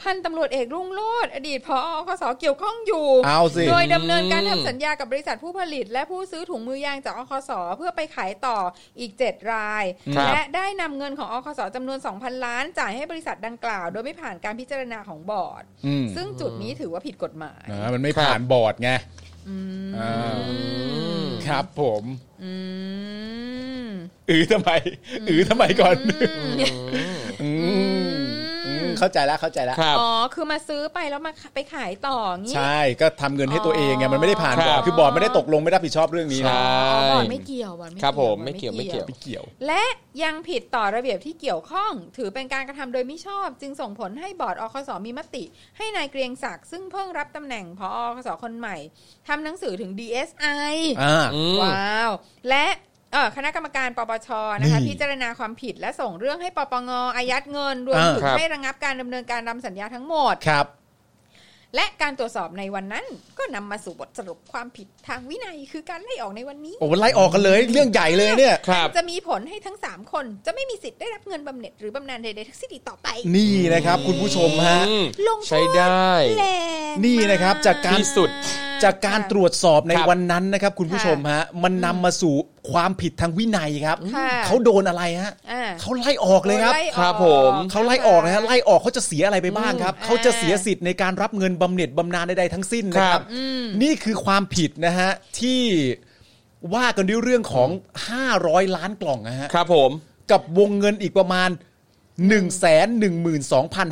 Speaker 8: พันตำรวจเอกรุ่งโรจน์อดีตพอคสเกี่ยวข้องอยู่
Speaker 5: เอาสิ
Speaker 8: โดยดำเนินการ
Speaker 4: อืม
Speaker 8: ทำสัญญากับบริษัทผู้ผลิต และผู้ซื้อถุงมือยางจากอคสเพื่อไปขายต่ออีก 7 ราย
Speaker 4: ครับ
Speaker 8: และได้นำเงินของอคสจำนวน 2,000 ล้านจ่ายให้บริษัทดังกล่าว โดยไม่ผ่านการพิจารณาของบอร์ด
Speaker 5: อืม
Speaker 8: ซึ่งจุดนี้ถือว่าผิดกฎหมาย
Speaker 5: อ่ามันไม่ผ่านบอร์ดไง
Speaker 8: อืม
Speaker 5: อ่าครับผม
Speaker 8: อืม
Speaker 5: อือทำไม อือทำไมก่อน
Speaker 8: อืม
Speaker 5: อืม
Speaker 8: อืม
Speaker 5: อืมเข้าใจแล้วเข้าใจแล้ว
Speaker 4: ครับ
Speaker 8: อ๋อ คือมาซื้อไปแล้วมาไปขายต่องี้
Speaker 5: ใช่ก็ทำเงินให้ตัวเองไงมันไม่ได้ผ่าน
Speaker 4: ครับ
Speaker 5: บอร์ดคือบอร์ดไม่ได้ตกลงไม่รับผิดชอบเรื่องนี้
Speaker 4: ใช่
Speaker 5: นะ
Speaker 8: อ๋อบอลไม่เกี่ยวบอลไม่
Speaker 4: ครับผม
Speaker 8: อล
Speaker 4: ไม่เกี่ยวไม่เกี่ยว
Speaker 5: ไม่เกี่ยว
Speaker 8: และยังผิดต่อระเบียบที่เกี่ยวข้อง ถือเป็นการกระทำโดยมิชอบ จึงส่งผลให้บอร์ดอคสมีมติ ให้นายเกรียงศักดิ์ซึ่งเพิ่งรับตำแหน่งพออคสคนใหม่ทำหนังสือถึง DSI
Speaker 5: อ่า
Speaker 4: อืม
Speaker 8: ว้าว และเอ่อคณะกรรมการปปชนะคะ
Speaker 5: นี่
Speaker 8: พิจารณาความผิดและส่งเรื่องให้ปปงอายัดเงินรวม
Speaker 5: อ่า
Speaker 8: ถึง
Speaker 4: ครับ
Speaker 8: ให้ระงับการดำเนินการนำสัญญาทั้งหมด
Speaker 5: ครับ
Speaker 8: และการตรวจสอบในวันนั้นก็นำมาสู่บทสรุปความผิดทางวินัยคือการไล่ออกในวันนี้
Speaker 5: โอ้ไล่ออกกันเลยเรื่องใหญ่เลยเนี่ย
Speaker 4: ครับ
Speaker 8: จะมีผลให้ทั้ง 3 คนจะไม่มีสิทธิ์ได้รับเงินบำเหน็จหรือบำนาญใดๆทั้งสิ้นอีกต่อไป
Speaker 5: นี่นะครับ คุณผู้ชมฮะ
Speaker 4: อืม
Speaker 8: ลงโท
Speaker 4: ใช้
Speaker 8: ษ
Speaker 4: ได้
Speaker 8: แรง
Speaker 5: นี่นะครับจากการ
Speaker 4: ที่สุด
Speaker 8: ม
Speaker 5: จากการตรวจสอบใน
Speaker 4: ครับ
Speaker 5: วันนั้นนะครับ คุณผู้ชมฮะ มันนำมาสู่ความผิดทางวินัยครับ
Speaker 8: ค่ะ
Speaker 5: เขาโดนอะไรฮะ
Speaker 8: อ่า
Speaker 5: เขาไล่ออกเลยครับ
Speaker 8: โดนไออก
Speaker 4: ครับผม
Speaker 5: เขาไล่ออกนะฮะไล่ออกเขาจะเสียอะไรไปบ้างครับ
Speaker 8: อืม
Speaker 5: เขาจะ
Speaker 8: อ่า
Speaker 5: เสียสิทธิ์ในการรับเงินบำเหน็จบำนาญใดๆทั้งสิ้นนะ
Speaker 4: ค
Speaker 5: ค
Speaker 4: รั
Speaker 5: รับ
Speaker 4: บ
Speaker 5: นี่คือความผิดนะฮะ ที่ว่ากันด้วยเรื่องของ 500 ล้านกล่องนะฮะ
Speaker 4: ครับผม
Speaker 5: กับวงเงินอีกประมาณ 1 1 2 5 0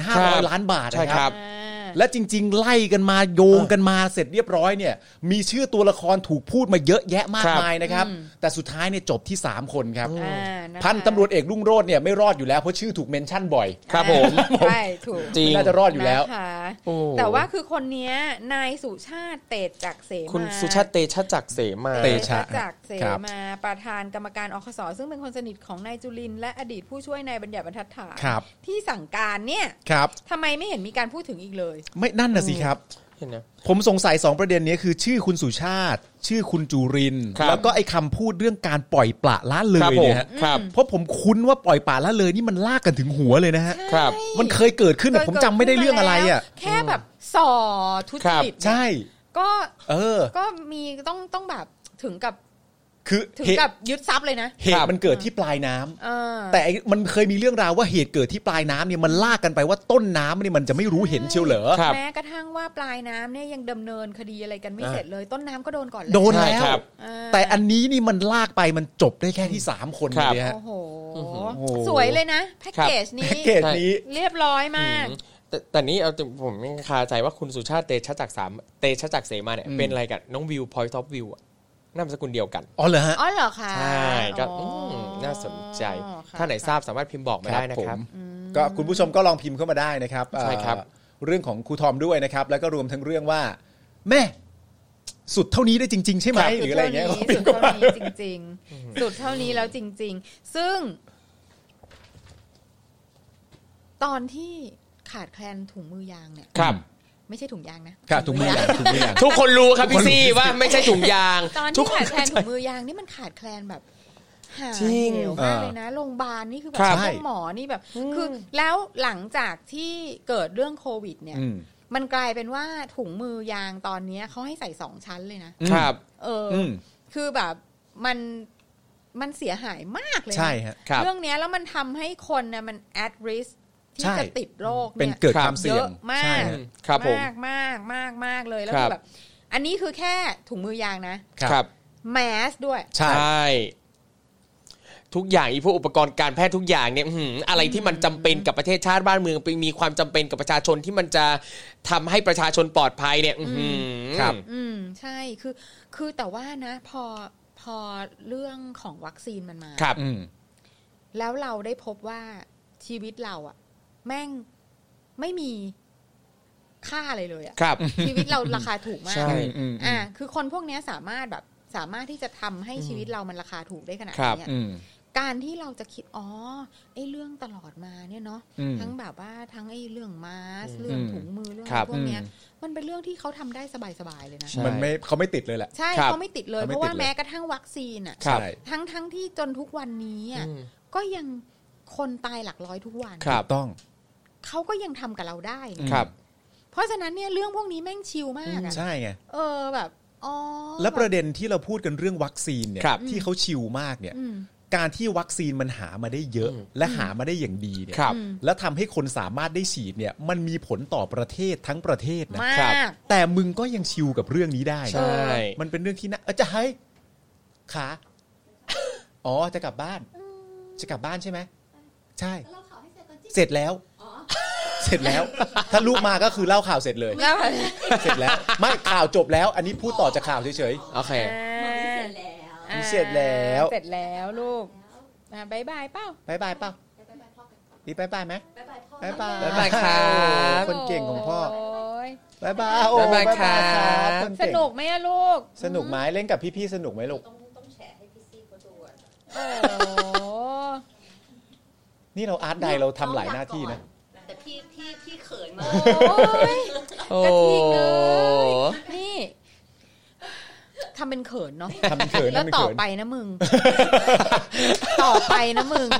Speaker 4: ครับ
Speaker 5: 0 ล้านบาท
Speaker 4: ใช่ค
Speaker 5: นะค
Speaker 4: รั
Speaker 5: รับ บ
Speaker 8: อ่า
Speaker 5: และจริง ๆ ไล่กันมาโยงกันมาเสร็จเรียบร้อยเนี่ย มีชื่อตัวละครถูกพูดมาเยอะแยะมาก
Speaker 4: ครับ
Speaker 5: มายนะครับ
Speaker 8: อืม
Speaker 5: แต่สุดท้ายเนี่ยจบที่ 3 คนครับ
Speaker 8: อ่านะคะ
Speaker 5: พันตำรวจเอกรุ่งโรจน์เนี่ยไม่รอดอยู่แล้วเพราะชื่อถูกเมนชั่นบ่อย
Speaker 4: ครับผม
Speaker 8: ใช่ถูก
Speaker 4: จริง
Speaker 5: น่าจะรอดอยู่แล้ว
Speaker 8: นะคะ
Speaker 4: โอ้
Speaker 8: แต่ว่าคือคนเนี้ยนายสุชาติเตจจากเสมา
Speaker 4: คุณสุชาติเตชะจักรเสมา
Speaker 5: เตชะ
Speaker 8: จากเส
Speaker 5: ครับ
Speaker 8: มาประธานกรรมการอคสซึ่งเป็นคนสนิทของนายจุลินทร์และอดีตผู้ช่วยนายบัญญัติบรรทัดฐาน
Speaker 5: ครับ
Speaker 8: ที่สั่งการเนี่ย
Speaker 5: ครับ
Speaker 8: ทำไมไม่เห็นมีการพูดถึงอีกเลย
Speaker 5: ไม่นั่นน่ะสิครับ
Speaker 4: เห็นนะ
Speaker 5: ผมสงสัย 2 ประเด็นนี้คือชื่อคุณสุชาติ ชื่อคุณจูรินทร์
Speaker 4: ครับ
Speaker 5: แล้วก็ไอ้คำพูดเรื่องการปล่อยปละละเล
Speaker 4: ครับ
Speaker 5: ย
Speaker 4: ผม
Speaker 5: เนี่ยฮะ
Speaker 4: ครับ
Speaker 5: เพราะผมคุ้นว่าปล่อยปละละเลยนี่มันลากกันถึงหัวเลยนะฮะ
Speaker 4: ครับ
Speaker 5: มันเคยเกิดขึ้นแต่
Speaker 8: เคย
Speaker 5: ผมจำไม่ได้เรื่องอะไรอ่ะ
Speaker 8: เกิดขึ้นมาแล้วแค่แบบส่อทุจริต
Speaker 5: ใช่
Speaker 8: ก็
Speaker 5: เออ
Speaker 8: ก็มีต้องต้องแบบถึงกับ
Speaker 5: คือ
Speaker 8: ถึง
Speaker 5: เหตุ
Speaker 8: กับยึดทรัพย์เลยนะ
Speaker 5: เหตุมันเกิดที่ปลายน้ำ
Speaker 8: เออ
Speaker 5: แต่ไอ้มันเคยมีเรื่องราวว่าเหตุเกิดที่ปลายน้ำเนี่ยมันลากกันไปว่าต้นน้ำเนี่ยมันจะไม่รู้เห็นเชียวเหรอ
Speaker 4: ครับ
Speaker 8: แม้กระทั่งว่าปลายน้ำเนี่ยยังดำเนินคดีอะไรกันไม่เสร็จเลย ต้นน้ำก็โดนก่อนเลย
Speaker 5: โดน
Speaker 4: ใช่
Speaker 5: แล้ว
Speaker 4: ครับ
Speaker 8: อ่า
Speaker 5: แต่อันนี้นี่มันลากไปมันจบได้แค่ที่สามคน
Speaker 4: ครับ
Speaker 5: เลยฮะ
Speaker 8: โอ้โห
Speaker 5: โอ้โห
Speaker 8: สวยเลยนะ แพ็กเกจนี้
Speaker 5: แพ็กเกจนี้
Speaker 8: เรียบร้อยมาก
Speaker 4: อืมแต่แต่นี่เอาแต่ผมยังคาใจว่าคุณสุชาติเตชะจักรสามเตชะจักรเสมาเนี่ย
Speaker 5: อืม
Speaker 4: เป็นอะไรกันน้องวิวพอยท็อปวิวอะนามสกุลเดียวกัน
Speaker 5: อ๋อเหรอฮะ
Speaker 8: อ๋อเหรอคะ
Speaker 4: ใช่ก็
Speaker 8: อ๋อ
Speaker 4: มน่าสนใจ
Speaker 8: ค่ะ
Speaker 4: ถ้าไหนทราบสามารถพิมพ์บอกมาได้นะ
Speaker 5: ผม
Speaker 4: ครับ
Speaker 5: ก็คุณผู้ชมก็ลองพิมพ์เข้ามาได้นะครับ
Speaker 4: ใช่ครับ
Speaker 5: เอ่อเรื่องของครูทอมด้วยนะครับ แล้วก็รวมทั้งเรื่องว่า แม่ สุดเท่านี้ได้จริง ๆ ใช่ไหมหรืออะไรอย่างเงี้ยก็พิม
Speaker 8: สุด
Speaker 5: พ์เข้า
Speaker 8: เท่า
Speaker 5: มา
Speaker 8: นี้จริง ๆ สุดเท่านี้แล้วจริง ๆ ซึ่ง ตอนที่ขาดแคลนถุงมือยางเนี่ย
Speaker 4: ครับ
Speaker 8: ไม่ใช่ถุงยางนะ
Speaker 5: ค่ะถุงมือยางถุงมือยาง
Speaker 4: ทุกคนรู้ครับพี่ซี่ว่าไม่ใช่ถุงยาง
Speaker 8: ตอน
Speaker 4: ทุ
Speaker 8: ที่
Speaker 4: กค
Speaker 8: ขา
Speaker 4: น
Speaker 8: ดแคลนถุงมือยางนี่มันขาดแคลนแบบหา
Speaker 4: จริง
Speaker 8: เหวมากเลยนะโรงพยาบาลนี่คือแบ
Speaker 4: ครับ บ
Speaker 8: พวกหมอนี่แบบ คือแล้วหลังจากที่เกิดเรื่องโควิดเนี่ย
Speaker 5: อืม
Speaker 8: มันกลายเป็นว่าถุงมือยางตอนเนี้ยเขาให้ใส่สองชั้นเลยนะ
Speaker 4: ครับ
Speaker 8: เอออ
Speaker 5: อืม
Speaker 8: คือแบบมันมันเสียหายมากเลยนะ
Speaker 5: ใช่ฮะ
Speaker 4: ครับ
Speaker 8: เรื่องเนี้ยแล้วมันทำให้คนเนี่ยมัน at risk ที่
Speaker 5: ใช่
Speaker 8: จะติดโรค
Speaker 5: เป็น
Speaker 8: เนี่ย
Speaker 5: เกิด
Speaker 4: ครับ
Speaker 5: ความเสี่ยง
Speaker 8: เยอะมาก
Speaker 5: ใช่ฮะ
Speaker 4: ครับผม
Speaker 8: มากมากมากมากเลยแล้ว
Speaker 4: ครั
Speaker 8: คื
Speaker 4: บ
Speaker 8: อแบบอันนี้คือแค่ถุงมือยางนะ
Speaker 5: ครับ
Speaker 4: ครับ
Speaker 8: แมสด้วย
Speaker 5: ใช่
Speaker 4: ใช่ ทุกอย่างอีพวกอุปกรณ์การแพทย์ทุกอย่างเนี่ยอื้อหืออะไรที่มันจำเป็นกับประเทศชาติบ้านเมืองเป็นมีความจำเป็นกับประชาชนที่มันจะทำให้ประชาชนปลอดภัยเนี่ย อื้อหือ
Speaker 5: ครับ
Speaker 8: อืมใช่คือคือแต่ว่านะ พอพอเรื่องของวัคซีนมันมา
Speaker 4: ครับ
Speaker 5: อืม
Speaker 8: แล้วเราได้พบว่าชีวิตเราอะแม่งไม่มีค่าอะไรเลยอะ
Speaker 4: ครับ
Speaker 8: [laughs] ชีวิตเราราคาถูกมาก
Speaker 4: ใช่
Speaker 5: อืม
Speaker 8: อ่าคือคนพวกเนี้ยสามารถแบบสามารถที่จะทำให้ชีวิตเรามันราคาถูกได้ขนาด
Speaker 4: ครับ
Speaker 8: เนี้ย
Speaker 5: อืม
Speaker 8: การที่เราจะคิด อ๋อไอ้เรื่องตลอดมาเนี่ยเนาะ
Speaker 5: อืม
Speaker 8: ทั้งแบบว่าทั้งไอ้เรื่องมาสเรื่อง
Speaker 5: อืม
Speaker 8: ถุงมือเรื่อง
Speaker 4: ครับ
Speaker 8: พวกเนี้ย
Speaker 5: อืม
Speaker 8: มันเป็นเรื่องที่เขาทำได้สบายๆเลยนะ
Speaker 4: ใช่
Speaker 5: มันไม่เขาไม่ติดเลยแหละ
Speaker 8: ใช่
Speaker 4: ครับ
Speaker 8: เขาไม่ติดเลย
Speaker 5: เขาไม่
Speaker 8: เพราะ
Speaker 5: ติ
Speaker 8: ว่า
Speaker 5: ดเลย
Speaker 8: แม้กระทั่งวัคซีนอ่ะ
Speaker 4: ครับ
Speaker 5: ใช่
Speaker 8: ทั้งทั้งที่จนทุกวันนี้อ่ะ
Speaker 4: อืม
Speaker 8: ก็ยังคนตายหลักร้อยทุกวัน
Speaker 4: ครับ
Speaker 5: ต้อง
Speaker 8: เขาก็ยังทำกับเราได้นะครับ เพราะฉะนั้นเนี่ยเรื่องพวกนี้แม่งชิลมากอะ
Speaker 5: ใช่ไง
Speaker 8: เออแบบอ๋อ
Speaker 5: และประ
Speaker 8: แบบ
Speaker 5: เด็นที่เราพูดกันเรื่องวัคซีนเนี่ย
Speaker 4: ครับ
Speaker 5: ที่เขาชิวมากเนี่ย
Speaker 8: อืม
Speaker 5: การที่วัคซีนมันหามาได้เยอะ และหามาได้อย่างดีเนี่ย
Speaker 4: ครับ
Speaker 8: อืม
Speaker 5: และทำให้คนสามารถได้ฉีดเนี่ยมันมีผลต่อประเทศทั้งประเทศนะ
Speaker 8: มาก
Speaker 4: ครับ
Speaker 5: แต่มึงก็ยังชิวกับเรื่องนี้ได้
Speaker 4: ใช่
Speaker 5: มันเป็นเรื่องที่น่าเอ้อจะให้ขา อ๋อจะกลับบ้าน จะกลับบ้านใช่ไหมใช่
Speaker 7: เราข่าวให้เสร็จก่อนจิ
Speaker 5: เสร็จแล้ว
Speaker 7: อ๋อ
Speaker 5: เสร็จแล้ว ถ้าลูกมาก็คือเล่าข่าวเสร็จเลย
Speaker 8: แล้วแบบ
Speaker 5: เสร็จแล้ว ไม่ข่าวจบแล้ว อันนี้พูดต่อจากข่าวเฉย
Speaker 4: โอเค
Speaker 7: หมดที่
Speaker 8: อ่า
Speaker 7: เสร็จแล้ว
Speaker 8: อ่า
Speaker 5: เสร็จแล้ว
Speaker 8: เสร็จแล้วลูกอ่ะบายบายเป้า
Speaker 5: ๆบายบายเปล่า
Speaker 7: บ๊ายบายพ่อกัน
Speaker 5: ดีบายบายไหม
Speaker 7: บ๊ายบายพ่อ
Speaker 5: บ๊ายบาย
Speaker 4: บ๊ายบายครับ
Speaker 5: คนเก่งของพ่อ
Speaker 8: โย
Speaker 5: บายบายโอ้
Speaker 4: บ๊ายบายครับ
Speaker 5: ค
Speaker 8: ส
Speaker 5: เง
Speaker 8: นุกไหมอะลูก
Speaker 5: สนุกไหมเล่นกับพี่ๆสนุกไหมลูก
Speaker 7: ต้องต้องแชร์ให้พี่ซีเขาดูอะ
Speaker 8: โอ้โห
Speaker 5: นี่เราอาร์ตไดเราทำหลายหน้าที่นะ
Speaker 7: แต่พี่พี่พี่เขินมาก
Speaker 8: โอ้ย
Speaker 4: โอ้
Speaker 8: กระทิ
Speaker 4: โห
Speaker 8: งเลย นี่ทำเป็นเขินเนาะ
Speaker 5: ทำเป็นเขิน
Speaker 8: แล้ว
Speaker 5: ทำเป็นเขิน
Speaker 8: ต่อไปนะมึง ต่อไปนะมึง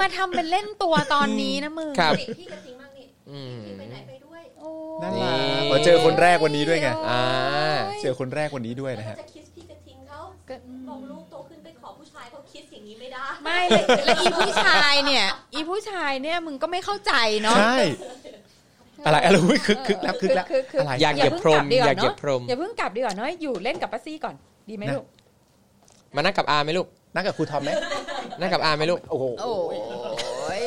Speaker 8: มาทำเป็นเล่นตัวตอนนี้นะมึง
Speaker 4: ครับ
Speaker 7: ติพี่กระทิงมากนี่
Speaker 4: อืม
Speaker 7: พี่ไปไหนไปด้วย
Speaker 8: โอ้
Speaker 5: น่าย รัก
Speaker 4: นี่
Speaker 5: อ๋อเจอคนแรกวันนี้ด้วยไง
Speaker 4: อ่า
Speaker 5: เจอคนแรกวันนี้ด้วย
Speaker 7: แล้ว
Speaker 5: นะ
Speaker 7: ก็
Speaker 5: ฮะ
Speaker 7: จะคิสพี่กระทิงเขาบอกลูกโตขึ้นไปขอผู้ชายเขาคิสอย่างนี้ไม่ได้
Speaker 8: ไม่เลยแล้วอีผู้ชายเนี่ย อีผู้ชายเนี่ยมึงก็ไม่เข้าใจเนาะ
Speaker 5: ใช่ อะไร [laughs] อะไรอุ๊ยคึกคึกแล้วคึกแล้ว
Speaker 8: คึกคึก
Speaker 5: อะไร
Speaker 4: อยากเหยียบพรมอ
Speaker 8: อาย
Speaker 4: ย่าก
Speaker 8: เพิ่งกลับดี
Speaker 4: เหยียบพรม
Speaker 8: กว่าเนอะอย่าเพิ่งกลับดีกว่าเนาะอยู่เล่นกับป้าซี่ก่อนดีไหมลูก
Speaker 4: มานั่งกับอาไหมลูก
Speaker 5: นั่งกับครูทอมไหม
Speaker 4: นั่งกับอาไหมลูก
Speaker 5: โอ้โห
Speaker 8: โอ้ย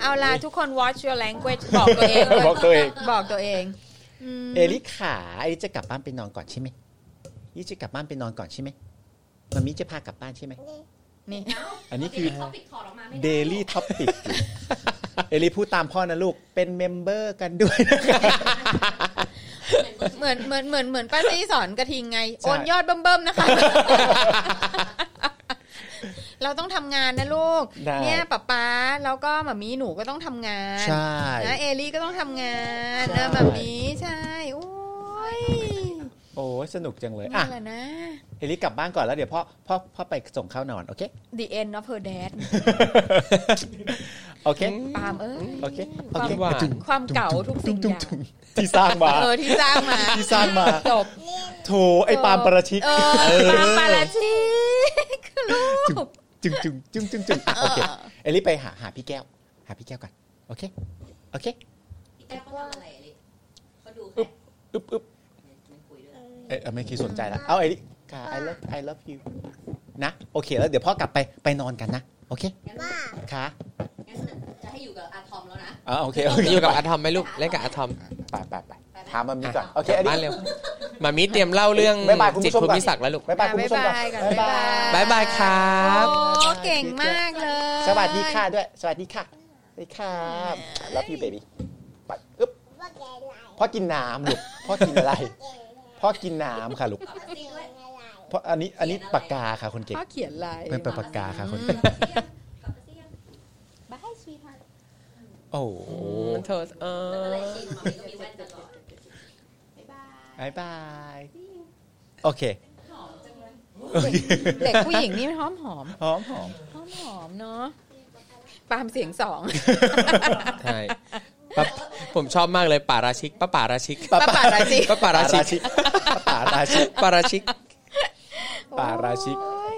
Speaker 8: เอาล่ะทุกคน watch your language บอกตัวเองว้ย
Speaker 5: [laughs] บอกตัวเอง
Speaker 8: บอกตัวเองม
Speaker 5: เอลิขาไอ้จะกลับบ้านไปนอนก่อนใช่ไหมนี่จะกลับบ้านไปนอนก่อนใช่ไหมมันมิจะพากลับบ้านใช่ไหม
Speaker 8: นี่
Speaker 5: อันนี้คือ
Speaker 7: เขาปิดคอร์ดออกมาไม่ได้
Speaker 5: Daily Topic [laughs] เอลิพูดตามพ่อนะลูก เป็นเมมเบอร์กันด้วยนะครับ
Speaker 8: เหมือนเหมือนเหมือนเหมือนป้าซี่สอนกระทิงไง
Speaker 5: ใช่
Speaker 8: โอนยอดเบิ่มๆนะคะ [laughs] เราต้องทำงานนะลูก
Speaker 5: ได้
Speaker 8: เนี่ยป๊าป๊าแล้วก็หมามีหนูก็ต้องทำงาน
Speaker 5: ใช่
Speaker 8: นะเอลี่ก็ต้องทำงานนะแบบนี้ใช่โอ้ย
Speaker 5: โอ้ยสนุกจังเลยอ่ะ
Speaker 8: นั่นแหละนะ
Speaker 5: เอลิกลับบ้านก่อนแล้วเดี๋ยวพ่อพ่อพ่อไปส่งข้าวนอน โอเค
Speaker 8: The end of her dad
Speaker 5: โอเค
Speaker 8: ปาล์มเอ้ย
Speaker 5: โอเคโอ
Speaker 8: ความ
Speaker 5: เค
Speaker 4: ว่า
Speaker 8: ความเก่าทุกสิ่งอย่าง
Speaker 5: ที่สร้างมา
Speaker 8: เออที่สร้างมา
Speaker 5: ที่สร้างมา
Speaker 8: จบ
Speaker 5: โถไอ้ปาล์มประชิก
Speaker 8: เออปาล์มปาราชิกลูก
Speaker 5: จึงจึงจึงจึงจึงอ่ะโอเค เอลิไปหาหาพี่แก้ว หาพี่แก้วก่อนโอเค โอเค
Speaker 7: พี่แก้วเขาทำอะไรอะลิเขาดูแค่
Speaker 5: อึ๊บอึ๊บ
Speaker 7: ไม่คุยด้วย
Speaker 5: เอยเอยไม่เคยสนใจละเอาเอลิค่ะ I love I love you นะ โอเค แล้วเดี๋ยวพ่อกลับไปไปนอนกันนะ โอเค
Speaker 7: งั้นว่า
Speaker 5: ค่ะ
Speaker 7: งั้นจะให้อยู่กับอาทอมแล้วนะ
Speaker 5: อ๋อโอเค โอเค
Speaker 4: อยู่กับอาทอมไหมลูก เล่นกับอาทอม
Speaker 5: ไปไปไปถามมามีก่อน โอเค
Speaker 4: ก
Speaker 5: เอ
Speaker 4: ลับ
Speaker 5: ลิ
Speaker 4: บ้านเร็วมามีเตรียมเล่าเรื่อง
Speaker 5: บ๊ายบายคุณผู้
Speaker 4: จิต
Speaker 5: ชม
Speaker 4: ภู
Speaker 5: ก่อน
Speaker 4: มิศักดิ์แล้วลูก
Speaker 5: บายบายคุณผู้ชมก่อน
Speaker 8: ยกัน
Speaker 4: บา
Speaker 8: บ๊ายบาย
Speaker 4: ยบายครับ
Speaker 8: โอ้เก่งมากเลย
Speaker 5: สวัสดีค่ะด้วย สวัสดีค่ะ สวัสดีครับรับพี่เบบี้ไปอึ๊บพ่อกินน้ำลูกพ่อกินอะไร พ่อกินน้ำค่ะลูกเพราะอันนี้อันนี้ปากกาค่ะคนเก่ง
Speaker 8: พ่อเขียนลาย
Speaker 5: เป็นปากกาค่ะคนเก่งโอ้โห
Speaker 4: มันเธอเออ
Speaker 5: บายบายโอเค
Speaker 8: เด็กผู้หญิงนี่หอมหอม
Speaker 5: หอมหอม
Speaker 8: หอมหอมเนาะปาล์มเสียงสอง
Speaker 4: ใช่
Speaker 5: ปา
Speaker 4: ผมชอบมากเลยป่าราชิกป้าป่าราชิก
Speaker 8: ป้าป่าราชิก
Speaker 4: ป้าป่าราชิก
Speaker 5: ป่าราชิก
Speaker 4: ป่าราชิก
Speaker 5: ป่าราชิก
Speaker 8: โอ้ย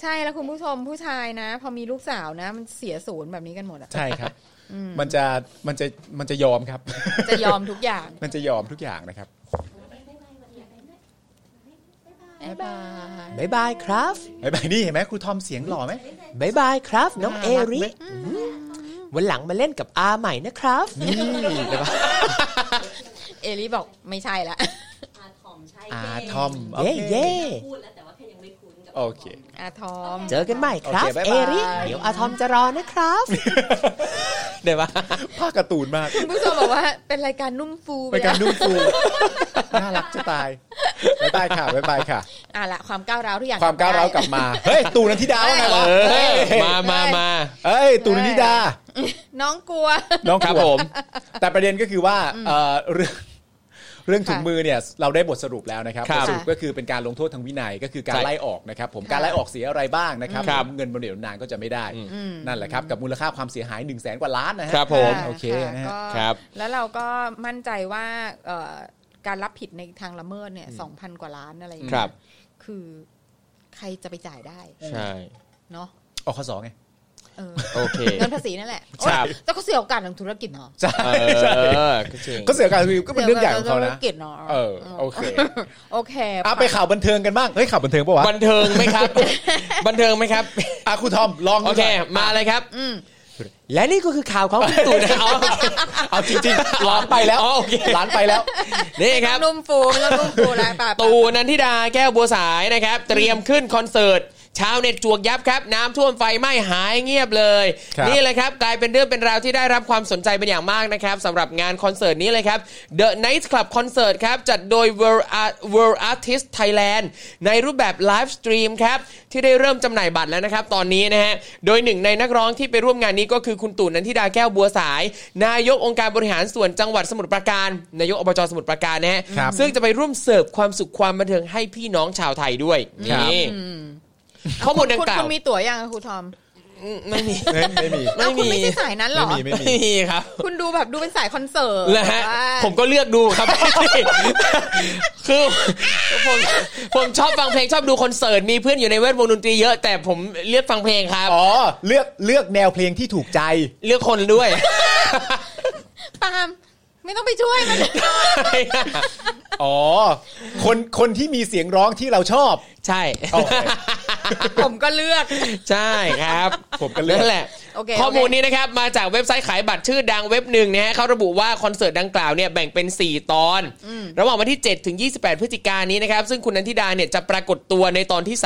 Speaker 8: ใช่แล้วคุณผู้ชมผู้ชายนะ พอมีลูกสาวนะ มันเสียศูนย์แบบนี้กันหมดอะ
Speaker 5: ใช่ครับ มันจะมันจะมันจะยอมครับ [laughs]
Speaker 8: จะยอมทุกอย่าง
Speaker 5: มันจะยอมทุกอย่างนะครับ
Speaker 8: บ๊ายบาย
Speaker 4: บ๊ายบายครับ
Speaker 5: ไอ้ยบายนี่เห็นไหมครูทอมเสียงหล่อไหม
Speaker 4: บ๊ายบายครับ น้อง
Speaker 5: น่ารั
Speaker 4: เอกริ
Speaker 5: ไหม
Speaker 4: วันหลังมาเล่นกับอาใหม่นะครับ
Speaker 8: เอลิบอกไม่ใช่ละ [laughs]
Speaker 7: อาทอมใช่
Speaker 5: อา
Speaker 7: เท่
Speaker 5: ทอมโอ
Speaker 4: เย่
Speaker 5: เค
Speaker 4: เย่
Speaker 7: พูดแล้วแต่ว่าแค่ยังไม่คุ้นกับ
Speaker 5: โอเค
Speaker 8: อาทอม
Speaker 4: เจอกันใหม่ครับ
Speaker 5: โอเคบ๊า
Speaker 4: เอบ
Speaker 5: ยาย
Speaker 4: ริเดี๋ยวอาทอมจะรอนะครับ [laughs] เดี๋ยวว่า
Speaker 5: ภาคการ์ตูนมาก
Speaker 8: คุณผู้ชมบอกว่าเป็นรายการนุ่มฟูไป
Speaker 5: ไปการ
Speaker 8: แล้ว
Speaker 5: นุ่มฟู น่ารักจะตายบายบายค่ะบายบายค่ะ
Speaker 8: อ่ะละความก้าวร้าวทุกอย่าง
Speaker 5: ความก้าวร้าวกลับมา เฮ้ย ตูนันทิดาว่าไงวะ
Speaker 4: เอ
Speaker 5: เฮ้ย
Speaker 4: อมามามา
Speaker 5: เอ้ย ตูนันทิดา
Speaker 8: น้องกลัว
Speaker 5: น้อง
Speaker 4: ค
Speaker 5: กลัว
Speaker 4: รับผม
Speaker 5: แต่ประเด็นก็คือว่าเอ่อเรื่องเรื่องถุง
Speaker 8: ค่ะ
Speaker 5: มือเนี่ยเราได้บทสรุปแล้วนะครับ
Speaker 4: ครับ
Speaker 5: บทสรุปก็คือเป็นการลงโทษทางวินัยก็คือการ
Speaker 4: ใช่
Speaker 5: ไล่ออกนะครับผม
Speaker 8: ค่ะ
Speaker 5: การไล่ออกเสียอะไรบ้างนะครับ
Speaker 4: ครับ
Speaker 5: เงินบำเหน็จบำนานก็จะไม่ได้
Speaker 8: อืม
Speaker 5: นั่นแหละครับ กับมูลค่าความเสียหาย1นึ่งแสนกว่าล้านนะฮะ
Speaker 4: ครับผม
Speaker 8: ค่ะ
Speaker 5: โอเค
Speaker 8: ค่ะ
Speaker 5: นะฮะ
Speaker 8: ก็
Speaker 4: ครับ
Speaker 8: แล้วเราก็มั่นใจว่าเอ่อการรับผิดในทางละเมิดเนี่ยสองพันกว่าล้านอะไรอย่าง
Speaker 4: ค
Speaker 8: เงี้ย
Speaker 4: รับ
Speaker 8: คือใครจะไปจ่ายได้
Speaker 4: ใช่
Speaker 8: เนาะ
Speaker 5: ออกข้อสองไง
Speaker 8: เออ
Speaker 4: โอเค
Speaker 8: เงินภาษีนั่นแหละ
Speaker 4: ครับ
Speaker 8: โอ๊ยแล้วก็เสียโอกาสทางธุรกิจเนาะ
Speaker 5: ใช่
Speaker 4: เอ
Speaker 5: ใช่
Speaker 4: อก็จริง
Speaker 5: ก็เสียการรีวิวก็เป็นเรื่องใหญ่ของเขา
Speaker 8: สียโกสทธุ
Speaker 5: นะ
Speaker 8: รกิจเนาะ
Speaker 5: เออโอเค
Speaker 8: โอเค
Speaker 5: อ่ะไปข่าวบันเทิงกันบ้างเฮ้ยข่าวบันเทิงปะวะ
Speaker 4: บันเทิงไหมครับ บันเทิงไหมครับ
Speaker 5: อ่ะครูทอมลองดู
Speaker 4: โอเค
Speaker 5: หน่ย
Speaker 4: มาเลยครับ
Speaker 8: อืม
Speaker 4: และนี่ก็คือข่าวของพี่ตูนนะครับ
Speaker 5: [laughs] เอาจริงๆร้านไปแล้ว
Speaker 4: อ๋อโอเค
Speaker 5: ร้านไปแล้ว
Speaker 4: นี่ครับ
Speaker 8: นุ่มฟูไม่ต้องนุ่มฟูแล้วป่ะ
Speaker 4: ตูนนันทิดาแก้วบัวสายนะครับ เตรียมขึ้นคอนเสิร์ต ชาวเน็ตจวกยับครับ น้ำท่วมไฟไหม้หายเงียบเลย
Speaker 5: ครับ
Speaker 4: นี่แหละครับกลายเป็นเรื่องเป็นราวที่ได้รับความสนใจเป็นอย่างมากนะครับสำหรับงานคอนเสิร์ตนี้เลยครับ The Night Club Concert ครับ จัดโดย World, Art, World Artist Thailand ในรูปแบบไลฟ์สตรีมครับ ที่ได้เริ่มจำหน่ายบัตรแล้วนะครับ ตอนนี้นะฮะ โดยหนึ่งในนักร้องที่ไปร่วมงานนี้ก็คือคุณตู่นันทิดาแก้วบัวสาย นายกองค์การบริหารส่วนจังหวัดสมุทรปราการ นายกอบจสมุทรปราการนะฮะ
Speaker 5: ครับ
Speaker 4: ซึ่งจะไปร่วมเสิร์ฟความสุขความบันเทิงให้พี่น้องชาวไทยด้วยนี่ข้อมูลดัง
Speaker 8: คุณ
Speaker 4: กล่า
Speaker 8: คุ
Speaker 4: ว
Speaker 8: ณมีตั๋วยังอะครูทอม
Speaker 4: ไม่มี
Speaker 5: ไม่ไม่มี
Speaker 8: เอ้าคุณไม่ใช่สายนั้นเหรอ
Speaker 5: ไม่มี
Speaker 4: ไม่มีครับ
Speaker 8: คุณดูแบบดูเป็นสายคอนเสิร์ต
Speaker 4: แล้วฮะ
Speaker 8: แบบว่า
Speaker 4: ผมก็เลือกดูครับ [laughs] คือผมผมชอบฟังเพลงชอบดูคอนเสิร์ตมีเพื่อนอยู่ในเวทวงดนตรีเยอะ แต่ผมเลือกฟังเพลงครับ
Speaker 5: อ๋อเลือกเลือกแนวเพลงที่ถูกใจ
Speaker 4: เลือกคนด้วย [laughs]
Speaker 8: ปาล์มไม่ต้องไปช่วยมัน
Speaker 5: อ๋อ คนคนที่มีเสียงร้องที่เราชอบ
Speaker 4: ใช่
Speaker 5: โอเค
Speaker 8: ผมก็เลือก
Speaker 4: ใช่ครับ
Speaker 5: ผมก็เลือก
Speaker 4: นั่นแหละ
Speaker 8: โอเค
Speaker 4: ข้อ
Speaker 8: โอเค
Speaker 4: มูลนี้นะครับ มาจากเว็บไซต์ขายบัตรชื่อดังเว็บหนึ่งนะฮะเขาระบุว่าคอนเสิร์ตดังกล่าวเนี่ยแบ่งเป็น 4 ตอน ระหว่างวันที่ 7 ถึง 28 พฤศจิกายนนี้นะครับ ซึ่งคุณนันทิดาเนี่ยจะปรากฏตัวในตอนที่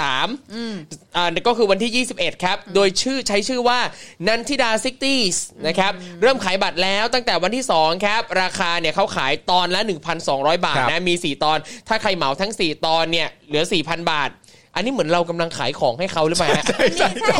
Speaker 4: 3อ่าก็คือวันที่ 21 ครับ โดยชื่อใช้ชื่อว่านันทิดาซิกตี้นะครับ เริ่มขายบัตรแล้วตั้งแต่วันที่ 2 ครับ ราคาเนี่ยเขาขายตอนละ 1,200 บาท
Speaker 5: ครับ
Speaker 4: นะมี 4 ตอน ถ้าใครเหมาทั้ง 4 ตอนเนี่ยเหลือ 4,000 บาท อันนี้เหมือนเรากำลังขายของให้เขาหรือเปล่าฮะ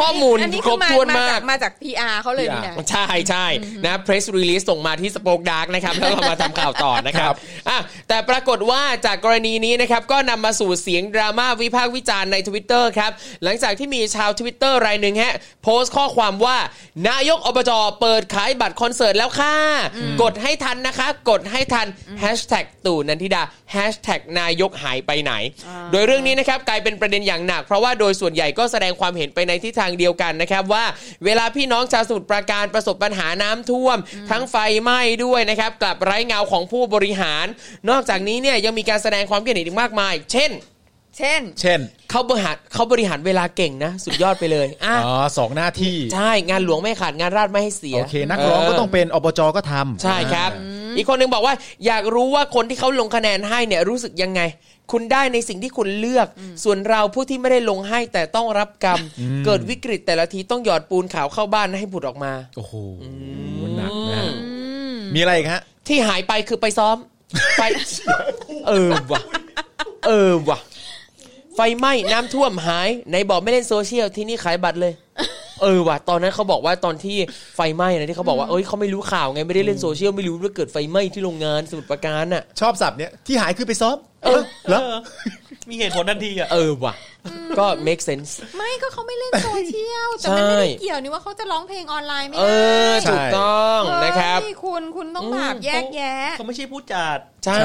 Speaker 4: ข้อมูล
Speaker 8: อันนี้
Speaker 4: ครบถ้วนมาก
Speaker 8: มาจาก PR เขาเลยนี่นะ
Speaker 4: ใช่ใช่นะ press release ส่งมาที่ Spoke Dark นะครับ แล้วเรา
Speaker 8: [laughs]
Speaker 4: มาทำข่าวต่อนะครับอ่ะแต่ปรากฏว่าจากกรณีนี้นะครับ ก็นำมาสู่เสียงดราม่าวิพากษ์วิจารณ์ใน Twitter ครับ หลังจากที่มีชาว Twitter รายหนึ่งฮะ โพสต์ข้อความว่า นายกอบจเปิดขายบัตรคอนเสิร์ตแล้วค่ะ กดให้ทันนะคะ กดให้ทัน hashtag ตู่นันทิดา hashtag นายกหายไปไหน โดยเรื่องนี้นะครับกลายเป็นประเด็นอย่างหนัก เพราะว่าโดยส่วนใหญ่ก็แสดงความเห็นไปในทิศทางเดียวกันนะครับ ว่าเวลาพี่น้องชาวสมุทรปราการประสบปัญหาน้ำท่วม ทั้งไฟไหม้ด้วยนะครับ กลับไร้เงาของผู้บริหาร นอกจากนี้เนี่ยยังมีการแสดงความคิดเห็นอีกมากมาย เช่น
Speaker 8: เช่น
Speaker 5: เช่น
Speaker 4: เขาบริหารเขาบริหารเวลาเก่งนะ สุดยอดไปเลยอ่ะ
Speaker 5: อ๋อสองหน้าที่
Speaker 4: ใช่งานหลวงไม่ขาดงานราชไม่ให้เสีย
Speaker 5: โอเค นักร้องก็ต้องเป็นอบจก็ทำ
Speaker 4: ใช่ครับ อีกคนหนึ่งบอกว่าอยากรู้ว่าคนที่เขาลงคะแนนให้เนี่ยรู้สึกยังไง คุณได้ในสิ่งที่คุณเลือก ส่วนเราผู้ที่ไม่ได้ลงให้แต่ต้องรับกรรม เกิดวิกฤตแต่ละทีต้องหยอดปูนขาวเข้าบ้านให้ผุดออกมา
Speaker 5: โอ้โหหนักนะฮะมีอะไรอีกฮะ
Speaker 4: ที่หายไปคือไปซ้อม ไฟ [laughs] เออว่ะ เออว่ะ ไฟไหม้น้ำท่วมหายไหนบอกไม่เล่นโซเชียลที่นี่ขายบัตรเลย เออว่ะ ตอนนั้นเขาบอกว่าตอนที่ไฟไหม้นะที่เขาบอกว่าเอ้ยเขาไม่รู้ข่าวไงไม่ได้เล่นโซเชียลไม่รู้ว่าเกิดไฟไหม้ที่โรงงานสมุทรปราการน่ะ
Speaker 5: ชอบสับเนี่ยที่หายคือไปซ้อมเออเหรอ
Speaker 6: เออมีเหตุผลทันทีอ่ะ
Speaker 4: เออว่ะ ก็ make sense
Speaker 8: ไม่ก็เขาไม่เล่นโซเชียล แต่มันไม่ได้เกี่ยวนี่ว่าเขาจะร้องเพลงออนไลน์ไม่
Speaker 4: เอ
Speaker 8: ได้
Speaker 4: อ ถูกต้องนะ นะครับ
Speaker 8: ใช่คุณคุณต้องแบบแยกแยะ
Speaker 6: เขาไม่ใช่ผู้จัด
Speaker 4: ใช่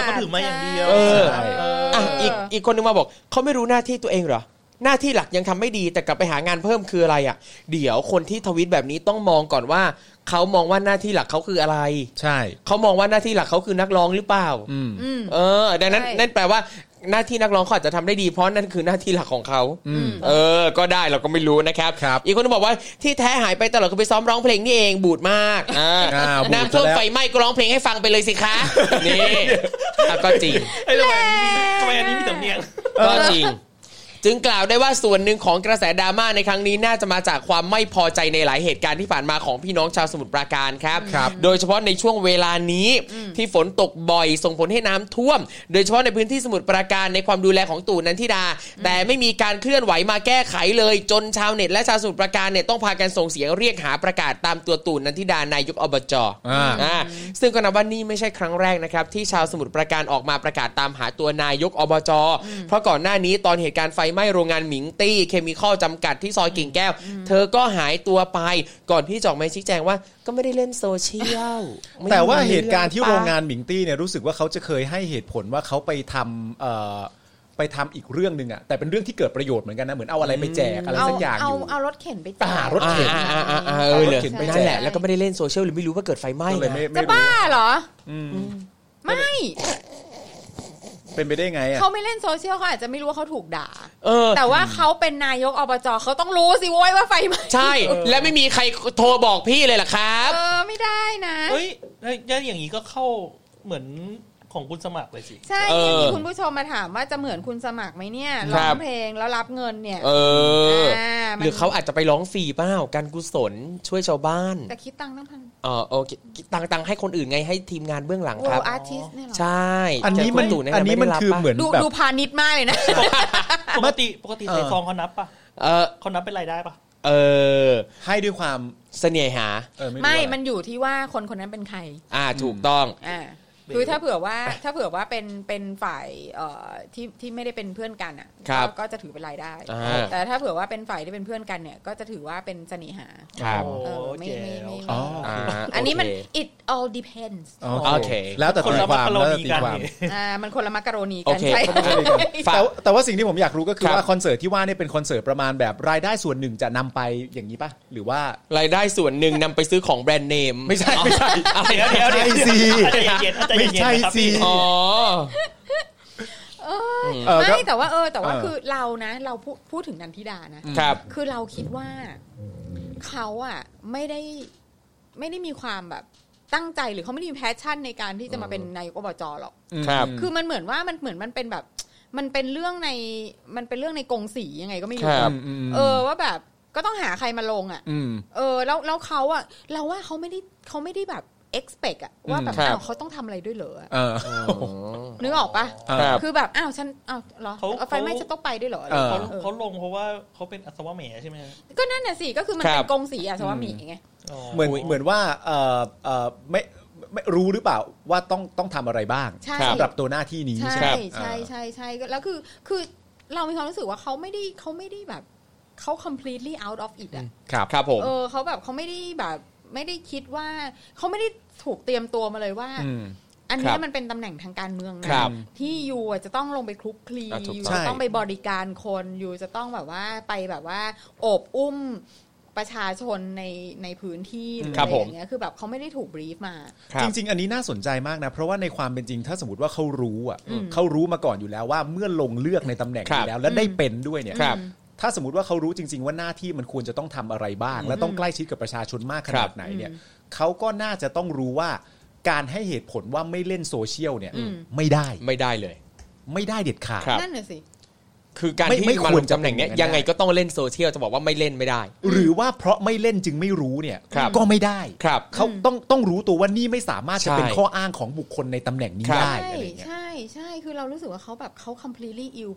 Speaker 6: เขาถือมาอย่างเดียว
Speaker 4: เออ
Speaker 6: ใช่
Speaker 8: เอออ่
Speaker 4: อ่ะอีกอีกคนนึงมาบอกเขาไม่รู้หน้าที่ตัวเองเหรอ หน้าที่หลักยังทำไม่ดีแต่กลับไปหางานเพิ่มคืออะไรอ่ะ เดี๋ยวคนที่ทวิตแบบนี้ต้องมองก่อนว่า เขามองว่าหน้าที่หลักเขาคืออะไร
Speaker 5: ใช่
Speaker 4: เขามองว่าหน้าที่หลักเขาคือนักร้องหรือเปล่า
Speaker 5: อืม
Speaker 8: อืม
Speaker 4: เออ ดังนั้น
Speaker 8: ใช่
Speaker 4: นั่นแปลว่าหน้าที่นักร้องเขาอาจจะทำได้ดีเพราะนั่นคือหน้าที่หลักของเขา
Speaker 5: อืม
Speaker 4: เออ ก็ได้เราก็ไม่รู้นะครับ
Speaker 5: ครับ
Speaker 4: อีกคนนึงบอกว่าที่แท้หายไปตลอดคือไปซ้อมร้องเพลงนี่เองบูดมากอ่า
Speaker 5: อ่าบูด
Speaker 4: น้ำท่วม
Speaker 5: ซะแล้ว
Speaker 4: ไฟไหม้ก็ร้องเพลงให้ฟังไปเลยสิคะ นี่อ่ะก็จริง
Speaker 6: เอ้ยทำไมทำไมอันนี้มีสำเนียง
Speaker 4: ก็จริง จึงกล่าวได้ว่าส่วนหนึ่งของกระแสดราม่าในครั้งนี้น่าจะมาจากความไม่พอใจในหลายเหตุการณ์ที่ผ่านมาของพี่น้องชาวสมุทรปราการครับ
Speaker 5: ครับ
Speaker 4: โดยเฉพาะในช่วงเวลานี้ที่ฝนตกบ่อยส่งผลให้น้ำท่วม โดยเฉพาะในพื้นที่สมุทรปราการในความดูแลของตู่นันทิดา แต่ไม่มีการเคลื่อนไหวมาแก้ไขเลย จนชาวเน็ตและชาวสมุทรปราการเนี่ยต้องพากันส่งเสียงเรียกหาประกาศตามตัวตู่นันทิดานายกอบจ
Speaker 5: อ่า
Speaker 4: อ่าซึ่งก็นับว่านี่ไม่ใช่ครั้งแรกนะครับ ที่ชาวสมุทรปราการออกมาประกาศตามหาตัวนายกอบจ เพราะก่อนหน้านี้ตอนเหตุการณ์ไฟไหม้โรงงานหมิงตี้เคมีคอลจำกัดที่ซอยกิ่งแก้ว เธอก็หายตัวไป ก่อนที่จะออกมาชี้แจงว่าก็ไม่ได้เล่นโซเชียลไม่ได้
Speaker 5: แต่ว่าเหตุการณ์ที่
Speaker 4: ปะ
Speaker 5: โรงงานหมิงตี้เนี่ยรู้สึกว่าเขาจะเคยให้เหตุผลว่าเขาไปทำเอ่อไปทำอีกเรื่องหนึ่งอะแต่เป็นเรื่องที่เกิดประโยชน์เหมือนกันนะเหมือนเอาอะไรไปแจกอะไร
Speaker 8: เอา
Speaker 5: สักอย่างอ
Speaker 8: เอา
Speaker 5: ยู่
Speaker 8: เอารถเข็นไป
Speaker 5: อ่ารถเข็น
Speaker 4: อ่าอ่าอ่าอ่าเออ
Speaker 5: ร
Speaker 4: เล
Speaker 5: ถ
Speaker 4: ย
Speaker 5: เข็นไปแจก
Speaker 4: นั่นแหละแล้วก็ไม่ได้เล่นโซเชียลหรือไม่รู้ว่าเกิดไฟไหม้
Speaker 5: ก็เลยไม่
Speaker 4: นะ
Speaker 8: จะ
Speaker 5: ไม่รู้
Speaker 8: บ้าเหรอ
Speaker 5: อืม
Speaker 8: ไม่
Speaker 5: เป็นไปได้ไงอะ
Speaker 8: เขาไม่เล่นโซเชียลเขาอาจจะไม่รู้ว่าเขาถูกด่า
Speaker 4: เออ
Speaker 8: แต่ว่าเขาเป็นนายกอบจเขาต้องรู้สิโว้ยว่าไฟไหม้
Speaker 4: ใช่และไม่มีใครโทรบอกพี่เลยล่ะครับ
Speaker 8: เออไม่ได้นะ
Speaker 6: เฮ้ยแล้วอย่างนี้ก็เข้าเหมือนของคุณสมัครเลยสิ
Speaker 8: ใช่
Speaker 4: เอ
Speaker 8: เนี่ย
Speaker 4: อ
Speaker 8: มีคุณผู้ชมมาถามว่าจะเหมือนคุณสมัครไหมเนี่ย
Speaker 4: ค
Speaker 8: ร้
Speaker 4: รั
Speaker 8: อบ งเพลงแล้วรับเงินเนี่ย
Speaker 4: เออ
Speaker 8: มั
Speaker 4: ห
Speaker 8: น
Speaker 4: รือเขาอาจจะไปร้องฟรีเปล่าการกุศลช่วยชาวบ้าน
Speaker 8: แต่คิดตังค์ตั้งพัน
Speaker 4: เออโอเคตังตังให้คนอื่นไงให้ทีมงานเบื้องหลัง
Speaker 8: โว
Speaker 4: ครับ
Speaker 8: อาร์ติสเนี่ยเหรอ
Speaker 4: ใช่
Speaker 5: อันนี้มัน
Speaker 4: แต่คุณตู่เย
Speaker 5: อันนี้มัน
Speaker 4: ไได้รับ
Speaker 5: คือ
Speaker 4: ปะ
Speaker 5: เหมือน
Speaker 8: ดู
Speaker 5: แบบ
Speaker 8: ดูพาณิชย์มากเลยนะ
Speaker 6: ปกติปกติ
Speaker 5: เออ
Speaker 6: ใส่ซองเขานับปะ
Speaker 4: เออ
Speaker 6: เขานับเป็นรายได้ปะ
Speaker 4: เออ
Speaker 5: ให้ด้วยความ
Speaker 4: เสน่หา
Speaker 5: เออไม่รู้
Speaker 8: ไม่
Speaker 5: อะ
Speaker 8: มันอยู่ที่ว่าคนคนนั้นเป็นใคร
Speaker 4: อ่าถูกต้อง
Speaker 8: อ่าคือถ้าเผื่อว่าถ้าเผื่อว่าเป็นเป็นฝ่ายเอ่อที่ที่ไม่ได้เป็นเพื่อนกันอ่ะ
Speaker 4: ครับ
Speaker 8: ก็ก็จะถือเป็นรายได้
Speaker 4: อ่า
Speaker 8: แต่ถ้าเผื่อว่าเป็นฝ่ายที่เป็นเพื่อนกันเนี่ย ก็จะถือว่าเป็นเสน่หา
Speaker 4: ครับ
Speaker 6: โอ้
Speaker 8: เออไม่
Speaker 6: เจ๋
Speaker 8: ไม่
Speaker 6: ว
Speaker 8: ไม่
Speaker 5: อ๋อ
Speaker 4: อ่า
Speaker 8: อันนี้มัน
Speaker 4: โเค
Speaker 8: it all depends
Speaker 4: โอเค
Speaker 5: แล้วแต่ตีความ
Speaker 6: คน
Speaker 5: แล้ว
Speaker 6: ละมักกะโร
Speaker 5: แต่
Speaker 6: นี
Speaker 5: ตี
Speaker 6: กัน
Speaker 5: ความ
Speaker 6: นี่
Speaker 8: อ่ามันคนละมักกะโรนี
Speaker 4: โอ
Speaker 8: กัน
Speaker 4: เค
Speaker 8: ใช่
Speaker 4: เข้าใจกัน ฝาก
Speaker 5: แต่ว่าแต่ว่าสิ่งที่ผมอยากรู้ก็คือ
Speaker 4: ครับ
Speaker 5: ว่าคอนเสิร์ตที่ว่าเนี่ยเป็นคอนเสิร์ตประมาณแบบรายได้ส่วนหนึ่งจะนำไปอย่างนี้ป่ะ หรือว่าร
Speaker 4: ายได้ส่วนหนึ่งนำไปซื้อของแบรนด์เนม
Speaker 5: ไม่ใช่ไม่ใช่
Speaker 4: อะไร
Speaker 6: เดี๋ยวเดี๋ยวเดี๋ยว
Speaker 5: ไม่ใช่สิ
Speaker 6: ใจเย็นๆใจ
Speaker 5: ไม่
Speaker 6: เย็นๆ
Speaker 5: ใช่
Speaker 6: นะครับ
Speaker 5: สิ
Speaker 6: พี่
Speaker 4: อ๋อ
Speaker 8: เออ
Speaker 5: เออก็
Speaker 8: ไม่แต่ว่าเออ แต่ว่า
Speaker 5: เออ
Speaker 8: คือเรานะ เราพูดพูดถึงนันทิดานะ
Speaker 4: ครับ
Speaker 8: คือเราคิดว่าเขาอ่ะไม่ได้ไม่ได้มีความแบบตั้งใจหรือเขาไม่ได้มีแพชชั่นในการที่จะมาเป็นนายกอบจหรอก
Speaker 4: ครับ
Speaker 8: คือมันเหมือนว่ามันเหมือนมันเป็นแบบ มันเป็นเรื่องในมันเป็นเรื่องในกรงสียังไงก็ไม่
Speaker 4: ค
Speaker 8: รู้
Speaker 4: รับ
Speaker 5: อืม
Speaker 8: เออว่าแบบก็ต้องหาใครมาลงอ่ะ
Speaker 5: อืม
Speaker 8: เออแล้วแล้วเขาอ่ะเราว่าเขาไม่ได้เขาไม่ได้แบบ expect อ่ะว่าแบบ
Speaker 4: ครับ
Speaker 8: อ้าวเขาต้องทำอะไรด้วยเหรออะ
Speaker 5: เออ
Speaker 8: นึกออกปะ
Speaker 4: ครับ
Speaker 8: คือแบบอ้าวฉันอ้าวเหรอเอาไฟไหม้ฉันต้องไปด้วยเหรออะไรอย่าง
Speaker 6: เขา
Speaker 8: เงี้ยเอ
Speaker 6: เขา
Speaker 8: อ
Speaker 6: ลงเพราะว่าเขาเป็นอัศวะแหมใช่ไหม
Speaker 8: ก็นั่นน่ะสิก็คือมัน
Speaker 4: ครั
Speaker 8: เป็
Speaker 4: บ
Speaker 8: นกรงสีอ่ะสวามีไง
Speaker 5: เหมือนเหมือนว่าเออเออไม่ไม่รู้หรือเปล่าว่าต้องต้องทำอะไรบ้าง
Speaker 8: ใช่
Speaker 5: สำหรับตัวหน้าที่นี้
Speaker 8: ใช่
Speaker 5: ใช่ไหมเอ
Speaker 8: ใช่ใช่
Speaker 5: อ
Speaker 8: ใช่ใช่แล้วคือคือเรามีความรู้สึกว่าเขาไม่ได้เขาไม่ได้แบบเขา completely out of it อ่ะ
Speaker 5: ครับ
Speaker 4: ครับผม
Speaker 8: เออเขาแบบเขาไม่ได้แบบไม่ได้คิดว่าเขาไม่ได้ถูกเตรียมตัวมาเลยว่า
Speaker 5: อืม
Speaker 8: อันเนี้
Speaker 4: ครั
Speaker 8: ย
Speaker 4: บ
Speaker 8: มันเป็นตำแหน่งทางการเมืองนะครับ ที่ยูอ่ะจะต้องลงไปคลุกคลี
Speaker 4: อ่ะถูก
Speaker 8: ยู
Speaker 4: ต้อง
Speaker 8: จะต้องไปบริการคนยูจะต้องแบบว่าไปแบบว่าโอบอุ้มประชาชนในในพื้นที่หรือ
Speaker 4: ครั
Speaker 8: อะ
Speaker 4: บ
Speaker 8: ไร
Speaker 4: ผ
Speaker 8: อ
Speaker 4: ม
Speaker 8: ย่างเงี้ยคือแบบเขาไม่ได้ถูกบรีฟมา
Speaker 4: ครับ
Speaker 5: จริง ๆ อันนี้น่าสนใจมากนะ เพราะว่าในความเป็นจริงถ้าสมมติว่าเขารู้อ่ะเขารู้มาก่อนอยู่แล้วว่าเมื่อลงเลือกในตำแหน่ง
Speaker 4: ครับ
Speaker 5: นี้แล้วและได้เป็นด้วยเนี่ย
Speaker 4: ครับ
Speaker 5: ถ้าสมมติว่าเขารู้จริง ๆ ว่าหน้าที่มันควรจะต้องทำอะไรบ้าง และต้องใกล้ชิดกับประชาชนมาก
Speaker 4: ค
Speaker 5: ข
Speaker 4: รั
Speaker 5: นา
Speaker 4: บ
Speaker 5: ดไหนเนี่ยเขาก็น่าจะต้องรู้ว่าการให้เหตุผลว่าไม่เล่นโซเชียลเนี่ย
Speaker 8: อืม
Speaker 5: ไม่ได้
Speaker 4: ไม่ได้เลย
Speaker 5: ไม่ได้เด็ดขาด
Speaker 4: ครับ
Speaker 8: นั่นน่ะสิ
Speaker 4: คือการ
Speaker 5: ไม่
Speaker 4: ที่
Speaker 5: ไม่
Speaker 4: มา
Speaker 5: ค
Speaker 4: ล
Speaker 5: วรง จะ
Speaker 4: ตำแหน่งเนี้ยยังไงก็ต้องเล่นโซเชียลจะบอกว่าไม่เล่นไม่ได้
Speaker 5: หรือว่าเพราะไม่เล่นจึงไม่รู้เนี่ย
Speaker 4: ครับ
Speaker 5: ก็ไม่ได้
Speaker 4: ครับ
Speaker 5: เขาต้องต้องรู้ตัวว่านี่ไม่สามารถจะเป็น
Speaker 4: ใช่
Speaker 5: ข้ออ้างของบุคคลในตำแหน่งนี้
Speaker 4: ครับ
Speaker 5: ได้
Speaker 8: ใช่
Speaker 5: อะไรอย่างเงี้ย
Speaker 8: ใช่ใช่คือเรารู้สึกว่าเขาแบบเขา completely ill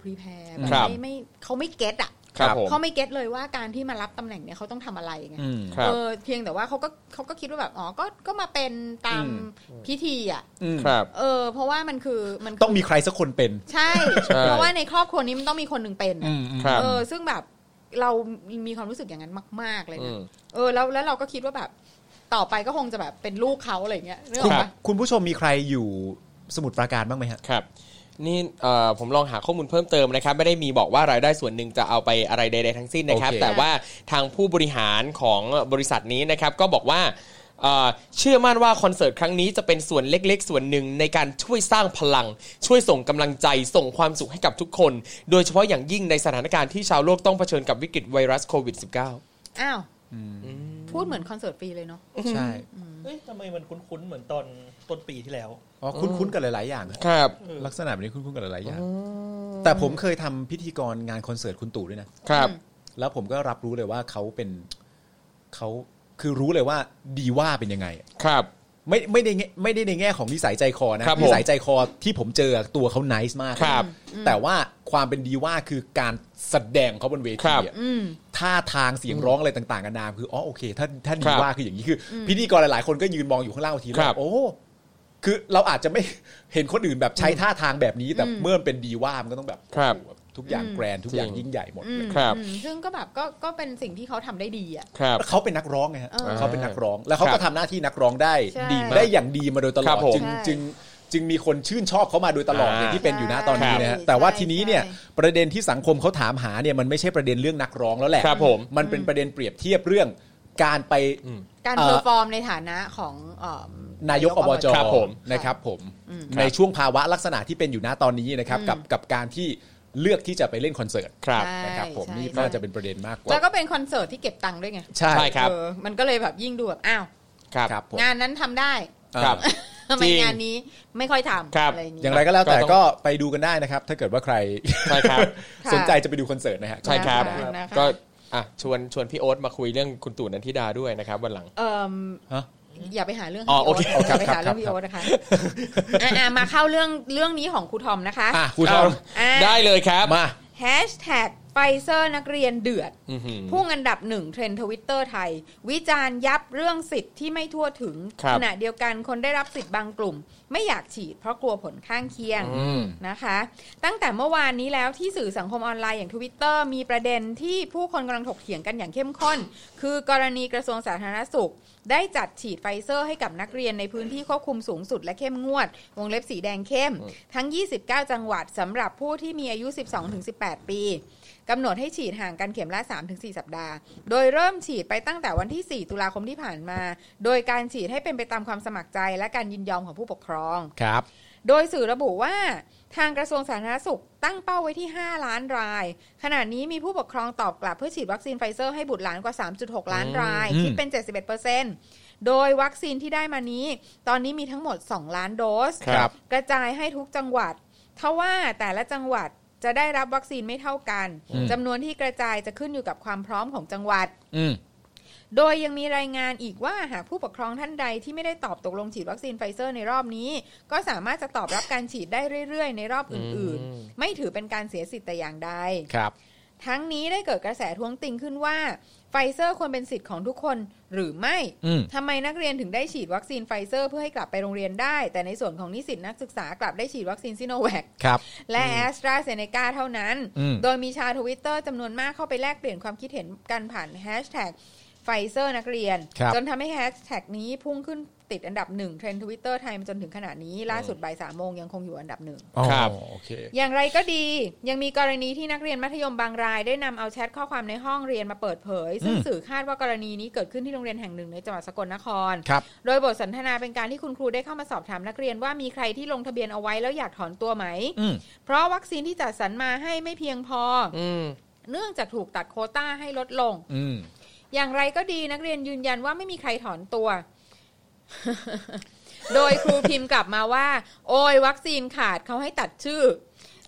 Speaker 5: ค
Speaker 8: prepare
Speaker 5: รั
Speaker 8: แบบ บไม่ไม่เขาไม่เก็ตอ่ะ
Speaker 4: ครับผม
Speaker 8: เขาไม่เก็ตเลยว่าการที่มารับตำแหน่งเนี่ยเขาต้องทำอะไรไง
Speaker 5: อืม
Speaker 4: ครับ
Speaker 8: เออเพียงแต่ว่าเขาก็เขาก็คิดว่าแบบอ๋อก็ก็มาเป็นตาม
Speaker 5: อืม
Speaker 8: พิธีอ่ะ
Speaker 5: อืม
Speaker 4: ครับ
Speaker 8: เออ เพราะว่ามันคือมัน
Speaker 5: ต้องมีใครสักคนเป็น
Speaker 8: ใช่
Speaker 4: ใช่
Speaker 8: เพราะว่าในครอบครัวนี้มันต้องมีคนหนึ่งเป็นอะ
Speaker 4: ครับ
Speaker 8: เออ ซึ่งแบบเรามีความรู้สึกอย่างนั้นมาก ๆ เลย
Speaker 4: อื
Speaker 8: นะ
Speaker 4: ม
Speaker 8: เออแล้วแล้วเราก็คิดว่าแบบ ต่อไปก็คงจะแบบเป็นลูกเขาอะไรอย่างเงี้ยนึกอ
Speaker 5: คุ
Speaker 8: อ
Speaker 5: ณ
Speaker 8: กปะ
Speaker 5: คุณผู้ชมมีใครอยู่สมุดปราการบ้างไหมฮะ
Speaker 4: ครับ นี่เอ่อผมลองหาข้อมูลเพิ่มเติมนะครับ ไม่ได้มีบอกว่ารายได้ส่วนหนึ่งจะเอาไปอะไรใดๆทั้งสิ้นนะครับ
Speaker 5: โอเค
Speaker 4: แต่ว่าทางผู้บริหารของบริษัทนี้นะครับ ก็บอกว่าเอ่อเชื่อมั่นว่าคอนเสิร์ตครั้งนี้จะเป็นส่วนเล็กๆ ส่วนหนึ่งในการช่วยสร้างพลัง ช่วยส่งกำลังใจส่งความสุขให้กับทุกคน โดยเฉพาะอย่างยิ่งในสถานการณ์ที่ชาวโลกต้องเผชิญกับวิกฤตไวรัสโควิด -19
Speaker 8: อ้าว พูดเหมือนคอนเสิร์ตฟรีเลยเนาะ
Speaker 5: ใช่
Speaker 6: เอ้ยทำไมมันคุ้นๆเหมือนตอนต้นปีที่แล้ว
Speaker 5: อ๋อคุ้นๆกันหลายๆอย่างฮะ
Speaker 4: ครับ
Speaker 5: ลักษณะแบบนี้คุ้นๆกันหลายๆอย่าง แต่ผมเคยทำพิธีกรงานคอนเสิร์ตคุณตู่ด้วยนะ
Speaker 4: ครับ
Speaker 5: แล้วผมก็รับรู้เลยว่าเขาเป็นเขาคือรู้เลยว่าดีว่าเป็นยังไง
Speaker 4: ครับ
Speaker 5: ไม่ไม่ได้แง่ไม่ได้ในแง่ของนิสัยใจคอนะครับ
Speaker 4: ผม
Speaker 5: นิสัยใจคอที่ผมเจอตัวเขา nice มาก
Speaker 4: ครับ
Speaker 5: แต่ว่าความเป็นดีว่าคือการแสดงเขาบนเว
Speaker 4: ครั
Speaker 5: ที
Speaker 4: บ
Speaker 5: อะท่าทางเสียงร้องอะไรต่างๆกันานาคืออ๋อโอเค ถ้าถ้าดี
Speaker 4: ครับ
Speaker 5: ว่าคืออย่างนี้คือ พิธีกรหลายๆ คนก็ยืนมองอยู่ข้างล่างที
Speaker 4: ค
Speaker 5: แล้
Speaker 4: รั
Speaker 5: ว
Speaker 4: บ
Speaker 5: โอ้คือเราอาจจะไม่ [laughs] เห็นคนอื่นแบบใช้ท่าทางแบบนี้ แต่เมื่อมันเป็นดีว่ามันก็ต้องแบบ
Speaker 4: ครับ
Speaker 5: โอ้โหทุกอย่างแกรนด์ทุกอย่างยิ่งใหญ่หมด
Speaker 8: อืม
Speaker 4: ครับ
Speaker 8: อืมซึ่งก็แบบก็ก็เป็นสิ่งที่เขาทำได้ดีอ่ะ
Speaker 4: ครับ
Speaker 5: เขาเป็นนักร้องไงฮะ
Speaker 8: เออ
Speaker 5: เขาเป็นนักร้อง แล้วเขา
Speaker 4: ครั
Speaker 5: ก็
Speaker 4: บ
Speaker 5: ทำหน้าที่นักร้องได้
Speaker 8: ใช่
Speaker 5: ดีมากได้อย่างดีมาโดยตล
Speaker 4: ค
Speaker 5: อ
Speaker 4: รั
Speaker 5: ด
Speaker 4: บผม
Speaker 5: จึง
Speaker 8: ใช่
Speaker 5: จึงจึงมีคนชื่นชอบเขามาโดยตลอด
Speaker 4: อ่า
Speaker 5: อย่างที่เป็นอยู่นะ
Speaker 8: ใช่
Speaker 5: ตอนนี้นะฮะ
Speaker 8: ใช่
Speaker 5: แต่ว่า
Speaker 8: ใช่
Speaker 5: ทีนี้เนี่ย
Speaker 8: ใช่
Speaker 5: ประเด็นที่สังคมเขาถามหาเนี่ยมันไม่ใช่ประเด็นเรื่องนักร้องแล้วแหละ
Speaker 4: ครับผม
Speaker 5: มันเป็นประเด็นเปรียบเทียบเรื่องการไป
Speaker 8: การ
Speaker 5: เอ่อ
Speaker 8: เพอร์ฟอร์มในฐานะของเอิ่ม
Speaker 5: นายกอบจ
Speaker 4: ครับผม
Speaker 5: นะครับผมในช่วงภาวะลักษณะที่เป็นอยู่นะตอนนี้นะครับกับกับการที่เลือกที่จะไปเล่นคอนเสิร์ต
Speaker 4: ครับ
Speaker 8: ใช่
Speaker 5: นะครับผม
Speaker 8: ใช่
Speaker 5: นี่
Speaker 8: ใช่
Speaker 5: น่าจะเป็นประเด็นมากกว่า
Speaker 8: แล้วก็เป็นคอนเสิร์ตที่เก็บตังค์ด้วยไง
Speaker 5: ใช่
Speaker 4: ใช่ครับ
Speaker 8: เออมันก็เลยแบบยิ่งดูแบบอ้าว
Speaker 4: ครับ
Speaker 5: ครับผม
Speaker 8: งานนั้นทำได้ [laughs]
Speaker 4: ครับ
Speaker 8: ทำไม
Speaker 4: จริง
Speaker 8: งานนี้ไม่ค่อยทำ
Speaker 4: ครับ
Speaker 8: อะไรอย่างนี้
Speaker 5: อย่างไรก็แล้วแต่
Speaker 4: ก็ต้อง
Speaker 5: ก็ไปดูกันได้นะครับ ถ้าเกิดว่าใคร
Speaker 4: ใช่ครับ
Speaker 8: ค่ะ
Speaker 5: [laughs] สนใจจะไปดูคอนเสิร์ตนะฮะ
Speaker 4: ใช่ครับ
Speaker 8: ได้นะคะ
Speaker 4: ก็อ่ะชวนชวนพี่โอ๊ตมาคุยเรื่องคุณตู่นันทิดาด้วยนะครับวันหลัง
Speaker 8: เอ่ม
Speaker 5: ฮะ
Speaker 8: อย่าไปหาเรื่อง
Speaker 4: อ๋อโอเค
Speaker 8: พี่โอ๊ตอย่าไป
Speaker 5: ครับ
Speaker 8: หา
Speaker 5: ครั
Speaker 8: เรื่อบ งพี่โอตนะคะอ่ะอ่ะมาเข้าเรื่องเรื่องนี้ของครูทอมนะคะ
Speaker 5: อ่ะครูทอม
Speaker 8: อ่ะ
Speaker 4: ได้เลยครับ
Speaker 5: มา
Speaker 8: แฮชแท็กไฟเซอร์นักเรียนเดือด
Speaker 4: อื้อหือ
Speaker 8: พุ่งอันดับหนึ่งเทรนด์ทวิตเตอร์ไทย วิจารณ์ยับเรื่องสิทธิ์ที่ไม่ทั่วถึง
Speaker 4: ครับ
Speaker 8: ขณะเดียวกันคนได้รับสิทธิ์บางกลุ่ม ไม่อยากฉีดเพราะกลัวผลข้างเคียง
Speaker 5: อืม
Speaker 8: นะคะ ตั้งแต่เมื่อวานนี้แล้วที่สื่อสังคมออนไลน์อย่างทวิตเตอร์มีประเด็นที่ผู้คนกำลังถกเถียงกันอย่างเข้มข้น คือกรณีกระทรวงสาธารณสุข ได้จัดฉีดไฟเซอร์ให้กับนักเรียนในพื้นที่ควบคุมสูงสุดและเข้มงวด วงเล็บสีแดงเข้ม ทั้ง 29 จังหวัดสำหรับผู้ที่มีอายุ 12-18 ปีกำหนดให้ฉีดห่างกันเข็มละ 3-4 สัปดาห์ โดยเริ่มฉีดไปตั้งแต่วันที่ 4 ตุลาคมที่ผ่านมา โดยการฉีดให้เป็นไปตามความสมัครใจและการยินยอมของผู้ปกครอง
Speaker 5: ครับ
Speaker 8: โดยสื่อระบุว่าทางกระทรวงสาธารณสุขตั้งเป้าไว้ที่ 5 ล้านราย ขณะนี้มีผู้ปกครองตอบกลับเพื่อฉีดวัคซีนไฟเซอร์ให้บุตรหลานกว่า 3.6 ล้านราย
Speaker 5: อืม
Speaker 8: คิดเป็น 71%โดยวัคซีนที่ได้มานี้ ตอนนี้มีทั้งหมด 2 ล้านโดส
Speaker 4: ครับ
Speaker 8: กระจายให้ทุกจังหวัดทว่าแต่ละจังหวัดจะได้รับวัคซีนไม่เท่ากันจำนวนที่กระจายจะขึ้นอยู่กับความพร้อมของจังหวัด
Speaker 5: อืม
Speaker 8: โดยยังมีรายงานอีกว่าหากผู้ปกครองท่านใดที่ไม่ได้ตอบตกลงฉีดวัคซีนไฟเซอร์ในรอบนี้ ก็สามารถจะตอบรับการฉีดได้เรื่อยๆ ในรอบอื่นๆ ไม่ถือเป็นการเสียสิทธิ์แต่อย่างใด
Speaker 5: ครับ
Speaker 8: ทั้งนี้ได้เกิดกระแสท้วงติงขึ้นว่าไฟเซอร์ควรเป็นสิทธิ์ของทุกคนหรือไม่
Speaker 5: อืม
Speaker 8: ทำไมนักเรียนถึงได้ฉีดวัคซีนไฟเซอร์เพื่อให้กลับไปโรงเรียนได้ แต่ในส่วนของนิสิตนักศึกษากลับได้ฉีดวัคซีนซิโนแวค
Speaker 5: ครับ
Speaker 8: และแอสตราเซเนกาเท่านั้น
Speaker 5: อืม
Speaker 8: โดยมีชาวทวิตเตอร์จำนวนมากเข้าไปแลกเปลี่ยนความคิดเห็นกันผ่านแฮชแท็กไฟเซอร์นักเรียน
Speaker 5: ครับ
Speaker 8: จนทำให้แฮชแท็กนี้พุ่งขึ้นติดอันดับหนึ่งเทรนด์ทวิตเตอร์ไทยมาจนถึงขณะนี้ ล่าสุดบ่ายสามโมงยังคงอยู่อันดับหนึ่ง
Speaker 4: ครับ
Speaker 5: อ๋อโอเค
Speaker 8: อย่างไรก็ดียังมีกรณีที่นักเรียนมัธยมบางราย ได้นำเอาแชทข้อความในห้องเรียนมาเปิดเผย ซึ่ง
Speaker 5: อืม
Speaker 8: สื่อคาดว่ากรณีนี้เกิดขึ้นที่โรงเรียนแห่งหนึ่งในจังหวัดสกลนคร
Speaker 5: ครับ
Speaker 8: โดยบทสนทนาเป็นการที่คุณครูได้เข้ามาสอบถามนักเรียนว่ามีใครที่ลงทะเบียนเอาไว้แล้วอยากถอนตัวไหม
Speaker 5: อืม
Speaker 8: เพราะวัคซีนที่จัดสรรมาให้ไม่เพียงพอ
Speaker 4: อืม
Speaker 8: เนื่องจากถูกตัดโควต้าให้ลดลง
Speaker 5: อืม
Speaker 8: อย่างไรก็ดีนักเรียนยืนยันว่าไม่มีใครถอนตัว [laughs] โดยครูพิมพ์กลับมาว่า โอ้ยวัคซีนขาดเขาให้ตัดชื่อ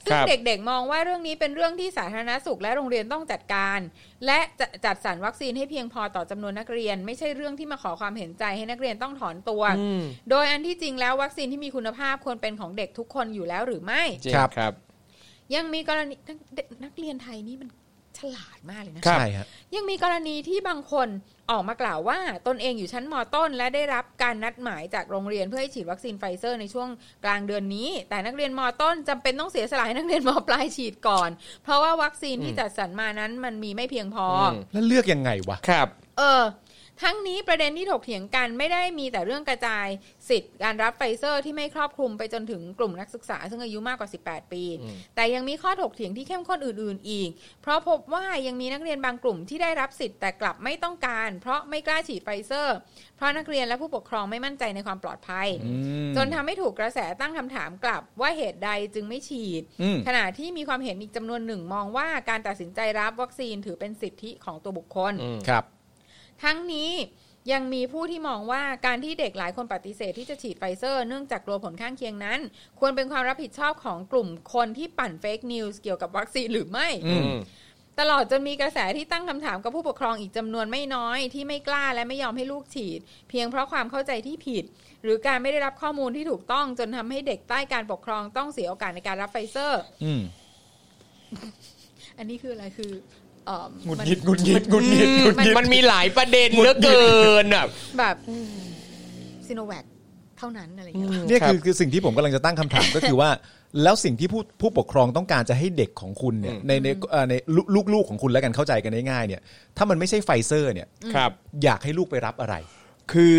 Speaker 8: ซึ่
Speaker 4: ค
Speaker 8: ง
Speaker 4: รับ
Speaker 8: เด็กๆมองว่าเรื่องนี้เป็นเรื่องที่สาธารณสุขและโรงเรียนต้องจัดการ และจะจัดสรรวัคซีนให้เพียงพอต่อจำนวนนักเรียน ไม่ใช่เรื่องที่มาขอความเห็นใจให้นักเรียนต้องถอนตัว
Speaker 4: อืม
Speaker 8: โดยอันที่จริงแล้ววัคซีนที่มีคุณภาพควรเป็นของเด็กทุกคนอยู่แล้วหรือไม่
Speaker 4: จริง
Speaker 5: ครับ
Speaker 4: ครับ
Speaker 8: ยังมีกรณีนักเด็กนักเรียนไทยนี่มันฉลาดมากเลยนะ
Speaker 4: ครับ
Speaker 5: ใช่ฮะ
Speaker 8: ยังมีกรณีที่บางคนออกมากล่าวว่า ตนเองอยู่ชั้นมต้น และได้รับการนัดหมายจากโรงเรียนเพื่อให้ฉีดวัคซีนไฟเซอร์ในช่วงกลางเดือนนี้ แต่นักเรียนมต้นจำเป็นต้องเสียสละให้นักเรียนมปลายฉีดก่อน เพราะว่าวัคซีนที่จัดสรรมานั้นมันมีไม่เพียงพออ
Speaker 4: ม
Speaker 5: แล้วเลือกยังไงวะ
Speaker 4: ครับ
Speaker 8: เออ ทั้งนี้ประเด็นที่ถกเถียงกันไม่ได้มีแต่เรื่องกระจายสิทธิ์การรับไฟเซอร์ที่ไม่ครอบคลุมไปจนถึงกลุ่มนักศึกษา ซึ่งอายุมากกว่า 18 ปี แต่ยังมีข้อถกเถียงที่เข้มข้นอื่น ๆ อีก เพราะพบว่ายังมีนักเรียนบางกลุ่มที่ได้รับสิทธิ์แต่กลับไม่ต้องการ เพราะไม่กล้าฉีดไฟเซอร์ เพราะนักเรียนและผู้ปกครองไม่มั่นใจในความปลอดภัย จนทำให้ถูกกระแสตั้งคำถามกลับว่าเหตุใดจึงไม่ฉีด
Speaker 5: อืม
Speaker 8: ขณะที่มีความเห็นอีกจำนวนหนึ่งมองว่าการตัดสินใจรับวัคซีนถือเป็นสิทธิของตัวบุคคล
Speaker 5: ครับ
Speaker 8: ทั้งนี้ยังมีผู้ที่มองว่าการที่เด็กหลายคนปฏิเสธที่จะฉีดไฟเซอร์เนื่องจากกลัวผลข้างเคียงนั้น ควรเป็นความรับผิดชอบของกลุ่มคนที่ปั่นเฟกนิวส์เกี่ยวกับวัคซีนหรือไม่
Speaker 5: อืม
Speaker 8: ตลอดจนมีกระแสที่ตั้งคำถามกับผู้ปกครองอีกจำนวนไม่น้อย ที่ไม่กล้าและไม่ยอมให้ลูกฉีด เพียงเพราะความเข้าใจที่ผิด หรือการไม่ได้รับข้อมูลที่ถูกต้องจนทำให้เด็กใต้การปกครองต้องเสียโอกาสในการรับไฟเซอร์
Speaker 5: อืม
Speaker 8: อันนี้คืออะไรคือเอิ่ม
Speaker 5: หงุด
Speaker 8: มัน
Speaker 5: หงิดหงุดหงิดหงุดหงิดหงุดหงิด
Speaker 4: มันมีหลายประเด็นเหลือเกินอ่ะ
Speaker 8: แบบซีโนแวคเท่านั้นอะไรอย่างเงี้ย
Speaker 5: เนี่ยคือคือสิ่งที่ผมกำลังจะตั้งคำถาม [laughs] ก็คือว่า แล้วสิ่งที่ผู้ผู้ปกครองต้องการจะให้เด็กของคุณเนี่ยในในเอ่อในลูกลูกๆของคุณแล้วกันเข้าใจกันได้ง่ายเนี่ย ถ้ามันไม่ใช่ไฟเซอร์เนี่ย
Speaker 4: ครับ
Speaker 5: อยากให้ลูกไปรับอะไร
Speaker 4: คือ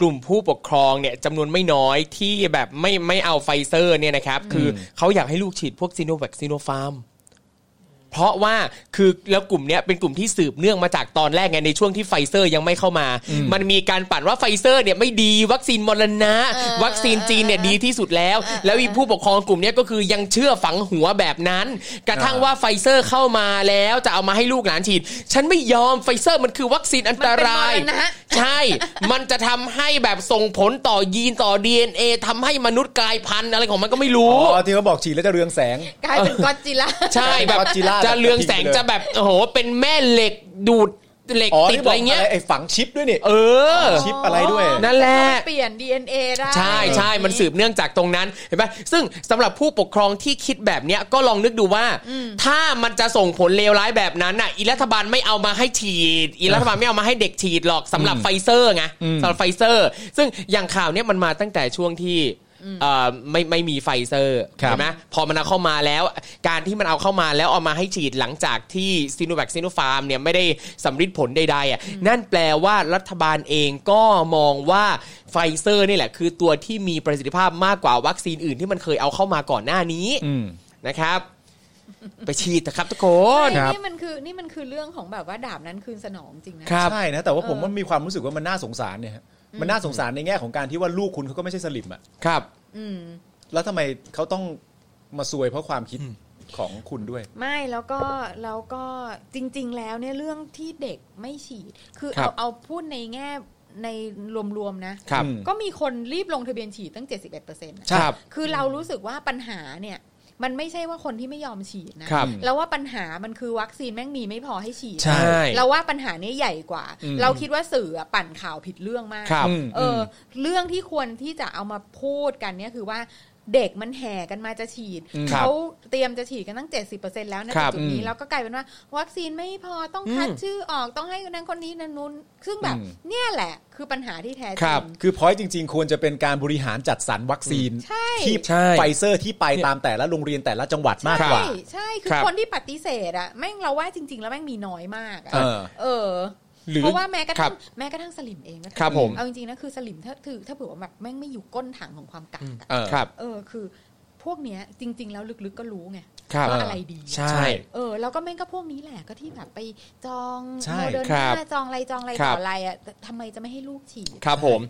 Speaker 4: กลุ่มผู้ปกครองเนี่ยจำนวนไม่น้อยที่แบบไม่ไม่เอาไฟเซอร์เนี่ยนะครับ คือเขาอยากให้ลูกฉีดพวกซีโนแวคซีโนฟาร์ม เพราะว่าคือแล้วกลุ่มเนี้ยเป็นกลุ่มที่สืบเนื่องมาจากตอนแรกไงในช่วงที่ไฟเซอร์ยังไม่เข้ามา มันมีการปั่นว่าไฟเซอร์เนี่ยไม่ดีวัคซีนมรณะ วัคซีนจีนเนี่ยดีที่สุดแล้ว แล้วอีผู้ปกครองกลุ่มเนี้ยก็คือยังเชื่อฝังหัวแบบนั้น กระทั่งว่าไฟเซอร์เข้ามาแล้วจะเอามาให้ลูกหลานฉีด ฉันไม่ยอมไฟเซอร์มันคือวัคซีนอันตราย
Speaker 8: มันเป็นมรณะ
Speaker 4: ใช่ มันจะทำให้แบบส่งผลต่อยีนต่อ DNA ทำให้มนุษย์กลายพันธุ์อะไรของมันก็ไม่รู้
Speaker 5: อ๋อที่เขาบอกฉีดแล้วจะเรืองแสง
Speaker 8: กลายเป็นก็อดจิลล่า
Speaker 4: ใช่แบบ
Speaker 5: Godzilla
Speaker 4: จะเรืองแสงจะแบบโอ้โหเป็นแม่เหล็กดูดเหล็ก
Speaker 5: อ๋อ
Speaker 4: ติด
Speaker 5: ที่บ
Speaker 4: อะ
Speaker 5: อก
Speaker 4: ไรเงี้ย
Speaker 5: ไอ้ฝังชิปด้วยนี่
Speaker 4: เออ
Speaker 5: ชิปอะไรด้วย
Speaker 4: นั่นแหละ
Speaker 8: เปลี่ยน DNA ได้
Speaker 4: ใช่ใช่มันสืบเนื่องจากตรงนั้นเห็นไหมซึ่งสำหรับผู้ปกครองที่คิดแบบเนี้ยก็ลองนึกดูว่า ถ้ามันจะส่งผลเลวร้ายแบบนั้นน่ะอีรัฐบาลไม่เอามาให้ฉี [laughs] ด อีรัฐบาลไม่เอามาให้เด็กฉีดหรอกสำหรับไฟเซอร์ไงสำหรับไฟเซอร์ ซึ่งอย่างข่าวเนี้ยมันมาตั้งแต่ช่วงที่เอ่อไม่ไม่มีไฟเซอร์
Speaker 5: ครับ
Speaker 4: เห็นไหมพอมันเอาเข้ามาแล้ว การที่มันเอาเข้ามาแล้วเอามาให้ฉีดหลังจากที่ซีโนแวคซีโนฟาร์มเนี่ยไม่ได้สำลิดผลใดๆอ่ะนั่นแปลว่ารัฐบาลเองก็มองว่าไฟเซอร์นี่แหละ คือตัวที่มีประสิทธิภาพมากกว่าวัคซีนอื่นที่มันเคยเอาเข้ามาก่อนหน้านี้
Speaker 5: อืม
Speaker 4: นะครับ ไปฉีดนะครับทุกค
Speaker 8: ใช่
Speaker 4: น
Speaker 8: นี่มันคือนี่มันคือเรื่องของแบบว่าดาบนั้นคืนสนองจริงนะ
Speaker 4: ครับ
Speaker 5: ใช่นะ แต่ว่าผมว่ามีความรู้สึกว่ามันน่าสงสารเนี่ยฮะมันน่าสงสารในแง่ของการที่ว่าลูกคุณเขาก็ไม่ใช่สลิมอะ
Speaker 4: ครับ
Speaker 8: อืม
Speaker 5: แล้วทำไมเขาต้องมาซวยเพราะความคิดของคุณด้วย
Speaker 8: ไม่แล้วก็แล้วก็จริง ๆ แล้วเนี่ยเรื่องที่เด็กไม่ฉีด คือ
Speaker 4: ครั
Speaker 8: เอา
Speaker 4: บ
Speaker 8: เอาพูดในแง่ในรวม ๆ นะ
Speaker 4: ครับ
Speaker 5: อืม
Speaker 8: ก็มีคนรีบลงทะเบียนฉีดตั้ง 71%นะ
Speaker 4: ครับ
Speaker 8: คือเรารู้สึกว่าปัญหาเนี่ย มันไม่ใช่ว่าคนที่ไม่ยอมฉีดนะครับ แล้วว่าปัญหามันคือวัคซีนแม่งมีไม่พอให้ฉีด
Speaker 5: ใช่
Speaker 8: เราว่าปัญหาเนี้ใหญ่กว่า
Speaker 5: อืม
Speaker 8: เราคิดว่าสื่ออะปั่นข่าวผิดเรื่องมาก
Speaker 4: ครับ
Speaker 5: อืม
Speaker 8: เอออเรื่องที่ควรที่จะเอามาพูดกันเนี่ยคือว่าเด็กมันแห่กันมาจะฉีด
Speaker 5: อืม
Speaker 8: เขาเตรียมจะฉีดกันตั้ง 70%แล้วนะครับ จุดนี้
Speaker 5: อืม
Speaker 8: แล้วก็กลายเป็นว่า วัคซีนไม่พอต้องคัด
Speaker 4: อืม
Speaker 8: ชื่อออกต้องให้คนนั้นคนนี้นั้นนู้นซึ่งแบบ
Speaker 5: อืม
Speaker 8: เนี่ยแหละ คือปัญหาที่แท้จ
Speaker 4: ครั
Speaker 8: ริ
Speaker 4: บ
Speaker 8: ง
Speaker 5: คือพอยต์จริง ๆ ควรจะเป็นการบริหารจัดสรรวัคซีน
Speaker 8: ใช่
Speaker 5: ที่
Speaker 4: ใช่
Speaker 5: ไฟเซอร์ที่ไปตามแต่ละโรงเรียนแต่ละจังหวัดมากกว่า
Speaker 8: ใช่ใช่คือ
Speaker 4: ครับ
Speaker 8: คนที่ปฏิเสธอะแม่งเราว่าจริง ๆ แล้วแม่งมีน้อยมากอะ
Speaker 5: เออ
Speaker 8: เออ
Speaker 4: หรือ
Speaker 8: เพราะว่าแม้กระ
Speaker 4: ค
Speaker 8: ทั่
Speaker 4: รั
Speaker 8: ง
Speaker 4: บ
Speaker 8: แม้กระทั่งสลิมเองก็เถอะ
Speaker 4: ครับผม
Speaker 8: เอาจริงๆนะคือสลิมถ้าถือถ้าเผื่อว่าแบบแม่งไม่อยู่ก้นถังของความกักอะ
Speaker 5: เออ
Speaker 4: ครับ
Speaker 8: เออคือพวกเนี้ยจริง ๆ แล้วลึกๆก็รู้ไง
Speaker 4: ครับ
Speaker 8: ว่าอะไรดี
Speaker 4: ใช่
Speaker 8: เออแล้วก็แม่งก็พวกนี้แหละก็ที่แบบไปจอง
Speaker 5: ใช่
Speaker 8: โมเดิร์
Speaker 4: ครับ
Speaker 8: นาจองอะไรจองอะไร
Speaker 4: ครั
Speaker 8: ต่
Speaker 4: บ
Speaker 8: ออะไรอ่ะแต่ทำไมจะไม่ให้ลูกฉีด
Speaker 4: ครับผม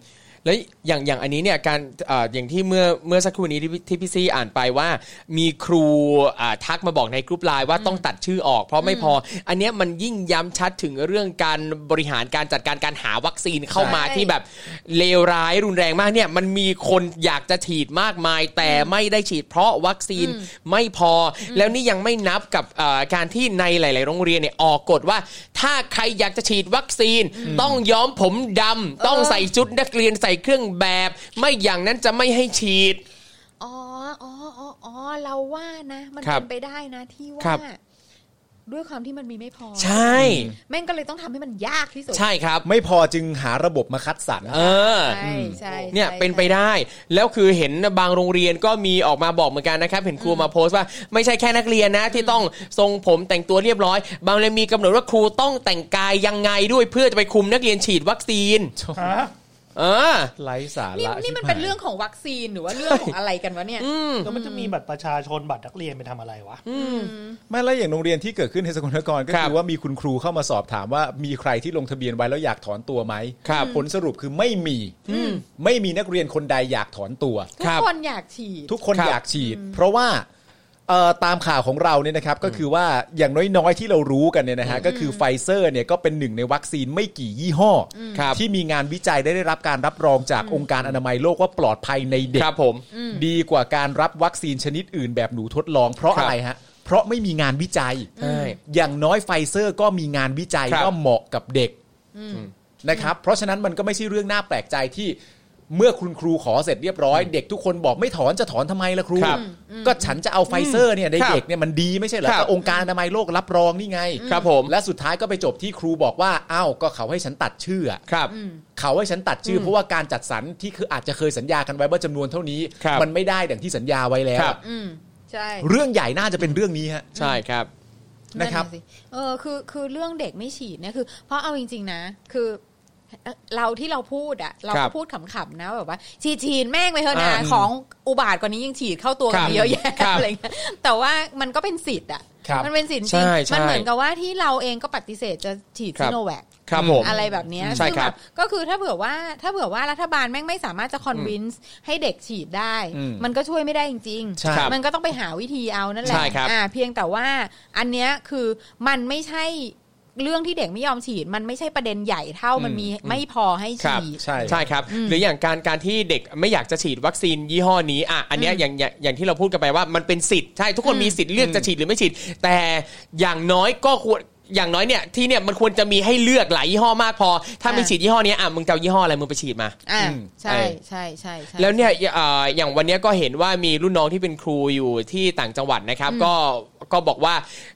Speaker 4: แล้วอย่างอย่างอันนี้เนี่ยการเอ่ออย่างที่เมื่อเมื่อสักครู่นี้ที่พี่ที่พี่ซี่อ่านไปว่า มีครูอ่าทักมาบอกในกรุ๊ปไลน์ว่าต้องตัดชื่อออก เพราะไม่พอ อันเนี้ยมันยิ่งย้ำชัดถึงเรื่องการบริหารการจัดการการหาวัคซีนเข้ามา
Speaker 8: ใช่
Speaker 4: ที่แบบเลวร้ายรุนแรงมากเนี่ยมันมีคนอยากจะฉีดมากมาย แต่ไม่ได้ฉีดเพราะวัคซีนไม่พออแล้วนี่ยังไม่นับกับเอ่อการที่ในหลาย ๆ โรงเรียนเนี่ยออกกฎว่า ถ้าใครอยากจะฉีดวัคซีนต้องย้อมผมดำต้องใส่ชุดนักเรียนใส่เครื่องแบบ ไม่อย่างนั้นจะไม่ให้ฉีด
Speaker 8: อ๋ออ๋ออ๋ออ๋อเราว่านะ มัน
Speaker 4: ครั
Speaker 8: เป็
Speaker 4: บ
Speaker 8: นไปได้นะที่
Speaker 4: ครั
Speaker 8: ว่า
Speaker 4: บ
Speaker 8: ด้วยความที่มันมีไม่พอ
Speaker 4: ใช่
Speaker 8: แม่งก็เลยต้องทำให้มันยากที่สุด
Speaker 4: ใช่ครับ
Speaker 5: ไม่พอจึงหาระบบมาคัดสรร
Speaker 4: เออ
Speaker 8: ใช่ใช่
Speaker 4: เนี่ย
Speaker 8: ใช่
Speaker 4: เป็นไปได้แล้วคือเห็นบางโรงเรียนก็มีออกมาบอกเหมือนกันนะครับ เห็นครูมาโพสต์ว่าไม่ใช่แค่นักเรียนนะ ที่ต้องทรงผมแต่งตัวเรียบร้อย บางเรียนมีกำหนดว่าครูต้องแต่งกายยังไงด้วยเพื่อจะไปคุมนักเรียนฉีดวัคซีน เออ
Speaker 5: ไร้สา
Speaker 8: นี่
Speaker 5: ระ
Speaker 8: นี่มัน
Speaker 5: ชิบหาย
Speaker 8: เป็นเรื่องของวัคซีนหรือว่าเรื่องของอะไรกันวะเนี่ย
Speaker 6: แล้วมันจะมีบัตรประชาชนบัตรนักเรียนไปทำอะไรวะ
Speaker 5: ไม่แล้วอย่างโรงเรียนที่เกิดขึ้นในสกลนครก็
Speaker 4: ครั
Speaker 5: คื
Speaker 4: บ
Speaker 5: อว่ามีคุณครูเข้ามาสอบถามว่ามีใครที่ลงทะเบียนไว้แล้วอยากถอนตัวไหม
Speaker 4: ครับ
Speaker 5: ผลสรุปคือไม่มีไม่มีนักเรียนคนใดอยากถอนตัว
Speaker 8: ทุ
Speaker 4: ค
Speaker 8: ก
Speaker 4: รับ
Speaker 8: คนอยากฉีด
Speaker 5: ทุกคน
Speaker 4: ครับ
Speaker 5: อยากฉีด เพราะว่าเอ่อตามข่าวของเราเนี่ยนะครับก็คือว่าอย่างน้อยๆที่เรารู้กันเนี่ยนะฮะก็คือไฟเซอร์เนี่ยก็เป็นหนึ่งในวัคซีนไม่กี่ยี่ห้ออ
Speaker 4: ครับ
Speaker 5: ที่มีงานวิจัยได้ได้รับการรับรองจากองค์การอนามัยโลกว่าปลอดภัยในเด็
Speaker 4: ค
Speaker 5: ก
Speaker 4: รับผม
Speaker 5: ดีกว่าการรับวัคซีนชนิดอื่นแบบหนูทดลอง เพราะ
Speaker 4: ครับ
Speaker 5: อะไรฮะ เพราะไม่มีงานวิจัย
Speaker 4: ใช่
Speaker 5: อย่างน้อยไฟเซอร์ก็มีงานวิจัย
Speaker 4: ครับ
Speaker 5: ว่าเหมาะกับเด็กนะครับ เพราะฉะนั้นมันก็ไม่ใช่เรื่องน่าแปลกใจที่เมื่อคุณครูขอเสร็จเรียบร้อย เด็กทุกคนบอกไม่ถอนจะถอนทำไมล่ะครู
Speaker 4: ครับ
Speaker 5: ก็ฉันจะเอาไฟเซอร์เนี่ยใน
Speaker 4: ครับ
Speaker 5: เด็กเนี่ยมันดีไม่ใช่เหรอ
Speaker 4: ครับ
Speaker 5: ก็องค์การอนามัยโลกรับรองนี่ไง
Speaker 4: ครับผม
Speaker 5: และสุดท้ายก็ไปจบที่ครูบอกว่าอ้าวก็เขาให้ฉันตัดชื่ออะ
Speaker 4: ครับ
Speaker 5: เขาให้ฉันตัดชื่อเพราะว่าการจัดสรรที่คืออาจจะเคยสัญญากันไว้ว่าจำนวนเท่านี้
Speaker 4: ครับ
Speaker 5: มันไม่ได้ดังที่สัญญาไว้แล้ว
Speaker 4: ครับ
Speaker 8: อืมใช่
Speaker 5: เรื่องใหญ่น่าจะเป็นเรื่องนี้ฮะ
Speaker 4: ใช่ครับ
Speaker 5: นะครับ
Speaker 8: สิเออคือคือเรื่องเด็กไม่ฉีดเนี่ยคือ เพราะเอาจริง ๆ นะ คือเอ่อเราที่เราพูดอะเรา
Speaker 4: ครั
Speaker 8: ก็
Speaker 4: บ
Speaker 8: พูดขำๆนะแบบว่าฉีดฉีดแม่งไปเถอะนะ
Speaker 4: อ่า
Speaker 8: ของอุบาทกว่านี้ยังฉีดเข้าตัวกัน
Speaker 4: ครับ
Speaker 8: ไปเยอะแยะ
Speaker 4: ครับ
Speaker 8: อะไรเงี้ยแต่ว่ามันก็เป็นสิทธิ์อะ
Speaker 5: ครับ
Speaker 8: มันเป็นสิทธิ์จ
Speaker 4: ใช่
Speaker 8: ริง
Speaker 4: ใช่
Speaker 8: มันเหมือนกับว่าที่เราเองก็ปฏิเสธจะฉีด
Speaker 4: ครับ
Speaker 8: ซิโนแวค
Speaker 4: ครับผม
Speaker 8: อะไรแบบเนี้ย
Speaker 4: ใช่
Speaker 8: ซึ่ง
Speaker 4: ครั
Speaker 8: แบบ บก็คือถ้าเผื่อว่าถ้าเผื่อว่ารัฐบาลแม่งไม่สามารถจะคอนวินส์ให้เด็กฉีดได้
Speaker 5: อืม
Speaker 8: มันก็ช่วยไม่ได้จริง
Speaker 5: ใช่ครับ
Speaker 8: มันก็ต้องไปหาวิธีเอานั่นแหละ
Speaker 4: ใช่ครับ
Speaker 8: อ่าเพียงแต่ว่าอันเนี้ยคือมันไม่ใช่เรื่องที่เด็กไม่ยอมฉีด มันไม่ใช่ประเด็นใหญ่เท่ามันมีไม่พอให้
Speaker 4: ครับ
Speaker 8: ฉีด
Speaker 5: ใช่
Speaker 4: ใช่ครับ หรืออย่างการการที่เด็กไม่อยากจะฉีดวัคซีนยี่ห้อนี้อ่ะอันเนี้ยอย่างอย่างอย่างที่เราพูดกันไปว่ามันเป็นสิทธิ์ใช่ทุกคนมีสิทธิ์เลือกจะฉีดหรือไม่ฉีด แต่อย่างน้อยก็ควรอย่างน้อยเนี่ยที่เนี่ยมันควรจะมีให้เลือกหลายยี่ห้อมากพอ ถ้า
Speaker 8: อ่า
Speaker 4: ไม่ฉีดยี่ห้อเนี้ยอ่ะมึงจะเอายี่ห้ออะไรมึงไปฉีดมา
Speaker 8: อ่าใช่
Speaker 4: เออ
Speaker 8: ใช่ใช่ใช่
Speaker 4: แล้วเนี่ยเอ่ออย่างวันเนี้ยก็เห็นว่ามีรุ่นน้องที่เป็นครูอยู่ที่ต่างจังหวัดนะครับ ก็ก็บอกว่า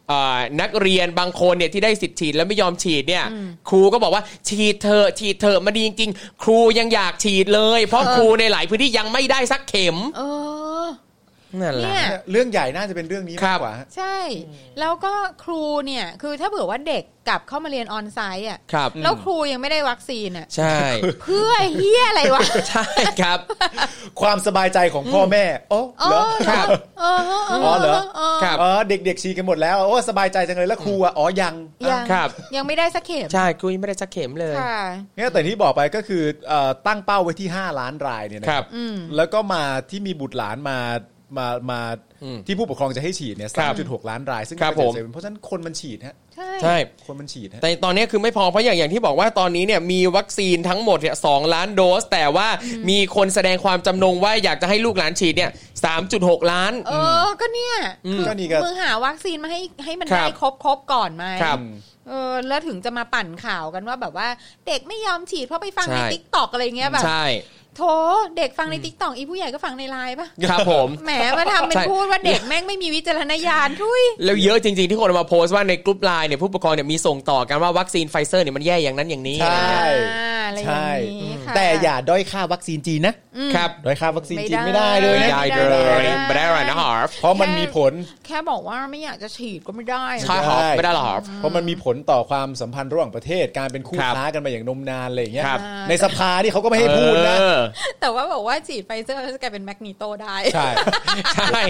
Speaker 4: เอ่อนักเรียนบางคนเนี่ยที่ได้สิทธิ์ฉีดแล้วไม่ยอมฉีดเนี่ยครูก็บอกว่าฉีดเธอะฉีดเธอะมันดีจริงๆ ครูยังอยากฉีดเลย เพราะ
Speaker 8: เออ
Speaker 4: ครูในหลายพื้นที่ยังไม่ได้สักเข็ม
Speaker 8: เออ
Speaker 4: นั่นแหละ
Speaker 8: เนี่ย
Speaker 5: เรื่องใหญ่น่าจะเป็นเรื่องนี้
Speaker 4: ครั
Speaker 5: มาก
Speaker 4: บ
Speaker 5: กว่าฮะ
Speaker 8: ใช่ แล้วก็ครูเนี่ยคือถ้าเผื่อว่าเด็กกลับเข้ามาเรียนออนไซต์อ่ะ
Speaker 4: ครับ
Speaker 8: แล้วครูยังไม่ได้วัคซีนอ่ะ
Speaker 4: ใช่ [laughs]
Speaker 8: เพื่อเฮียอะไรวะ
Speaker 4: ใช่ครับ
Speaker 5: ความสบายใจของพ่อแม่โอ้
Speaker 8: อ๋อ
Speaker 5: เหรอ
Speaker 4: ครับ
Speaker 8: เออเออเอ
Speaker 5: อ๋อ
Speaker 8: อ
Speaker 5: เหรอ
Speaker 8: เออ
Speaker 4: ครับ
Speaker 5: เออเด็กๆฉีดกันหมดแล้วโอ้สบายใจจังเลยแล้วครูอ่ะอ๋อยัง
Speaker 8: ยัง
Speaker 4: ครับ
Speaker 8: ยังไม่ได้สักเข็ม
Speaker 4: ใช่ครูยังไม่ได้สักเข็มเลย
Speaker 8: ค่ะ
Speaker 5: เนี่ยแต่ที่บอกไปก็คือเอ่อตั้งเป้าไว้ที่ 5 ล้านรายเนี่ยนะครับ
Speaker 8: อืม
Speaker 5: แล้วก็มาที่มีบุตรหลานมามามา
Speaker 4: อืม
Speaker 5: ที่ผู้ปกครองจะให้ฉีดเนี่ย
Speaker 4: ครั
Speaker 5: สา
Speaker 4: บ
Speaker 5: มจุดหกล้านราย ซึ่ง
Speaker 4: ครับผ
Speaker 5: ก็จะ
Speaker 4: ม
Speaker 5: เสียเป็นเพราะฉะนั้นคนมันฉีดฮะ
Speaker 8: ใช่
Speaker 4: ใช่
Speaker 5: คนมันฉีดฮะ
Speaker 4: แต่ตอนนี้คือไม่พอเพราะอย่างอย่างที่บอกว่าตอนนี้เนี่ยมีวัคซีนทั้งหมดเนี่ยสองล้านโดส แต่ว่ามีคนแสดงความจำนงว่าอยากจะให้ลูกหลานฉีดเนี่ยสามจุดหกล้าน
Speaker 8: เออ ก็เนี่ยคือ
Speaker 5: ก็นี่ก็
Speaker 8: มึงหาวัคซีนมาให้ให้มัน
Speaker 4: ครับ
Speaker 8: ได้ครบครบๆก่อนไหม
Speaker 4: ครับ
Speaker 8: เออ แล้วถึงจะมาปั่นข่าวกันว่าแบบว่า เด็กไม่ยอมฉีดเพราะไปฟังใน
Speaker 4: ใช่
Speaker 8: ติ๊กตอกอะไรเงี้ยแบบ
Speaker 4: ใช่
Speaker 8: โถเด็กฟังในติ๊กตอกอีผู้ใหญ่ก็ฟังในไลน์ปะ
Speaker 4: ครับผม
Speaker 8: แหมมาทำเป็
Speaker 4: ใช่
Speaker 8: นพูดว่าเด็กแม่งไม่มีวิจารณญาณทุย
Speaker 4: แล้วเยอะจริง ๆ ที่คนเอามาโพสต์ว่าในกลุ่มไลน์เนี่ยผู้ปกครองเนี่ยมีส่งต่อกันว่าวัคซีนไฟเซอร์เนี่ยมันแย่อย่างนั้นอย่างนี้
Speaker 5: ใช่
Speaker 8: อ่าอะไรอย่างนี้ค่ะ
Speaker 5: แต่อย่าด้อยค่าวัคซีนจีนนะ
Speaker 4: ครับ
Speaker 5: ด้อยค่าวัคซีนจีนไม่ได้
Speaker 8: ไม่
Speaker 5: เล
Speaker 8: อ
Speaker 5: ย
Speaker 4: ไม่
Speaker 5: นะ
Speaker 4: ได้
Speaker 8: ไม่
Speaker 4: เล
Speaker 8: ได้
Speaker 4: ย
Speaker 8: ไม่
Speaker 4: ไม่
Speaker 8: ได้
Speaker 4: ได้หรอกนะฮาร์ฟ
Speaker 5: เพราะมันมีผล
Speaker 8: แค่บอกว่าไม่อยากจะฉีดก็ไม่ได้
Speaker 5: ใช่
Speaker 4: ใช่ฮาร์ฟไม่ได้หรอกฮาร์ฟ
Speaker 5: เพราะมันมีผลต่อความสัมพันธ์ระหว่างประเทศการเป็นคู่
Speaker 4: ครับ
Speaker 5: ค้ากันมาอย่างนมนานอะไรอย่างเงี้ย
Speaker 4: ครับ
Speaker 5: ในสภานี่เขาก็ไม่ให้พูดนะ
Speaker 4: เออ
Speaker 8: แต่ว่าบอกว่าฉีดไฟเซอร์แล้วจะกลายเป็นแมกนีโตได้
Speaker 5: ใช่
Speaker 4: ใช่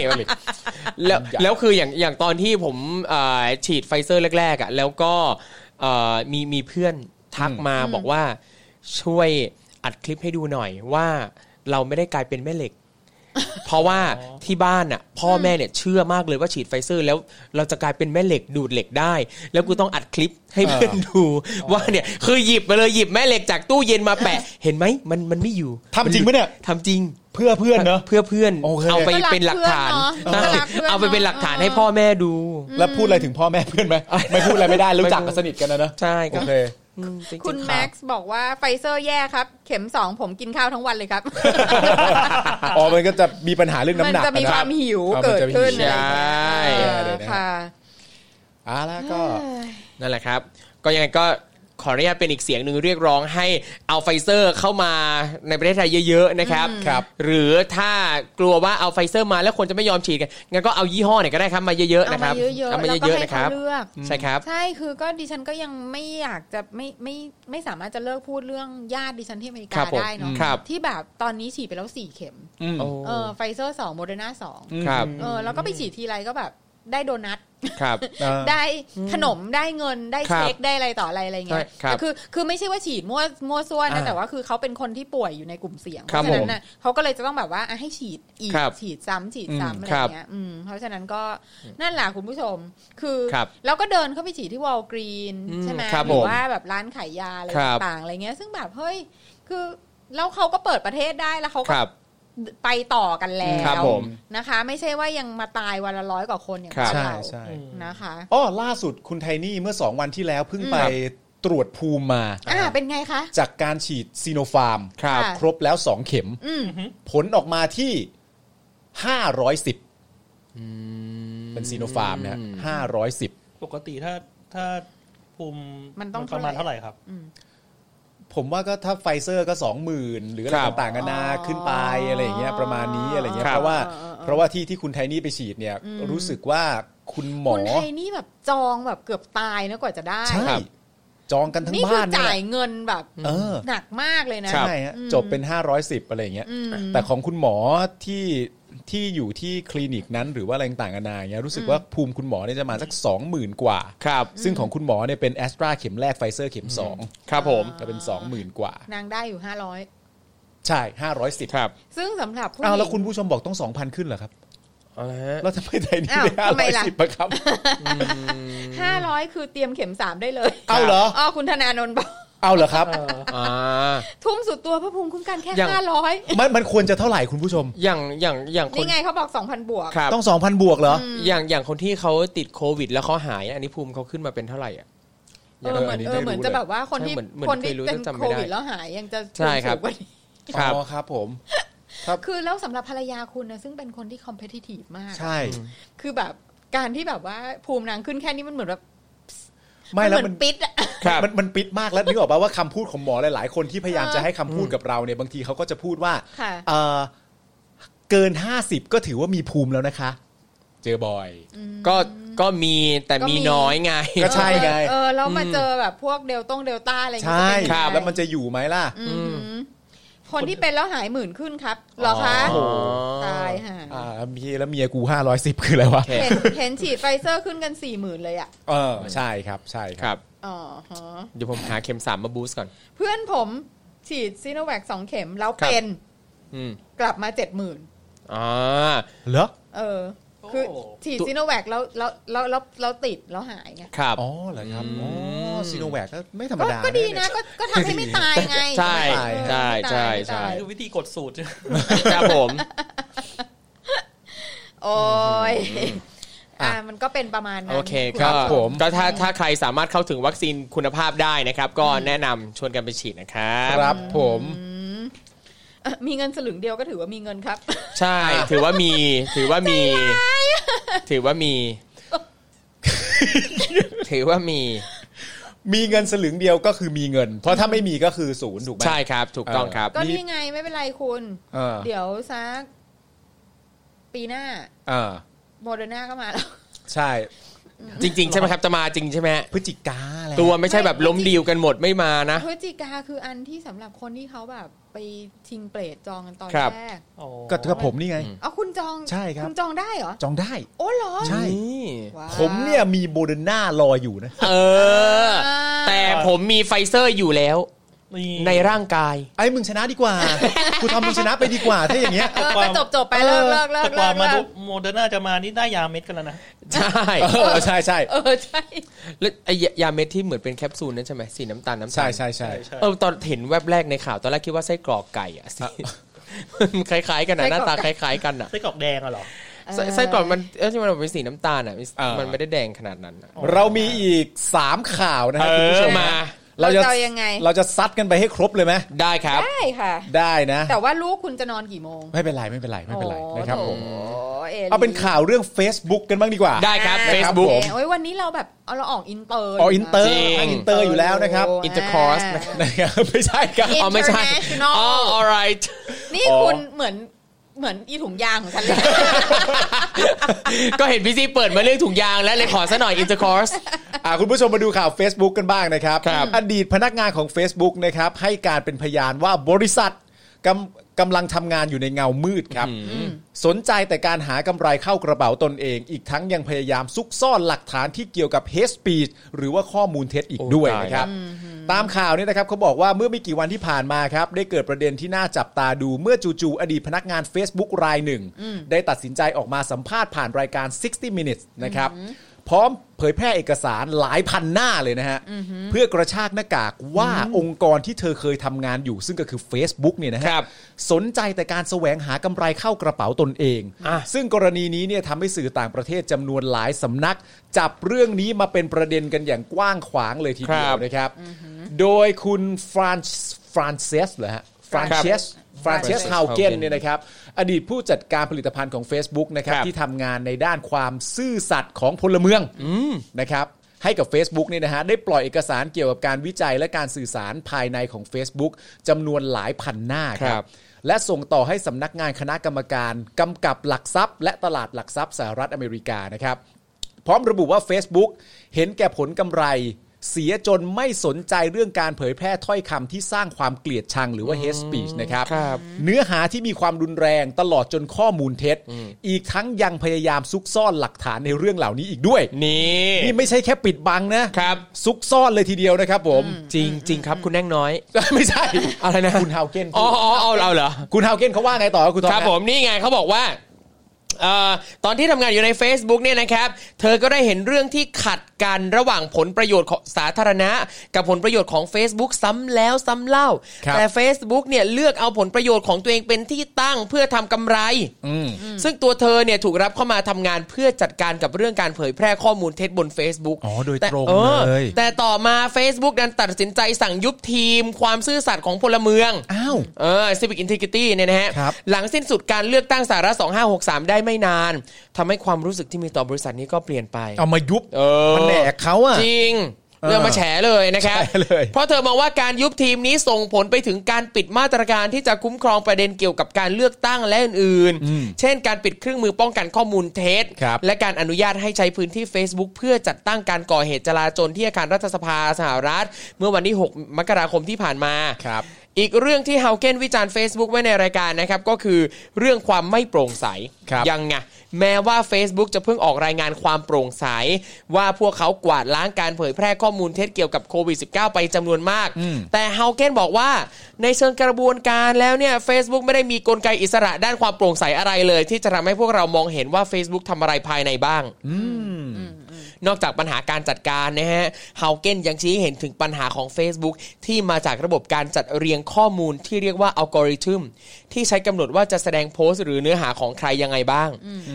Speaker 4: แล้วแล้วคืออย่างอย่างตอนที่ผมเอ่อฉีดไฟเซอร์แรกๆอ่ะแล้วก็เอ่อมีมีเพื่อนทัก
Speaker 5: อืม
Speaker 4: มาบอกว่าช่วยอัดคลิปให้ดูหน่อยว่าเราไม่ได้กลายเป็นแม่
Speaker 5: [laughs]
Speaker 4: เหล็ก เพราะว่าที่บ้านอ่ะพ่อแม่เนี่ยเชื่อมากเลยว่าฉีดไฟเซอร์ แล้วเราจะกลายเป็นแม่เหล็กดูดเหล็กได้ แล้วกูต้องอัดคลิปให้เพื่อนดูว่าเนี่ยคือหยิบมาเลยหยิบแม่เหล็กจากตู้เย็นมาแปะ เห็นไหมมันมันไม่อยู่
Speaker 5: ทำจริงปะเนี่ย
Speaker 4: ทำจริง
Speaker 5: เพื่อเพื่อนเนอะ
Speaker 4: เพื่อเพื่อน
Speaker 5: โอเค
Speaker 4: เอาไปเป็นหลักฐาน
Speaker 8: ก็รักเพื่อนเนอะ
Speaker 4: เอาไปเป็นหลักฐานให้
Speaker 8: เออ
Speaker 4: พ่อแม่ดู
Speaker 5: แล้วพูดอะไรถึงพ่อแม่เพื่อนไหมไม่พูดอะไรไม่ได้รู้จักกันสนิทกันนะเนอะ
Speaker 4: ใช่
Speaker 5: โอ
Speaker 4: ก็
Speaker 5: [laughs] เค
Speaker 4: อืมจริงๆ
Speaker 8: คุณ
Speaker 4: รับ
Speaker 8: แม็กซ์บอกว่าไฟเซอร์แย่ครับ เข็มสองผมกินข้าวทั้งวันเลยครับ
Speaker 5: อ๋อมันก็จะมีปัญหาเรื่องน้ำหนัก
Speaker 8: มันจะมี
Speaker 5: น
Speaker 8: ความหิวเกิดขึ้น
Speaker 5: อ๋อมัจะมี
Speaker 4: ใช่
Speaker 8: เอ
Speaker 5: เดี๋ย
Speaker 8: อ
Speaker 5: วนะ
Speaker 8: ค่ะ
Speaker 5: อ่าแล้วก็
Speaker 4: นั่นแหละครับ ก็ยังไงก็ขออนุญาตเป็นอีกเสียงหนึ่งเรียกร้องให้เอาไฟเซอร์เข้ามาในประเทศไทยเยอะๆนะครับ
Speaker 5: ครับ
Speaker 4: หรือถ้ากลัวว่าเอาไฟเซอร์มาแล้วคนจะไม่ยอมฉีดกัน งั้นก็เอายี่ห้อไหนก็ได้ครับมาเยอะๆ
Speaker 8: เอา
Speaker 4: นะค
Speaker 8: มา
Speaker 4: รับ
Speaker 8: เยอะ
Speaker 4: เอา
Speaker 8: ๆ
Speaker 4: มา
Speaker 8: แล้วก็
Speaker 4: เยอะๆ
Speaker 8: ให้
Speaker 4: นะค
Speaker 8: เขา
Speaker 4: รับ
Speaker 8: เลือก
Speaker 4: ใช่ครับ
Speaker 8: ใช่คือก็ดิฉันก็ยังไม่อยากจะไม่ไม่ไม่สามารถจะเลิกพูดเรื่องญาติดิฉันที่อเมริ
Speaker 4: ครั
Speaker 8: กา
Speaker 4: บผม
Speaker 8: ได้เนาะ
Speaker 4: ครับ
Speaker 8: ที่แบบตอนนี้ฉีดไปแล้วสี่เข็ม
Speaker 5: อืม
Speaker 4: โอ้
Speaker 8: เออไฟเซอร์สองโมเดอร์นาสอง
Speaker 4: ครับ
Speaker 8: เออแล้วก็ไปฉีดทีไรก็แบบ ได้โดนัท
Speaker 4: ครับ
Speaker 5: เออ
Speaker 8: ได้ขนมได้เงินได้เช็ค
Speaker 4: ครับ
Speaker 8: ได้อะไรต่ออะไรอะไรเงี้ย
Speaker 4: ใช่ครับ
Speaker 8: แต่คือคือไม่ใช่ว่าฉีดมั่วมั่วซั่วนะ
Speaker 5: อ่า
Speaker 8: แต่ว่าคือเขาเป็นคนที่ป่วยอยู่ในกลุ่มเสี่ยงเพ
Speaker 4: ครับ
Speaker 8: ราะฉะนั้นน่ะเขาก็เลยจะต้องแบบว่าอ่ะให้ฉีดอีก
Speaker 4: ครับ
Speaker 8: ฉีดซ้ำฉีด
Speaker 4: อืม
Speaker 8: ซ้ำอะไร
Speaker 4: ครับ
Speaker 8: เงี้ยอืมเพราะฉะนั้นก็นั่นแหละคุณผู้ชม คือ
Speaker 4: ครับ
Speaker 8: เราก็เดินเข้าไปฉีดที่วอลกรีน
Speaker 4: อืม
Speaker 8: ใช่ไหม
Speaker 4: ครับ
Speaker 8: หรื
Speaker 4: ผม
Speaker 8: ว่าแบบร้านขายยาอะไร
Speaker 4: ค
Speaker 8: ต
Speaker 4: รับ
Speaker 8: ่างๆอะไรเงี้ย ซึ่งแบบเฮ้ยคือแล้วเขาก็เปิดประเทศได้แล้วเขา
Speaker 4: ค
Speaker 8: ก็
Speaker 4: รับ
Speaker 8: ไปต่อกันแล้
Speaker 4: ครับ
Speaker 8: ว
Speaker 4: ผม
Speaker 8: นะคะ ไม่ใช่ว่ายังมาตายวันละร้อยกว่าคนอย่าง
Speaker 4: ครับ
Speaker 8: บ้าน
Speaker 5: ใช่
Speaker 8: เรา
Speaker 5: ใช่
Speaker 8: นะคะ
Speaker 5: อ๋อล่าสุดคุณไทนี่เมื่อสองวันที่แล้วเพิ่งไปตรวจภูมิมา
Speaker 8: อ่าเป็นไงคะ
Speaker 5: จากการฉีดซีโนฟาร์ม
Speaker 4: ครับ
Speaker 8: ค่ะ
Speaker 5: ครบแล้วสองเข็ม
Speaker 8: อืม
Speaker 5: ผลออกมาที่ 510 เป็นซีโนฟาร์มนะฮะ510
Speaker 6: ปกติถ้าถ้าภูมิ
Speaker 8: มันต้อง
Speaker 6: ประมาณ
Speaker 8: เท่า
Speaker 6: เท่า
Speaker 8: ไห
Speaker 6: ไห
Speaker 8: ร่
Speaker 6: ร่ครับ
Speaker 5: ผมว่าก็ถ้าไฟเซอร์ก็ 20,000 หรืออะไร
Speaker 4: ครับ
Speaker 5: ต่างๆกันานา
Speaker 8: อ๋อ
Speaker 5: ขึ้นไปอะไรอย่างเงี้ยประมาณนี้อะไรอย่างเงี้ย
Speaker 4: ครับ
Speaker 5: เพราะว่า
Speaker 8: เออเออ
Speaker 5: เพราะว่าที่ที่คุณไทนี่ไปฉีดเนี่ย รู้สึกว่าคุณหมอ
Speaker 8: คุณไทยนี่แบบจองแบบเกือบตายนะกว่าจะได้
Speaker 5: ใช่ จองกันทั้ง
Speaker 8: นี่คือ
Speaker 5: บ้านเนี่
Speaker 8: จ่าย
Speaker 5: ย
Speaker 8: เงินแบบ
Speaker 5: เออ
Speaker 8: หนักมากเลยนะ
Speaker 4: ครับ
Speaker 5: ใช่ฮะ
Speaker 8: อืม
Speaker 5: จบเป็น 510 อะไรอย่างเงี้ย
Speaker 8: อืม
Speaker 5: แต่ของคุณหมอที่ที่อยู่ที่คลินิกนั้นหรือว่าอะไรต่างๆนานาอย่างเงี้ยรู้สึกว่าภูมิคุณหมอเนี่ยจะมาสัก 20,000 กว่า
Speaker 4: ครับ
Speaker 5: ซึ่งของคุณหมอเนี่ยเป็นแอสตราเข็มแรกไฟเซอร์เข็ม 2
Speaker 4: ครับผม
Speaker 5: จะเป็น 20,000 กว่า
Speaker 8: นางได้อยู่ห้าร้อย
Speaker 5: ใช่ 510
Speaker 4: ครับ
Speaker 8: ซึ่งสำหรับผู้ห
Speaker 5: อ้าว
Speaker 8: ญิง
Speaker 5: แล้วคุณผู้ชมบอกต้อง 2,000 ขึ้นเหรอครับ
Speaker 4: เอาละฮะ
Speaker 5: แล้วทำไมไทยนี่
Speaker 8: อ้าว
Speaker 5: ได้
Speaker 8: ทำไมล่ะ
Speaker 5: 510ปะครับ
Speaker 8: ห้าร้อยคือเตรียมเข็มสามได้เลย
Speaker 5: เอาเหรอ
Speaker 8: อ๋อคุณธนาโนนท์บอก
Speaker 5: เอาเหรอครับ
Speaker 4: อ่า
Speaker 8: ทุ่มสุดตัวเพื่อภูมิคุ้มกันแค่
Speaker 4: อย่าง
Speaker 8: ห้าร้อย
Speaker 5: มันมันควรจะเท่าไหร่คุณผู้ชม
Speaker 4: อย่างอย่างอย่างคน
Speaker 8: นี่ไงเขาบอกสองพันบวก
Speaker 4: ครับ
Speaker 5: ต้อง 2,000 บวกเหรอ
Speaker 4: อย่างอย่างคนที่เขาติดโควิด แล้วเขาหายอันนี้ภูมิเขาขึ้นมาเป็นเท่าไหร่อ่ะ
Speaker 8: เออเหมือ
Speaker 5: เอออัน
Speaker 8: น
Speaker 5: นี้
Speaker 8: เอ
Speaker 5: ไม่
Speaker 8: อ
Speaker 5: รู้
Speaker 8: เหมือนจะแบบว่าคนที่
Speaker 4: ใช่เหมือนเหมือน
Speaker 8: คนที่
Speaker 4: เคยรู้
Speaker 8: เป็น
Speaker 4: แต่จำ
Speaker 8: โค
Speaker 4: ไม่ได้
Speaker 8: วิดแล้วหายยังจะ
Speaker 4: ใช่ครับ
Speaker 8: สูงกว่านี้
Speaker 4: ครับ
Speaker 5: อ๋อครับผม
Speaker 8: คือแล้วสำหรับภรรยาคุณนะซึ่งเป็นคนที่คอมเพทิทีฟมาก
Speaker 5: ใช่
Speaker 8: คือแบบการที่แบบว่าภูมินางขึ้นแค่นี้มันเหมือนแบบ
Speaker 5: ไม่แล้ว
Speaker 8: เห
Speaker 5: มัน
Speaker 8: มือนปิดอะ
Speaker 4: ครับ
Speaker 5: มันมันปิดมากแล้วนึกออกป่าว่าคำพูดของหมอหลาย ๆ คนที่พยายามจะให้คำพูดกับเราเนี่ยบางทีเขาก็จะพูดว่า
Speaker 8: ค่ะ
Speaker 5: เอ่อเกิน 50 ก็ถือว่ามีภูมิแล้วนะคะ เจอบ่อย
Speaker 4: ก็ก็มีแต่
Speaker 8: ก็มี
Speaker 4: มีน้อยไง
Speaker 5: ก็ใช่ไง
Speaker 8: เออแล้วมาเจอแบบพวกเดลต้งเดลต้าอะไรอย่าง
Speaker 5: ใช่
Speaker 8: เงี้ยจะเป็นยังไง
Speaker 5: แล้วมันจะอยู่ไหมล่ะ
Speaker 8: อืมคนที่เป็นแล้วหายหมื่นขึ้นครับเหรอคะ
Speaker 5: อ๋อ
Speaker 8: ตายฮะ
Speaker 5: อ่ามีแล้วเมียกู 510 คืออะไรวะ
Speaker 8: เห็นเห็นฉีดไฟเซอร์ขึ้นกันสี่หมื่นเลยอ่ะ
Speaker 5: เออใช่ครับใช่
Speaker 4: ครับ
Speaker 8: อ๋อฮะ
Speaker 4: เดี๋ยวผมหาเข็มสามมาบูสต์ก่อน
Speaker 8: เพื่อนผมฉีดซีโนแวคสองเข็มแล้วเป็น
Speaker 4: อืม
Speaker 8: กลับมาเจ็ดหมื่น
Speaker 4: อ่า
Speaker 5: เหรอ
Speaker 8: เออ คือฉีดซีโนแวคแล้วแล้วแล้วแล้วแล้วติดแล้วหายไง
Speaker 4: ครับ
Speaker 5: อ๋อเหรอครับอ๋อ
Speaker 4: ม
Speaker 5: ซีโนแวคก็ไม่ธรรม
Speaker 8: ก็
Speaker 5: ดา
Speaker 8: ก็ดีนะ
Speaker 5: เย
Speaker 8: ก็ก็ทำให้ไม่ตายไง
Speaker 4: ใช่ใช่
Speaker 8: ไม่
Speaker 4: ใช่
Speaker 8: ตายไม่
Speaker 4: ใช่
Speaker 8: ตาย
Speaker 6: คือวิธีกดสูตรใช่ไหม
Speaker 4: ครับผม
Speaker 8: โอ้ย
Speaker 5: อ่ะ
Speaker 8: อ่ะมันก็เป็นประมาณนั้น
Speaker 4: โอเค
Speaker 8: ณ
Speaker 4: ก็
Speaker 8: ผู้ช
Speaker 5: ผม
Speaker 4: ก็ถ้าถ้าใครสามารถเข้าถึงวัคซีนคุณภาพได้นะครับ ก็แนะนำชวนกันไปฉีดนะครับ
Speaker 5: ครับผม
Speaker 8: เอ่อมีเงินสลึงเดียวก็ถือว่ามีเงินครับ
Speaker 4: ใช่ ถือว่ามี ถือว่ามี ถือว่ามี [laughs] ถือว่ามี
Speaker 5: มีเงินสลึงเดียวก็คือมีเงิน เพราะถ้าไม่มีก็คือศูนย์ถูกไหม
Speaker 4: ใช่ครับ ถูกต้องครับ
Speaker 8: ก็
Speaker 5: มี
Speaker 8: นี่ไงไม่เป็นไรคุณ
Speaker 5: เออ
Speaker 8: เดี๋ยวซักปีหน้า
Speaker 5: เออ
Speaker 8: โมเดอร์นาก็มาแล้ว
Speaker 5: ใช่
Speaker 4: จริง ๆ ใช่ไหมครับ จะมาจริงใช่ไหมฮะ
Speaker 5: พฤศจิกาอะไร
Speaker 4: ตัวไม่ใช่แบบล้มดีลกันหมดไม่มานะ
Speaker 8: พฤศจิกาคืออันที่สำหรับคนที่เขาแบบไปชิงเปรตจองกันตอน
Speaker 4: ครับ
Speaker 8: แรก
Speaker 5: ก็กับผมนี่ไง
Speaker 8: อ๋อคุณจอง
Speaker 5: ใช่ครับ
Speaker 8: ณจองได้เหรอ
Speaker 5: จองได้
Speaker 8: โอ้เหรอ
Speaker 5: ใช่
Speaker 4: นี่
Speaker 8: ว้าว
Speaker 5: ผมเนี่ยมีโบเดอร์น่ารออยู่นะ
Speaker 4: เออ แต่ผมมีไฟเซอร์อยู่แล้ว ในร่างกาย
Speaker 5: ไอ้มึงชนะดี
Speaker 8: [laughs]
Speaker 5: กว่า กูทำมึงชนะไปดีกว่า ถ้าอย่างเงี้ย
Speaker 8: เออก็จบจบๆไปเลิกเลิกเลิ
Speaker 6: แต่
Speaker 8: ก
Speaker 6: ก
Speaker 8: เลิ
Speaker 6: ว่ากมา
Speaker 8: เลิ
Speaker 6: ดู
Speaker 8: ก
Speaker 6: โมเดอร์นาจะมานี่ได้ยาเม็ดกันแล้วนะ
Speaker 4: ใช่
Speaker 5: เออใช่ใช่
Speaker 8: เออใช่
Speaker 4: แล้วไอยายาเม็ดที่เหมือนเป็นแคปซูลนั่นใช่ไหมสีน้ำตาลน้ำตาล
Speaker 5: ใช่ใช่ใช่
Speaker 4: เออตอนเห็นแวบแรกในข่าว ตอนแรกคิดว่าไส้กรอกไก่อะ [laughs] สิมันคล้ายๆกันนะห
Speaker 8: ไส้
Speaker 4: น้าก
Speaker 8: รอก
Speaker 4: ตาคล้ายๆกันอะ
Speaker 6: ไส้กรอกแดงอะเหรอ
Speaker 4: ไส้ไส้กรอกมันเออที่มันเป็นสีน้ำตาลอะ
Speaker 5: เออ
Speaker 4: มันไม่ได้แดงขนาดนั้นอะ
Speaker 5: เรามีอีก 3 ข่าวนะครับ
Speaker 4: เออ
Speaker 5: คุณผู้ชม
Speaker 4: มา
Speaker 5: เราจะ
Speaker 8: เราจะเอายังไง
Speaker 5: เราจะซัดกันไปให้ครบเลยไหม
Speaker 4: ได้ครับ
Speaker 8: ได้ค่ะ
Speaker 5: ได้นะ
Speaker 8: แต่ว่าลูกคุณจะนอนกี่โมง
Speaker 5: ไม่เป็นไรไม่เป็นไรไม่เป็นไรนะครับผม
Speaker 8: โอ้ย เอ
Speaker 5: เอาเป็นข่าวเรื่อง Facebook กันบ้างดีกว่า
Speaker 4: ได้ครับ
Speaker 5: อ่า
Speaker 4: Facebook
Speaker 5: ครับผม
Speaker 8: โอ้ยวันนี้เราแบบเอาเราออกอินเตอร์
Speaker 5: อ๋ออินเตอร์
Speaker 4: จริง
Speaker 5: อินเตอร์อยู่แล้วนะครับ
Speaker 8: า
Speaker 4: Intercourse นะครับ
Speaker 5: นะครับ ไม่ใช่ครับ
Speaker 4: อ๋อไม่ใช่
Speaker 8: International
Speaker 4: อ๋อ alright
Speaker 8: นี่
Speaker 5: อ๋อ
Speaker 8: คุณเหมือนเหมือนอีถุงยางของฉั
Speaker 5: [laughs]
Speaker 8: นเลย
Speaker 4: [laughs] ก็เห็นพี่ซีเปิดมาเรื่องถุงยางแล้วเลยขอซะหน่อย intercourse
Speaker 5: อ่าคุณผู้ชมมาดูข่าว Facebook กันบ้างนะครับ อดีตพนักงานของ Facebook นะครับให้การเป็นพยานว่าบริษัทกำกำลังทำงานอยู่ในเงามืดครับ สนใจแต่การหากำไรเข้ากระเป๋าตนเอง อีกทั้งยังพยายามซุกซ่อนหลักฐานที่เกี่ยวกับ hate speech หรือว่าข้อมูลเท็จอีกด้วยนะครับ ตามข่าวเนี่ยนะครับเขาบอกว่าเมื่อไม่กี่วันที่ผ่านมาครับ ได้เกิดประเด็นที่น่าจับตาดูเมื่อจู่ๆอดีตพนักงาน Facebook รายหนึ่ง ได้ตัดสินใจออกมาสัมภาษณ์ผ่านรายการ 60 minutes นะครับ พร้อมเผยแพร่เอกสารหลายพันหน้าเลยนะฮะ เพื่อกระชากหน้ากากว่าองค์กรที่เธอเคยทำงานอยู่ ซึ่งก็คือ Facebook เนี่ยนะฮะ
Speaker 4: ครับ
Speaker 5: สนใจแต่การแสวงหากำไรเข้ากระเป๋าตนเอง
Speaker 4: อ่ะ
Speaker 5: ซึ่งกรณีนี้เนี่ยทำให้สื่อต่างประเทศจำนวนหลายสำนัก จับเรื่องนี้มาเป็นประเด็นกันอย่างกว้างขวางเลยทีเดีย
Speaker 4: คว รับ
Speaker 5: นะครับ โดยคุณฟรานฟรานเซสเหรอฮะฟรานเชสฟรานเช
Speaker 4: Frances
Speaker 5: สฮาวเกน
Speaker 4: Haugen
Speaker 5: เนี่ยนะครับ อดีตผู้จัดการผลิตภัณฑ์ของ Facebook นะครับ
Speaker 4: ครับ
Speaker 5: ที่ทำงานในด้านความซื่อสัตย์ของพลเมือง [coughs] นะครับ ให้กับ Facebook เนี่ยนะฮะ ได้ปล่อยเอกสารเกี่ยวกับการวิจัยและการสื่อสารภายในของ Facebook จำนวนหลายพันหน้าค
Speaker 4: ครั
Speaker 5: รับ
Speaker 4: บ
Speaker 5: และส่งต่อให้สำนักงานคณะกรรมการกำกับหลักทรัพย์ และตลาดหลักทรัพย์สหรัฐอเมริกานะครับ พร้อมระบุว่า Facebook เห็นแก่ผลกำไร เสียจนไม่สนใจเรื่องการเผยแพร่ถ้อยคำที่สร้างความเกลียดชังหรือว่า hate speech นะครับ
Speaker 4: ครับ
Speaker 5: เนื้อหาที่มีความรุนแรงตลอดจนข้อมูลเท็จ อีกทั้งยังพยายามซุกซ่อนหลักฐานในเรื่องเหล่านี้อีกด้วย
Speaker 4: นี่
Speaker 5: นี่ไม่ใช่แค่ปิดบังนะ
Speaker 4: ครับ
Speaker 5: ซุกซ่อนเลยทีเดียวนะครับผม
Speaker 4: จริงจริงครับคุณแน่งน้อย
Speaker 5: ไม่ใช่
Speaker 4: อะไรนะ
Speaker 5: คุณฮาวเกน
Speaker 4: อ๋ออ๋อเอาเราเหรอ
Speaker 5: คุณฮาวเกนเขาว่าไงต่อครับคุณทอม
Speaker 4: ครับ
Speaker 5: ฮะ
Speaker 4: ผมนี่ไงเขาบอกว่าเอ่อตอนที่ทำงานอยู่ใน Facebook เนี่ยนะครับ เธอก็ได้เห็นเรื่องที่ขัดกันระหว่างผลประโยชน์ของสาธารณะ กับผลประโยชน์ของ Facebook ซ้ำแล้วซ้ำเล่า
Speaker 5: ครับ
Speaker 4: แต่ Facebook เนี่ยเลือกเอาผลประโยชน์ของตัวเองเป็นที่ตั้งเพื่อทำกำไร
Speaker 5: อืม
Speaker 4: ซึ่งตัวเธอเนี่ยถูกรับเข้ามาทำงานเพื่อจัดการกับเรื่องการเผยแพร่ข้อมูลเท็จบน Facebook
Speaker 5: อ๋อโดย
Speaker 4: แ
Speaker 5: ตรง
Speaker 4: ออ
Speaker 5: เลย
Speaker 4: แต่ต่อมา Facebook ดันตัดสินใจสั่งยุบทีม ความซื่อสัตย์ของพลเมือง
Speaker 5: อ้าว
Speaker 4: เออ Civic Integrity เนี่ยนะฮะ
Speaker 5: ครับ
Speaker 4: หลังสิ้นสุดการเลือกตั้งสหรัฐ2563 ได้ไม่นานทำให้ความรู้สึกที่มีต่อบริษัทนี้ก็เปลี่ยนไป
Speaker 5: เอามายุบ
Speaker 4: เออ
Speaker 5: แผนกเขาอะ
Speaker 4: จริง เรื่องมาแฉเลยนะครับ
Speaker 5: แฉเลย
Speaker 4: เพราะเธอมองว่าการยุบทีมนี้ส่งผลไปถึงการปิดมาตรการที่จะคุ้มครองประเด็นเกี่ยวกับการเลือกตั้งและอื่นๆ เช่นการปิดเครื่องมือป้องกันข้อมูลเท็จ
Speaker 5: ครับ
Speaker 4: และการอนุญาตให้ใช้พื้นที่ Facebook เพื่อจัดตั้งการก่อเหตุจลาจลที่อาคารรัฐสภาสหรัฐ เมื่อวันที่ 6 มกราคมที่ผ่านมา
Speaker 5: ครับ
Speaker 4: อีกเรื่องที่เฮาเกนวิจารณ์ Facebook ไว้ในรายการนะครับ ก็คือเรื่องความไม่โปร่งใส
Speaker 5: ครับ
Speaker 4: ยังไงแม้ว่า Facebook จะเพิ่งออกรายงานความโปร่งใส ว่าพวกเขากวาดล้างการเผยแพร่ข้อมูลเท็จเกี่ยวกับโควิด -19 ไปจำนวนมาก
Speaker 5: อืม
Speaker 4: แต่เฮาเกนบอกว่าในเชิงกระบวนการแล้วเนี่ย Facebook ไม่ได้มีกลไกอิสระด้านความโปร่งใสอะไรเลย ที่จะทำให้พวกเรามองเห็นว่า Facebook ทำอะไรภายในบ้าง นอกจากปัญหาการจัดการนะฮะ เฮาเกนยังชี้เห็นถึงปัญหาของ Facebook ที่มาจากระบบการจัดเรียงข้อมูลที่เรียกว่าอัลกอริทึมที่ใช้กำหนดว่าจะแสดงโพสต์หรือเนื้อหาของใครยังไงบ้าง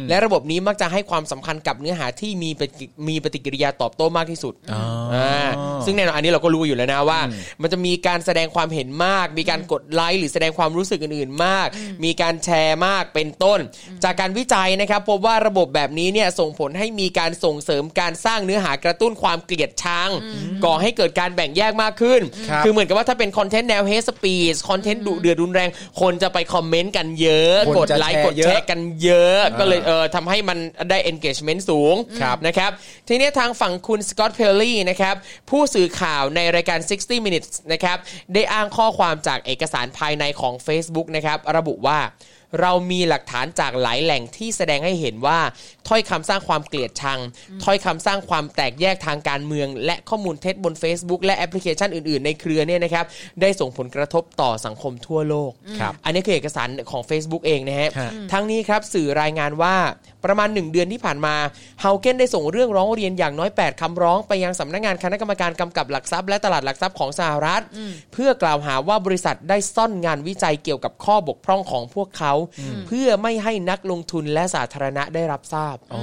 Speaker 4: และระบบนี้มักจะให้ความสำคัญกับเนื้อหาที่มีปฏิมีปฏิกิริยาตอบโต้มากที่สุดาซึ่งแน่นอนอันนี้เราก็รู้อยู่แล้วนะว่า มันจะมีการแสดงความเห็นมาก มีการกดไลค์หรือแสดงความรู้สึกอื่นๆมาก มีการแชร์มากเป็นต้น จากการวิจัยนะครับพบว่าระบบแบบนี้เนี่ยส่งผลให้มีการส่งเสริมการสร้างเนื้อหากระตุ้นความเกลียดชังก่อให้เกิดการแบ่งแยกมากขึ้น
Speaker 5: ครับ
Speaker 4: อเหมือนกับว่าถ้าเป็นคอนเทนต์แนวเฮสปีดคอนเทนต์ดุเดือดรุนแรง คนจะไปคอมเมนต์กันเยอะ
Speaker 5: คน
Speaker 4: กด
Speaker 5: จะ
Speaker 4: ไลค์
Speaker 5: แชร์
Speaker 4: กดแช
Speaker 5: เย
Speaker 4: ร์
Speaker 5: อะ
Speaker 4: กันเยอะก็เลยเออทำให้มันได้ engagement สูง
Speaker 5: ครับ
Speaker 4: นะครับทีนี้ทางฝั่งคุณสกอตเพลลี่นะครับผู้สื่อข่าวในรายการ 60 minutes นะครับได้อ้างข้อความจากเอกสารภายในของ Facebook นะครับระบุว่าเรามีหลักฐานจากหลายแหล่งที่แสดงให้เห็นว่า ถ้อยคำสร้างความเกลียดชัง ถ้อยคำสร้างความแตกแยกทางการเมือง และข้อมูลเท็จบน Facebook และแอปพลิเคชันอื่น ๆ ในเครือเนี่ยนะครับได้ส่งผลกระทบต่อสังคมทั่วโลก
Speaker 5: ครับ
Speaker 4: อันนี้คือเอกสารของ Facebook เองนะฮะ
Speaker 5: ฮะ
Speaker 4: ทั้งนี้ครับ สื่อรายงานว่าประมาณ 1 เดือนที่ผ่านมาเฮาเกนได้ส่งเรื่องร้องเรียนอย่างน้อย 8 คำร้องไปยังสำนักงานคณะกรรมการกำกับหลักทรัพย์และตลาดหลักทรัพย์ของสหรัฐ เพื่อกล่าวหาว่าบริษัทได้ซ่อนงานวิจัยเกี่ยวกับข้อบกพร่องของพวกเขา เพื่อไม่ให้นักลงทุนและสาธารณะได้รับทราบ อื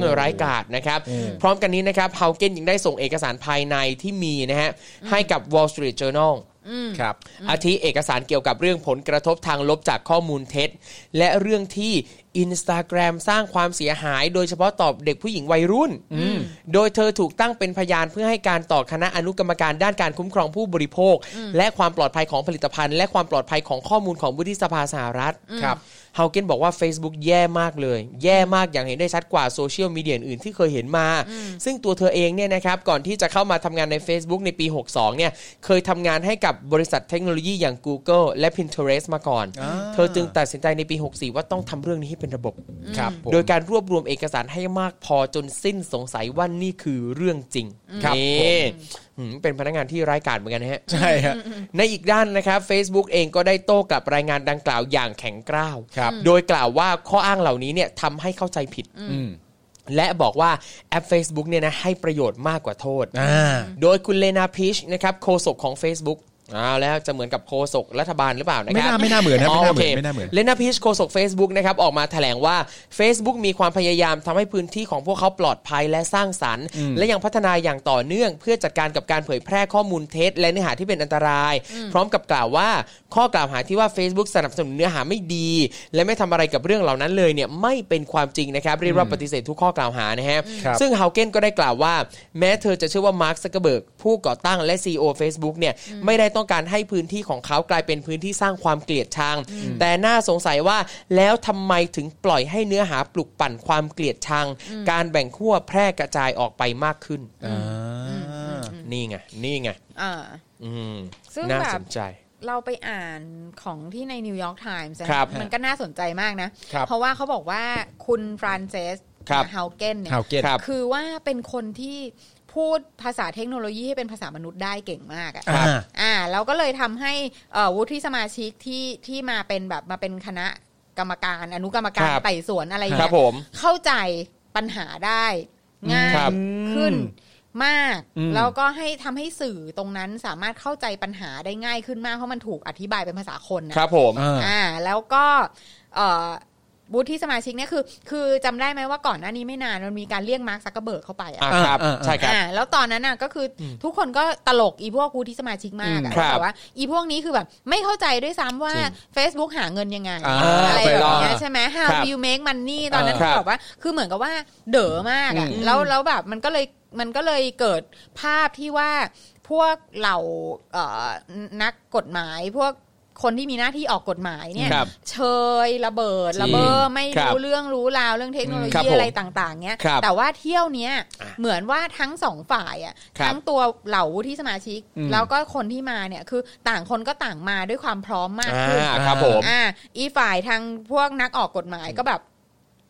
Speaker 4: มร้ายกาจนะครับ พร้อมกันนี้นะครับเฮาเกนยังได้ส่งเอกสารภายในที่มีนะฮะให้กับ Wall Street Journal
Speaker 5: ครับ
Speaker 4: อาทิเอกสารเกี่ยวกับเรื่องผลกระทบทางลบจากข้อมูลเท็จ และเรื่องที่ Instagram สร้างความเสียหาย โดยเฉพาะต่อเด็กผู้หญิงวัยรุ่น โดยเธอถูกตั้งเป็นพยานเพื่อให้การต่อคณะอนุกรรมการด้านการคุ้มครองผู้บริโภค และความปลอดภัยของผลิตภัณฑ์ และความปลอดภัยของข้อมูลของวุฒิสภาสหรัฐครับเฮาเกนบอกว่า Facebook แย่มากเลย แย่มากอย่างเห็นได้ชัดกว่าโซเชียลมีเดียอื่นๆที่เคยเห็นมา ซึ่งตัวเธอเองเนี่ยนะครับก่อนที่จะเข้ามาทำงานใน Facebook ในปี 62 เนี่ยเคยทำงานให้กับบริษัทเทคโนโลยีอย่าง Google และ Pinterest มาก่อน
Speaker 5: อ่า
Speaker 4: เธอจึงตัดสินใจในปี 64 ว่าต้องทำเรื่องนี้ให้เป็นระบบ
Speaker 5: ครับผม
Speaker 4: โดยการรวบรวมเอกสารให้มากพอจนสิ้นสงสัยว่านี่คือเรื่องจริง
Speaker 5: ครับ
Speaker 4: นี่
Speaker 5: ผม
Speaker 4: หืมเป็นพนักงานที่ร้ายกาจเหมือนกันนะฮะ
Speaker 5: ใช่ฮะ
Speaker 4: ในอีกด้านนะครับ Facebook เองก็ได้โต้กลับรายงานดังกล่าวอย่างแข็งกร้าว
Speaker 5: ครับ
Speaker 4: โดยกล่าวว่าข้ออ้างเหล่านี้เนี่ยทำให้เข้าใจผิด
Speaker 5: อืม
Speaker 4: และบอกว่าแอป Facebook เนี่ยนะให้ประโยชน์มากกว่าโทษ
Speaker 5: อ่า
Speaker 4: โดยคุณเลนาพิชนะครับโฆษกของ Facebook อ้าวแล้วจะเหมือนกับโฆษกรัฐบาลหรือเปล่านะค
Speaker 5: ไม่
Speaker 4: รับ
Speaker 5: น่าไม่น่าเหมือนนะไม่น่าเหมือน
Speaker 4: โค
Speaker 5: ไม่น่าเหมือน
Speaker 4: เลนาพิชโฆษก Facebook นะครับออกมาแถลงว่า Facebook มีความพยายามทำให้พื้นที่ของพวกเขาปลอดภัยและสร้างสรรค์ และยังพัฒนาอย่างต่อเนื่อง เพื่อจัดการกับการเผยแพร่ข้อมูลเท็จ และเนื้อหาที่เป็นอันตราย พร้อมกับกล่าวว่า ข้อกล่าวหาที่ว่า Facebook สนับสนุนเนื้อหาไม่ดี และไม่ทำอะไรกับเรื่องเหล่านั้นเลยเนี่ยไม่เป็นความจริงนะครับเรียกว่าปฏิเสธทุกข้อกล่าวหานะฮะ
Speaker 5: ครับ
Speaker 4: ซึ่งเฮาเกนก็ได้กล่าวว่า แม้เธอจะเชื่อว่ามาร์คซักเกอร์เบิร์กผู้ก่อตั้งและ CEO Facebook เนี่ยไม่ได้ต้องการให้พื้นที่ของเขากลายเป็นพื้นที่สร้างความเกลียดชัง แต่น่าสงสัยว่าแล้วทำไมถึงปล่อยให้เนื้อหาปลุกปั่นความเกลียดชัง การแบ่งขั้วแพร่กระจายออกไปมากขึ้น
Speaker 5: อ่า
Speaker 4: นี่ไง นี่ไง
Speaker 8: อ่า
Speaker 4: อืม
Speaker 8: ซึ่ง
Speaker 4: น่า
Speaker 8: แบบ
Speaker 4: สนใจ
Speaker 8: เราไปอ่านของที่ในนิวยอร์กไทมส์
Speaker 4: ครับ
Speaker 8: มันก็น่าสนใจมากนะ
Speaker 5: ครับ
Speaker 8: เพราะว่าเขาบอกว่าคุณฟรานเซส
Speaker 4: ครับ
Speaker 8: เฮาเกนเนี่ย
Speaker 5: ฮาวเกน
Speaker 4: ครับ
Speaker 8: คือว่าเป็นคนที่พูดภาษาเทคโนโลยีให้เป็นภาษามนุษย์ได้เก่งมากอะ
Speaker 5: ครับ
Speaker 8: อ่าแล้วก็เลยทำให้เอ่อวุฒิสมาชิกที่ที่มาเป็นแบบมาเป็นคณะกรรมการ อนุกรรมการ
Speaker 4: ครับ
Speaker 8: ไต่สวนอะไร
Speaker 4: ครั
Speaker 8: เงี้
Speaker 4: บ
Speaker 8: ย
Speaker 4: ผม
Speaker 8: เข้าใจปัญหาได้ง่าย
Speaker 4: ครับ
Speaker 8: ขึ้นมาก
Speaker 5: อืม
Speaker 8: แล้วก็ให้ทำให้สื่อตรงนั้นสามารถเข้าใจปัญหาได้ง่ายขึ้นมาก เพราะมันถูกอธิบายเป็นภาษาคนนะ
Speaker 4: ครับผม
Speaker 5: อ่า
Speaker 8: อ่าแล้วก็เอ่อวุฒิสมาชิกเนี่ยคือ คือจำได้ไหมว่าก่อนหน้านี้ไม่นานมันมีการเรียกมาร์คซักเกอร์เบิร์กเข้าไปอ่ะ
Speaker 4: อ่ะครับ
Speaker 5: อ่าอ่า
Speaker 4: ใช่ครับ
Speaker 8: อ่าแล้วตอนนั้นน่ะก็คืออทุกคนก็ตลกอีพวกวุฒิสมาชิกมากอะ
Speaker 4: อืมครับ
Speaker 8: แต่ว่าอีพวกนี้คือแบบไม่เข้าใจด้วยซ้ำว่า
Speaker 4: จริง
Speaker 8: Facebook หาเงินยังไง
Speaker 5: อ่า
Speaker 8: อะไร
Speaker 4: ไป
Speaker 8: แบ
Speaker 4: ลอบ ง
Speaker 8: เนี้ยใช่ไหม how
Speaker 4: ครับ
Speaker 8: do you make money ตอนนั้น
Speaker 4: ครับ
Speaker 8: แบบว่าคือเหมือนกับว่าเด๋อมากอะแล้วแล้วแบบมันก็เลยมันก็เลยเกิดภาพที่ว่าพวกเหล่าเอ่อนักกฎหมายพวกคนที่มีหน้าที่ออกกฎหมายเนี่ย
Speaker 4: ครับ
Speaker 8: เชยระเบิด
Speaker 4: จริง
Speaker 8: ระเบ้อไม่
Speaker 4: ครับ
Speaker 8: รู้เรื่องรู้ราวเรื่องเทคโนโล
Speaker 4: ครับ
Speaker 8: ยี
Speaker 4: ผม
Speaker 8: อะไรต่างๆเนี้ย
Speaker 4: ครับ
Speaker 8: แต่ว่าเที่ยวเนี้ย
Speaker 4: อ่ะ
Speaker 8: เหมือนว่าทั้งสองฝ่ายอ่ะ
Speaker 4: ครับ
Speaker 8: ทั้งตัวเหล่าวุฒิสมาชิก
Speaker 5: อืม
Speaker 8: แล้วก็คนที่มาเนี่ยคือต่างคนก็ต่างมาด้วยความพร้อมมาก
Speaker 4: อ่า
Speaker 8: ขึ้น
Speaker 4: ครับผม
Speaker 8: อ่าอีฝ่ายทางพวกนักออกกฎหมายก็แบบ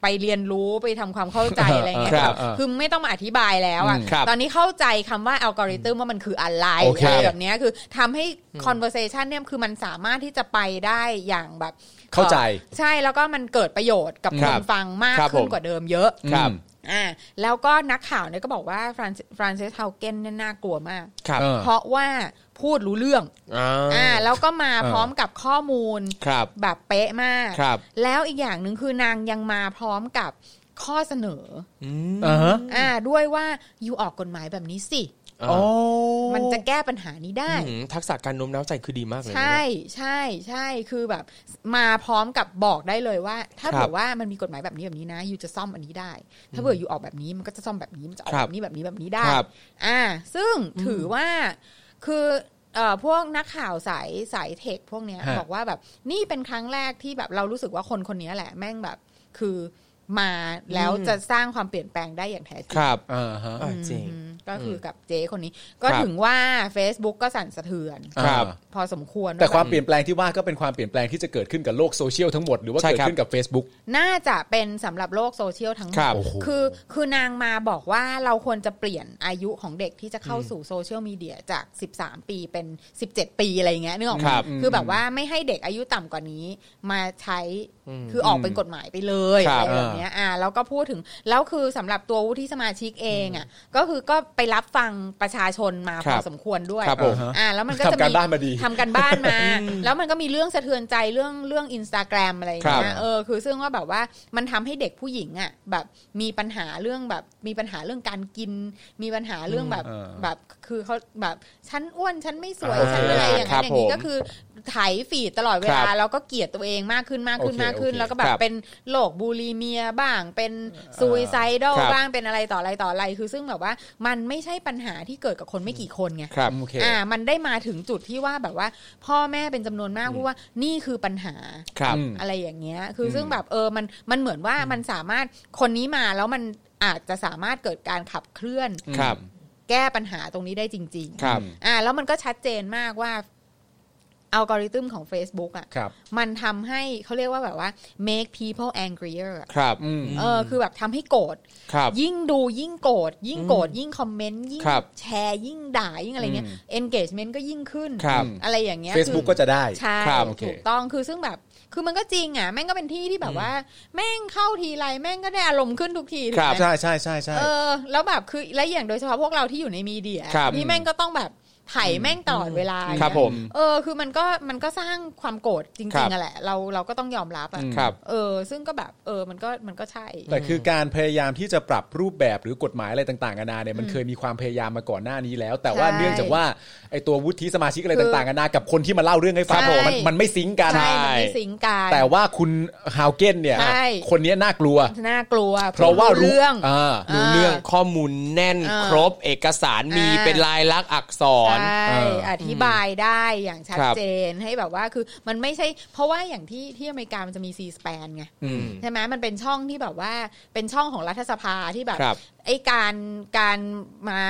Speaker 8: ไปเรียนรู้ไปทำความเข้าใจอะไรเงี้ย
Speaker 4: ครับ
Speaker 8: แบบคือไม่ต้องมาอธิบายแล้วอ่ะ
Speaker 4: อืมครับ
Speaker 8: ตอนนี้เข้าใจคำว่าอัลกอริทึมว่ามันคืออะไร
Speaker 5: โอเค
Speaker 8: อะไรแบบเนี้ยคือทำให้ conversation เนี่ยคือมันสามารถที่จะไปได้อย่างแบบ
Speaker 5: เข้าใจ
Speaker 8: ใช่แล้วก็มันเกิดประโยชน์กับ
Speaker 4: ค
Speaker 8: ครับ นฟังมาก
Speaker 4: ครับ
Speaker 8: ขึ้
Speaker 4: ผ
Speaker 8: น
Speaker 4: ม
Speaker 8: กว่าเดิมเยอะ
Speaker 4: ครับ
Speaker 8: อ่าแล้วก็นักข่าวเนี่ยก็บอกว่าฟรานซิสเฮาเกนเนี่ยน่ากลัวมาก
Speaker 4: ครับ
Speaker 5: เออ
Speaker 8: เพราะว่าพูดรู้เรื่อง
Speaker 4: อ่
Speaker 8: อ่า
Speaker 4: า
Speaker 8: แล้วก็มา
Speaker 5: เออ
Speaker 8: พร้อมกับข้อมูล
Speaker 4: ครับ
Speaker 8: แบบเป๊ะมาก
Speaker 4: ครับ
Speaker 8: แล้วอีกอย่างหนึ่งคือนางยังมาพร้อมกับข้อเสนอ
Speaker 4: อืม
Speaker 5: อ่าฮะ
Speaker 8: ออ่าด้วยว่าอยู่ออกกฎหมายแบบนี้สิ
Speaker 4: อ่า
Speaker 5: โอ้
Speaker 8: มันจะแก้ปัญหานี้ได้
Speaker 4: อืมทักษะการโน้มน้าวใจคือดีมากเลยนะ
Speaker 8: ใช่ใช่ใช่คือแบบมาพร้อมกับบอกได้เลยว่า ถ้า
Speaker 4: ครับ
Speaker 8: เผื่อว่ามันมีกฎหมายแบบนี้แบบนี้นะยูจะซ่อมอันนี้ได้ ถ้าเผื่อยูออกแบบนี้มันก็จะซ่อมแบบนี้มันจะออก
Speaker 4: ครั
Speaker 8: แบบ บนี้แบบนี้แบบนี้ได้
Speaker 4: ครับ
Speaker 8: อ่า ซึ่งถือว่าคือเอ่อพวกนักข่าวสายสายเทคพวกเนี้ย
Speaker 5: ฮะ
Speaker 8: บอกว่าแบบนี่เป็นครั้งแรกที่แบบเรารู้สึกว่าคนคนนี้แหละแม่งแบบคือมาแล้ว
Speaker 4: อืม
Speaker 8: จะสร้างความเปลี่ยนแปลงได้อย่างแท้จริง
Speaker 4: ครับ
Speaker 5: อ่าฮะ
Speaker 4: อ่าจริง
Speaker 8: อืมก็คือกับเจ๊คนนี้ ก็
Speaker 4: ครับ
Speaker 8: ถึงว่า Facebook ก็สั่นสะเทือน
Speaker 5: ครับ
Speaker 8: พอสมควร
Speaker 5: แต่ความ
Speaker 8: บบ
Speaker 5: เปลี่ยนแปลงที่ว่าก็เป็นความเปลี่ยนแปลงที่จะเกิดขึ้นกับโลกโซเชียลทั้งหมดหรือว่า
Speaker 4: ใช่
Speaker 5: เกิด
Speaker 4: ครับ
Speaker 5: ขึ้นกับ Facebook
Speaker 8: น่าจะเป็นสำหรับโลกโซเชียลทั้งหม
Speaker 4: ครั
Speaker 8: ด
Speaker 4: บ
Speaker 5: โอ้โห
Speaker 8: คือคือนางมาบอกว่าเราควรจะเปลี่ยนอายุของเด็กที่จะเข้าสู่โซเชียลมีเดียจาก 13 ปีเป็น 17 ปีอะไรอย่างเงี้ยนึกออกไห
Speaker 4: ค
Speaker 8: ม
Speaker 4: รับ
Speaker 8: คือแบบว่าไม่ให้เด็กอายุต่ำกว่านี้มาใช้คือออกเป็นกฎหมายไปเลย
Speaker 4: ครั
Speaker 8: อะ
Speaker 4: บ
Speaker 8: ไรแบบเนี้ยอ่าแล้วก็พูดถึงแล้วคือสำหรับตัววุฒิสมาชิกเองอ่ะก็คือก็ไปรับฟังประชาชนมาพอสมควรด้วย
Speaker 4: ครับผม
Speaker 5: ฮะ
Speaker 8: อ่าแล้วมันก็จะ
Speaker 5: ทำการ
Speaker 8: มี
Speaker 5: บ้านมาดี
Speaker 8: ทำการบ้านมา แล้วมันก็มีเรื่องสะเทือนใจเรื่องเรื่องอินสตาแกรมอะไรอย่าง
Speaker 4: ครั
Speaker 8: เงี้ย
Speaker 4: บ
Speaker 8: เออคือซึ่งว่าแบบว่ามันทำให้เด็กผู้หญิงอ่ะแบบมีปัญหาเรื่องแบบมีปัญหาเรื่องการกิน มีปัญหาเรื่องแบบ
Speaker 5: อืมเออ
Speaker 8: แบบคือเขาแบบฉันอ้วนฉันไม่สวย
Speaker 4: อ่า
Speaker 8: ฉันอะไรอย่าง
Speaker 4: ครั
Speaker 8: นั้
Speaker 4: บ
Speaker 8: นอย่างนี้
Speaker 4: ผม
Speaker 8: ก็คือ ไถฟีดตลอดเวลา
Speaker 4: ครับ
Speaker 8: แล้วก็เกลียดตัวเองมากขึ้นมากขึ้น
Speaker 5: โอเค
Speaker 8: มากขึ้น
Speaker 5: โอเค
Speaker 8: แล้วก็แบบ
Speaker 4: ครับ
Speaker 8: เป็นโรคบูลีเมียบ้างเป็นซูยไซดอล
Speaker 4: ครับ
Speaker 8: บ้างเป็นอะไรต่ออะไรต่ออะไรคือซึ่งแบบว่ามันไม่ใช่ปัญหาที่เกิดกับคนไม่กี่คนไง
Speaker 4: ครับ
Speaker 5: โอเค
Speaker 8: อ่ามันได้มาถึงจุดที่ว่าแบบว่า พ่อแม่เป็นจำนวนมากเพราะว่านี่คือปัญหา
Speaker 4: ครับ
Speaker 5: อืม
Speaker 8: อะไรอย่างเงี้ย คืออ
Speaker 5: ม
Speaker 8: ซึ่งแบบเออมันมันเหมือนว่ามันสามารถคนนี้มาแล้วมันอาจจะสามารถเกิดการขับเคลื่อน
Speaker 4: ครับ
Speaker 8: แก้ปัญหาตรงนี้ได้จริง
Speaker 4: ครับ
Speaker 8: ๆ อ่า แล้วมันก็ชัดเจนมากว่าอัลกอริทึมของ Facebook อ่ะ
Speaker 5: ครับ
Speaker 8: มันทำให้เขาเรียกว่าแบบว่า make people angrier อะ
Speaker 4: ครับ
Speaker 5: อืม
Speaker 8: เออคือแบบทำให้โกรธ
Speaker 4: ครับ
Speaker 8: ยิ่งดูยิ่งโกรธยิ่งโกรธยิ่งคอมเมนต์ยิ่ง
Speaker 4: ครับ
Speaker 8: แชร์ยิ่งด่ายิ่งอะไรเงี้ย
Speaker 5: อืม
Speaker 8: engagement ก็ยิ่งขึ้น
Speaker 4: ครับ
Speaker 8: อะไรอย่างเงี้ย
Speaker 5: Facebook
Speaker 8: คือ
Speaker 5: ก็จะได้
Speaker 8: ใช่
Speaker 4: ครับ
Speaker 5: โอเค
Speaker 8: ถูกต้องคือซึ่งแบบคือมันก็จริงอ่ะ แม่งก็เป็นที่ที่แบบว่า แม่งเข้าทีไรแม่งก็ได้อารมณ์ขึ้นทุกทีถูก
Speaker 4: ครับ
Speaker 8: ไหม
Speaker 5: ใช่ใช่ใช่ใช่
Speaker 8: เออ แล้วแบบคือและอย่างโดยเฉพาะพวกเราที่อยู่ในมีเดีย
Speaker 4: ครับ
Speaker 8: ที่แม่งก็ต้องแบบไถ่แม่งตลอดเวลา
Speaker 4: ครับผม
Speaker 8: เออ คือมันก็มันก็สร้างความโกรธจริ
Speaker 4: ครั
Speaker 8: ง
Speaker 4: บ
Speaker 8: ๆอะแหละ เราเราก็ต้องยอมรับอ่ะ
Speaker 4: ครับ
Speaker 8: เออ ซึ่งก็แบบเออมันก็มันก็ใช่
Speaker 5: แต่คือการพยายามที่จะปรับรูปแบบหรือกฎหมายอะไรต่างๆกันานาเนี่ยมันเคยมีความพยายามมาก่อนหน้านี้แล้ว แต่ว่า
Speaker 8: ใช่
Speaker 5: เนื่องจากว่าไอ้ตัววุฒิสมาชิกอะไร
Speaker 8: คือ
Speaker 5: ต่างๆกันานากับคนที่มาเล่าเรื่องให้ฟัง
Speaker 8: ใช่
Speaker 5: มันมันไม่ซิงค์กัน
Speaker 8: ใช่มันไม่สิงกัน
Speaker 5: แต่ว่าคุณฮาวเกนเนี่ย
Speaker 8: ใช่
Speaker 5: คนเนี้ยน่ากลัว
Speaker 8: น่ากลัว
Speaker 5: เพราะว่า
Speaker 8: เรื่อง
Speaker 5: อ่า
Speaker 8: รู้เรื่อง
Speaker 4: ข้อมูลแน่น
Speaker 8: อ่า
Speaker 4: ครบเอกสารมี
Speaker 8: อ่า
Speaker 4: เป็นลายลักษณ์อักษร
Speaker 8: ใช่
Speaker 5: เออ
Speaker 8: อ
Speaker 5: อ
Speaker 8: ธิบายได้อย่างชัด
Speaker 4: ครับ
Speaker 8: เจนให้แบบว่าคือมันไม่ใช่ เพราะว่าอย่างที่ที่อเมริกามันจะมีซีสแปนไง
Speaker 4: อืม
Speaker 8: ใช่ไหมมันเป็นช่องที่แบบว่าเป็นช่องของรัฐสภาที่แบบ
Speaker 4: ครับ
Speaker 8: ไอการการมา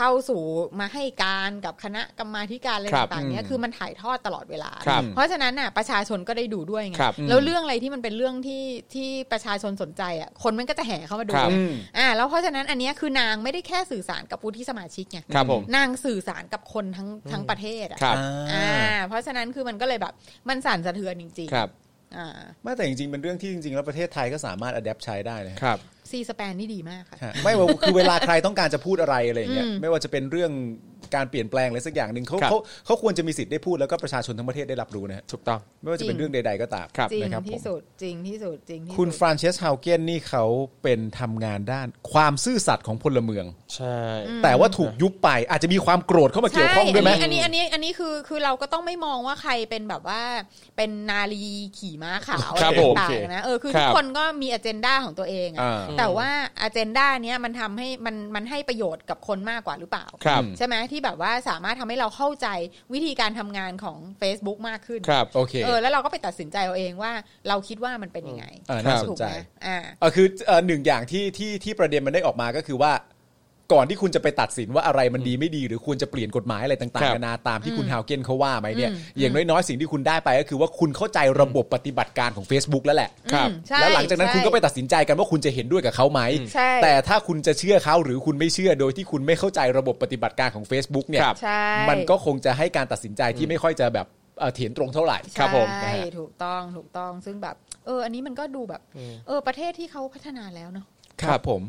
Speaker 8: เข้าสู่มาให้การกับคณะกรรมาธิการอะไร
Speaker 4: ครับ
Speaker 8: ต่างๆเนี้ยคือมันถ่ายทอดตลอดเวลา
Speaker 4: ครับ
Speaker 8: เพราะฉะนั้นน่ะประชาชนก็ได้ดูด้วยไง
Speaker 4: ครับ
Speaker 8: แล้วเรื่องอะไรที่มันเป็นเรื่องที่ที่ประชาชนสนใจอ่ะคนมันก็จะแห่เข้ามาดู
Speaker 4: ครับ
Speaker 5: อืม
Speaker 8: อ่าแล้วเพราะฉะนั้นอันเนี้ยคือนางไม่ได้แค่สื่อสารกับผู้ที่สมาชิกไง
Speaker 4: ครับผม
Speaker 8: นางสื่อสารกับคนทั้งทั้งประเทศอ่ะ
Speaker 4: ครับ
Speaker 8: อ่า เพราะฉะนั้นคือมันก็เลยแบบ มันสั่นสะเทือนจริง
Speaker 4: ครับ
Speaker 8: ๆ อ่า
Speaker 5: ไม่แต่จริงๆเป็นเรื่องที่จริงๆแล้วประเทศไทยก็สามารถอัดแอปใช้ได้นะฮะ
Speaker 4: ครับ
Speaker 8: ซีสแปนนี่ดีมากค่ะ
Speaker 5: ฮะไม่ว่าคือเวลาใครต้องการจะพูดอะไรอะไรอย่างเงี้ย
Speaker 8: อืม
Speaker 5: ไม่ว่าจะเป็นเรื่องการเปลี่ยนแปลงอะไรสักอย่างหนึ่งเขา
Speaker 4: ครับ
Speaker 5: เขาเขาควรจะมีสิทธิ์ได้พูดแล้วก็ประชาชนทั้งประเทศได้รับรู้นะฮะ
Speaker 4: ถูกต้อง
Speaker 5: ไม่ว่าจะเป็นเรื่องใด ๆก็ตาม
Speaker 4: ครับ
Speaker 8: จริง
Speaker 5: นะครับผม
Speaker 8: ที่สุดจริงที่สุดจริงที่สุด
Speaker 5: คุณฟรานเชสฮาวเกนนี่เขาเป็นทำงานด้านความซื่อสัตย์ของพลเมือง
Speaker 4: ใช่
Speaker 5: แต่ว่าถูกยุบไปอาจจะมีความโกรธเข้ามาเกี่ยวข้องด้วยไหม
Speaker 8: ใช่อันนี้อันนี้อันนี้อันนี้คือคือเราก็ต้องไม่มองว่าใครเป็นแบบว่าเป็นนาลีขี่ม้าขาว
Speaker 4: ครับผ
Speaker 8: อะไร
Speaker 4: ม
Speaker 8: ต่างๆนะเออคือ
Speaker 4: ครั
Speaker 8: ทุก
Speaker 4: บ
Speaker 8: คนก็มีอเจนดาของตัวเองอะ
Speaker 5: อ่า
Speaker 8: แต่ว่าอเจนดาเนี้ยมันทำให้มันมันให้ประโยชน์กับคนมากกว่าหรือเปล่า
Speaker 4: ครับ
Speaker 8: ใช่ไหมที่แบบว่าสามารถทำให้เราเข้าใจวิธีการทำงานของ Facebook มากขึ้น
Speaker 4: ครับ
Speaker 5: โอเค
Speaker 8: เออแล้วเราก็ไปตัดสินใจเอาเองว่าเราคิดว่ามันเป็นยังไง
Speaker 5: เออน่าสน
Speaker 8: ถูก
Speaker 5: ใจ
Speaker 8: ไหมอ่า
Speaker 5: เออคือเอ่อหนึ่งอย่างที่ที่ที่ประเด็นมันได้ออกมาก็คือว่า ก่อนที่คุณจะไปตัดสินว่าอะไรมันดีไม่ดี หรือควรจะเปลี่ยนกฎหมายอะไรต่าง
Speaker 4: ครั
Speaker 5: ๆ
Speaker 4: บ
Speaker 5: นานาตามที่คุณ
Speaker 8: อืม
Speaker 5: ฮาวเกนเขาว่าไหมเนี่ย
Speaker 8: อืม
Speaker 5: อย่างน้อยๆสิ่งที่คุณได้ไปก็คือว่าคุณเข้าใจระบบปฏิบัติการของ Facebook แล้วแหละ
Speaker 4: ครับ
Speaker 8: อืมใช่
Speaker 5: แล้วหลังจากนั้น
Speaker 8: ใช่
Speaker 5: คุณก็ไปตัดสินใจกันว่าคุณจะเห็นด้วยกับเขาไหม
Speaker 8: ใช่
Speaker 5: แต่ถ้าคุณจะเชื่อเขาหรือคุณไม่เชื่อโดยที่คุณไม่เข้าใจระบบปฏิบัติการของ Facebook เนี่ย
Speaker 4: ครับ
Speaker 8: ใช่
Speaker 5: มันก็คงจะให้การตัดสินใจที่ไม่ค่อยจะแบบเอ่อเถียงตรงเท่าไหร่
Speaker 4: ครับผม
Speaker 8: ใช่
Speaker 4: นะฮะ
Speaker 8: ถูกต้องถูกต้องซึ่งแบบ เออ อันนี้มันก็ดูแบบ เออ ประเทศที่เขาพัฒนาแล้วเนาะ
Speaker 5: ครับผม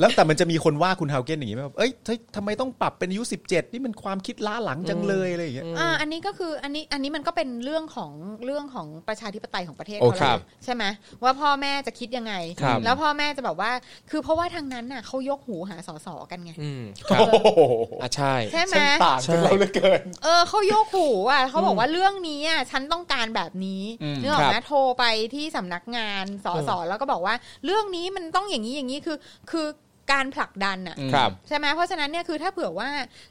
Speaker 5: แล้วแต่มันจะมีคนว่าคุณฮาวเกนอย่างนี้ไหมแบบเอ้ยเฮ้ยทำไมต้องปรับเป็นอายุ 17 นี่มันความคิดล้าหลังจังเลยอะไรอย่างเงี้ย
Speaker 8: อ่าอันนี้ก็คืออันนี้อันนี้มันก็เป็นเรื่องของเรื่องของประชาธิปไตยของประเทศ
Speaker 4: โอ้ค
Speaker 8: เขาแล้
Speaker 4: รั
Speaker 8: ว
Speaker 4: บ
Speaker 8: ใช่ไหมว่าพ่อแม่จะคิดยังไง
Speaker 4: ครับ
Speaker 8: แล้วพ่อแม่จะแบบว่า คือเพราะว่าทางนั้นน่ะเขายกหูหาสสกันไง
Speaker 4: อืมครับ อ่ะใช่
Speaker 8: ใช่ไหม
Speaker 5: ฉันต่างจากเราเหลือเกิน
Speaker 8: เออเขายกหูอ่ะเขาบอกว่าเรื่องนี้อ่ะฉันต้องการแบบนี้
Speaker 5: อืม
Speaker 8: นึกออกไหม
Speaker 4: ครับ
Speaker 8: โทรไปที่สำนักงานสสแล้วก็บอกว่า เรื่องนี้มันต้องอย่างนี้อย่างนี้คือคือการผลักดันอ่ะ
Speaker 4: ครับ
Speaker 8: ใช่ไหมเพราะฉะนั้นเนี่ยคือถ้าเผื่อว่า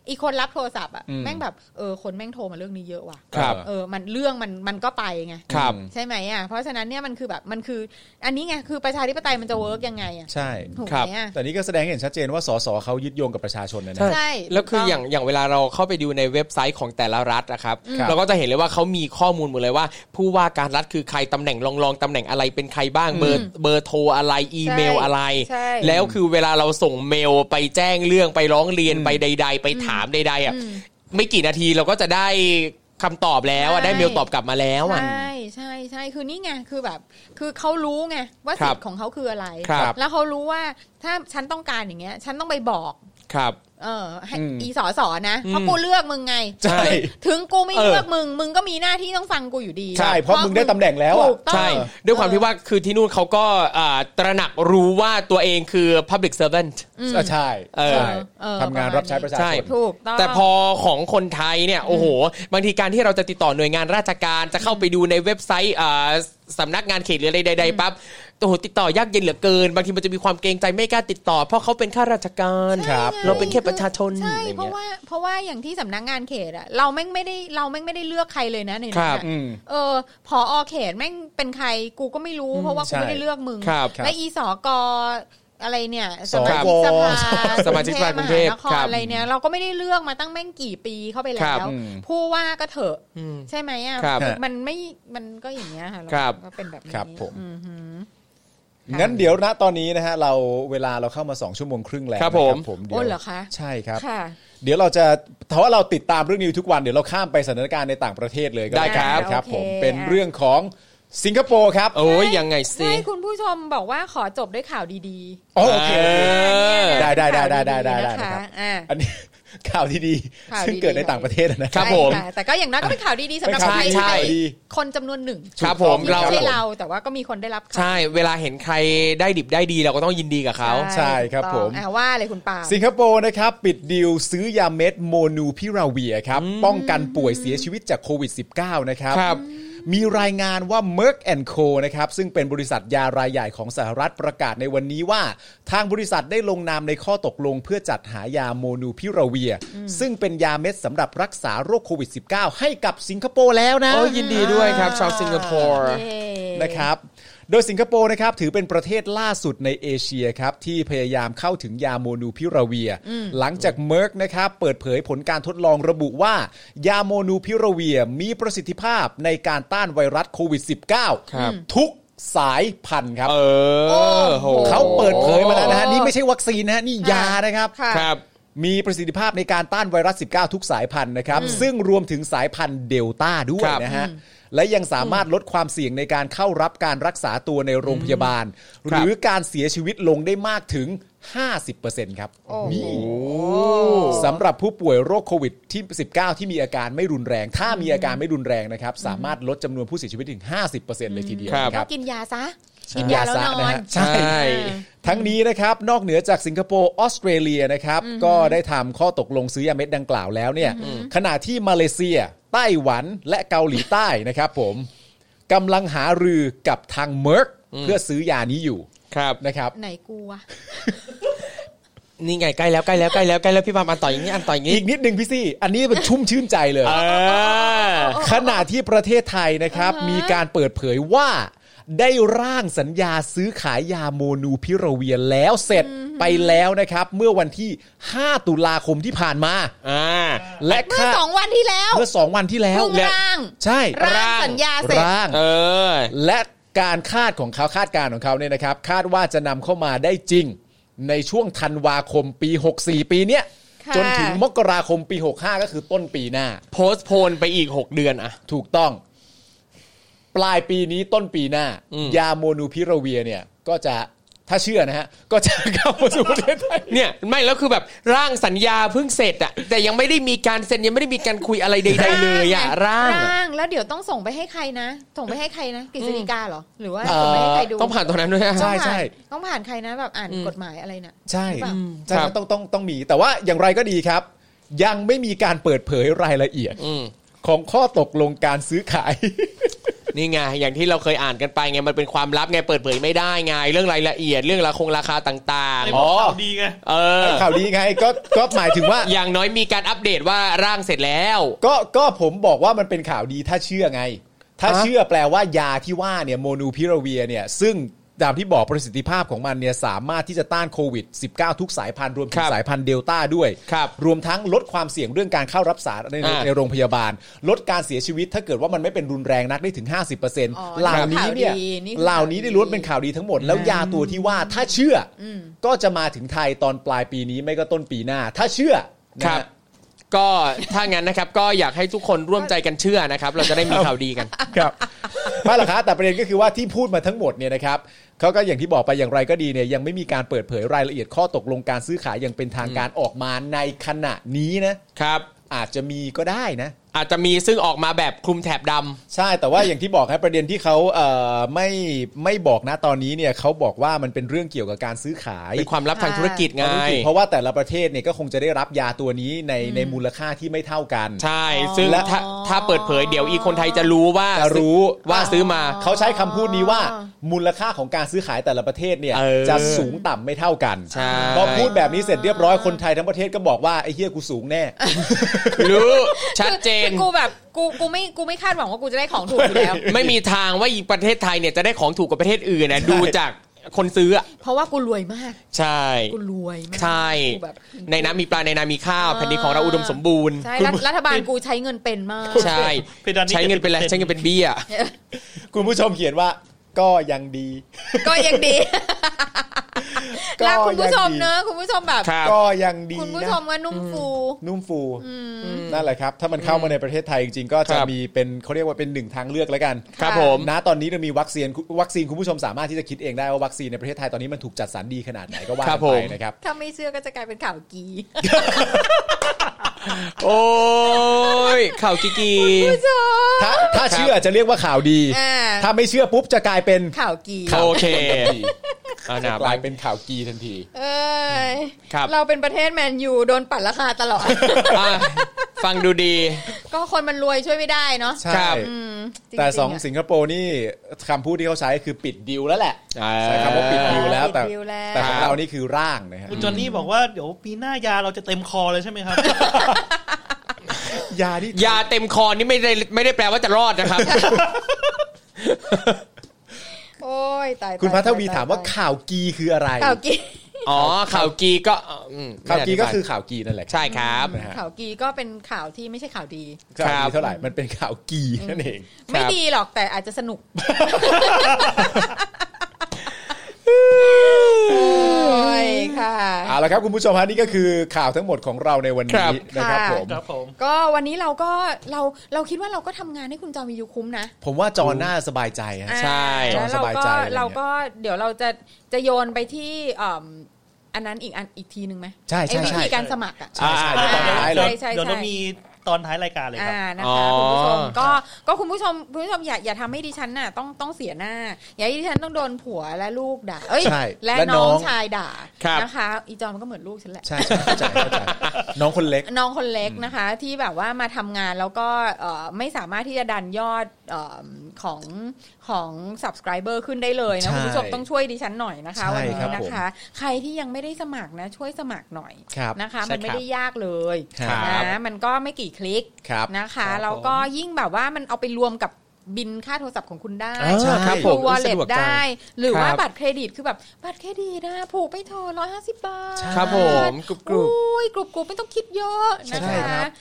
Speaker 8: อีกคนรับโทรศัพท์อ่ะ
Speaker 5: อืม
Speaker 8: แม่งแบบเออคนแม่งโทรมาเรื่องนี้เยอะว่ะ
Speaker 4: ครับ
Speaker 8: เออมันเรื่องมันมันก็ไปไง
Speaker 4: ครับ
Speaker 8: ใช่ไหมอ่ะเพราะฉะนั้นเนี่ยมันคือแบบมันคือ อันนี้ไงคือประชาธิปไตยมันจะเวิร์กยังไงอ่ะ
Speaker 5: ใช่
Speaker 8: ถูกไหมอ่ะ
Speaker 5: แต่นี่ก็แสดงให้เห็นชัดเจนว่าสสเขายึดโยงกับประชาชนนะนะ
Speaker 8: ใช่
Speaker 4: แล้วคือ
Speaker 8: ถูกต้อง
Speaker 4: อย่างอย่างเวลาเราเข้าไปดูในเว็บไซต์ของแต่ละรัฐนะครับ
Speaker 5: ครับ
Speaker 4: เราก็จะเห็นเลยว่าเขามีข้อมูลหมดเลยว่า ผู้ว่าการรัฐคือใครตำแหน่งรองรองๆตำแหน่งอะไรเป็นใครบ้างเบอร์เบอร์โทรอะไรอีเมลอะไร
Speaker 8: ใช่
Speaker 4: แล้วคือเวลาเราส่งเมลไปแจ้งเรื่องไปร้องเรียน
Speaker 5: อืม
Speaker 4: ไปใด ๆ ไปถามใด ๆอ่ะไม่กี่นาทีเราก็จะได้คำตอบแล้วอะได้เมลตอบกลับมาแล้วอ่ะ
Speaker 8: ใช่ใช่ใช่คือนี่ไงคือแบบ คือเขารู้ไงว่า
Speaker 4: ครั
Speaker 8: สิ
Speaker 4: บ
Speaker 8: ทธิ์ของเขาคืออะไร
Speaker 4: ครับ
Speaker 8: แล้วเขารู้ว่าถ้าฉันต้องการอย่างเงี้ย ฉันต้องไปบอก
Speaker 4: ครับ
Speaker 8: เออให้
Speaker 5: อืม
Speaker 8: อีสอสอนะเพราะกูเลือกมึงไง
Speaker 4: ใช่
Speaker 8: ถึงกูไม่
Speaker 4: เออ
Speaker 8: เลือกมึง มึงก็มีหน้าที่ต้องฟังกูอยู่ดี
Speaker 5: ใช่เพราะมึงได้ตำแหน่งแล้วอะ
Speaker 8: ถูกต้อง
Speaker 4: ใช่ ด้วยความที่ว่าคือที่นู่นเขาก็อ่าตระหนักรู้ว่าตัวเองคือ public servant
Speaker 5: ใช่
Speaker 4: เออ
Speaker 5: ใช่
Speaker 8: เออ
Speaker 5: ทำงาน
Speaker 8: ประมาณ
Speaker 5: รับใช้ประชา
Speaker 4: ใช่
Speaker 5: ชน
Speaker 8: ถูกต้อง
Speaker 4: แต่พอของคนไทยเนี่ย โอ้โห บางทีการที่เราจะติดต่อหน่วยงานราชการจะเข้าไปดูในเว็บไซต์อ่าสำนักงานเขตหรืออะไรใดๆปั๊บโอ้โหติดต่อยากเย็นเหลือเกิน บางทีมันจะมีความเกรงใจไม่กล้าติดต่อ เพราะเขาเป็นข้าราชการ
Speaker 5: ครับ
Speaker 4: เราเป็นแค่ประชาชน
Speaker 8: ใช่
Speaker 4: อะไร
Speaker 8: เพราะ
Speaker 4: เงี้ย
Speaker 8: ว่าเพราะว่าอย่างที่สำนักงานเขตอะเราแม่งไม่ได้เราแม่งไม่ได้เลือกใครเลยนะใน
Speaker 4: ค
Speaker 8: นั้
Speaker 4: รั
Speaker 8: น
Speaker 4: บ
Speaker 8: อะ
Speaker 5: อืม
Speaker 8: เออพออเขตแม่งเป็นใครกูก็ไม่รู้เพราะว่ากู
Speaker 5: ใช่
Speaker 8: ไม่ได้เลือกมึง
Speaker 4: ครับ
Speaker 8: และอีสอกออะไรเนี่ยสมา
Speaker 5: ครับ
Speaker 8: ชิกสภา
Speaker 4: สมาชิกสภากรุงเทพ
Speaker 8: มหาน
Speaker 4: ค
Speaker 8: คร
Speaker 4: รับ
Speaker 8: อะไรเนี่ยเราก็ไม่ได้เลือกมาตั้งแม่งกี่ปีเข้าไป
Speaker 4: ครั
Speaker 8: แล้
Speaker 4: บ
Speaker 8: ว
Speaker 5: อืม
Speaker 8: ผู้ว่าก็เถอะ
Speaker 4: อืม
Speaker 8: ใช่ไหมอ่ะ
Speaker 4: ครับ
Speaker 8: มันไม่มันก็อย่างเงี้ยค่ะเรา
Speaker 4: ครับ
Speaker 8: ก็เป็นแบบนี้
Speaker 5: ครับผม
Speaker 8: อือหือ
Speaker 5: งั้นเดี๋ยวนะตอนนี้นะฮะเราเวลาเราเข้ามา 2 ชั่วโมงครึ่งแล้ว
Speaker 4: ครับ
Speaker 5: นะ
Speaker 4: ผม
Speaker 5: ดี๋ยว
Speaker 8: โอ้เหรอคะ
Speaker 5: ใช่ครับ
Speaker 8: ค่ะ
Speaker 5: เดี๋ยวเราจะเพราะว่าเราติดตามเรื่องนี้อยู่ทุกวันเดี๋ยวเราข้ามไปสถานการณ์ในต่างประเทศเลยก็
Speaker 4: ได้ครับ
Speaker 5: นะครับ
Speaker 8: โอเค
Speaker 5: ผมเป็นเรื่องของสิงคโปร์ครับ
Speaker 4: โอ้ยยังไงสิ
Speaker 8: ใช่คุณผู้ชมบอกว่าขอจบด้วยข่าวดี
Speaker 5: อ๋อโอเคโอเค
Speaker 4: เออ
Speaker 8: ๆ
Speaker 5: ได้ได้ได้ได้ได้ได้ได้ค
Speaker 8: ข่าวๆนะ
Speaker 5: รั
Speaker 8: คะ
Speaker 5: บ
Speaker 8: อ่า
Speaker 5: อันนี้ [laughs] ข่าวที่ดี
Speaker 8: ข่าว
Speaker 5: ซึ่ง
Speaker 8: ดี
Speaker 5: เกิดใน
Speaker 8: ดี
Speaker 5: ต่างประเทศนะ
Speaker 4: ครับ
Speaker 8: ใช่
Speaker 4: ผม
Speaker 8: ะแต่ก็อย่างน้อยก็เป็นข่าวดีๆสำหรับ
Speaker 5: เป็น
Speaker 8: ใค
Speaker 5: ข่าร วดี
Speaker 8: ที่ไม่
Speaker 5: ดี
Speaker 8: คนจำนวนหนึ่ง
Speaker 4: ครับผม
Speaker 8: ที่
Speaker 4: เรา
Speaker 8: ไม่ใช่เราแต่ว่าก็มีคนได้รับข่าว
Speaker 4: ใช่ เวลาเห็นใครได้ดิบได้ดีเราก็ต้องยินดีกับเขา
Speaker 5: ใช่ครับ
Speaker 8: ต้อง
Speaker 5: ผม
Speaker 8: อ่ะว่าเลยคุณปาล์ม
Speaker 5: สิงคโปร์นะครับ ปิดดีลซื้อยาเม็ดโมนูพิราเวียครับ ป้องกันป่วยเสียชีวิตจากโควิด -19 นะครับ
Speaker 4: ครับ
Speaker 5: มีรายงานว่า Merck Co นะครับ ซึ่งเป็นบริษัทยารายใหญ่ของสหรัฐประกาศในวันนี้ว่า ทางบริษัทได้ลงนามในข้อตกลงเพื่อจัดหายาโมนูพิราเวีย ซึ่งเป็นยาเม็ดสำหรับรักษาโรคโควิด -19 ให้กับสิงคโปร์แล้วนะ
Speaker 4: โอ้ยินดีด้วยครับ ชาวสิงคโปร์
Speaker 8: เย้
Speaker 5: นะครับ โดยสิงคโปร์นะครับถือเป็นประเทศล่าสุดในเอเชียครับ ที่พยายามเข้าถึงยาโมนูพิราเวีย หลังจากเม r ร์กนะครับ เปิดเผยผลการทดลองระบุว่า ยาโมนูพิราเวียมีประสิทธิภาพในการต้านไวรัสโควิด
Speaker 4: ครับ
Speaker 5: -19 ทุกสายพันธุ์ครับ
Speaker 4: เออโห
Speaker 5: เขาเปิดเผยมาแล้วนะฮะนี่ไม่ใช่วัคซีนนะฮะนี่ยานะครับ
Speaker 8: ค่ะ
Speaker 4: ครับ
Speaker 5: มีประสิทธิภาพในการต้านไวรัส 19 ทุกสายพันธุ์นะครับ ซึ่งรวมถึงสายพันธุ์เดลต้าด้วย
Speaker 4: ครับ
Speaker 5: นะฮะ และยังสามารถลดความเสี่ยงในการเข้ารับการรักษาตัวในโรงพยาบาล ห
Speaker 4: ครับ
Speaker 5: รือการเสียชีวิตลงได้มากถึง 50%ครับ
Speaker 8: โอ้โห
Speaker 5: นี่สำหรับผู้ป่วยโรคโควิดที่ 19 ที่มีอาการไม่รุนแรง ถ้ามีอาการไม่รุนแรงนะครับ สามารถลดจำนวนผู้เสียชีวิตถึง 50%เลยทีเดียว
Speaker 4: ครับ
Speaker 5: นะค
Speaker 8: ก็
Speaker 5: รับ
Speaker 8: กินยาซะกินยาแล้วนอน
Speaker 5: ใช่
Speaker 4: ใช่
Speaker 5: ทั้งนี้นะครับนอกเหนือจากสิงคโปร์ออสเตรเลียนะครับก็ได้ทำข้อตกลงซื้อยาเม็ดดังกล่าวแล้วเนี่ยขณะที่มาเลเซีย ไต้หวันและเกาหลีใต้นะครับผมกำลังหารือกับทางเม r ร์กเพื่อซื้อยานี้อยู่
Speaker 4: ครับ
Speaker 5: นะครับ
Speaker 8: ไหนกูวะ
Speaker 4: นี่ไงใกล้แล้วใกล้แล้วใกล้แล้วใกล้แล้วพี่ปาล์มอันต่ออย่างนี้อันต่ออย่างนี้
Speaker 5: อีกนิดนึงพี่ซี่ อันนี้เป็น [laughs] ชุ่มชื่นใจเลย
Speaker 4: เออ
Speaker 5: ขณะที่ประเทศไทยนะครับ มีการเปิดเผยว่า ได้ร่างสัญญาซื้อขายยาโมนูพิราเวียแล้วเสร็จไปแล้วนะครับ เมื่อวันที่ 5 ตุลาคมที่ผ่านมา
Speaker 4: อ่า
Speaker 5: และ
Speaker 8: เมื่อ
Speaker 5: ค่า
Speaker 8: สองวันที่แล้ว
Speaker 5: เมื่อสองวันที่แล้ว
Speaker 8: เพิ่งร่าง
Speaker 5: ใช่
Speaker 8: ร่างสัญญาเสร็จ
Speaker 5: ร่าง
Speaker 4: เออ
Speaker 5: และการคาดของเขาคาดการณ์ของเขาเนี่ยนะครับ คาดว่าจะนำเข้ามาได้จริง ในช่วงธันวาคมปี 64 ปีเนี้ย
Speaker 8: ค่ะ
Speaker 5: จนถึงมกราคมปี 65 ก็คือต้นปีหน้า
Speaker 4: โพสต์โพนไปอีก 6 เดือนอะ
Speaker 5: ถูกต้อง ปลายปีนี้ต้นปีหน้า
Speaker 4: อืม
Speaker 5: ยาโมนูพิราเวียเนี่ย ก็จะถ้าเชื่อนะฮะ ก็จะเข้ามาสู่ประเทศไทย
Speaker 4: เนี่ย ไม่แล้วคือแบบร่างสัญญาเพิ่งเสร็จอะแต่ยังไม่ได้มีการเซ็นยังไม่ได้มีการคุยอะไรใด ๆ เลยอะร่างอะ
Speaker 8: ร่างแล้วเดี๋ยวต้องส่งไปให้ใครนะ ส่งไปให้ใครนะกฤษฎีกาเหรอหรือว่าส่งไปให้ใครดู
Speaker 4: ต้องผ่านตรงนั้นด้วยอะ
Speaker 5: ใช่
Speaker 8: ต้องผ่านต้องผ่านใครนะแบบอ่านกฎหมายอะไรน่ะ
Speaker 5: ใช่
Speaker 8: หรือเปล่า
Speaker 5: ใช่
Speaker 4: ครับ
Speaker 5: ต้องต้องต้องมี แต่ว่าอย่างไรก็ดีครับ ยังไม่มีการเปิดเผยรายละเอียด
Speaker 4: อืม
Speaker 5: ของข้อตกลงการซื้อขาย
Speaker 4: นี่ไง อย่างที่เราเคยอ่านกันไปไง มันเป็นความลับไง เปิดเผยไม่ได้ไง เรื่องรายละเอียด เรื่องราคงราคาต่าง
Speaker 6: ใน
Speaker 4: ๆ
Speaker 6: บ
Speaker 4: อ๋
Speaker 6: อ
Speaker 4: อก
Speaker 6: ข่าวดีไง
Speaker 4: เออ
Speaker 5: ข่าวดีไงก็ก็หมายถึงว่า
Speaker 4: อย่างน้อยมีการอัปเดตว่าร่างเสร็จแล้ว
Speaker 5: ก็ก็ผมบอกว่ามันเป็นข่าวดีถ้าเชื่อไง ถ้า
Speaker 4: ฮะ
Speaker 5: เชื่อแปลว่ายาที่ว่าเนี่ยโมนูพิราเวียเนี่ยซึ่งตามที่บอกประสิทธิภาพของมันเนี่ยสามารถที่จะต้านโควิด -19 ทุกสายพันธุ์รวมถึงสายพันธุ์เดลต้าด้วย
Speaker 4: ครับ
Speaker 5: รวมทั้งลดความเสี่ยงเรื่องการเข้ารับสารใน
Speaker 4: อ่า
Speaker 5: ในโรงพยาบาล ลดการเสียชีวิตถ้าเกิดว่ามันไม่เป็นรุนแรงนักได้ถึง 50%เ
Speaker 8: อ๋อ
Speaker 5: หล่านี้เนี่ย
Speaker 8: ข่าวดีนี่คือ
Speaker 5: เหล่านี้ได้ล้วนเป็นข่าวดีทั้งหมด แล้วยาตัวที่ว่าถ้าเชื่ออก็จะมาถึงไทยตอนปลายปีนี้ไม่ก็ต้นปีหน้า ถ้าเชื่อนะฮะ
Speaker 4: ครับ ก็ถ้างั้นนะครับก็อยากให้ทุกคนร่วมใจกันเชื่อนะครับ เราจะได้มีข่าวดีกัน
Speaker 5: ครับไม่หรอกครับแต่ประเด็นก็คือว่าที่พูดมาทั้งหมดเนี่ยนะครับเขาก็อย่างที่บอกไปอย่างไรก็ดีเนี่ยยังไม่มีการเปิดเผยรายละเอียดข้อตกลงการซื้อขายอย่างเป็นทางการออกมาในขณะนี้นะครับ อาจจะมีก็ได้นะ
Speaker 4: อาจจะมีซึ่งออกมาแบบคลุมแถบดำ
Speaker 5: ใช่แต่ว่าอย่างที่บอกครับประเด็นที่เขาเอ่อไม่ไม่บอกนะตอนนี้เนี่ยเขาบอกว่ามันเป็นเรื่องเกี่ยวกับการซื้อขาย
Speaker 4: เป็นความลับทางธุรกิจไง
Speaker 5: เพราะว่าแต่ละประเทศเนี่ยก็คงจะได้รับยาตัวนี้ในในมูลค่าที่ไม่เท่ากัน
Speaker 4: ใช่ ซึ่งถ้าถ้าเปิดเผยเดี๋ยวอีกคนไทยจะรู้ว่า
Speaker 5: จะรู้
Speaker 4: ว่าซื้อมา
Speaker 5: เขาใช้คำพูดนี้ว่ามูลค่าของการซื้อขายแต่ละประเทศเนี่ย
Speaker 4: เออ
Speaker 5: จะสูงต่ำไม่เท่ากัน
Speaker 4: ใช่
Speaker 5: พอพูดแบบนี้เสร็จเรียบร้อยคนไทยทั้งประเทศก็บอกว่าไอ้เฮียกูสูงแน่
Speaker 4: รู้ชัดเจ
Speaker 5: [laughs]
Speaker 4: น
Speaker 8: คือกูแบบกูกูไม่กูไม่คาดหวังว่ากูจะได้ของถูกอยู่แล้ว
Speaker 4: ไม่มีทางว่าอีกประเทศไทยเนี่ยจะได้ของถูกกว่าประเทศอื่นนะดูจากคนซื้ออะ
Speaker 8: เพราะว่ากูรวยมาก
Speaker 4: ใช่
Speaker 8: กูรวยมาก
Speaker 4: ใช่
Speaker 8: กูแบบ
Speaker 4: ในน้ำมีปลาในนามีข้าว
Speaker 8: อ่า
Speaker 4: แผ่นดินของเราอุดมสมบูรณ์
Speaker 8: ใช่รัฐรัฐบาลกูใช้เงินเป็นมาก
Speaker 4: ใช่
Speaker 5: [laughs]
Speaker 6: เพดานนี่
Speaker 4: ใช้เงินเป็นอะไร
Speaker 6: 70%
Speaker 4: ใช้เงินเป็นเบี้ย
Speaker 5: คุณผู้ชมเขียนว่าก็ยังดี
Speaker 8: ก็ยังดี
Speaker 5: ก็
Speaker 8: รักคุณผู้ช
Speaker 5: ยั
Speaker 8: ม
Speaker 5: งดี
Speaker 8: เนอะคุณผู้ชมแบบ
Speaker 4: ครับ
Speaker 5: ก็ยังดี
Speaker 8: คุณผู้
Speaker 5: นะ
Speaker 8: ชมก็นุ่มฟู
Speaker 5: นุ่มฟูนั่นแหละครับ ถ้ามันเข้ามาในประเทศไทยจริงๆก็
Speaker 4: ครั
Speaker 5: จะ
Speaker 4: บ
Speaker 5: มีเป็นเขาเรียกว่าเป็นหนึ่งทางเลือกแล้วกัน
Speaker 4: ครับผม
Speaker 5: ณตอนนี้เรามีวัคซีนวัคซีนคุณผู้ชมสามารถที่จะคิดเองได้ว่าวัคซีนในประเทศไทยตอนนี้มันถูกจัดสรรดีขนาดไหนก็ว่า
Speaker 4: ครั
Speaker 5: กับ น
Speaker 4: ผม
Speaker 5: ไปนะครับ
Speaker 8: ถ้าไม่เชื่อก็จะกลายเป็นข่าวกี
Speaker 4: โอ้ยข่าวกิกี
Speaker 8: ผู้ชม
Speaker 5: ถ้าถ้าเชื่อจะเรียกว่าข่าวดี
Speaker 8: อ่า
Speaker 5: ถ้าไม่เชื่อปุ๊บจะกลายเป็น
Speaker 8: ข่าวกี
Speaker 4: โอเคอ่าห
Speaker 5: จะ
Speaker 4: นาก บ้า
Speaker 5: ลาย
Speaker 4: ง
Speaker 5: เป็นข่าวกีทันที
Speaker 8: เอ้ย
Speaker 4: ครับ
Speaker 8: เราเป็นประเทศแมนยูโดนปัดราคาตลอด
Speaker 4: อ่ะฟังดูดี
Speaker 8: ก็คนมันรวยช่วยไม่ได้เนาะ
Speaker 5: ใช่
Speaker 4: ครับ
Speaker 8: อืมจริๆ
Speaker 5: แต่สอง
Speaker 8: ะ
Speaker 5: สิงคโปร์นี่คำพูดที่เขาใช้คือปิดดิวแล้วแหละใช้คำว่าปิดดิวแล้วแต่
Speaker 8: ปิดดิวแล้ว
Speaker 5: แต่ของเรานี่คือร่างนะฮะ
Speaker 6: คุณจอนนี่บอกว่าเดี๋ยวปีหน้ายาเราจะเต็มคอเลยใช่ไหมครับ
Speaker 5: ยาที่
Speaker 4: ยาเต็มคอนี่ไม่ได้ไม่ได้แปลว่าจะรอด
Speaker 5: [laughs]
Speaker 4: นะครับ
Speaker 8: โอ้ยตาย
Speaker 5: คุณ
Speaker 8: ตย
Speaker 5: พัทวี
Speaker 8: ตย
Speaker 5: ถามว่า
Speaker 8: ตย
Speaker 5: ข่าวกีคืออะไร
Speaker 8: ข่าวกี
Speaker 4: อ๋อข่าวกีก็อืม
Speaker 5: ข่าวกีก็คือข่าวกีนั่นแหละ
Speaker 4: ใช่ครับ
Speaker 5: นะฮะ
Speaker 8: ข่าวกีก็เป็นข่าวที่ไม่ใช่ข่าวดี
Speaker 5: ข่าวกีเท่าไหร่มันเป็นข่าวกีนั่นเอง
Speaker 8: ไม่ดีหรอกแต่อาจจะสนุกโอ้ยค่ะ
Speaker 5: เอาละครับคุณผู้ชมฮะนี่ก็คือข่าวทั้งหมดของเราในวัน
Speaker 4: ครั
Speaker 5: นี้
Speaker 4: บ
Speaker 5: นะครับผ
Speaker 8: ค่ะ
Speaker 5: ม
Speaker 6: ครับผม
Speaker 8: ก็วันนี้เราก็เราเราคิดว่าเราก็ทำงานให้คุณจอมียูคุ้มนะ
Speaker 5: ผมว่าจอหน้าสบายใจฮะ
Speaker 4: ใช่
Speaker 8: อ่าแล้ว
Speaker 5: ส
Speaker 8: เรา
Speaker 5: บาย
Speaker 8: ก็
Speaker 5: ใจอะไรเงี้ย
Speaker 8: เราก็เดี๋ยวเราจะจะโยนไปที่เอิ่มอันนั้นอีกอันอีกทีหนึ่งไหม
Speaker 5: ใช่
Speaker 8: ไอ้
Speaker 5: ใช่
Speaker 8: วิ
Speaker 5: ใช่
Speaker 8: ธีการสมัครอ่ะ
Speaker 5: ใช่ใช่เดี๋ยวตอนท้าย
Speaker 8: ใช่
Speaker 5: เลย
Speaker 8: ใช่
Speaker 6: เดี๋ยวเรามีตอนท้ายรายการเลยครับ
Speaker 8: อ่านะ
Speaker 4: อ๋อ
Speaker 8: คะคุณผู้ชมก็ก็คุณผู้ชมคุณผู้ชมอย่าอย่าทำให้ดิฉันน่ะต้องต้องเสียหน้า อย่าให้ดิฉันต้องโดนผัวและลูกด่าเอ้ย
Speaker 5: ใช่
Speaker 8: และ
Speaker 5: และน้
Speaker 8: น้อ
Speaker 5: อง ง
Speaker 8: ชายด่า
Speaker 4: ครับ
Speaker 8: นะคะ อีจอนมันก็เหมือนลูกฉันแหละ
Speaker 5: ใช่ใช่เข้าใจเข้าใจน้องคนเล็ก
Speaker 8: น้องคนเล็กนะคะ ที่แบบว่ามาทำงานแล้วก็เอ่อไม่สามารถที่จะดันยอดเออของของ subscriber ขึ้นได้เลยนะ
Speaker 5: ใช่
Speaker 8: คุณผู้ชมต้องช่วยดิฉันหน่อยนะคะ
Speaker 5: ใช่
Speaker 8: วันนี้
Speaker 5: ครับผม
Speaker 8: นะคะ ใครที่ยังไม่ได้สมัครนะช่วยสมัครหน่อย
Speaker 5: ครับ
Speaker 8: นะคะ
Speaker 4: ใช่
Speaker 8: มัน
Speaker 4: ค
Speaker 8: ไม่
Speaker 4: รับ
Speaker 8: ได้ยากเลย
Speaker 5: ครับ
Speaker 8: นะมันก็ไม่กี่คลิก
Speaker 5: ครับ
Speaker 8: นะคะ
Speaker 6: ครับ
Speaker 8: แล้วก็ยิ่งแบบว่ามันเอาไปรวมกับบินค่าโทรศัพท์ของคุณได้
Speaker 5: เออใช่ครับ
Speaker 8: ท
Speaker 5: ผ
Speaker 8: รู
Speaker 5: ม
Speaker 8: วอลเล็
Speaker 5: สะดวกจัง
Speaker 8: ได้ หรือว่า
Speaker 4: ครับ
Speaker 8: บัตรเครดิตคือแบบบัตรเครดิตนะผูกไปเถอะร้อยห้าสิบบาท
Speaker 4: ครับผมกรุบกรุบ
Speaker 8: อุ้ยกรุบกรุบไม่ต้องคิดเยอะนะ
Speaker 5: ใช่ค
Speaker 8: คะ
Speaker 5: รับ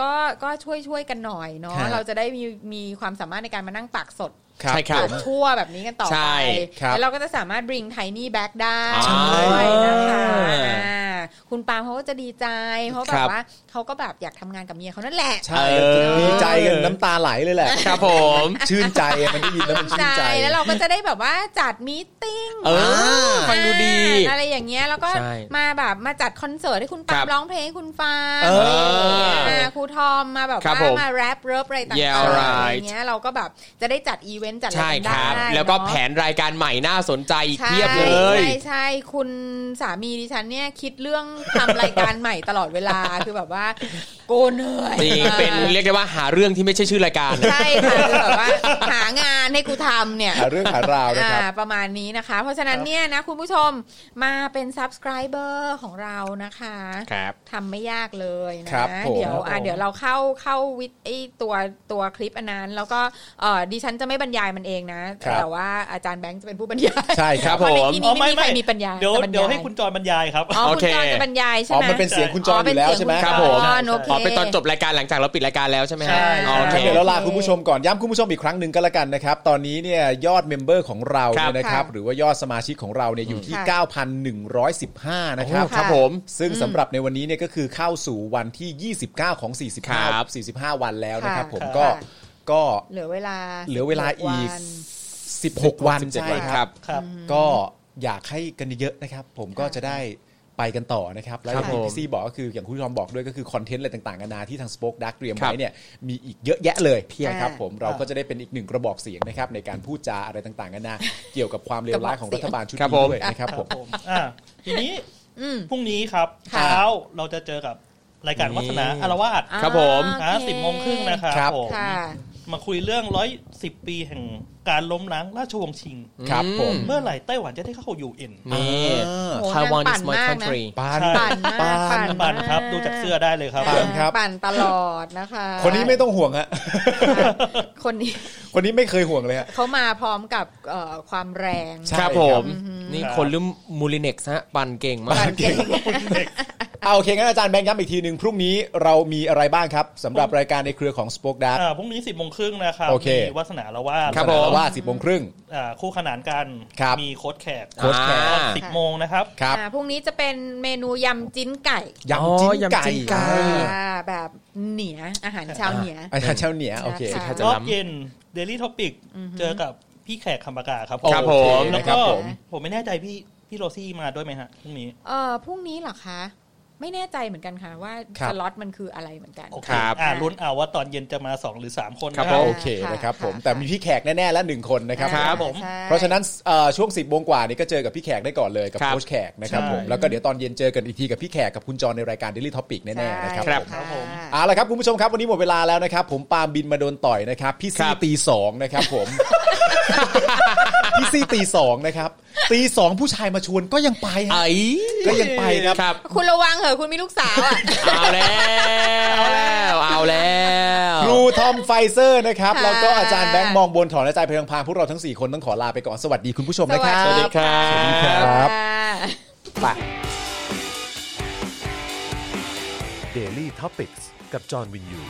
Speaker 8: ก็ก็ช่วยช่วยกันหน่อยเนาะ
Speaker 5: ครับ
Speaker 8: เราจะได้มีมีความสามารถในการมานั่งปากสด
Speaker 4: ใช่ครับ
Speaker 8: ปากทั่วแบบนี้กันต่อ
Speaker 4: ใช่
Speaker 8: ไป
Speaker 5: ครับ
Speaker 8: แล้วเราก็จะสามารถ bring tiny back ได้
Speaker 4: ใช่
Speaker 8: ด้วยนะคะ
Speaker 4: อ่า
Speaker 8: อ่าคุณปาล์มเขาก็จะดีใจเพราะ
Speaker 4: ค
Speaker 8: แบ
Speaker 4: รั
Speaker 8: บบ ว่าเขาก็แบบอยากทำงานกับเมียเขานั่นแหละ
Speaker 5: ใช่
Speaker 4: เออ
Speaker 5: ดีใจกันน้ำตาไหลเลยแหละ
Speaker 4: ครับผม
Speaker 5: ชื่นใจอะมันได้ยินแล้วมันชื่
Speaker 8: ใจ
Speaker 5: นใจ
Speaker 8: แล้วเราก็จะได้แบบว่าจัดมีตติ้ง
Speaker 4: เออฟังดูดี
Speaker 8: อ่าอะไรอย่างเงี้ยแล้วก็
Speaker 4: ใช่
Speaker 8: มาแบบมาจัดคอนเสิร์ตให้คุณปา
Speaker 4: ครั
Speaker 8: ล์ม
Speaker 4: บ
Speaker 8: ร้องเพลงให้คุณฟัง
Speaker 5: เออ
Speaker 8: เออครูทอมมาแบบ
Speaker 4: ครับ
Speaker 8: ว่า
Speaker 4: ผม
Speaker 8: มาแรปเริฟอะไรต่าง
Speaker 4: Yeah,
Speaker 8: ๆ
Speaker 4: alright
Speaker 8: อะไรอย่างเงี้ยเราก็แบบจะได้จัดอีเวนต์จัดอะไร
Speaker 4: ใช่
Speaker 8: กัน
Speaker 4: ค
Speaker 8: ได้
Speaker 4: รับ แล้วก็
Speaker 8: เนอะ
Speaker 4: แผนรายการใหม่น่าสนใจอีก
Speaker 8: ใช่
Speaker 4: เพียบเลย
Speaker 8: ใช่ใช่คุณสามีดิฉันเนี่ยคิดเรื่องทำรายการใหม่ตลอดเวลา [laughs] คือแบบว่าโกเหนื่อย
Speaker 4: จริงเป็นเรียกได้ว่าหาเรื่องที่ไม่ใช่ชื่อรายการ
Speaker 8: ใช่ค่ะคือแบบว่าหางานให้กูทำเนี่ย
Speaker 5: หาเรื่องหาราวนะครับ
Speaker 8: อ่าประมาณนี้นะคะ เพราะฉะนั้นเนี่ยนะคุณผู้ชมมาเป็น subscriber ของเรานะคะ
Speaker 4: ครับ
Speaker 8: ทำไม่ยากเลยนะครับ
Speaker 5: ผม
Speaker 8: เดี๋ยว
Speaker 5: ครับ
Speaker 8: อ่ะ
Speaker 5: ผม
Speaker 8: เดี๋ยวเราเข้าเข้าวิดไอตัวตัวคลิปอันนั้น แล้วก็เอ่อดิฉันจะไม่บรรยายมันเองนะ
Speaker 5: ครับ
Speaker 8: แต่ว่าอาจารย์แบงค์จะเป็นผู้บรรยาย
Speaker 5: ใช่ครับ
Speaker 8: เพราะใน
Speaker 4: ผม
Speaker 8: ที่นี้ไม่มีใครมีปัญญา
Speaker 6: เดี๋ยว
Speaker 8: จะบรร
Speaker 6: เดี๋ยวให้คุณจอนบรรยายครับ
Speaker 8: อ๋อ
Speaker 4: โอ
Speaker 8: คุณ
Speaker 4: เค
Speaker 8: จอนจะบรรยายใช่
Speaker 5: อ๋อ
Speaker 8: ไหม
Speaker 5: มันเป็นเสียงคุณจอนอยู่แล้วใช่ไหม
Speaker 4: ครับ
Speaker 8: อ๋
Speaker 4: ผม
Speaker 8: อเป็นเสียงคุณจอน
Speaker 4: อ๋อ เป็นตอนจบรายการหลังจากเราปิดรายการแล้วใช่ไหมฮะ
Speaker 6: ใช่
Speaker 4: อ๋อโอเค
Speaker 5: เดี๋ยวเราลาคุณผู้ชมก่อนย้ำคุณผู้ชมอีกครั้งหนึ่งก็แล้วกันนะครับ ตอนนี้เนี่ยยอดเมมเบอร์ของเราเนี่ยนะครับ
Speaker 8: ครับ
Speaker 5: หรือว่ายอดสมาชิกของเราเนี่ยอยู่ที่
Speaker 8: ค่ะ
Speaker 5: 9,115 นะครับ
Speaker 8: โอ้ครับผม
Speaker 5: ซึ่งสำหรับในวันนี้เนี่ยก็คือเข้าสู่วันที่ 29 ของ
Speaker 4: ครับ
Speaker 5: 45 45 วันแล้วนะครับ ผม
Speaker 6: ค่ะ
Speaker 5: ก็
Speaker 8: ค่ะ
Speaker 5: ก็
Speaker 8: เหลือเวลา
Speaker 5: เหลือเวลาอีก
Speaker 8: วัน
Speaker 5: 16 วัน
Speaker 4: 17
Speaker 5: ใช่
Speaker 4: วัน
Speaker 5: ค
Speaker 4: ครั
Speaker 5: รับ
Speaker 4: บ
Speaker 6: ครับ
Speaker 5: ก็อยากให้กันเยอะๆนะครับ ผมก็จะได้ไปกันต่อนะครับ แล้วอย่างที่
Speaker 4: ผม
Speaker 5: พี่ซี่บอกก็คืออย่างคุณผู้ชมบอกด้วยก็คือคอนเทนต์อะไรต่างๆนานาที่ทาง Spoke Dark เตรียม
Speaker 4: ครับ
Speaker 5: ไว้เนี่ยมีอีกเยอะแยะเลยเพียงครับ
Speaker 8: อ่า
Speaker 5: ผมเราก็จะได้เป็นอีกหนึ่งกระบอกเสียงนะครับในการพูดจาอะไรต่างๆนานาเกี่ยวกับความเลวร้ายของรัฐบาลชุด
Speaker 4: ครับผ
Speaker 5: นี้
Speaker 4: ม
Speaker 5: ด้วยนะครับผม
Speaker 6: ผมอ่าทีนี้
Speaker 8: อืม
Speaker 6: พรุ่งนี้ครับ
Speaker 8: ค่ะ
Speaker 6: เช้าเราจะเจอกับรายการวัฒนาอารวาส
Speaker 8: อ่า
Speaker 4: ครับผม
Speaker 8: โอ
Speaker 6: นะ
Speaker 8: เค
Speaker 6: สิบโมงครึ่งนะครับ
Speaker 5: ครับ
Speaker 6: ผม
Speaker 8: ค่ะ
Speaker 6: มาคุยเรื่องร้อยสิบปีแห่งการล้มล้างราชวงศ์ชิง
Speaker 5: ครับผม
Speaker 6: เมื่อไหร่ไต้หวันจะได้เข้า UN
Speaker 4: นี่
Speaker 5: อ่า
Speaker 8: โอ้
Speaker 4: Taiwan
Speaker 8: นางปั่
Speaker 4: is
Speaker 8: น
Speaker 4: my
Speaker 8: มากนะ
Speaker 4: country
Speaker 5: ปาน
Speaker 6: ใช่
Speaker 8: ปั่นมาก
Speaker 5: ปั่น
Speaker 8: มาก
Speaker 6: ปั่นครับ ดูจากเสื้อได้เลยครับ
Speaker 5: ปั่นครับ
Speaker 8: ปั่นตลอดนะคะ
Speaker 5: คนนี้ไม่ต้องห่วงฮะ
Speaker 8: คนนี้
Speaker 5: คนนี้ไม่เคยห่วงเลยฮะ
Speaker 8: เขามาพร้อมกับเอ่อความแรง
Speaker 5: ใช่
Speaker 4: ครับผม นี่
Speaker 6: ครับ
Speaker 4: คนลืมมูลิเน็กซ์ฮะปั่นเก่งมาก
Speaker 5: เอาโอเคงั้นอาจารย์แบงค์ย้ำอีกทีหนึ่งพรุ่งนี้เรามีอะไรบ้างครับสำหรับรายการในเครือของ Spoke Dark
Speaker 6: อ่าพรุ่งนี้สิบโมงครึ่งนะครับ
Speaker 5: โอเค
Speaker 6: มีวัฒนาอารวาส
Speaker 4: ครับ
Speaker 5: สนาม
Speaker 4: ผม
Speaker 5: ว่าสิบโมงครึ่ง
Speaker 6: อ่าคู่ขนานกัน
Speaker 5: ครับ
Speaker 6: มีโค้ดแขก
Speaker 5: โค้ชแขก
Speaker 4: อ่า
Speaker 6: สิบโมงนะครับ
Speaker 5: ครับ
Speaker 8: อ่าพรุ่งนี้จะเป็นเมนูยำจิ้นไก่
Speaker 5: ยำจิ้
Speaker 4: อ๋
Speaker 5: น
Speaker 4: อยำ
Speaker 5: ไก่
Speaker 4: จิ้นไก่
Speaker 8: อ่าแบบเหนียอาหารชาวเหนีย
Speaker 5: อาจารย์เช้าเหนียโอเค
Speaker 8: นะคะ
Speaker 6: รอบเย็น Daily Topic เจอกับพี่แขกคำปากาครับ
Speaker 4: ค รับผม
Speaker 5: โอเค
Speaker 6: แล้ว
Speaker 5: นะค
Speaker 6: ก็
Speaker 5: รับผม
Speaker 6: ผมไม่แน่ใจพี่พี่โรซี่มาด้วยไหมฮะพรุ่งนี้
Speaker 8: เออพรุ่งนี้เหรอคะ ไม่แน่ใจเหมือนกันค่ะว่า
Speaker 5: ครับ
Speaker 8: สล็อตมันคืออะไรเหมือนกัน
Speaker 6: โอเค
Speaker 4: ครับ
Speaker 6: อ่าลุ้นเอาว่าตอนเย็นจะมา 2 หรือ 3 คน
Speaker 4: ครับ
Speaker 6: นะ
Speaker 4: ผม
Speaker 5: โอเคนะครับผมแต่มีพี่แขกแน่ๆและหนึ่งคนนะครับ
Speaker 4: ครับผม
Speaker 8: ใช่
Speaker 5: เพราะฉะนั้นเอ่อช่วง 10บโมงกว่านี้ก็เจอกับพี่แขกได้ก่อนเลยกับ
Speaker 4: ครับ
Speaker 5: โค้ชแขกนะครับผมแล้วก็เดี๋ยวตอนเย็นเจอกันอีกทีกับพี่แขกกับคุณจรในรายการ Daily Topic แน่ๆนะครับผม
Speaker 8: ใช่ะ
Speaker 5: เอาละครับคุณผู้ชมครับวันนี้หมดเวลาแล้วนะครับ ผมปาล์มบินมาโดนต่อยนะครับพี่
Speaker 4: ค
Speaker 5: ซี่
Speaker 4: รับ
Speaker 5: ตีสองนะครับผม พี่ซี่ตีสองนะครับตีสองผู้ชายมาชวนก็ยังไปฮะ
Speaker 4: ไอ้
Speaker 5: ก็ยังไปครับ
Speaker 4: ครับ
Speaker 8: คุณระวังเหอะคุณมีลูกสาวอ่ะ
Speaker 4: เอาแล้ว เอาแล้ว
Speaker 5: ครูทอมไฟเซอร์นะครับ
Speaker 8: ค่ะ
Speaker 5: แล้วก็อาจารย์แบงค์มองบนถอนอาจารย์เพลิงพางพวกเราทั้ง 4 คนต้องขอลาไปก่อน สวัสดีคุณผู้ชมนะครับ
Speaker 4: สวัสดีครับ
Speaker 5: ครับ
Speaker 8: บ
Speaker 9: Daily Topics กับจอห์นวินยู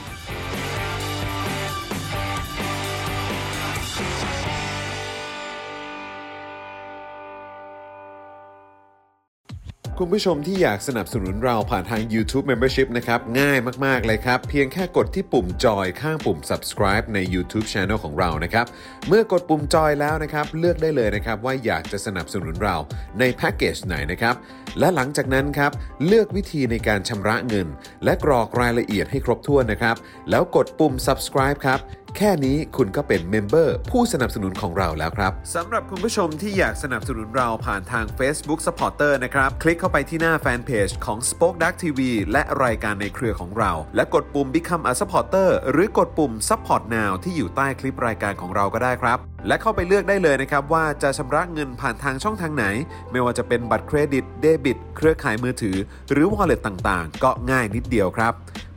Speaker 1: คุณผู้ชมที่อยากสนับสนุนเราผ่านทาง YouTube Membership นะครับ ง่ายมาก ๆ เลยครับ เพียงแค่กดที่ปุ่มจอยข้างปุ่ม subscribe ใน YouTube Channel ของเรานะครับ เมื่อกดปุ่มจอยแล้วนะครับ เลือกได้เลยนะครับ ว่าอยากจะสนับสนุนเราในแพ็กเกจไหนนะครับ และหลังจากนั้นครับ เลือกวิธีในการชำระเงิน และกรอกรายละเอียดให้ครบถ้วนนะครับ แล้วกดปุ่ม subscribe ครับ แค่นี้คุณก็เป็นเมมเบอร์ผู้สนับสนุนของเราแล้วครับสำหรับคุณผู้ชมที่อยากสนับสนุนเราผ่านทาง Facebook Supporter นะครับ คลิกเข้าไปที่หน้าแฟนเพจของ Spoke Dark TV และรายการในเครือของเรา และกดปุ่ม Become a Supporter หรือกดปุ่ม Support Now ที่อยู่ใต้คลิปรายการของเราก็ได้ครับ และเข้าไปเลือกได้เลยนะครับ ว่าจะชำระเงินผ่านทางช่องทางไหน ไม่ว่าจะเป็นบัตรเครดิตเดบิตเครือข่ายมือถือ หรือ Wallet ต่างๆ ก็ง่ายนิดเดียวครับ